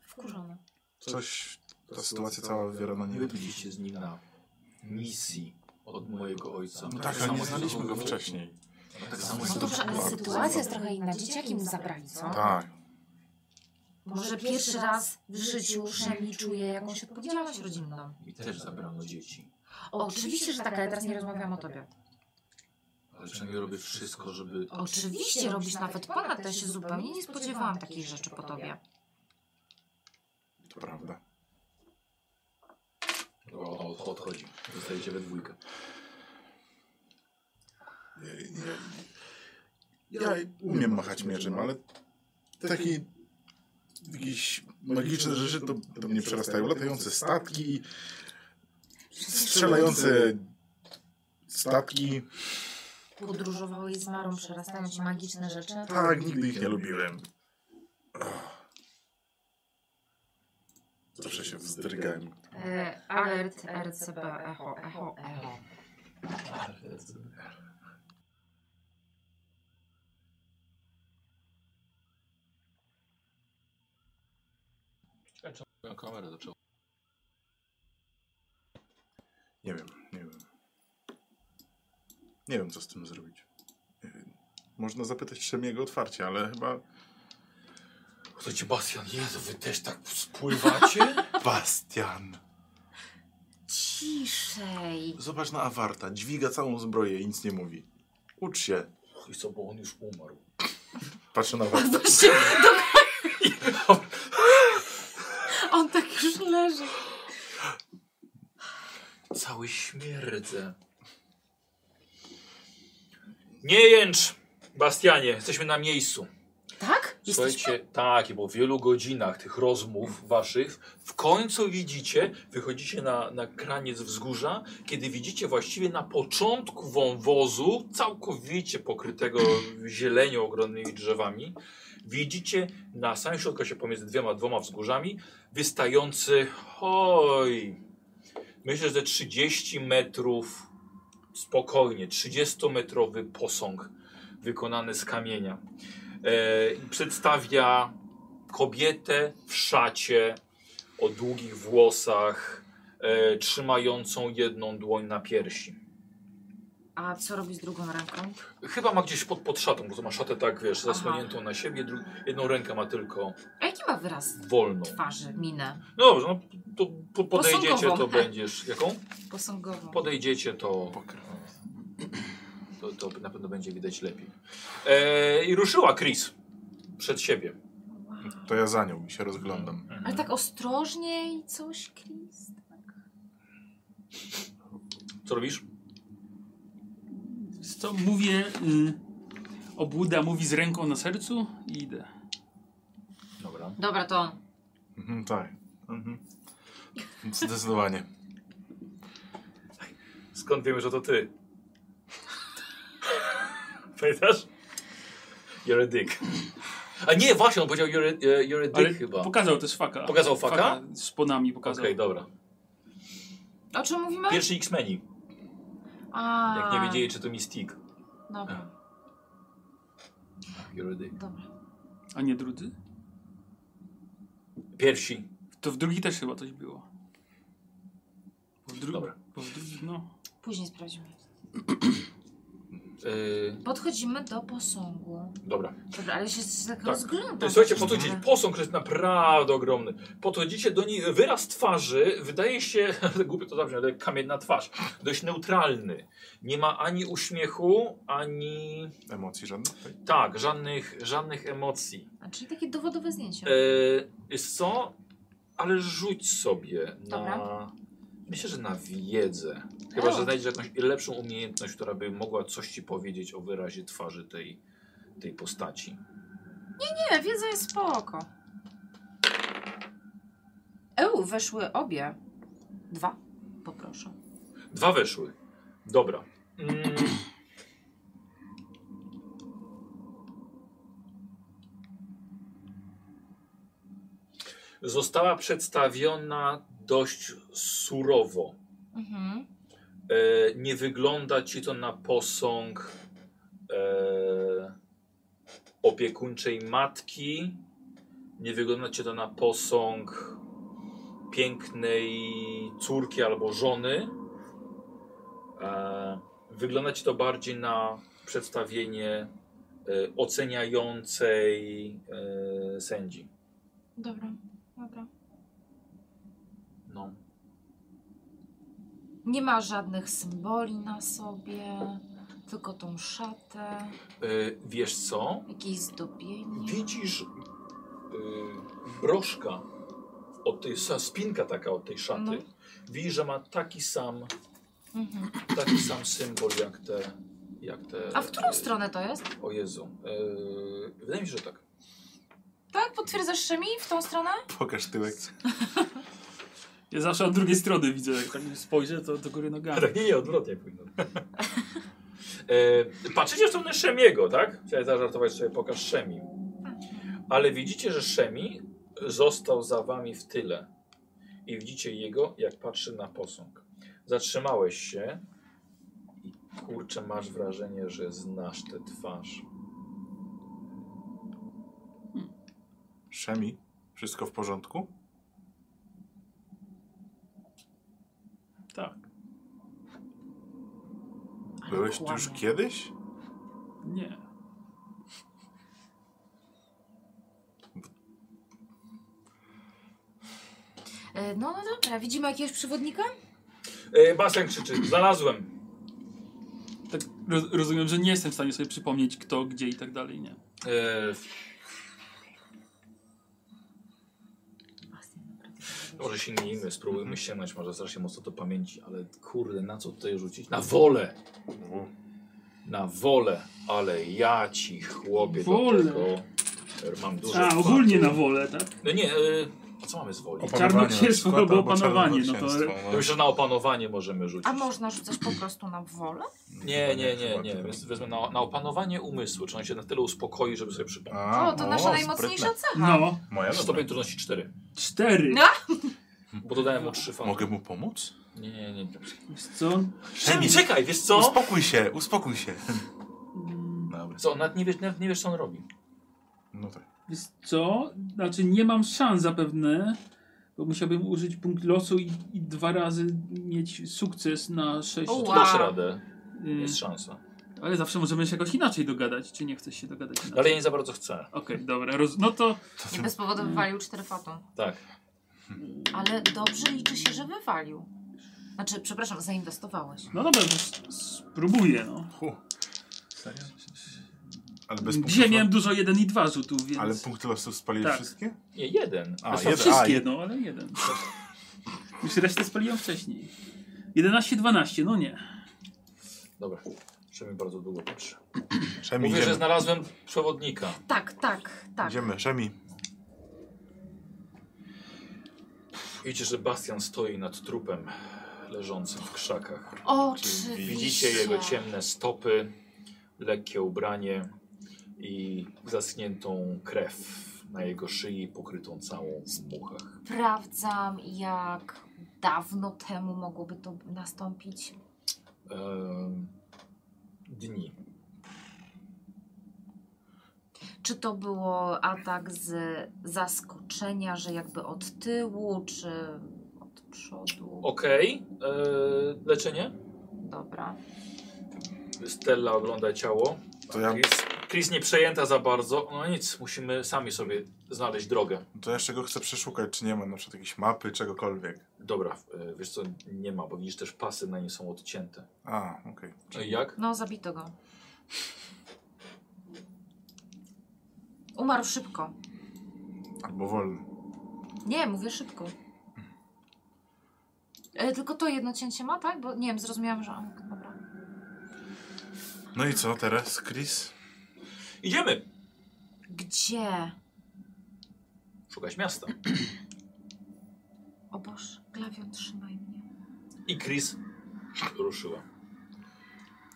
Speaker 2: Wkurzony.
Speaker 4: coś, ta sytuacja cała wywiera na
Speaker 1: Nie
Speaker 4: niego. taki-
Speaker 1: wybiliście z nim na misji od mojego ojca.
Speaker 4: No tak, ale
Speaker 1: samo
Speaker 4: nie
Speaker 1: się
Speaker 4: znaliśmy go
Speaker 1: zachowywał.
Speaker 4: wcześniej.
Speaker 1: Tak samo
Speaker 2: No
Speaker 1: się
Speaker 2: dobrze, ale
Speaker 1: zachowywał.
Speaker 2: sytuacja jest trochę inna. Dzieciaki mu zabrali, co?
Speaker 4: Tak.
Speaker 2: Może pierwszy raz w życiu Szemi czuje jakąś odpowiedzialność rodzinną.
Speaker 1: I też zabrano dzieci.
Speaker 2: O, oczywiście, że tak, ale teraz nie rozmawiam o tobie.
Speaker 1: Ale przynajmniej robię wszystko, żeby...
Speaker 2: Oczywiście tak, robisz nawet ponad, ja się zupełnie nie spodziewałam takich rzeczy po tobie.
Speaker 4: To prawda.
Speaker 1: Dobra, o, o, odchodzi. Zostajecie we dwójkę.
Speaker 4: Nie, nie. Ja umiem machać mieczem, ale takie jakieś magiczne rzeczy to, to mnie przerastają. Latające statki, strzelające statki.
Speaker 2: Podróżowałeś z Marą, przerastając magiczne rzeczy.
Speaker 4: Tak, nigdy ich nie lubiłem. Zawsze się wzdrygałem.
Speaker 2: E, alert RCB, echo, echo, echo.
Speaker 1: Na kamerę zaczęło.
Speaker 4: Nie wiem, nie wiem. Nie wiem, co z tym zrobić. Nie wiem. Można zapytać Szemiego otwarcie, ale chyba...
Speaker 1: Chcecie, Bastian, Jezu, wy też tak spływacie?
Speaker 4: (laughs) Bastian!
Speaker 2: Ciszej.
Speaker 4: Zobacz na Awarta, dźwiga całą zbroję i nic nie mówi. Ucz się.
Speaker 1: I co, bo on już umarł.
Speaker 4: Patrzę na was.
Speaker 2: Właśnie, dokładnie. On tak już leży.
Speaker 1: Cały śmierdzę. Nie jęcz, Bastianie, jesteśmy na miejscu.
Speaker 2: Tak? Jesteśmy?
Speaker 1: Słuchajcie, tak, i po wielu godzinach tych rozmów waszych, w końcu widzicie, wychodzicie na, na kraniec wzgórza, kiedy widzicie właściwie na początku wąwozu, całkowicie pokrytego zielenią ogromnymi drzewami, widzicie na samym środku się pomiędzy dwiema, dwoma wzgórzami, wystający, oj, myślę, że 30 metrów, spokojnie, 30-metrowy posąg wykonany z kamienia e, i przedstawia kobietę w szacie o długich włosach, e, trzymającą jedną dłoń na piersi.
Speaker 2: A co robi z drugą ręką?
Speaker 1: Chyba ma gdzieś pod, pod szatą, bo to ma szatę tak, wiesz,
Speaker 2: Aha.
Speaker 1: zasłoniętą na siebie, dru- jedną rękę ma tylko
Speaker 2: A jaki ma wyraz
Speaker 1: wolną.
Speaker 2: twarzy, minę
Speaker 1: No dobrze, no to po, podejdziecie, to
Speaker 2: Posągową.
Speaker 1: będziesz... Jaką?
Speaker 2: posągową?
Speaker 1: Podejdziecie, to... To, to na pewno będzie widać lepiej. E, I ruszyła Chris przed siebie.
Speaker 4: To ja za nią i się rozglądam.
Speaker 2: Ale tak ostrożniej coś, Chris?
Speaker 1: Co robisz?
Speaker 5: Wiesz Co mówię? Y, obłuda mówi z ręką na sercu i idę.
Speaker 1: Dobra.
Speaker 2: Dobra, to on.
Speaker 4: Mhm, tak. Mhm. Zdecydowanie.
Speaker 1: Skąd wiemy, że to ty? Pamiętasz? You're a dick. A nie, właśnie, on powiedział you're a, e, you're a dick
Speaker 5: Ale
Speaker 1: chyba. Okej,
Speaker 5: pokazał też faka.
Speaker 1: Pokazał faka?
Speaker 5: Z ponami pokazał.
Speaker 1: dobra.
Speaker 2: O czym mówimy?
Speaker 1: Pierwszy X-Meni.
Speaker 2: A,
Speaker 1: Jak nie wiedzieli, czy to Mystique.
Speaker 2: Dobra,
Speaker 1: You're a dick.
Speaker 2: dobra.
Speaker 5: A nie drudzy?
Speaker 1: Pierwsi.
Speaker 5: To w drugi też chyba coś było. Bo w dru-
Speaker 1: Dobra.
Speaker 5: Bo w drugi, no.
Speaker 2: Później sprawdzimy.
Speaker 1: Yy,
Speaker 2: Podchodzimy do posągu.
Speaker 1: dobra.
Speaker 2: Dobra, ale się z- tak,
Speaker 1: Tak.
Speaker 2: rozglądam.
Speaker 1: Słuchajcie, podchodzicie. Posąg jest naprawdę ogromny. Podchodzicie do niej. Wyraz twarzy wydaje się, (laughs) głupio to zabrzmi, ale jak kamienna twarz. Dość neutralny. Nie ma ani uśmiechu, ani...
Speaker 4: Emocji żadnych? Tak.
Speaker 1: Tak, żadnych, żadnych emocji.
Speaker 2: A, czyli takie dowodowe zdjęcie.
Speaker 1: Eee, wiesz co? Ale rzuć sobie
Speaker 2: Dobra.
Speaker 1: na. Myślę, że na wiedzę. Chyba,
Speaker 2: O.
Speaker 1: że znajdziesz jakąś lepszą umiejętność, która by mogła coś ci powiedzieć o wyrazie twarzy tej, tej postaci.
Speaker 2: Nie, wiedza jest spoko. Eł, weszły obie. Dwa. Poproszę.
Speaker 1: Dwa weszły. Dobra. Mm. Została przedstawiona dość surowo.
Speaker 2: Mhm.
Speaker 1: E, nie wygląda ci to na posąg e, opiekuńczej matki. Nie wygląda ci to na posąg pięknej córki albo żony. E, wygląda ci to bardziej na przedstawienie e, oceniającej e, sędzi.
Speaker 2: Dobra, dobra.
Speaker 1: No.
Speaker 2: Nie ma żadnych symboli na sobie, tylko tą szatę,
Speaker 1: E, wiesz co?
Speaker 2: jakieś zdobienie.
Speaker 1: Widzisz y, broszka od tej, sa- spinka taka od tej szaty.
Speaker 2: No.
Speaker 1: Widzisz, że ma taki sam,
Speaker 2: Mhm.
Speaker 1: taki sam symbol jak te, jak te.
Speaker 2: A w którą stronę to jest?
Speaker 1: O Jezu. Y, wydaje mi się, że tak.
Speaker 2: Tak, potwierdzasz Szemi w tą stronę?
Speaker 4: Pokaż tyłek.
Speaker 5: Ja zawsze od drugiej strony widzę, jak tak spojrzę, to do góry nogami.
Speaker 1: Tak, nie, nie, odwrotnie powinno. e, patrzycie w stronę Szemiego, tak? Chciałem zażartować sobie pokaż Szemi. Ale widzicie, że Szemi został za wami w tyle. I widzicie jego, jak patrzy na posąg. Zatrzymałeś się i kurczę, masz wrażenie, że znasz tę twarz.
Speaker 4: Szemi. Wszystko w porządku?
Speaker 5: Tak.
Speaker 2: Ale
Speaker 4: Byłeś tu
Speaker 2: kłamie.
Speaker 4: już kiedyś?
Speaker 5: Nie.
Speaker 2: E, No, no dobra, widzimy jakiegoś przewodnika?
Speaker 1: E, Bastian krzyczy, znalazłem.
Speaker 5: Tak
Speaker 3: Roz, rozumiem, że nie jestem w stanie sobie przypomnieć kto, gdzie i tak dalej, nie?
Speaker 1: E,
Speaker 2: Bastian, naprawdę.
Speaker 1: może sięgnijmy, spróbujmy sięgnąć, może strasznie mocno to pamięci, ale kurde, na co tutaj rzucić? Na wolę! Na wolę, ale ja ci chłopie
Speaker 3: Wolę.
Speaker 1: do tego e, mam dużo
Speaker 3: A,
Speaker 1: wpadów.
Speaker 3: ogólnie na wolę, tak?
Speaker 1: No nie, e, a co mamy z woli?
Speaker 4: Opanowanie
Speaker 3: Czarnoksięstwo
Speaker 4: na przykład,
Speaker 3: albo opanowanie, no to-
Speaker 4: czarnoksięstwo,
Speaker 1: Ja Myślę, że na opanowanie możemy rzucić.
Speaker 2: A można rzucać po prostu na wolę?
Speaker 1: Nie, nie, nie, nie. Więc wezmę na, na opanowanie umysłu. Czy on się na tyle uspokoi, żeby sobie przypomnieć.
Speaker 4: A,
Speaker 2: O, to nasza najmocniejsza
Speaker 4: sprytne.
Speaker 2: cecha.
Speaker 3: No,
Speaker 4: Moja dobra.
Speaker 1: Stopień trudności 4.
Speaker 3: cztery.
Speaker 2: No.
Speaker 1: Bo dodałem mu 3 fany.
Speaker 4: Mogę mu pomóc?
Speaker 1: Nie, nie, nie.
Speaker 3: Wiesz Co?
Speaker 1: Przemi, czekaj, wiesz co?
Speaker 4: Uspokój się, uspokój się. Dobra.
Speaker 1: Co, nawet nie wiesz, nawet nie wiesz co on robi.
Speaker 4: No tak.
Speaker 3: Wiesz co? Znaczy nie mam szans zapewne, bo musiałbym użyć punkt losu i, i dwa razy mieć sukces na sześć.
Speaker 2: O,
Speaker 1: To
Speaker 2: Wow.
Speaker 1: Dasz radę,
Speaker 3: Y,
Speaker 1: jest szansa.
Speaker 3: ale zawsze możemy się jakoś inaczej dogadać, czy nie chcesz się dogadać inaczej?
Speaker 1: Ale ja nie za bardzo chcę.
Speaker 3: Okej, dobra, roz... no to
Speaker 2: Nie bez powodu wywalił cztery fatum.
Speaker 1: Tak.
Speaker 2: Ale dobrze liczy się, że wywalił. Znaczy, przepraszam, zainwestowałeś.
Speaker 3: no dobra, to s- spróbuję no.
Speaker 4: Hu. Serio? Ale bez
Speaker 3: Dzisiaj miałem
Speaker 4: punktu.
Speaker 3: dużo jeden i dwa rzutów, więc...
Speaker 4: Ale punkty losu spaliłeś
Speaker 3: Tak.
Speaker 4: wszystkie?
Speaker 1: Nie, jeden.
Speaker 4: A,
Speaker 3: Zresztą
Speaker 4: jeden-
Speaker 3: wszystkie,
Speaker 4: a,
Speaker 3: no ale jeden. Już resztę spaliłem wcześniej. 11, 12, no nie.
Speaker 1: Dobra. Przemi bardzo długo patrzy.
Speaker 4: Szemi,
Speaker 1: Mówię, że
Speaker 4: idziemy.
Speaker 1: znalazłem przewodnika.
Speaker 2: Tak, tak, tak.
Speaker 4: Idziemy, Szemi.
Speaker 1: Widzicie, że Bastian stoi nad trupem leżącym w krzakach.
Speaker 2: Oczywiście.
Speaker 1: Widzicie jego ciemne stopy, lekkie ubranie i zaschniętą krew na jego szyi pokrytą całą w muchach.
Speaker 2: Sprawdzam, jak dawno temu mogłoby to nastąpić.
Speaker 1: Ehm, dni.
Speaker 2: Czy to było atak z zaskoczenia, że jakby od tyłu, czy od przodu?
Speaker 1: Okej, eee, leczenie.
Speaker 2: Dobra.
Speaker 1: Stella ogląda ciało.
Speaker 4: To ja,
Speaker 1: Chris, Chris nie przejęta za bardzo. No nic, musimy sami sobie znaleźć drogę.
Speaker 4: to ja jeszcze go chcę przeszukać, czy nie ma na przykład jakiejś mapy, czegokolwiek.
Speaker 1: Dobra, e, wiesz co, nie ma, bo widzisz też pasy na nie są odcięte.
Speaker 4: A, okej.
Speaker 1: E, Jak?
Speaker 2: No, zabito go. Umarł szybko.
Speaker 4: Albo wolny.
Speaker 2: Nie, mówię szybko. E, tylko to jedno cięcie ma, tak? Bo nie wiem, zrozumiałam, że. a, Dobra.
Speaker 4: No i co teraz, Chris?
Speaker 1: Idziemy!
Speaker 2: Gdzie?
Speaker 1: Szukać miasta.
Speaker 2: O Boże, glawion, trzymaj mnie.
Speaker 1: I Chris ruszyła.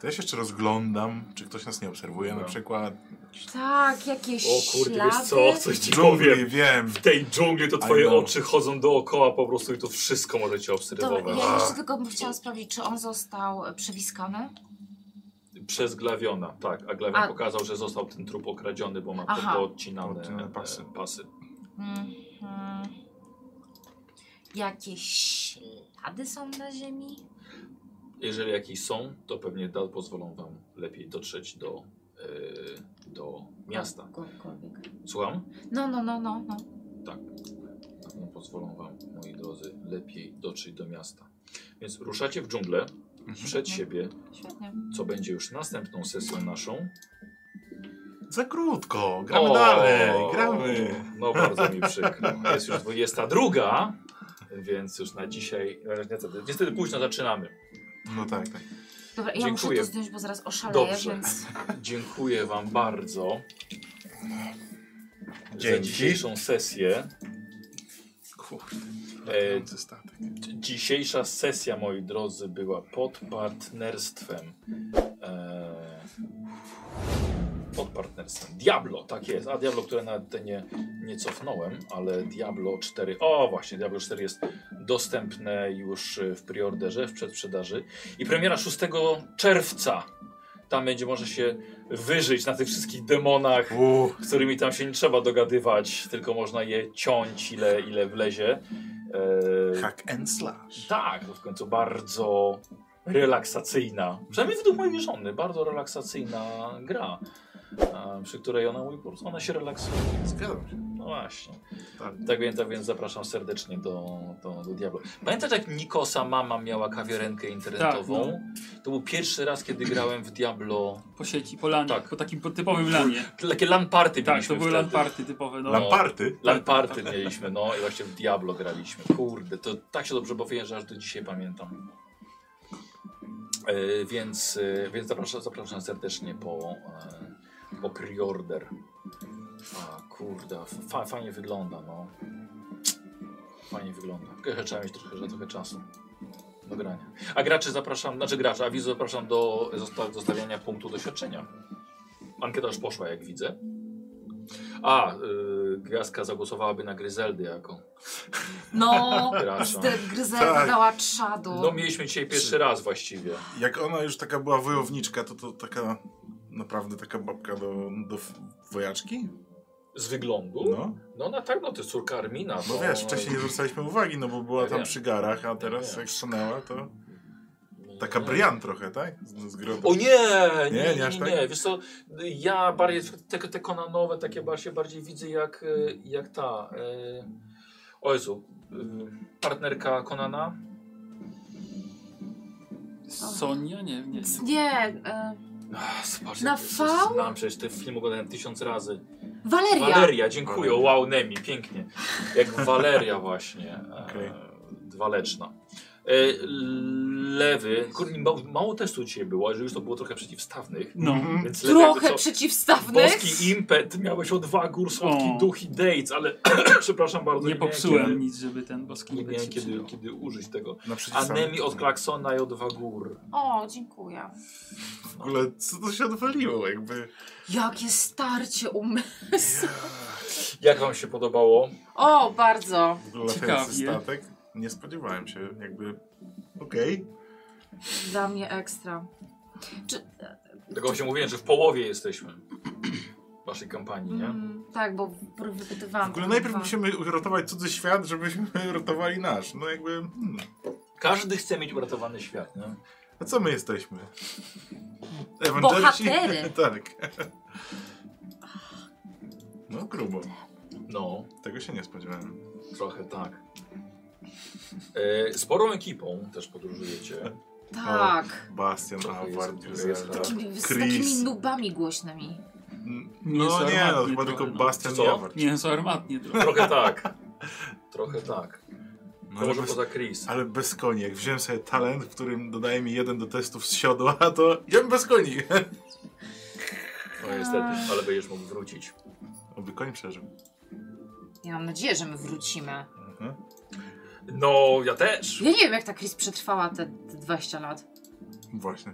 Speaker 4: To ja się jeszcze rozglądam, czy ktoś nas nie obserwuje na
Speaker 1: Dobra.
Speaker 4: przykład.
Speaker 2: Tak, jakieś
Speaker 1: O kurde,
Speaker 2: ślady.
Speaker 1: wiesz co, coś ci powiem.
Speaker 4: Dżungli, wiem.
Speaker 1: W tej dżungli to
Speaker 4: I
Speaker 1: twoje
Speaker 4: know.
Speaker 1: oczy chodzą dookoła po prostu i to wszystko może cię obserwować.
Speaker 2: Dobra, ja jeszcze tylko bym chciała sprawdzić, czy on został e, przewiskany.
Speaker 1: Przez Glawiona, tak. A Glawion
Speaker 2: A-
Speaker 1: pokazał, że został ten trup okradziony, bo ma
Speaker 2: Aha.
Speaker 1: podcinane
Speaker 4: Podcinane pasy.
Speaker 1: pasy. pasy.
Speaker 2: Mhm. Jakieś ślady są na ziemi?
Speaker 1: Jeżeli jakieś są, to pewnie da, pozwolą wam lepiej dotrzeć do, yy, do miasta.
Speaker 2: Kogokolwiek.
Speaker 1: Słucham? Tak.
Speaker 2: No, no, no, no, no.
Speaker 1: Na pewno pozwolą wam, moi drodzy, lepiej dotrzeć do miasta. Więc ruszacie w dżunglę, przed siebie,
Speaker 2: Świetnie.
Speaker 1: co będzie już następną sesją naszą.
Speaker 4: Za krótko, gramy
Speaker 1: O!
Speaker 4: dalej, gramy.
Speaker 1: No bardzo mi przykro. Jest już 22, więc już na dzisiaj, e, niestety, niestety późno zaczynamy.
Speaker 4: No tak, tak.
Speaker 2: Dobra, ja muszę
Speaker 1: Dziękuję.
Speaker 2: to zdjąć, bo zaraz oszaleję,
Speaker 1: Dobrze.
Speaker 2: więc.
Speaker 1: (laughs) Dziękuję wam bardzo za
Speaker 4: Dzięki.
Speaker 1: dzisiejszą sesję.
Speaker 4: Kurde,
Speaker 1: E,
Speaker 4: latający statek.
Speaker 1: Dzisiejsza sesja, moi drodzy, była pod partnerstwem. E, pod partnerstwem. Diablo, tak jest. A Diablo, które nawet te nie, nie cofnąłem, ale Diablo 4. O, właśnie, Diablo 4 jest dostępne już e, w preorderze, w przedsprzedaży. I premiera 6 czerwca. Tam będzie można się wyżyć na tych wszystkich demonach,
Speaker 4: Uuu,
Speaker 1: z którymi tam się nie trzeba dogadywać, tylko można je ciąć ile, ile wlezie. E,
Speaker 4: hack and slash.
Speaker 1: tak, to w końcu bardzo relaksacyjna, przynajmniej według mojej żony, bardzo relaksacyjna gra, e, przy której ona mówi po prostu, ona się relaksuje.
Speaker 4: Zgadzam się.
Speaker 1: No, właśnie.
Speaker 4: Tak.
Speaker 1: Tak. więc, tak więc zapraszam serdecznie do, do, do Diablo. Pamiętasz jak Nikosa mama miała kawiarenkę internetową?
Speaker 3: Tak,
Speaker 1: To był pierwszy raz, kiedy grałem w Diablo.
Speaker 3: Po sieci, po lanie,
Speaker 1: Tak.
Speaker 3: po takim po typowym lanie.
Speaker 1: Takie LAN party
Speaker 3: Tak, to
Speaker 1: mieliśmy
Speaker 3: były
Speaker 1: wtedy.
Speaker 3: lamparty typowe, no.
Speaker 4: Lamparty?
Speaker 1: LAN party mieliśmy, no i właśnie w Diablo graliśmy. Kurde, to tak się dobrze bawiłem, że aż do dzisiaj pamiętam. E, więc e, więc zapraszam, zapraszam serdecznie po, e, po pre-order. A kurde, fa, fajnie wygląda, no. Fajnie wygląda. Tylko Trzeba mieć trochę, że trochę czasu do grania. A graczy zapraszam, znaczy graczy, a widzów zapraszam do zosta- zostawiania punktu doświadczenia. Ankieta już poszła, jak widzę. A, y, gwiazdka zagłosowałaby na Gryzeldy jako
Speaker 2: No,
Speaker 1: gracza.
Speaker 2: z- Gryzel
Speaker 4: Tak.
Speaker 2: dała trzadu.
Speaker 1: No mieliśmy dzisiaj pierwszy raz właściwie.
Speaker 4: Jak ona już taka była wojowniczka, to to taka naprawdę taka babka do, do wojaczki?
Speaker 1: Z wyglądu? No,
Speaker 4: No.
Speaker 1: na tak, no to jest córka Armina.
Speaker 4: Bo
Speaker 1: no,
Speaker 4: wiesz, wcześniej nie zwracaliśmy uwagi, no bo była
Speaker 1: Ja
Speaker 4: tam
Speaker 1: wiem.
Speaker 4: przy garach, a teraz
Speaker 1: wiem.
Speaker 4: jak stanęła, to
Speaker 1: nie.
Speaker 4: taka Brian trochę, tak? Z, z grobu.
Speaker 1: No. O nie,
Speaker 4: Nie,
Speaker 1: nie,
Speaker 4: nie
Speaker 1: nie, nie,
Speaker 4: aż tak?
Speaker 1: Wiesz co, ja bardziej te, te konanowe takie bardziej, bardziej widzę jak, y, jak ta. Y, o Jezu, y, partnerka Konana.
Speaker 3: Sonia? Nie, nie, nie.
Speaker 2: Nie, e,
Speaker 1: Ach, zobacz,
Speaker 2: Na
Speaker 1: jak-
Speaker 2: V?
Speaker 1: Znam przecież ten film oglądałem tysiąc razy.
Speaker 2: Waleria.
Speaker 1: Waleria, dziękuję. Wow, Nemi, pięknie. Jak Waleria właśnie.
Speaker 4: Okej.
Speaker 1: E, waleczna. E, lewy. Kurde, mało, mało testów dzisiaj było, że już to było trochę przeciwstawnych.
Speaker 3: No.
Speaker 4: Mhm.
Speaker 1: Więc lewy, jakby
Speaker 2: Trochę
Speaker 1: co,
Speaker 2: przeciwstawnych.
Speaker 1: Boski impet, miałeś odwagór, słodki
Speaker 3: O.
Speaker 1: duch i dejc, ale (clears throat) przepraszam bardzo.
Speaker 3: Nie
Speaker 1: miałem
Speaker 3: popsułem
Speaker 1: kiedy-
Speaker 3: nic, żeby ten boski
Speaker 1: Nie
Speaker 3: nie
Speaker 1: miałem
Speaker 3: kiedy...
Speaker 1: kiedy, kiedy użyć tego.
Speaker 4: Na przeciw
Speaker 1: Anemi od klaksona i odwagór.
Speaker 2: O, dziękuję.
Speaker 4: W ogóle co to się odwaliło, jakby.
Speaker 2: Jakie starcie umysłu.
Speaker 1: Jak wam się podobało?
Speaker 2: O, bardzo.
Speaker 4: W ogóle latający
Speaker 3: Ciekawie.
Speaker 4: statek. Nie spodziewałem się, jakby. Okej.
Speaker 2: Dla mnie ekstra. Czy,
Speaker 1: Tego się mówiłem, że w połowie jesteśmy waszej kampanii, nie?
Speaker 2: mm, tak, bo w- wypytywałam.
Speaker 4: W ogóle najpierw
Speaker 2: Dwa.
Speaker 4: musimy uratować cudzy świat, żebyśmy (laughs) ratowali nasz. No jakby. Hmm.
Speaker 1: Każdy chce mieć uratowany świat, nie?
Speaker 4: A co my jesteśmy?
Speaker 2: Bohatery.
Speaker 4: (laughs) tak. No grubo.
Speaker 1: No,
Speaker 4: Tego się nie spodziewałem.
Speaker 1: trochę tak. E, sporą ekipą też podróżujecie.
Speaker 2: Tak.
Speaker 4: Bastian,
Speaker 1: Trochę
Speaker 4: Award,
Speaker 1: jest- jest-
Speaker 4: Griselda.
Speaker 2: Takimi, z takimi
Speaker 4: Chris.
Speaker 2: nubami głośnymi.
Speaker 4: No
Speaker 3: Mięso
Speaker 4: nie, no,
Speaker 3: armatnie
Speaker 4: chyba
Speaker 3: trochę,
Speaker 4: tylko
Speaker 3: no.
Speaker 4: Bastian
Speaker 1: Czy co?
Speaker 4: i Award.
Speaker 3: Mięso armatnie trochę.
Speaker 1: Trochę tak. Trochę tak.
Speaker 4: No, ale,
Speaker 1: Może
Speaker 4: bez,
Speaker 1: poza Chris.
Speaker 4: ale bez koni. Jak wziąłem sobie talent, w którym dodaje mi jeden do testów z siodła, (laughs) to jem bez koni. (laughs)
Speaker 1: No niestety, ale będziesz mógł wrócić.
Speaker 4: Oby koń przeżył.
Speaker 2: Ja mam nadzieję, że my wrócimy.
Speaker 1: No, ja też.
Speaker 2: Ja nie wiem, jak ta Chris przetrwała te, te 20 lat.
Speaker 4: Właśnie.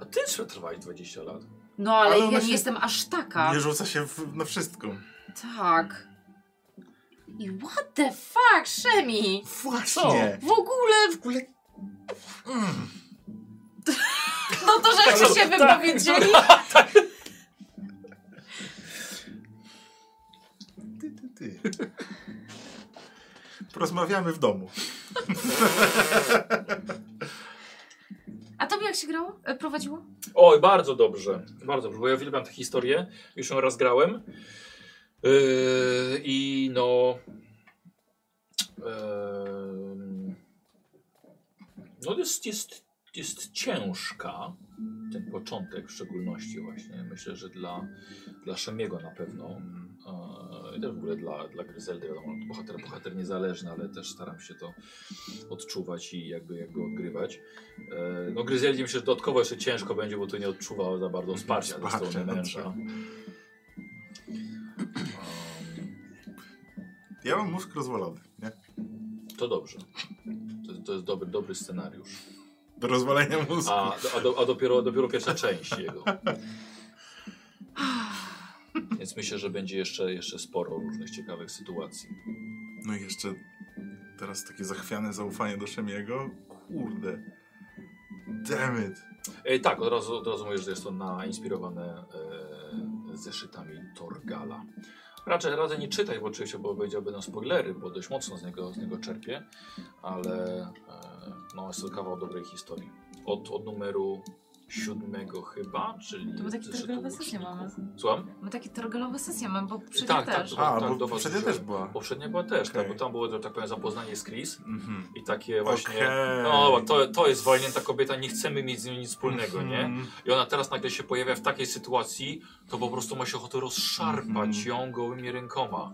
Speaker 1: A ty przetrwałeś 20 lat.
Speaker 2: No, ale,
Speaker 4: Ale
Speaker 2: ja
Speaker 4: ona
Speaker 2: nie
Speaker 4: się-
Speaker 2: jestem aż taka.
Speaker 4: Nie rzuca się w, na wszystko.
Speaker 2: Tak. I what the fuck, Szemi?
Speaker 4: Właśnie.
Speaker 2: W ogóle, w ogóle... (laughs) No to rzeczy
Speaker 4: Tak,
Speaker 2: się wypowiedzieli.
Speaker 4: Ty, ty, ty. Porozmawiamy w domu.
Speaker 2: A tobie jak się grało? E, prowadziło?
Speaker 1: Oj, bardzo dobrze. Bardzo dobrze, bo ja uwielbiam tę historię. Już ją raz grałem. Yy, I no. em, yy, no jest, jest, jest ciężka. Ten początek w szczególności właśnie. Myślę, że dla, dla Szemiego na pewno. Yy, I też w ogóle dla, dla Gryzeldy, wiadomo, no bohater, bohater niezależny, ale też staram się to odczuwać i jakby, jakby odgrywać. E, No Gryzeldzie myślę, że dodatkowo jeszcze ciężko będzie, bo tu nie odczuwa za bardzo wsparcia ze
Speaker 4: Wsparcia,
Speaker 1: strony
Speaker 4: no
Speaker 1: męża.
Speaker 4: Ja mam mózg rozwalony, nie?
Speaker 1: To dobrze. To, to jest dobry, dobry scenariusz.
Speaker 4: Do rozwalenia mózgu.
Speaker 1: A, a, do, a dopiero, dopiero pierwsza część jego. Więc myślę, że będzie jeszcze, jeszcze sporo różnych ciekawych sytuacji.
Speaker 4: No i jeszcze teraz takie zachwiane zaufanie do Szemiego. Kurde. Damn it.
Speaker 1: E, tak, od razu, od razu mówię, że jest to nainspirowane e, zeszytami Torgala. Raczej radzę nie czytać, bo oczywiście bo powiedziałby nam spoilery, bo dość mocno z niego, z niego czerpię, ale e, no, jest to kawał dobrej historii. Od, od numeru siódmego chyba, czyli...
Speaker 2: To my takie
Speaker 1: zeszytu
Speaker 2: targelowe sesje
Speaker 1: łuczników.
Speaker 2: mamy.
Speaker 1: Słucham?
Speaker 2: My takie targelowe sesje mamy, bo przecież
Speaker 1: Tak, tak,
Speaker 2: też.
Speaker 1: to-
Speaker 4: A,
Speaker 1: tak,
Speaker 4: bo
Speaker 1: dowodzisz,
Speaker 4: poprzednia
Speaker 1: że-
Speaker 4: też była.
Speaker 1: Poprzednia była też, tak,
Speaker 4: Okej.
Speaker 1: bo tam było, że tak powiem, zapoznanie z Chris
Speaker 4: Mhm.
Speaker 1: i takie właśnie...
Speaker 4: Okej.
Speaker 1: No, bo to, to jest walnięta kobieta, nie chcemy mieć z nią nic wspólnego, nie?
Speaker 4: Mhm.
Speaker 1: I ona teraz nagle się pojawia w takiej sytuacji, to po prostu ma się ochotę rozszarpać
Speaker 4: Mhm.
Speaker 1: ją gołymi rękoma.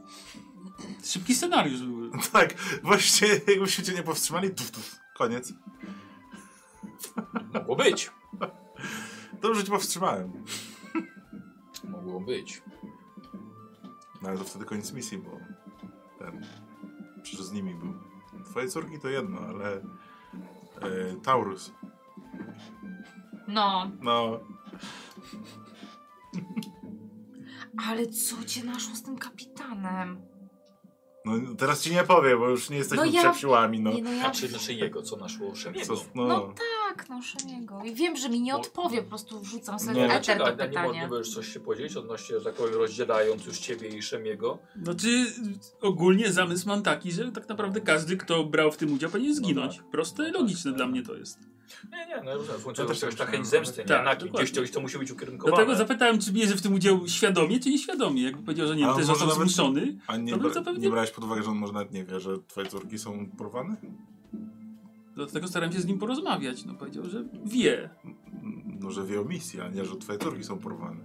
Speaker 3: Szybki scenariusz był.
Speaker 4: (laughs) Tak, właśnie jakbyśmy cię nie powstrzymali, tuf, tuf, koniec.
Speaker 1: Mogło być.
Speaker 4: Dobrze cię powstrzymałem.
Speaker 1: Mogło być.
Speaker 4: No ale to wtedy koniec misji, bo ten, przecież z nimi był. Twoje córki to jedno, ale e, Taurus,
Speaker 2: No,
Speaker 4: no
Speaker 2: ale co cię naszło z tym kapitanem?
Speaker 4: No teraz ci nie powiem, bo już nie jesteśmy
Speaker 2: No
Speaker 4: no
Speaker 2: ja-
Speaker 4: przepsiłami, no.
Speaker 2: Nie no, ja...
Speaker 1: Znaczy, znaczy jego, co naszło Szemiego.
Speaker 4: Co, no.
Speaker 2: No tak, no Szemiego. I wiem, że mi nie
Speaker 1: Bo-
Speaker 2: odpowie, po prostu wrzucam
Speaker 4: Nie,
Speaker 2: sobie w eter
Speaker 1: Czekaj,
Speaker 2: to
Speaker 1: Adrian, nie mo- nie
Speaker 2: pytanie.
Speaker 1: możesz coś się podzielić odnośnie, że tak powiem, rozdzielając już ciebie i Szemiego?
Speaker 3: Znaczy, ogólnie zamysł mam taki, że tak naprawdę każdy, kto brał w tym udział, powinien zginąć. Proste, logiczne dla mnie to jest.
Speaker 1: Nie, nie, no rozumiem, w końcu
Speaker 4: Ja
Speaker 1: ja
Speaker 4: też
Speaker 1: jakaś
Speaker 4: tak
Speaker 1: ta chęć
Speaker 4: myślałem.
Speaker 1: zemsty, nie?
Speaker 3: Tak,
Speaker 1: Na kim?
Speaker 3: dokładnie.
Speaker 1: Gdzieś to, to musi być ukierunkowane.
Speaker 3: Dlatego zapytałem, czy bierze w tym udział świadomie, czy nieświadomie. Jakby powiedział, że nie,
Speaker 4: A
Speaker 3: też
Speaker 4: może
Speaker 3: został
Speaker 4: nawet-
Speaker 3: zmuszony.
Speaker 4: A nie,
Speaker 3: To bym
Speaker 4: bra-
Speaker 3: zapewne-
Speaker 4: nie brałeś pod uwagę, że on może nawet nie wie, że twoje córki są porwane?
Speaker 3: Dlatego starałem się z nim porozmawiać. No powiedział, że wie.
Speaker 4: No, że wie o misji, a nie, że twoje córki są porwane.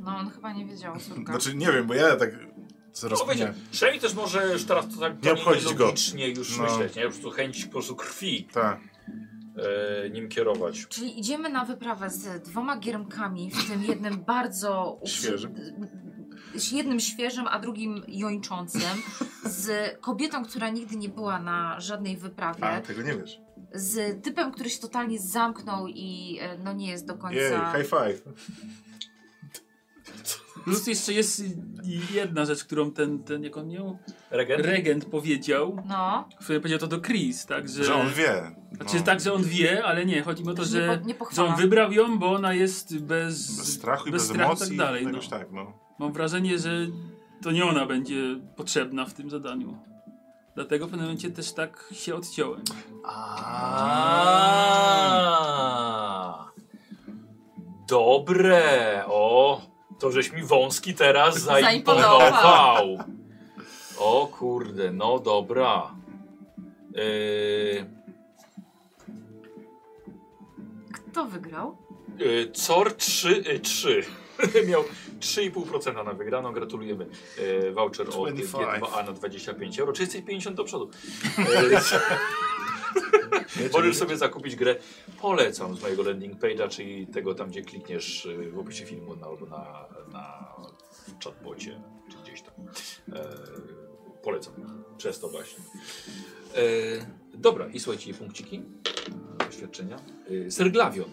Speaker 2: No on chyba nie wiedział, córka.
Speaker 4: Znaczy, nie wiem, bo ja tak
Speaker 1: No,
Speaker 4: coraz
Speaker 1: bo wiecie, Szemi też może już teraz to tak
Speaker 4: Nie obchodzić go.
Speaker 1: logicznie już
Speaker 4: No.
Speaker 1: myśleć, nie? Po prostu chęć po prostu krwi
Speaker 4: Tak.
Speaker 1: e, nim kierować.
Speaker 2: Czyli idziemy na wyprawę z dwoma giermkami, w tym jednym bardzo...
Speaker 4: Świeżym.
Speaker 2: Z jednym świeżym, a drugim jończącym. Z kobietą, która nigdy nie była na żadnej wyprawie.
Speaker 4: A, tego nie wiesz.
Speaker 2: Z typem, który się totalnie zamknął i e, no nie jest do
Speaker 4: Jej,
Speaker 2: końca...
Speaker 4: high five.
Speaker 3: Plus jeszcze jest jedna rzecz, którą ten, ten jak on miał,
Speaker 1: Regen?
Speaker 3: regent powiedział.
Speaker 2: No,
Speaker 3: Powiedział to do Chris, tak, że...
Speaker 4: Że on wie. No.
Speaker 3: Znaczy tak, że on wie, ale nie, chodzi mi o to,
Speaker 2: że nie,
Speaker 3: że,
Speaker 2: po, nie
Speaker 3: że on
Speaker 2: pochwala.
Speaker 3: wybrał ją, bo ona jest bez,
Speaker 4: Bez strachu i bez,
Speaker 3: strachu
Speaker 4: emocji.
Speaker 3: i tak dalej. No.
Speaker 4: Jakoś tak, no.
Speaker 3: Mam wrażenie, że to nie ona będzie potrzebna w tym zadaniu. Dlatego w pewnym momencie też tak się odciąłem.
Speaker 1: A. Dobre! O! To żeś mi wąski teraz
Speaker 2: Zaimponował.
Speaker 1: zaimponował. O kurde, no dobra. Yy,
Speaker 2: Kto wygrał?
Speaker 1: yy, COR 3, yy, 3. (laughs) miał 3,5% na wygraną. Gratulujemy. Yy, voucher od
Speaker 4: 25.
Speaker 1: G2A na 25 euro. Czy jesteś 50 do przodu? Yy, Możesz sobie zakupić grę. Polecam z mojego landing page'a, czyli tego tam, gdzie klikniesz y, w opisie filmu na, albo na, na chatbocie, czy gdzieś tam. E, polecam. Przez to właśnie. E, dobra, i słuchajcie, punkciki. Doświadczenia. E, Serglawion.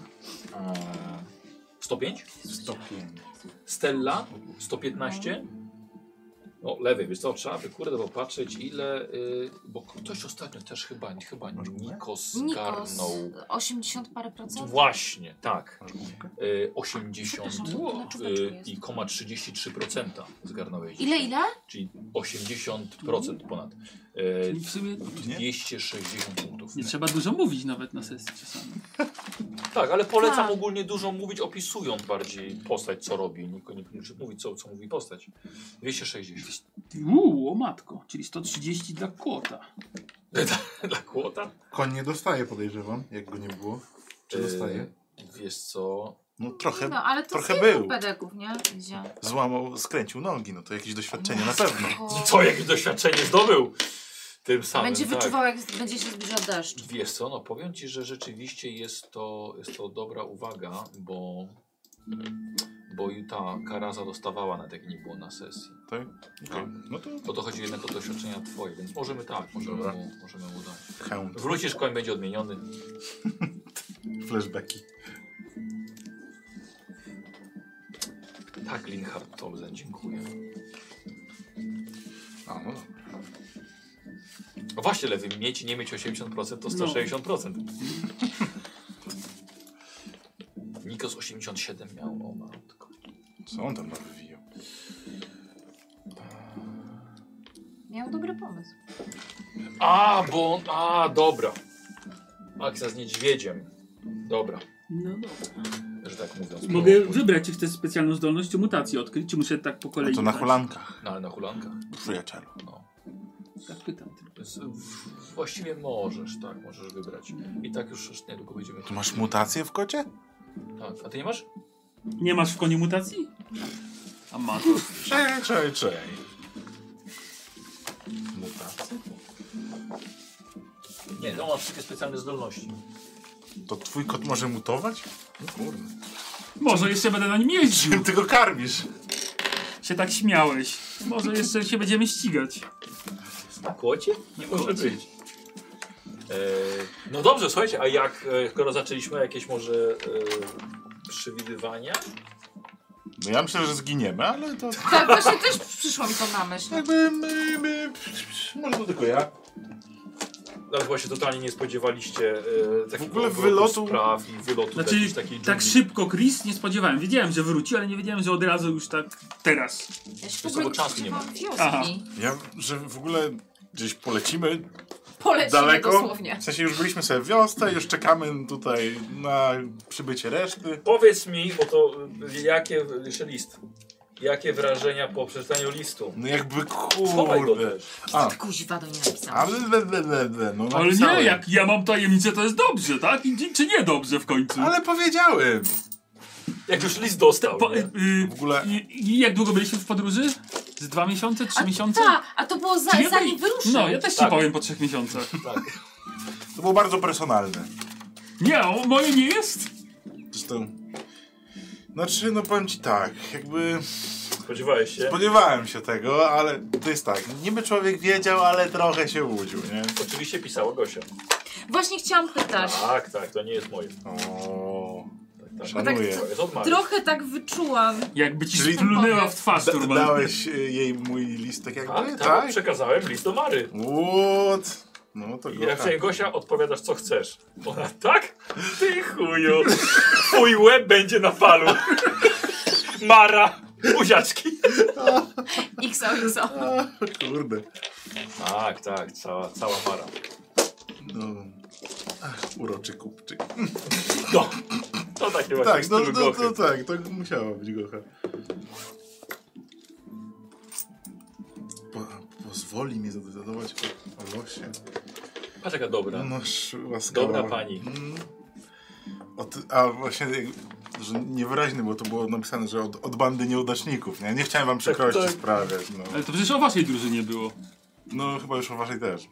Speaker 1: E, 105?
Speaker 8: 105.
Speaker 1: Stella 115. No lewy, wiesz co, trzeba by kurde popatrzeć ile, y, bo ktoś ostatnio też chyba, chyba Nikos
Speaker 2: Nikos.
Speaker 1: zgarnął.
Speaker 2: 80 parę procent?
Speaker 1: Właśnie, tak. Y,
Speaker 2: Przepraszam,
Speaker 1: 80
Speaker 2: to na czubeczku
Speaker 1: y,
Speaker 2: jest.
Speaker 1: i 33% zgarnąłeś.
Speaker 2: Ile, ile?
Speaker 1: Czyli 80% ponad. Y,
Speaker 3: Czyli w sumie
Speaker 1: 260 punktów.
Speaker 3: nie trzeba dużo mówić nawet na sesji czasami.
Speaker 1: Tak, ale polecam
Speaker 2: Tak.
Speaker 1: ogólnie dużo mówić, opisując bardziej postać, co robi. Niko nie nie mówić, co, co mówi postać. 260.
Speaker 3: Uuu, o matko, czyli 130 dla kłota.
Speaker 1: (laughs) Dla kłota?
Speaker 8: Koń nie dostaje, podejrzewam, jak go nie było. Czy dostaje?
Speaker 1: Y, Wiesz co?
Speaker 4: Yy, No trochę
Speaker 2: No, ale to
Speaker 4: trochę
Speaker 2: z kilku
Speaker 4: był.
Speaker 2: pedeków, nie? Idzie.
Speaker 4: złamał, skręcił nogi, no to jakieś doświadczenie na pewno.
Speaker 2: O,
Speaker 1: Co, jakieś doświadczenie zdobył? Tym samym,
Speaker 2: Będzie
Speaker 1: tak.
Speaker 2: wyczuwał, jak będzie się zbliżał deszcz.
Speaker 1: Wiesz co, no powiem ci, że rzeczywiście jest to, jest to dobra uwaga, bo, bo i ta karaza dostawała na jak nie było na sesji.
Speaker 4: Tak? Okej. No to
Speaker 1: Bo to chodzi jednak o doświadczenia twoje, więc możemy tak, możemy
Speaker 4: Dobra.
Speaker 1: mu, możemy mu dać.
Speaker 4: hound.
Speaker 1: Wrócisz, koń będzie odmieniony.
Speaker 4: Flashbacki.
Speaker 1: Tak, Linhard Tolzen, dziękuję.
Speaker 4: A, no.
Speaker 1: No właśnie, lewy, mieć i nie mieć 80% to 160%. (laughs) Nikos 87 miał, o matko.
Speaker 4: Co on tam wywijał?
Speaker 2: Miał dobry pomysł.
Speaker 1: A, bo on, a, dobra. Akcja z niedźwiedziem. Dobra.
Speaker 3: No dobra.
Speaker 1: że tak mówiąc.
Speaker 3: Mogę wybrać, czy chcę specjalną zdolność, czy mutację odkryć, czy muszę tak po
Speaker 4: A
Speaker 3: kolei.
Speaker 4: to na
Speaker 3: brać?
Speaker 4: holankach,
Speaker 1: No, ale na hulankach.
Speaker 4: przyjacielu.
Speaker 1: No.
Speaker 3: Tak pytam. tylko.
Speaker 1: Więc w- właściwie możesz, tak, możesz wybrać. I tak już, już niedługo będziemy.
Speaker 4: Tu masz mutację w kocie?
Speaker 1: Tak. A ty nie masz?
Speaker 3: Nie masz w koniu mutacji? A ma
Speaker 4: Czej, czej, czej. Mutacje?
Speaker 1: Nie, no masz wszystkie specjalne zdolności.
Speaker 4: To twój kot może mutować? No kurde.
Speaker 3: Może jeszcze będę na nim jeździł.
Speaker 4: Ty go karmisz.
Speaker 3: Się tak śmiałeś. Może jeszcze się będziemy ścigać.
Speaker 1: Na kłocie? Nie może być. no dobrze, słuchajcie, a jak, e, skoro zaczęliśmy jakieś może e, przewidywania?
Speaker 4: No ja myślę, że zginiemy, ale to...
Speaker 2: Tak, właśnie też przyszło mi to na myśl.
Speaker 4: Jakby my, my, Może to tylko ja.
Speaker 1: No, Ale chyba się totalnie nie spodziewaliście e, takiego
Speaker 4: ogóle
Speaker 1: obrotu
Speaker 4: wylotu-
Speaker 1: spraw i wylotu
Speaker 3: Znaczy,
Speaker 1: jakiejś takiej
Speaker 3: Tak
Speaker 1: dżungli.
Speaker 3: szybko, Chris, nie spodziewałem. Wiedziałem, że wróci, ale nie wiedziałem, że od razu już tak teraz.
Speaker 2: Ja się w
Speaker 1: Wiesz co,
Speaker 2: ogóle
Speaker 1: bo czasu nie
Speaker 2: nie
Speaker 1: ma.
Speaker 2: mam wioski.
Speaker 3: Aha.
Speaker 4: Ja, że w ogóle gdzieś polecimy
Speaker 2: Polecimy
Speaker 4: daleko.
Speaker 2: dosłownie.
Speaker 4: W sensie już byliśmy sobie w wiosce, już czekamy tutaj na przybycie reszty.
Speaker 1: Powiedz mi, bo to y, jakie, jeszcze list, jakie wrażenia po przeczytaniu listu?
Speaker 4: No jakby
Speaker 1: Schowaj go
Speaker 4: kurde.
Speaker 1: też.
Speaker 4: A,
Speaker 2: Ty Tak kuźwa do niej
Speaker 4: a
Speaker 2: napisałam.
Speaker 4: le, le, le, le, le, no
Speaker 3: Ale nie,
Speaker 4: napisałem.
Speaker 3: jak ja mam tajemnicę, to jest dobrze, tak? I, czy nie dobrze w końcu?
Speaker 4: Ale powiedziałem.
Speaker 1: Jak już list dostał,
Speaker 3: Po,
Speaker 1: nie?
Speaker 3: y, y,
Speaker 4: W ogóle-
Speaker 3: i- i jak długo byliście w podróży? Z dwa miesiące, trzy miesiące?
Speaker 2: Ta, a to było za,
Speaker 3: Czy nie
Speaker 2: zanim
Speaker 3: byli-
Speaker 2: wyruszył.
Speaker 3: No, ja też ci
Speaker 1: Tak.
Speaker 3: powiem po trzech miesiącach.
Speaker 4: To było bardzo personalne.
Speaker 3: Nie, o, moje nie jest.
Speaker 4: Zresztą... Znaczy, no powiem ci tak, jakby
Speaker 1: Spodziewałeś się?
Speaker 4: spodziewałem się tego, ale to jest tak, niby człowiek wiedział, ale trochę się łudził, nie?
Speaker 1: Oczywiście pisała Gosia.
Speaker 2: Właśnie chciałam pytać.
Speaker 1: Tak, tak, to nie jest moje.
Speaker 4: O,
Speaker 1: Tak, tak.
Speaker 4: szanuję.
Speaker 1: To jest od Marii.
Speaker 2: Trochę tak wyczułam.
Speaker 3: Jakby ci
Speaker 4: Czyli-
Speaker 3: splunęła w twarz
Speaker 4: Da,
Speaker 3: normalnie.
Speaker 4: dałeś y, jej mój list tak jakby?
Speaker 1: Tak, tak,
Speaker 4: tak?
Speaker 1: przekazałem list do Mary.
Speaker 4: What? No to
Speaker 1: I
Speaker 4: go
Speaker 1: jak
Speaker 4: tak.
Speaker 1: się Gosia odpowiadasz, co chcesz. Ona, tak? Ty chuju. Twój łeb będzie na falu. Mara. Buziaczki.
Speaker 2: XOXO.
Speaker 4: Kurde.
Speaker 1: Tak, tak, cała, cała para.
Speaker 4: No. Ach, uroczy kupczyk.
Speaker 1: No, to takie właśnie
Speaker 4: Tak, no,
Speaker 1: stylu
Speaker 4: no
Speaker 1: gochy.
Speaker 4: to tak, to musiało być gocha. Po, pozwoli mi zadecydować o, o losie.
Speaker 1: Patrz jaka dobra.
Speaker 4: Noż łaskawa.
Speaker 1: Tak. Dobra pani.
Speaker 4: Mm. Od, a właśnie, jak- że niewyraźny, bo to było napisane, że od, od bandy nieudaczników, nie? Nie chciałem wam przykrości
Speaker 1: tak.
Speaker 4: sprawiać, no.
Speaker 3: Ale to przecież o waszej drużynie było.
Speaker 4: No chyba już o waszej też.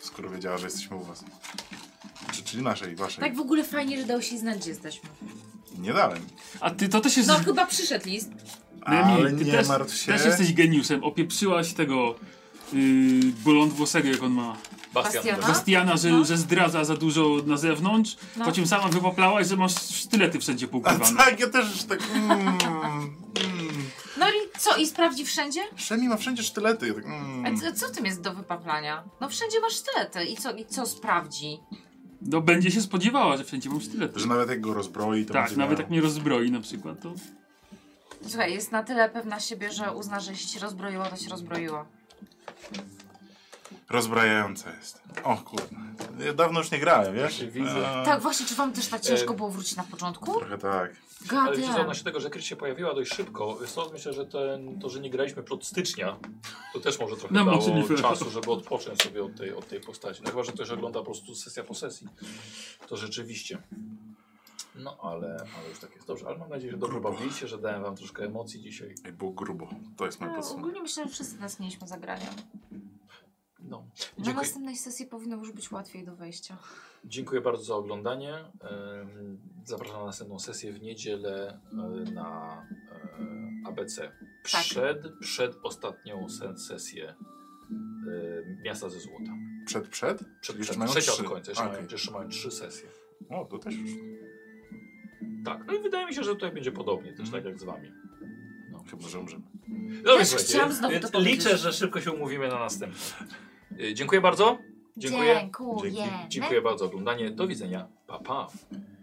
Speaker 4: Skoro wiedziała, że jesteśmy u was. Czy, czyli naszej, waszej.
Speaker 2: Tak w ogóle fajnie, że dał się znać, gdzie jesteśmy.
Speaker 4: Nie dałem.
Speaker 3: A ty to też jest...
Speaker 2: No chyba przyszedł list.
Speaker 4: Ale
Speaker 3: No ty
Speaker 4: nie
Speaker 3: też,
Speaker 4: martw się.
Speaker 3: Też jesteś geniuszem. Opieprzyłaś tego yy, boląd włosego, jak on ma.
Speaker 1: Bastian.
Speaker 2: Bastiana?
Speaker 3: Bastiana, że,
Speaker 2: No.
Speaker 3: że zdradza za dużo na zewnątrz.
Speaker 2: No.
Speaker 3: Po czym sama wypoplałaś, że masz sztylety
Speaker 4: (laughs)
Speaker 3: wszędzie
Speaker 4: A
Speaker 3: poukrywane.
Speaker 4: tak, ja też tak... Mm, mm.
Speaker 2: No i co, i sprawdzi wszędzie?
Speaker 4: Szemi ma wszędzie sztylety. Ja tak,
Speaker 2: A
Speaker 1: Hmm.
Speaker 4: mm.
Speaker 2: co, co w tym jest do wypaplania? No wszędzie masz sztylety. I co, i co sprawdzi?
Speaker 3: No będzie się spodziewała, że wszędzie mam sztylety.
Speaker 4: Że nawet jak go rozbroi, to
Speaker 3: Tak,
Speaker 4: będzie
Speaker 3: nawet
Speaker 4: miał-
Speaker 3: jak mnie rozbroi na przykład, to...
Speaker 2: Słuchaj, jest na tyle pewna siebie, że uzna, że jeśli się rozbroiła, to się rozbroiła.
Speaker 4: Rozbrajające jest. O kurde. Ja dawno już nie grałem, wiesz?
Speaker 1: się widzę.
Speaker 4: A,
Speaker 2: Tak, właśnie, czy wam też tak ciężko
Speaker 1: E,
Speaker 2: było wrócić na początku?
Speaker 4: Trochę tak.
Speaker 1: Ale wiecie, co,
Speaker 2: Gadam.
Speaker 1: odnośnie tego, że Chris się pojawiła dość szybko, stąd myślę, że ten, to, że nie graliśmy od stycznia, to też może trochę
Speaker 3: Nam
Speaker 1: dało
Speaker 3: uczyli
Speaker 1: czasu, żeby odpocząć sobie od tej, od tej postaci. No chyba, że ktoś ogląda po prostu sesja po sesji. To rzeczywiście. No ale, ale już tak jest dobrze. Ale mam nadzieję, że dobrze
Speaker 4: Grubo.
Speaker 1: bawiliście, że dałem wam troszkę emocji dzisiaj.
Speaker 4: Ej, Było grubo. To jest
Speaker 1: tak
Speaker 4: moje
Speaker 2: No,
Speaker 4: podsumowanie.
Speaker 2: ogólnie myślę, że wszyscy tęskniliśmy za graniem.
Speaker 1: No.
Speaker 2: Na
Speaker 1: Dziękuję,
Speaker 2: następnej sesji powinno już być łatwiej do wejścia.
Speaker 1: dziękuję bardzo za oglądanie. Ym, Zapraszam na następną sesję w niedzielę y, na y, ABC.
Speaker 2: Tak.
Speaker 1: Przed, przed ostatnią sesję y, Miasta ze Złota.
Speaker 4: Przed, przed?
Speaker 1: Przed,
Speaker 4: Jeszcze
Speaker 1: przed,
Speaker 4: mają
Speaker 1: trzecia
Speaker 4: trzy.
Speaker 1: od końca, jeszcze,
Speaker 4: Okej.
Speaker 1: mają, jeszcze mają trzy sesje.
Speaker 4: O, to też już.
Speaker 1: Tak, no i wydaje mi się, że tutaj będzie podobnie, też
Speaker 4: Mhm.
Speaker 1: tak jak z wami. No.
Speaker 4: Chyba, że umrzemy.
Speaker 1: Dobrze,
Speaker 2: Też
Speaker 1: słuchajcie,
Speaker 2: chciałam znowu
Speaker 1: więc
Speaker 2: to powiedzieć.
Speaker 1: Liczę, że szybko się umówimy na następny. Dziękuję bardzo. Dziękuję.
Speaker 2: Dziękuję.
Speaker 1: Dziękuję bardzo za oglądanie. Do widzenia. Pa, pa.
Speaker 2: Pa!